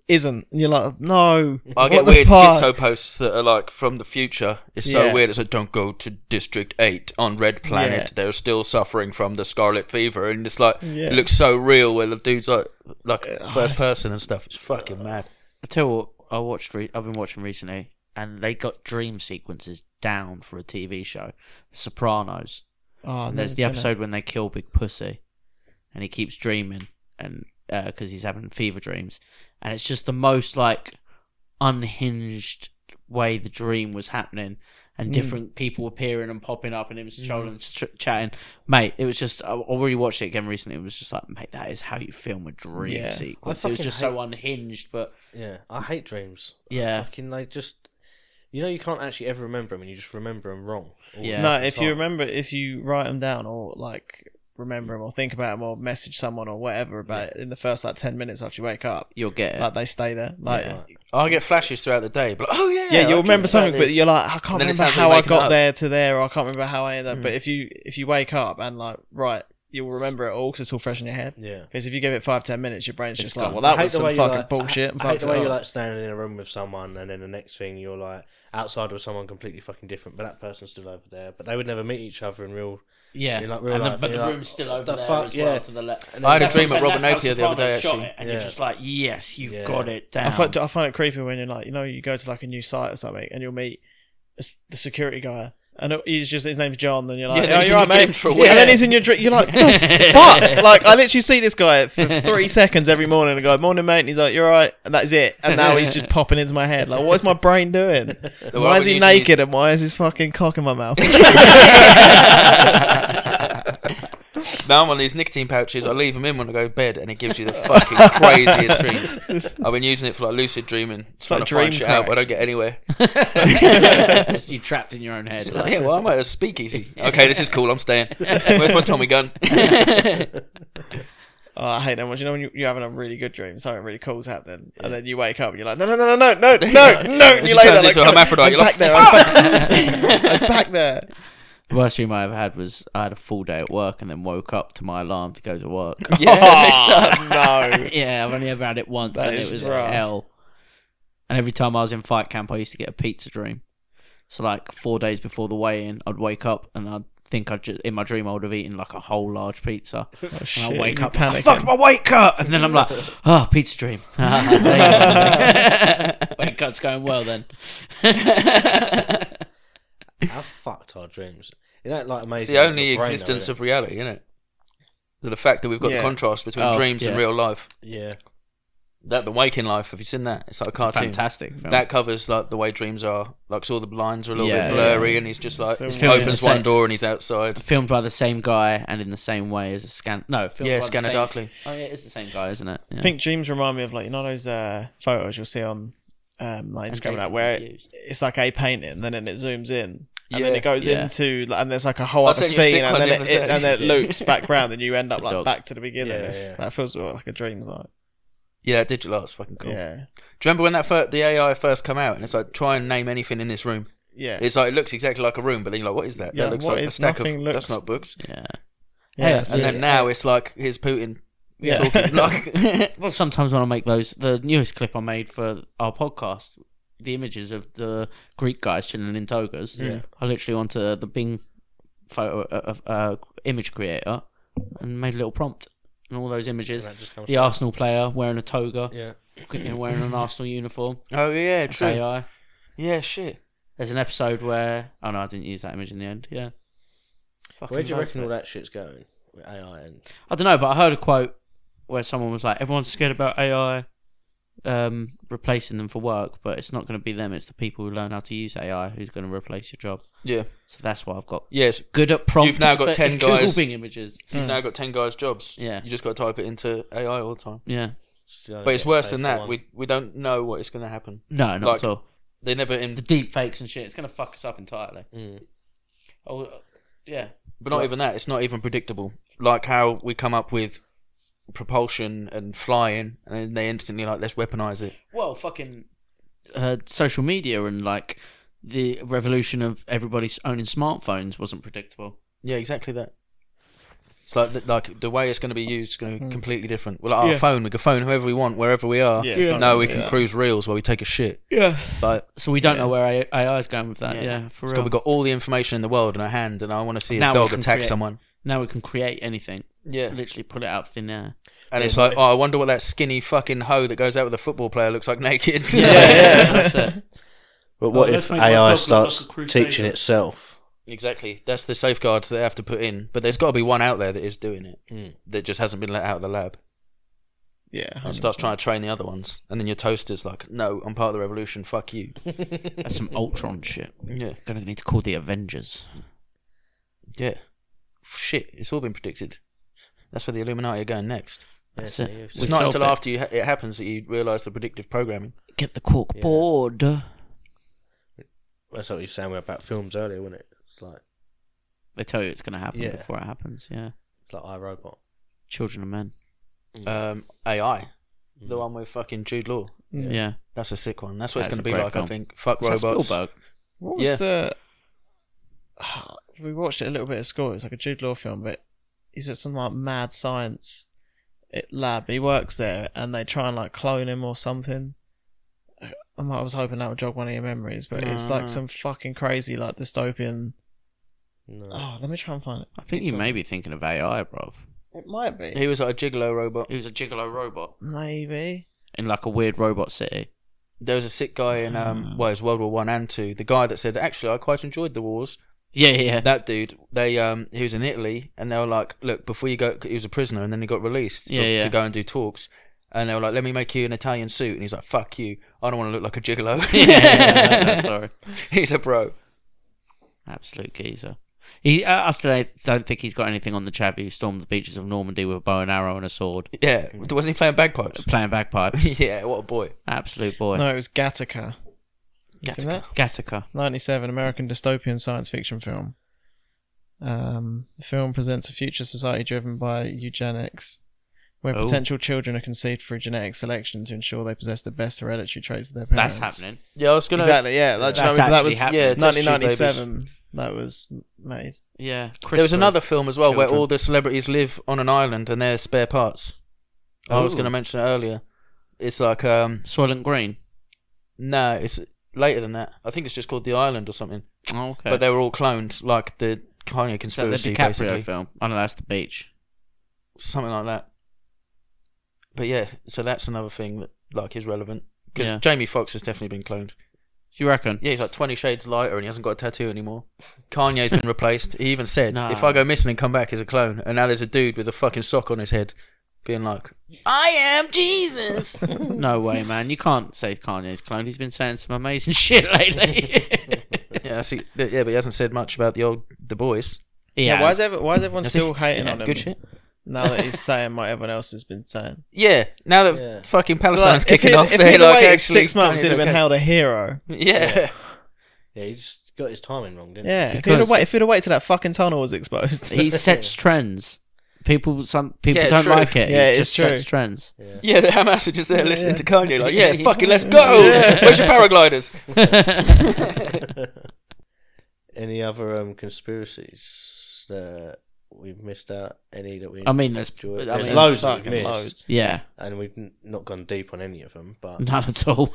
Speaker 1: isn't, and you're like, no.
Speaker 5: I
Speaker 1: what
Speaker 5: get
Speaker 1: the
Speaker 5: weird
Speaker 1: fuck?
Speaker 5: schizo posts that are like from the future. It's so
Speaker 1: Yeah.
Speaker 5: weird. It's like, don't go to District 8 on Red Planet.
Speaker 1: Yeah.
Speaker 5: They're still suffering from the Scarlet Fever. And it's like,
Speaker 1: Yeah.
Speaker 5: it looks so real where the dude's like, like first
Speaker 1: I-
Speaker 5: person and stuff. It's fucking mad.
Speaker 2: I tell you what, I watched. Re- I've been watching recently, and they got dream sequences down for a TV show, Sopranos.
Speaker 1: Oh,
Speaker 2: And there's the
Speaker 1: never seen it.
Speaker 2: episode when they kill Big Pussy, and he keeps dreaming, and because he's having fever dreams, and it's just the most like unhinged way the dream was happening, and
Speaker 1: Mm.
Speaker 2: different people appearing and popping up, and him strolling, and ch- chatting. Mate, it was just I I already watched it again recently. It was just like, mate, that is how you film a dream
Speaker 1: Yeah. I
Speaker 2: sequence. It was
Speaker 4: fucking
Speaker 2: just
Speaker 4: hate-
Speaker 2: so unhinged, but
Speaker 4: Yeah. I hate dreams.
Speaker 2: Yeah.
Speaker 4: I fucking like just. You know, you can't actually ever remember them, and you just remember them wrong. all the
Speaker 2: Yeah.
Speaker 1: no,
Speaker 4: fucking
Speaker 1: if you
Speaker 4: time.
Speaker 1: remember, if you write them down or like remember them or think about them or message someone or whatever about it in the first like ten minutes after you wake up,
Speaker 2: you'll get it.
Speaker 1: like they stay there. Like, yeah,
Speaker 4: Right.
Speaker 5: I get flashes throughout the day. But like, oh, yeah. I
Speaker 1: you'll
Speaker 5: dreamed
Speaker 1: remember
Speaker 5: about
Speaker 1: something, but
Speaker 5: this.
Speaker 1: you're like, I can't
Speaker 5: Then
Speaker 1: remember
Speaker 5: it sounds like
Speaker 1: how I
Speaker 5: waking
Speaker 1: got
Speaker 5: up.
Speaker 1: there to there, or I can't remember how I
Speaker 4: Mm.
Speaker 1: ended up. But if you if you wake up and like right, you'll remember it all because it's all fresh in your head.
Speaker 4: Yeah.
Speaker 1: Because if you give it five ten minutes, your brain's just
Speaker 2: gone.
Speaker 1: like, well,
Speaker 4: I
Speaker 1: that
Speaker 4: hate
Speaker 1: was
Speaker 4: the
Speaker 1: some
Speaker 4: way you,
Speaker 1: fucking
Speaker 4: like-
Speaker 1: bullshit. and
Speaker 4: I hate
Speaker 1: fucked
Speaker 4: the
Speaker 1: it
Speaker 4: way
Speaker 1: up.
Speaker 4: you're like standing in a room with someone, and then the next thing you're like outside with someone completely fucking different, but that person's still over there. But they would never meet each other in real.
Speaker 2: Yeah,
Speaker 4: In, like, real
Speaker 2: and the,
Speaker 4: life,
Speaker 2: but
Speaker 4: you're
Speaker 2: the
Speaker 4: like,
Speaker 2: room's still
Speaker 4: "What
Speaker 2: over
Speaker 4: the
Speaker 2: there
Speaker 4: fuck?"
Speaker 2: as well
Speaker 4: Yeah.
Speaker 2: to the left.
Speaker 5: I had a
Speaker 2: That's
Speaker 5: dream
Speaker 2: what I'm saying,
Speaker 5: at Robin
Speaker 2: that's how
Speaker 5: Napier the other day,
Speaker 2: Sopranos shot
Speaker 5: actually.
Speaker 2: it, and you're
Speaker 4: Yeah.
Speaker 2: just like, yes, you've
Speaker 4: Yeah.
Speaker 2: got it down.
Speaker 1: I
Speaker 5: Um,
Speaker 1: find, I find it creepy when you're like, you know, you go to like a new site or something and you'll meet a s- the security guy. And it- he's just his name's John, and you're like,
Speaker 5: Yeah,
Speaker 1: "Oh,
Speaker 5: he's
Speaker 1: you're
Speaker 5: in
Speaker 1: right,
Speaker 5: your
Speaker 1: mate."
Speaker 5: dreams for a
Speaker 1: Yeah, and then
Speaker 5: week.
Speaker 1: he's in your dream. You're like, the fuck! Like, I literally see this guy for three seconds every morning. And go, "Morning, mate," and he's like, "You're right," and that's it. And now he's just popping into my head. Like, what is my brain doing?
Speaker 5: The
Speaker 1: why
Speaker 5: one
Speaker 1: is
Speaker 5: we
Speaker 1: he
Speaker 5: usually
Speaker 1: naked and why is his fucking cock in my mouth?
Speaker 5: use- Now I'm on these nicotine pouches. I leave them in when I go to bed, and it gives you the fucking craziest dreams. I've been using it for like lucid dreaming, trying
Speaker 1: like
Speaker 5: to find
Speaker 1: dream
Speaker 5: shit out,
Speaker 1: crack.
Speaker 5: but I don't get anywhere.
Speaker 2: Just you trapped in your own head.
Speaker 5: Like, yeah, well, I'm at a speakeasy. Okay, this is cool. I'm staying. Where's my Tommy gun?
Speaker 1: Oh, I hate that much. You know when you, you're having a really good dream, something really cool's happening, and then you wake up and you're like, no, no, no, no, no, no, no, no. and
Speaker 5: She
Speaker 1: You lay there
Speaker 5: turns
Speaker 1: like,
Speaker 5: into a hermaphrodite,
Speaker 1: I'm
Speaker 5: you're
Speaker 1: back
Speaker 5: like,
Speaker 1: there. I'm back, I'm back there.
Speaker 2: Worst dream I ever had was I had a full day at work and then woke up to my alarm to go to work.
Speaker 1: Oh, no.
Speaker 2: yeah, I've only ever had it once,
Speaker 1: That
Speaker 2: and
Speaker 1: is
Speaker 2: it was
Speaker 1: rough.
Speaker 2: hell. And every time I was in fight camp, I used to get a pizza dream. So like four days before the weigh-in, I'd wake up and I'd think I'd just, in my dream I would have eaten like a whole large pizza.
Speaker 1: Oh, shit,
Speaker 2: And I wake
Speaker 1: you
Speaker 2: up, like, I
Speaker 1: panicking.
Speaker 2: fucked my weight cut, and then I'm like, oh, pizza dream. weight cut's going well then.
Speaker 4: How fucked our dreams? You know, like amazing.
Speaker 5: It's the only existence of reality, isn't it? The the fact that we've got
Speaker 1: Yeah.
Speaker 5: the contrast between
Speaker 2: Oh,
Speaker 5: dreams and
Speaker 2: yeah.
Speaker 5: real life.
Speaker 4: yeah.
Speaker 5: That the waking life. Have you seen that? It's like a cartoon.
Speaker 2: Fantastic. Film.
Speaker 5: That covers like the way dreams are. Like, so all the blinds are a little
Speaker 2: Oh. Yeah,
Speaker 5: bit
Speaker 2: yeah.
Speaker 5: blurry, and he's just like
Speaker 1: So
Speaker 5: opens
Speaker 1: weird.
Speaker 2: Yeah.
Speaker 5: one door and he's outside.
Speaker 2: filmed by the same guy and in the same way as a scan. No, filmed
Speaker 5: Yeah,
Speaker 2: by the
Speaker 5: Scanner
Speaker 2: same-
Speaker 5: Darkly.
Speaker 2: Oh yeah, it's the same guy, isn't it? Yeah.
Speaker 1: I think dreams remind me of like you know those uh, photos you'll see on um, like
Speaker 2: And
Speaker 1: Instagram and that
Speaker 2: Daisy
Speaker 1: where it,
Speaker 2: Confused.
Speaker 1: it's like a painting and then it zooms in and then
Speaker 5: Yeah.
Speaker 1: it goes
Speaker 2: Yeah.
Speaker 1: into like, and there's like a whole
Speaker 5: I
Speaker 1: other
Speaker 5: sent you a sick
Speaker 1: scene and
Speaker 5: one
Speaker 1: then
Speaker 5: the
Speaker 1: it,
Speaker 5: other
Speaker 1: it-
Speaker 5: day.
Speaker 1: and then it
Speaker 2: Yeah.
Speaker 1: loops back round and you end up
Speaker 2: The
Speaker 1: like
Speaker 2: dog.
Speaker 1: back to the beginning.
Speaker 4: Yeah,
Speaker 1: It's-
Speaker 4: yeah.
Speaker 1: That feels sort of like a dream's like
Speaker 5: Yeah, that digital art's fucking cool.
Speaker 1: yeah
Speaker 5: Do you remember when that fir- the AI first come out and it's like try and name anything in this room?
Speaker 1: yeah.
Speaker 5: It's like it looks exactly like a room, but then you're like, what is that?
Speaker 1: Yeah,
Speaker 5: that looks
Speaker 1: what
Speaker 5: like a
Speaker 1: is-
Speaker 5: stack of
Speaker 1: nothing looks-
Speaker 5: that's not books.
Speaker 2: Yeah.
Speaker 1: Yeah,
Speaker 2: Hey,
Speaker 1: that's
Speaker 5: And
Speaker 2: yeah.
Speaker 5: then now it's like here's Putin
Speaker 1: Yeah.
Speaker 5: talking. like,
Speaker 2: Well, sometimes when I make those, the newest clip I made for our podcast, the images of the Greek guys chilling in togas,
Speaker 5: Yeah.
Speaker 2: I literally went to the Bing photo of uh, uh, image creator and made a little prompt. And all those images,
Speaker 4: And that just comes
Speaker 2: the
Speaker 4: from-
Speaker 2: Arsenal player wearing a toga,
Speaker 4: Yeah.
Speaker 2: you know, wearing an Arsenal uniform.
Speaker 5: oh yeah,
Speaker 2: That's
Speaker 5: true.
Speaker 2: AI.
Speaker 5: Yeah, shit.
Speaker 2: There's an episode where oh no, I didn't use that image in the end. Yeah. Fucking
Speaker 4: Where do you
Speaker 2: love
Speaker 4: reckon
Speaker 2: it.
Speaker 4: all that shit's going with AI and
Speaker 2: I don't know, but I heard a quote where someone was like, "Everyone's scared about AI um, replacing them for work, but it's not going to be them. It's the people who learn how to use AI who's going to replace your job."
Speaker 5: Yeah.
Speaker 2: So that's why I've got
Speaker 5: Yes.
Speaker 2: good at prompts.
Speaker 5: You've now got
Speaker 2: for
Speaker 5: 10
Speaker 2: Google
Speaker 5: guys.
Speaker 2: Bing images.
Speaker 5: You've now got ten guys' jobs.
Speaker 2: Yeah.
Speaker 5: You just got to type it into AI all the time.
Speaker 2: Yeah.
Speaker 5: But it's worse than that. We we don't know what is going to happen.
Speaker 2: No, not
Speaker 5: Like-
Speaker 2: at all.
Speaker 5: They never
Speaker 2: The
Speaker 5: in,
Speaker 2: deep fakes and shit. It's going to fuck us up entirely.
Speaker 4: Mm.
Speaker 2: Oh, uh, yeah.
Speaker 5: but not even that. It's not even predictable. Like how we come up with propulsion and flying, and then they instantly like let's weaponize it.
Speaker 2: Well, fucking uh, social media and like the revolution of everybody's owning smartphones wasn't predictable.
Speaker 5: Yeah, exactly that. It's like the, like the way it's going to be used is
Speaker 2: Hmm.
Speaker 5: going to be completely different. Well, like our phone, we can phone whoever we want, wherever we are.
Speaker 1: Yeah, it's not
Speaker 5: No,
Speaker 1: gonna
Speaker 5: we
Speaker 1: be
Speaker 5: can
Speaker 1: that.
Speaker 5: cruise reels while we take a shit.
Speaker 2: Yeah.
Speaker 5: Like
Speaker 2: So we don't
Speaker 1: Yeah.
Speaker 2: know where AI is going with that. Yeah,
Speaker 5: Yeah.
Speaker 2: for
Speaker 5: it's
Speaker 2: real.
Speaker 5: got, we've got all the information in the world in our hand, and I want to see a
Speaker 2: Now we
Speaker 5: dog
Speaker 2: can
Speaker 5: attack
Speaker 2: create-
Speaker 5: someone.
Speaker 2: now we can create anything.
Speaker 5: Yeah,
Speaker 2: Literally pull it out of thin air.
Speaker 5: and it's like, oh, I wonder what that skinny fucking hoe that goes out with a football player looks like naked.
Speaker 2: yeah. That's it.
Speaker 4: But what
Speaker 6: let's
Speaker 4: if
Speaker 6: make my dog
Speaker 4: AI
Speaker 6: look
Speaker 4: starts
Speaker 6: like a crusader.
Speaker 4: teaching itself?
Speaker 5: Exactly. That's the safeguards they have to put in. But there's got to be one out there that is doing it
Speaker 2: Hmm.
Speaker 4: Mm.
Speaker 5: that just hasn't been let out of the lab
Speaker 1: yeah.
Speaker 2: Hmm.
Speaker 5: and starts trying to train the other ones. And then your toaster's like, no, I'm part of the revolution. Fuck you.
Speaker 2: That's some Ultron shit.
Speaker 5: yeah.
Speaker 2: Gonna need to call the Avengers.
Speaker 5: Yeah. Shit. It's all been predicted. That's where the Illuminati are going next.
Speaker 2: That's
Speaker 4: Yeah,
Speaker 2: it.
Speaker 4: it's
Speaker 2: We
Speaker 5: It's not
Speaker 2: solved
Speaker 5: until
Speaker 2: it.
Speaker 5: after you ha- it happens that you realise the predictive programming.
Speaker 2: Get the cork
Speaker 4: Yeah.
Speaker 2: board.
Speaker 4: That's what you were saying about films earlier, wasn't it? It's like
Speaker 2: They tell you it's gonna happen
Speaker 4: Yeah.
Speaker 2: before it happens. Yeah.
Speaker 4: it's like iRobot.
Speaker 2: Children of Men. Hmm.
Speaker 5: Um, AI. The one with fucking Jude Law.
Speaker 2: Yeah.
Speaker 1: Yeah.
Speaker 5: That's a sick one. That's what
Speaker 2: That's
Speaker 5: it's
Speaker 2: a
Speaker 5: going to be
Speaker 2: great
Speaker 5: like,
Speaker 2: film.
Speaker 5: I think. Fuck
Speaker 2: Is that
Speaker 5: robots.
Speaker 2: Spielberg?
Speaker 1: What was
Speaker 5: Yeah.
Speaker 1: the? We watched it a little bit at school. It's like a Jude Law film, but he's at some like mad science eh, lab. He works there, and they try and like clone him or something. I might- I was hoping that would jog one of your memories, but it's
Speaker 5: Ah.
Speaker 1: like some fucking crazy like dystopian.
Speaker 4: Mm. No.
Speaker 1: Oh, let me try and find it.
Speaker 2: I think you may be thinking of AI, bruv.
Speaker 1: It might be.
Speaker 5: He was like a gigolo robot.
Speaker 2: He was a gigolo robot
Speaker 1: Maybe.
Speaker 2: in like a weird robot city.
Speaker 5: There was a sick guy in
Speaker 2: Ah.
Speaker 5: um, well, it was World War One and Two. The guy that said, "Actually, I quite enjoyed the wars."
Speaker 2: Yeah, yeah. yeah.
Speaker 5: That dude, they um, he was in Italy, and they were like, "Look, before you go, he was a prisoner, and then he got released
Speaker 2: Yeah,
Speaker 5: to,
Speaker 2: yeah.
Speaker 5: to go and do talks." And they were like, "Let me make you an Italian suit," and he's like, "Fuck you! I don't want to look like a gigolo."
Speaker 2: yeah, yeah, yeah, no, sorry.
Speaker 5: he's a bro.
Speaker 2: Absolute geezer. He, uh, I still don't think he's got anything on the chap who stormed the beaches of Normandy with a bow and arrow and a sword,
Speaker 5: Yeah, wasn't he playing bagpipes?
Speaker 2: playing bagpipes.
Speaker 5: yeah, what a boy.
Speaker 2: Absolute boy.
Speaker 1: No, it was Gattaca. You seen that?
Speaker 2: Gattaca.
Speaker 1: 97 American dystopian science fiction film. Um, the film presents a future society driven by eugenics, where
Speaker 2: Oh.
Speaker 1: potential children are conceived through genetic selection to ensure they possess the best hereditary traits of their parents.
Speaker 2: That's happening.
Speaker 5: Yeah, I was gonna.
Speaker 1: Exactly, yeah. Like, do you know
Speaker 2: That's
Speaker 1: what I mean? That
Speaker 2: actually
Speaker 1: was
Speaker 2: happening.
Speaker 5: Yeah, test tube
Speaker 1: 1997 that was made.
Speaker 2: Yeah.
Speaker 5: There was another film as well where
Speaker 2: Children.
Speaker 5: all the celebrities live on an island and they're spare parts. I was
Speaker 2: Ooh.
Speaker 5: going to mention it earlier. It's like um
Speaker 2: Soylent Green.
Speaker 5: no, it's later than that. I think it's just called The Island or something.
Speaker 2: Oh, okay.
Speaker 5: But they were all cloned, like the kind of
Speaker 2: Is that the
Speaker 5: conspiracy,
Speaker 2: DiCaprio
Speaker 5: basically,
Speaker 2: film. Oh no, that's the beach.
Speaker 5: something like that. But yeah, so that's another thing that like is relevant because
Speaker 2: Yeah.
Speaker 5: Jamie Foxx has definitely been cloned.
Speaker 2: Do you reckon?
Speaker 5: Yeah, he's like twenty shades lighter and he hasn't got a tattoo anymore. Kanye's been replaced. He even said,
Speaker 2: No.
Speaker 5: "If I go missing and come back as a clone," and now there's a dude with a fucking sock on his head, being like, "I am Jesus."
Speaker 2: No way, man. You can't say Kanye's cloned. He's been saying some amazing shit lately.
Speaker 5: yeah, I see. th- Yeah, but he hasn't said much about the old the boys.
Speaker 2: He
Speaker 1: Yeah, why
Speaker 2: has.
Speaker 1: is, ever, why is everyone
Speaker 5: Has he?
Speaker 1: still hating
Speaker 2: Yeah,
Speaker 1: on him
Speaker 2: good shit.
Speaker 1: now that he's saying what everyone else has been saying?
Speaker 5: Yeah, now that
Speaker 4: Yeah.
Speaker 5: fucking
Speaker 1: So, like,
Speaker 5: Palestine's
Speaker 1: if
Speaker 5: kicking
Speaker 1: he'd-
Speaker 5: off,
Speaker 1: if
Speaker 5: they're
Speaker 1: he'd
Speaker 5: like
Speaker 1: waited
Speaker 5: actually
Speaker 1: six months, he'd
Speaker 5: Kanye's
Speaker 1: have been
Speaker 5: okay.
Speaker 1: held a hero.
Speaker 5: Yeah,
Speaker 4: Yeah, he just got his timing wrong, didn't
Speaker 1: Yeah, if he'd,
Speaker 2: Because-
Speaker 1: have wait, if he'd have waited till that fucking tunnel was exposed,
Speaker 2: He sets trends. People, some people
Speaker 5: Yeah,
Speaker 2: don't
Speaker 5: true.
Speaker 2: like it.
Speaker 1: Yeah,
Speaker 2: he
Speaker 1: it's
Speaker 2: just
Speaker 1: true.
Speaker 2: sets trends.
Speaker 5: yeah. The Hamas are just there listening to Kanye, like, "Yeah, fucking let's go."
Speaker 2: Yeah.
Speaker 5: Where's your paragliders?
Speaker 4: he? Any other um, conspiracies that we've missed out? Any that we?
Speaker 2: I mean, there's, I
Speaker 4: enjoyed?
Speaker 2: mean,
Speaker 4: there's
Speaker 1: mean,
Speaker 4: loads that
Speaker 1: fucking
Speaker 4: we've missed,
Speaker 1: loads.
Speaker 2: yeah,
Speaker 4: and we've n- not gone deep on any of them. But
Speaker 2: none at all.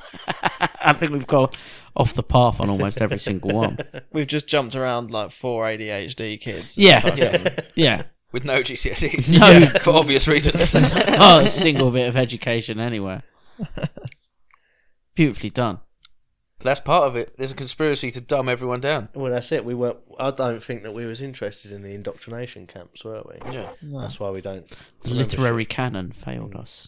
Speaker 2: I think we've gone off the path on almost every single one.
Speaker 1: We've just jumped around like four ADHD kids.
Speaker 2: Yeah,
Speaker 5: Yeah,
Speaker 2: yeah.
Speaker 5: with no GCSEs
Speaker 2: No.
Speaker 5: Yeah, for obvious reasons.
Speaker 2: Oh, a single bit of education anywhere. Beautifully done.
Speaker 5: That's part of it. There's a conspiracy to dumb everyone down.
Speaker 4: well, that's it. We weren't. I don't think that we was interested in the indoctrination camps, were we?
Speaker 5: Yeah.
Speaker 4: That's why we don't.
Speaker 2: The
Speaker 4: remember
Speaker 2: literary
Speaker 4: shit.
Speaker 2: canon failed us.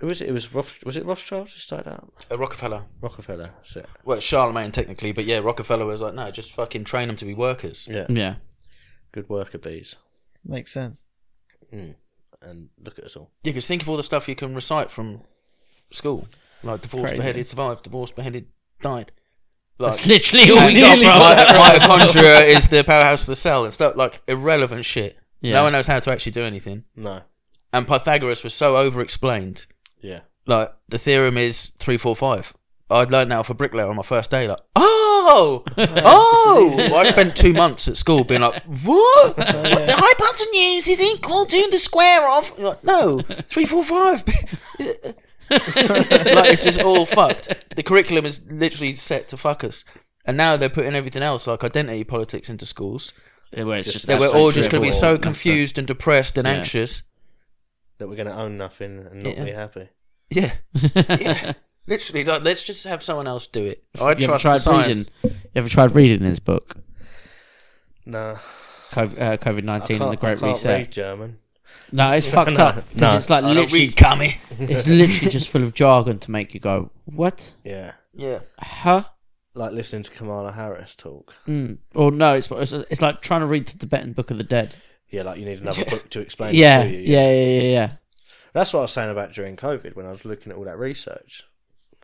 Speaker 4: Who was it? It was Roth, Was it Rothschild who started out?
Speaker 5: Uh, Rockefeller.
Speaker 4: Rockefeller. That's it.
Speaker 5: Well, Charlemagne technically, but yeah, Rockefeller was like, no, just fucking train them to be workers.
Speaker 4: Yeah.
Speaker 2: Yeah.
Speaker 4: Good worker bees.
Speaker 1: Makes sense.
Speaker 4: And look at us all.
Speaker 5: Yeah, because think of all the stuff you can recite from school, like divorced,
Speaker 1: Crazy.
Speaker 5: beheaded, survived, divorced, beheaded, died. Like
Speaker 2: That's literally all we
Speaker 5: nearly
Speaker 2: got, bro.
Speaker 5: mitochondria is the powerhouse of the cell and stuff like irrelevant shit.
Speaker 2: Yeah.
Speaker 5: No one knows how to actually do anything.
Speaker 4: No.
Speaker 5: And Pythagoras was so over-explained.
Speaker 4: Yeah.
Speaker 5: Like the theorem is three, four, five. I'd learned that off a bricklayer on my first day. Like, oh, oh! Well, I spent two months at school being like, what? what the hypotenuse is equal to the square of? You're like, no, three, four, five. Is it- like it's just all fucked. The curriculum is literally set to fuck us. And now they're putting everything else like identity politics into schools.
Speaker 2: Where it's just
Speaker 5: That we're
Speaker 2: that's
Speaker 5: all
Speaker 2: the
Speaker 5: just going to be
Speaker 2: drivel.
Speaker 5: so
Speaker 2: That's the-
Speaker 5: confused and depressed and
Speaker 2: Yeah.
Speaker 5: anxious.
Speaker 4: That we're going to own nothing and not
Speaker 5: Yeah.
Speaker 4: be happy.
Speaker 5: Yeah. yeah. Literally, like, let's just have someone else do it. I
Speaker 2: You ever
Speaker 5: trust the
Speaker 2: tried reading?
Speaker 5: science.
Speaker 2: You ever tried reading his book, uh,
Speaker 4: Nah.
Speaker 2: COVID
Speaker 4: I
Speaker 2: nineteen and
Speaker 4: can't,
Speaker 2: the
Speaker 4: I
Speaker 2: Great
Speaker 4: can't
Speaker 2: Reset?
Speaker 4: read German.
Speaker 2: No, it's fucked
Speaker 4: No,
Speaker 2: up because
Speaker 4: no.
Speaker 2: it's like
Speaker 5: I don't
Speaker 2: literally,
Speaker 5: read commie.
Speaker 2: it's literally just full of jargon to make you go, "What?
Speaker 4: Yeah.
Speaker 5: Yeah.
Speaker 2: Huh?"
Speaker 4: Like listening to Kamala Harris talk.
Speaker 2: Mm. Or no, it's, it's it's like trying to read the Tibetan Book of the Dead.
Speaker 4: Yeah, like you need another book to explain
Speaker 2: Yeah,
Speaker 4: it to you.
Speaker 2: yeah, yeah, yeah, yeah.
Speaker 4: That's what I was saying about during COVID when I was looking at all that research.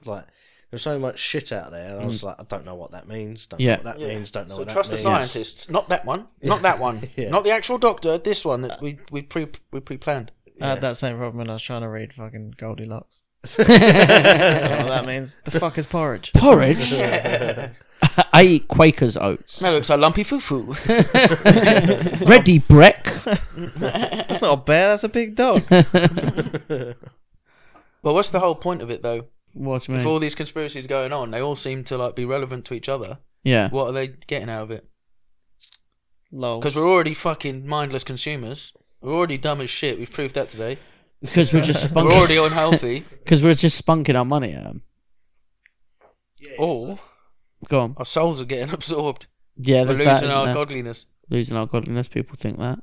Speaker 4: Like, there's so much shit out there, and I was like, I don't know what that means. Don't
Speaker 2: Mm. Yeah.
Speaker 4: know what that means. Don't know
Speaker 5: So
Speaker 4: what
Speaker 5: trust the
Speaker 4: that means.
Speaker 5: scientists. Not that one. Not that one.
Speaker 4: Yeah.
Speaker 5: Not the actual doctor. This one that we we pre we pre-planned.
Speaker 1: I had that same problem when I was trying to read fucking Goldilocks. I don't know what that means. The fuck is porridge?
Speaker 2: Porridge. I eat Quaker's oats.
Speaker 5: That looks like lumpy foo foo.
Speaker 2: Ready, Breck.
Speaker 1: That's not a bear, that's a big dog.
Speaker 5: but what's the whole point of it though?
Speaker 2: What do you
Speaker 5: With
Speaker 2: mean?
Speaker 5: all these conspiracies going on, they all seem to like be relevant to each other.
Speaker 2: yeah,
Speaker 5: What are they getting out of it?
Speaker 1: Lol.
Speaker 5: Because we're already fucking mindless consumers. We're already dumb as shit. We've proved that today.
Speaker 2: because we're just
Speaker 5: We're
Speaker 2: spunking.
Speaker 5: already unhealthy.
Speaker 2: Because we're just spunking our money at 'em.
Speaker 5: or
Speaker 2: Go on.
Speaker 5: our souls are getting absorbed.
Speaker 2: Yeah,
Speaker 5: We're
Speaker 2: there's
Speaker 5: losing
Speaker 2: that, isn't
Speaker 5: our
Speaker 2: there?
Speaker 5: godliness.
Speaker 2: losing our godliness. People think that.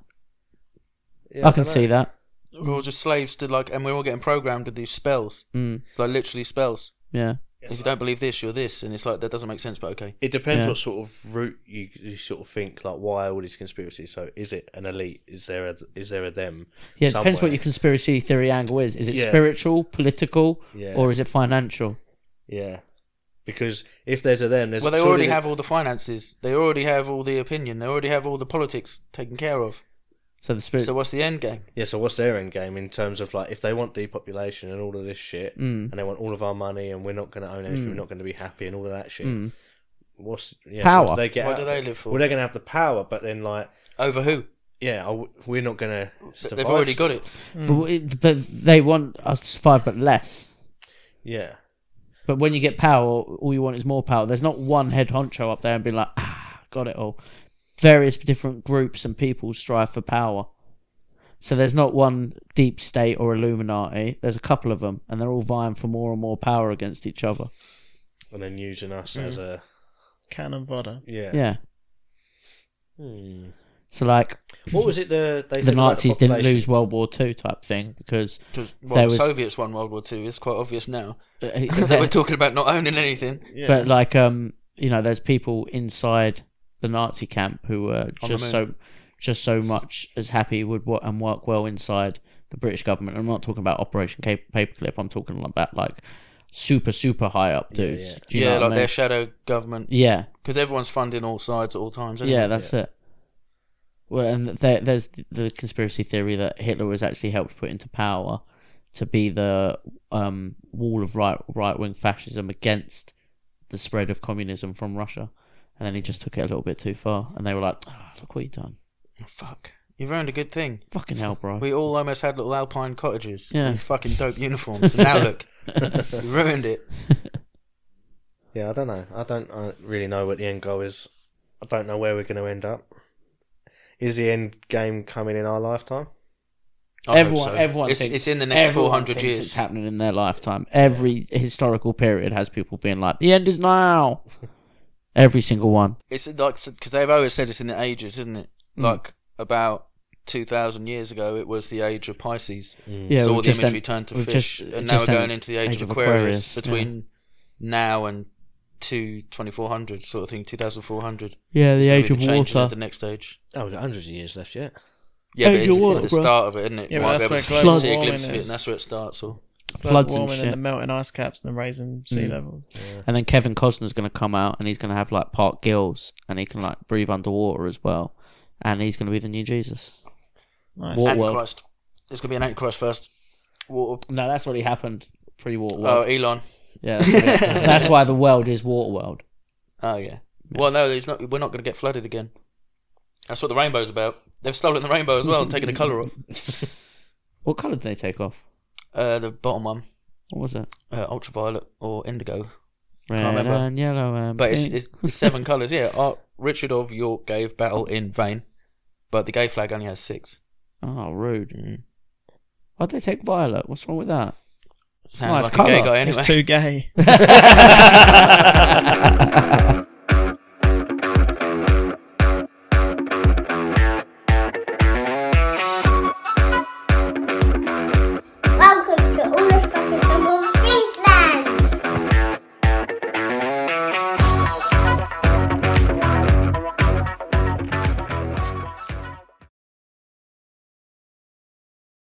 Speaker 4: Yeah,
Speaker 2: I can
Speaker 4: dunno.
Speaker 2: see that.
Speaker 5: We're all just slaves to like, and we're all getting programmed with these spells.
Speaker 2: Mm,
Speaker 5: It's like literally spells.
Speaker 2: yeah.
Speaker 5: If you don't believe this, you're this, and it's like that doesn't make sense. But okay,
Speaker 4: It depends
Speaker 1: Yeah.
Speaker 4: what sort of route you, you sort of think. Like, why all these conspiracies? So, is it an elite? Is there a is there a them?
Speaker 2: Yeah, it depends what
Speaker 4: somewhere?
Speaker 2: your conspiracy theory angle is. Is it
Speaker 4: Yeah.
Speaker 2: spiritual, political,
Speaker 4: Yeah.
Speaker 2: or is it financial?
Speaker 4: Yeah, because if there's a them, there's
Speaker 5: well, they
Speaker 4: surely
Speaker 5: already
Speaker 4: the-
Speaker 5: have all the finances, they already have all the opinion, they already have all the politics taken care of.
Speaker 2: So the spirit.
Speaker 5: So what's the end game?
Speaker 4: Yeah, so what's their end game in terms of like if they want depopulation and all of this shit,
Speaker 2: Mm.
Speaker 4: and they want all of our money, and we're not going to own anything, we're not going to be happy, and all of that shit. What's yeah,
Speaker 2: Mm. Power.
Speaker 4: What do they get?
Speaker 5: What
Speaker 4: out
Speaker 5: do
Speaker 4: of
Speaker 5: they
Speaker 4: it?
Speaker 5: live for?
Speaker 4: Well, they're going to have the power, but then like
Speaker 5: Over who?
Speaker 4: yeah, I w- we're not going to.
Speaker 5: They've already got it.
Speaker 2: But, it- but they want us to survive, but less.
Speaker 4: Yeah,
Speaker 2: But when you get power, all you want is more power. There's not one head honcho up there and be like, ah, got it all. Various different groups and people strive for power. So there's not one deep state or Illuminati. There's a couple of them, and they're all vying for more and more power against each other.
Speaker 4: and then using us as a
Speaker 1: Cannon fodder.
Speaker 4: yeah.
Speaker 2: Mm. Yeah.
Speaker 4: Hmm.
Speaker 2: So like
Speaker 4: What was it? The they
Speaker 2: the
Speaker 4: said about
Speaker 2: Nazis didn't
Speaker 4: population?
Speaker 2: lose World War Two type thing because
Speaker 5: Because
Speaker 2: There
Speaker 5: well,
Speaker 2: was-
Speaker 5: the Soviets won World War Two. It's quite obvious now.
Speaker 2: uh,
Speaker 5: they were
Speaker 2: but
Speaker 5: talking about not owning anything.
Speaker 1: Yeah.
Speaker 2: like um you know there's people inside the Nazi camp who were
Speaker 5: the
Speaker 2: just so just so much as happy would what and work well inside the British government. I'm not talking about Operation Cap- Paperclip. I'm talking about like super super high up dudes.
Speaker 4: yeah.
Speaker 2: Do you
Speaker 5: yeah,
Speaker 2: know what I
Speaker 5: like
Speaker 2: mean?
Speaker 5: their shadow government.
Speaker 2: yeah
Speaker 5: Because everyone's funding all sides at all times. isn't
Speaker 2: yeah
Speaker 5: it?
Speaker 2: that's it. Well, and there, there's the conspiracy theory that Hitler was actually helped put into power to be the um, wall of right right wing fascism against the spread of communism from Russia, and then he just took it a little bit too far, and they were like, "Ah, "Look what you done!
Speaker 5: Fuck. You ruined a good thing.
Speaker 2: Fucking hell, bro!"
Speaker 5: We all almost had little alpine cottages.
Speaker 2: Yeah.
Speaker 5: Yeah. With fucking dope uniforms. And now look, you ruined it.
Speaker 4: Yeah, I don't know. I don't uh, really know what the end goal is. I don't know where we're going to end up. Is the end game coming in our lifetime?
Speaker 5: I hope
Speaker 2: everyone,
Speaker 5: so.
Speaker 2: everyone
Speaker 5: It's,
Speaker 2: thinks,
Speaker 5: it's in the next
Speaker 2: everyone
Speaker 5: four hundred
Speaker 2: thinks It's
Speaker 5: years.
Speaker 2: happening in their lifetime. Every historical period has people being like, "The end is now." Every single one.
Speaker 5: It's like because they've always said it's in the ages, isn't it?
Speaker 2: Mm.
Speaker 5: Like about two thousand years ago, it was the age of Pisces.
Speaker 2: Yeah,
Speaker 5: Mm.
Speaker 2: we've
Speaker 5: so all the
Speaker 2: just
Speaker 5: imagery
Speaker 2: en-
Speaker 5: turned to
Speaker 2: we've
Speaker 5: fish,
Speaker 2: just-
Speaker 5: and now
Speaker 2: just
Speaker 5: we're
Speaker 2: en-
Speaker 5: going into the age, of Aquarius, between now and two twenty four hundred sort of thing, two thousand four hundred.
Speaker 2: Yeah, the age of
Speaker 5: At
Speaker 2: water.
Speaker 5: the next age.
Speaker 4: Oh, we've got hundreds of years left yet.
Speaker 5: Yeah,
Speaker 2: Age of
Speaker 5: but it's, it's
Speaker 2: water,
Speaker 5: the
Speaker 2: bro.
Speaker 5: start of it, isn't it?
Speaker 1: Yeah,
Speaker 5: You
Speaker 1: but
Speaker 5: might
Speaker 1: that's
Speaker 5: be
Speaker 1: where
Speaker 5: able to
Speaker 1: global
Speaker 5: see a
Speaker 1: warming
Speaker 5: glimpse of it,
Speaker 1: is.
Speaker 5: and that's where it starts. All.
Speaker 2: floods and
Speaker 1: warming
Speaker 2: shit. Mm.
Speaker 1: the melting ice caps and the raising sea level.
Speaker 2: And then Kevin Costner's going to come out and he's going to have like part gills and he can like breathe underwater as well. And he's going to be the new Jesus.
Speaker 1: Nice.
Speaker 2: Water world.
Speaker 5: Antichrist. There's gonna be an Antichrist first. Water.
Speaker 2: No, that's already happened pre water
Speaker 5: Oh,
Speaker 2: world.
Speaker 5: Elon.
Speaker 2: Yeah, that's, already- that's why the world is water world.
Speaker 5: Oh yeah. Well, no, there's not. We're not gonna get flooded again. That's what the rainbow's about. They've stolen the rainbow as well and taken the colour off.
Speaker 2: What colour did they take off?
Speaker 5: Uh, the bottom one,
Speaker 2: What was it?
Speaker 5: uh, ultraviolet or indigo.
Speaker 2: Red
Speaker 5: remember.
Speaker 2: and yellow and
Speaker 5: But it's,
Speaker 2: pink.
Speaker 5: it's, it's seven colours, yeah. Uh, Richard of York gave battle in vain, but the gay flag only has six.
Speaker 2: oh rude.
Speaker 5: Mm.
Speaker 2: Why'd they take violet? What's wrong with that?
Speaker 5: Sound
Speaker 2: Nice
Speaker 5: like a gay
Speaker 2: colour.
Speaker 5: guy
Speaker 1: It's
Speaker 5: anyway.
Speaker 1: too gay.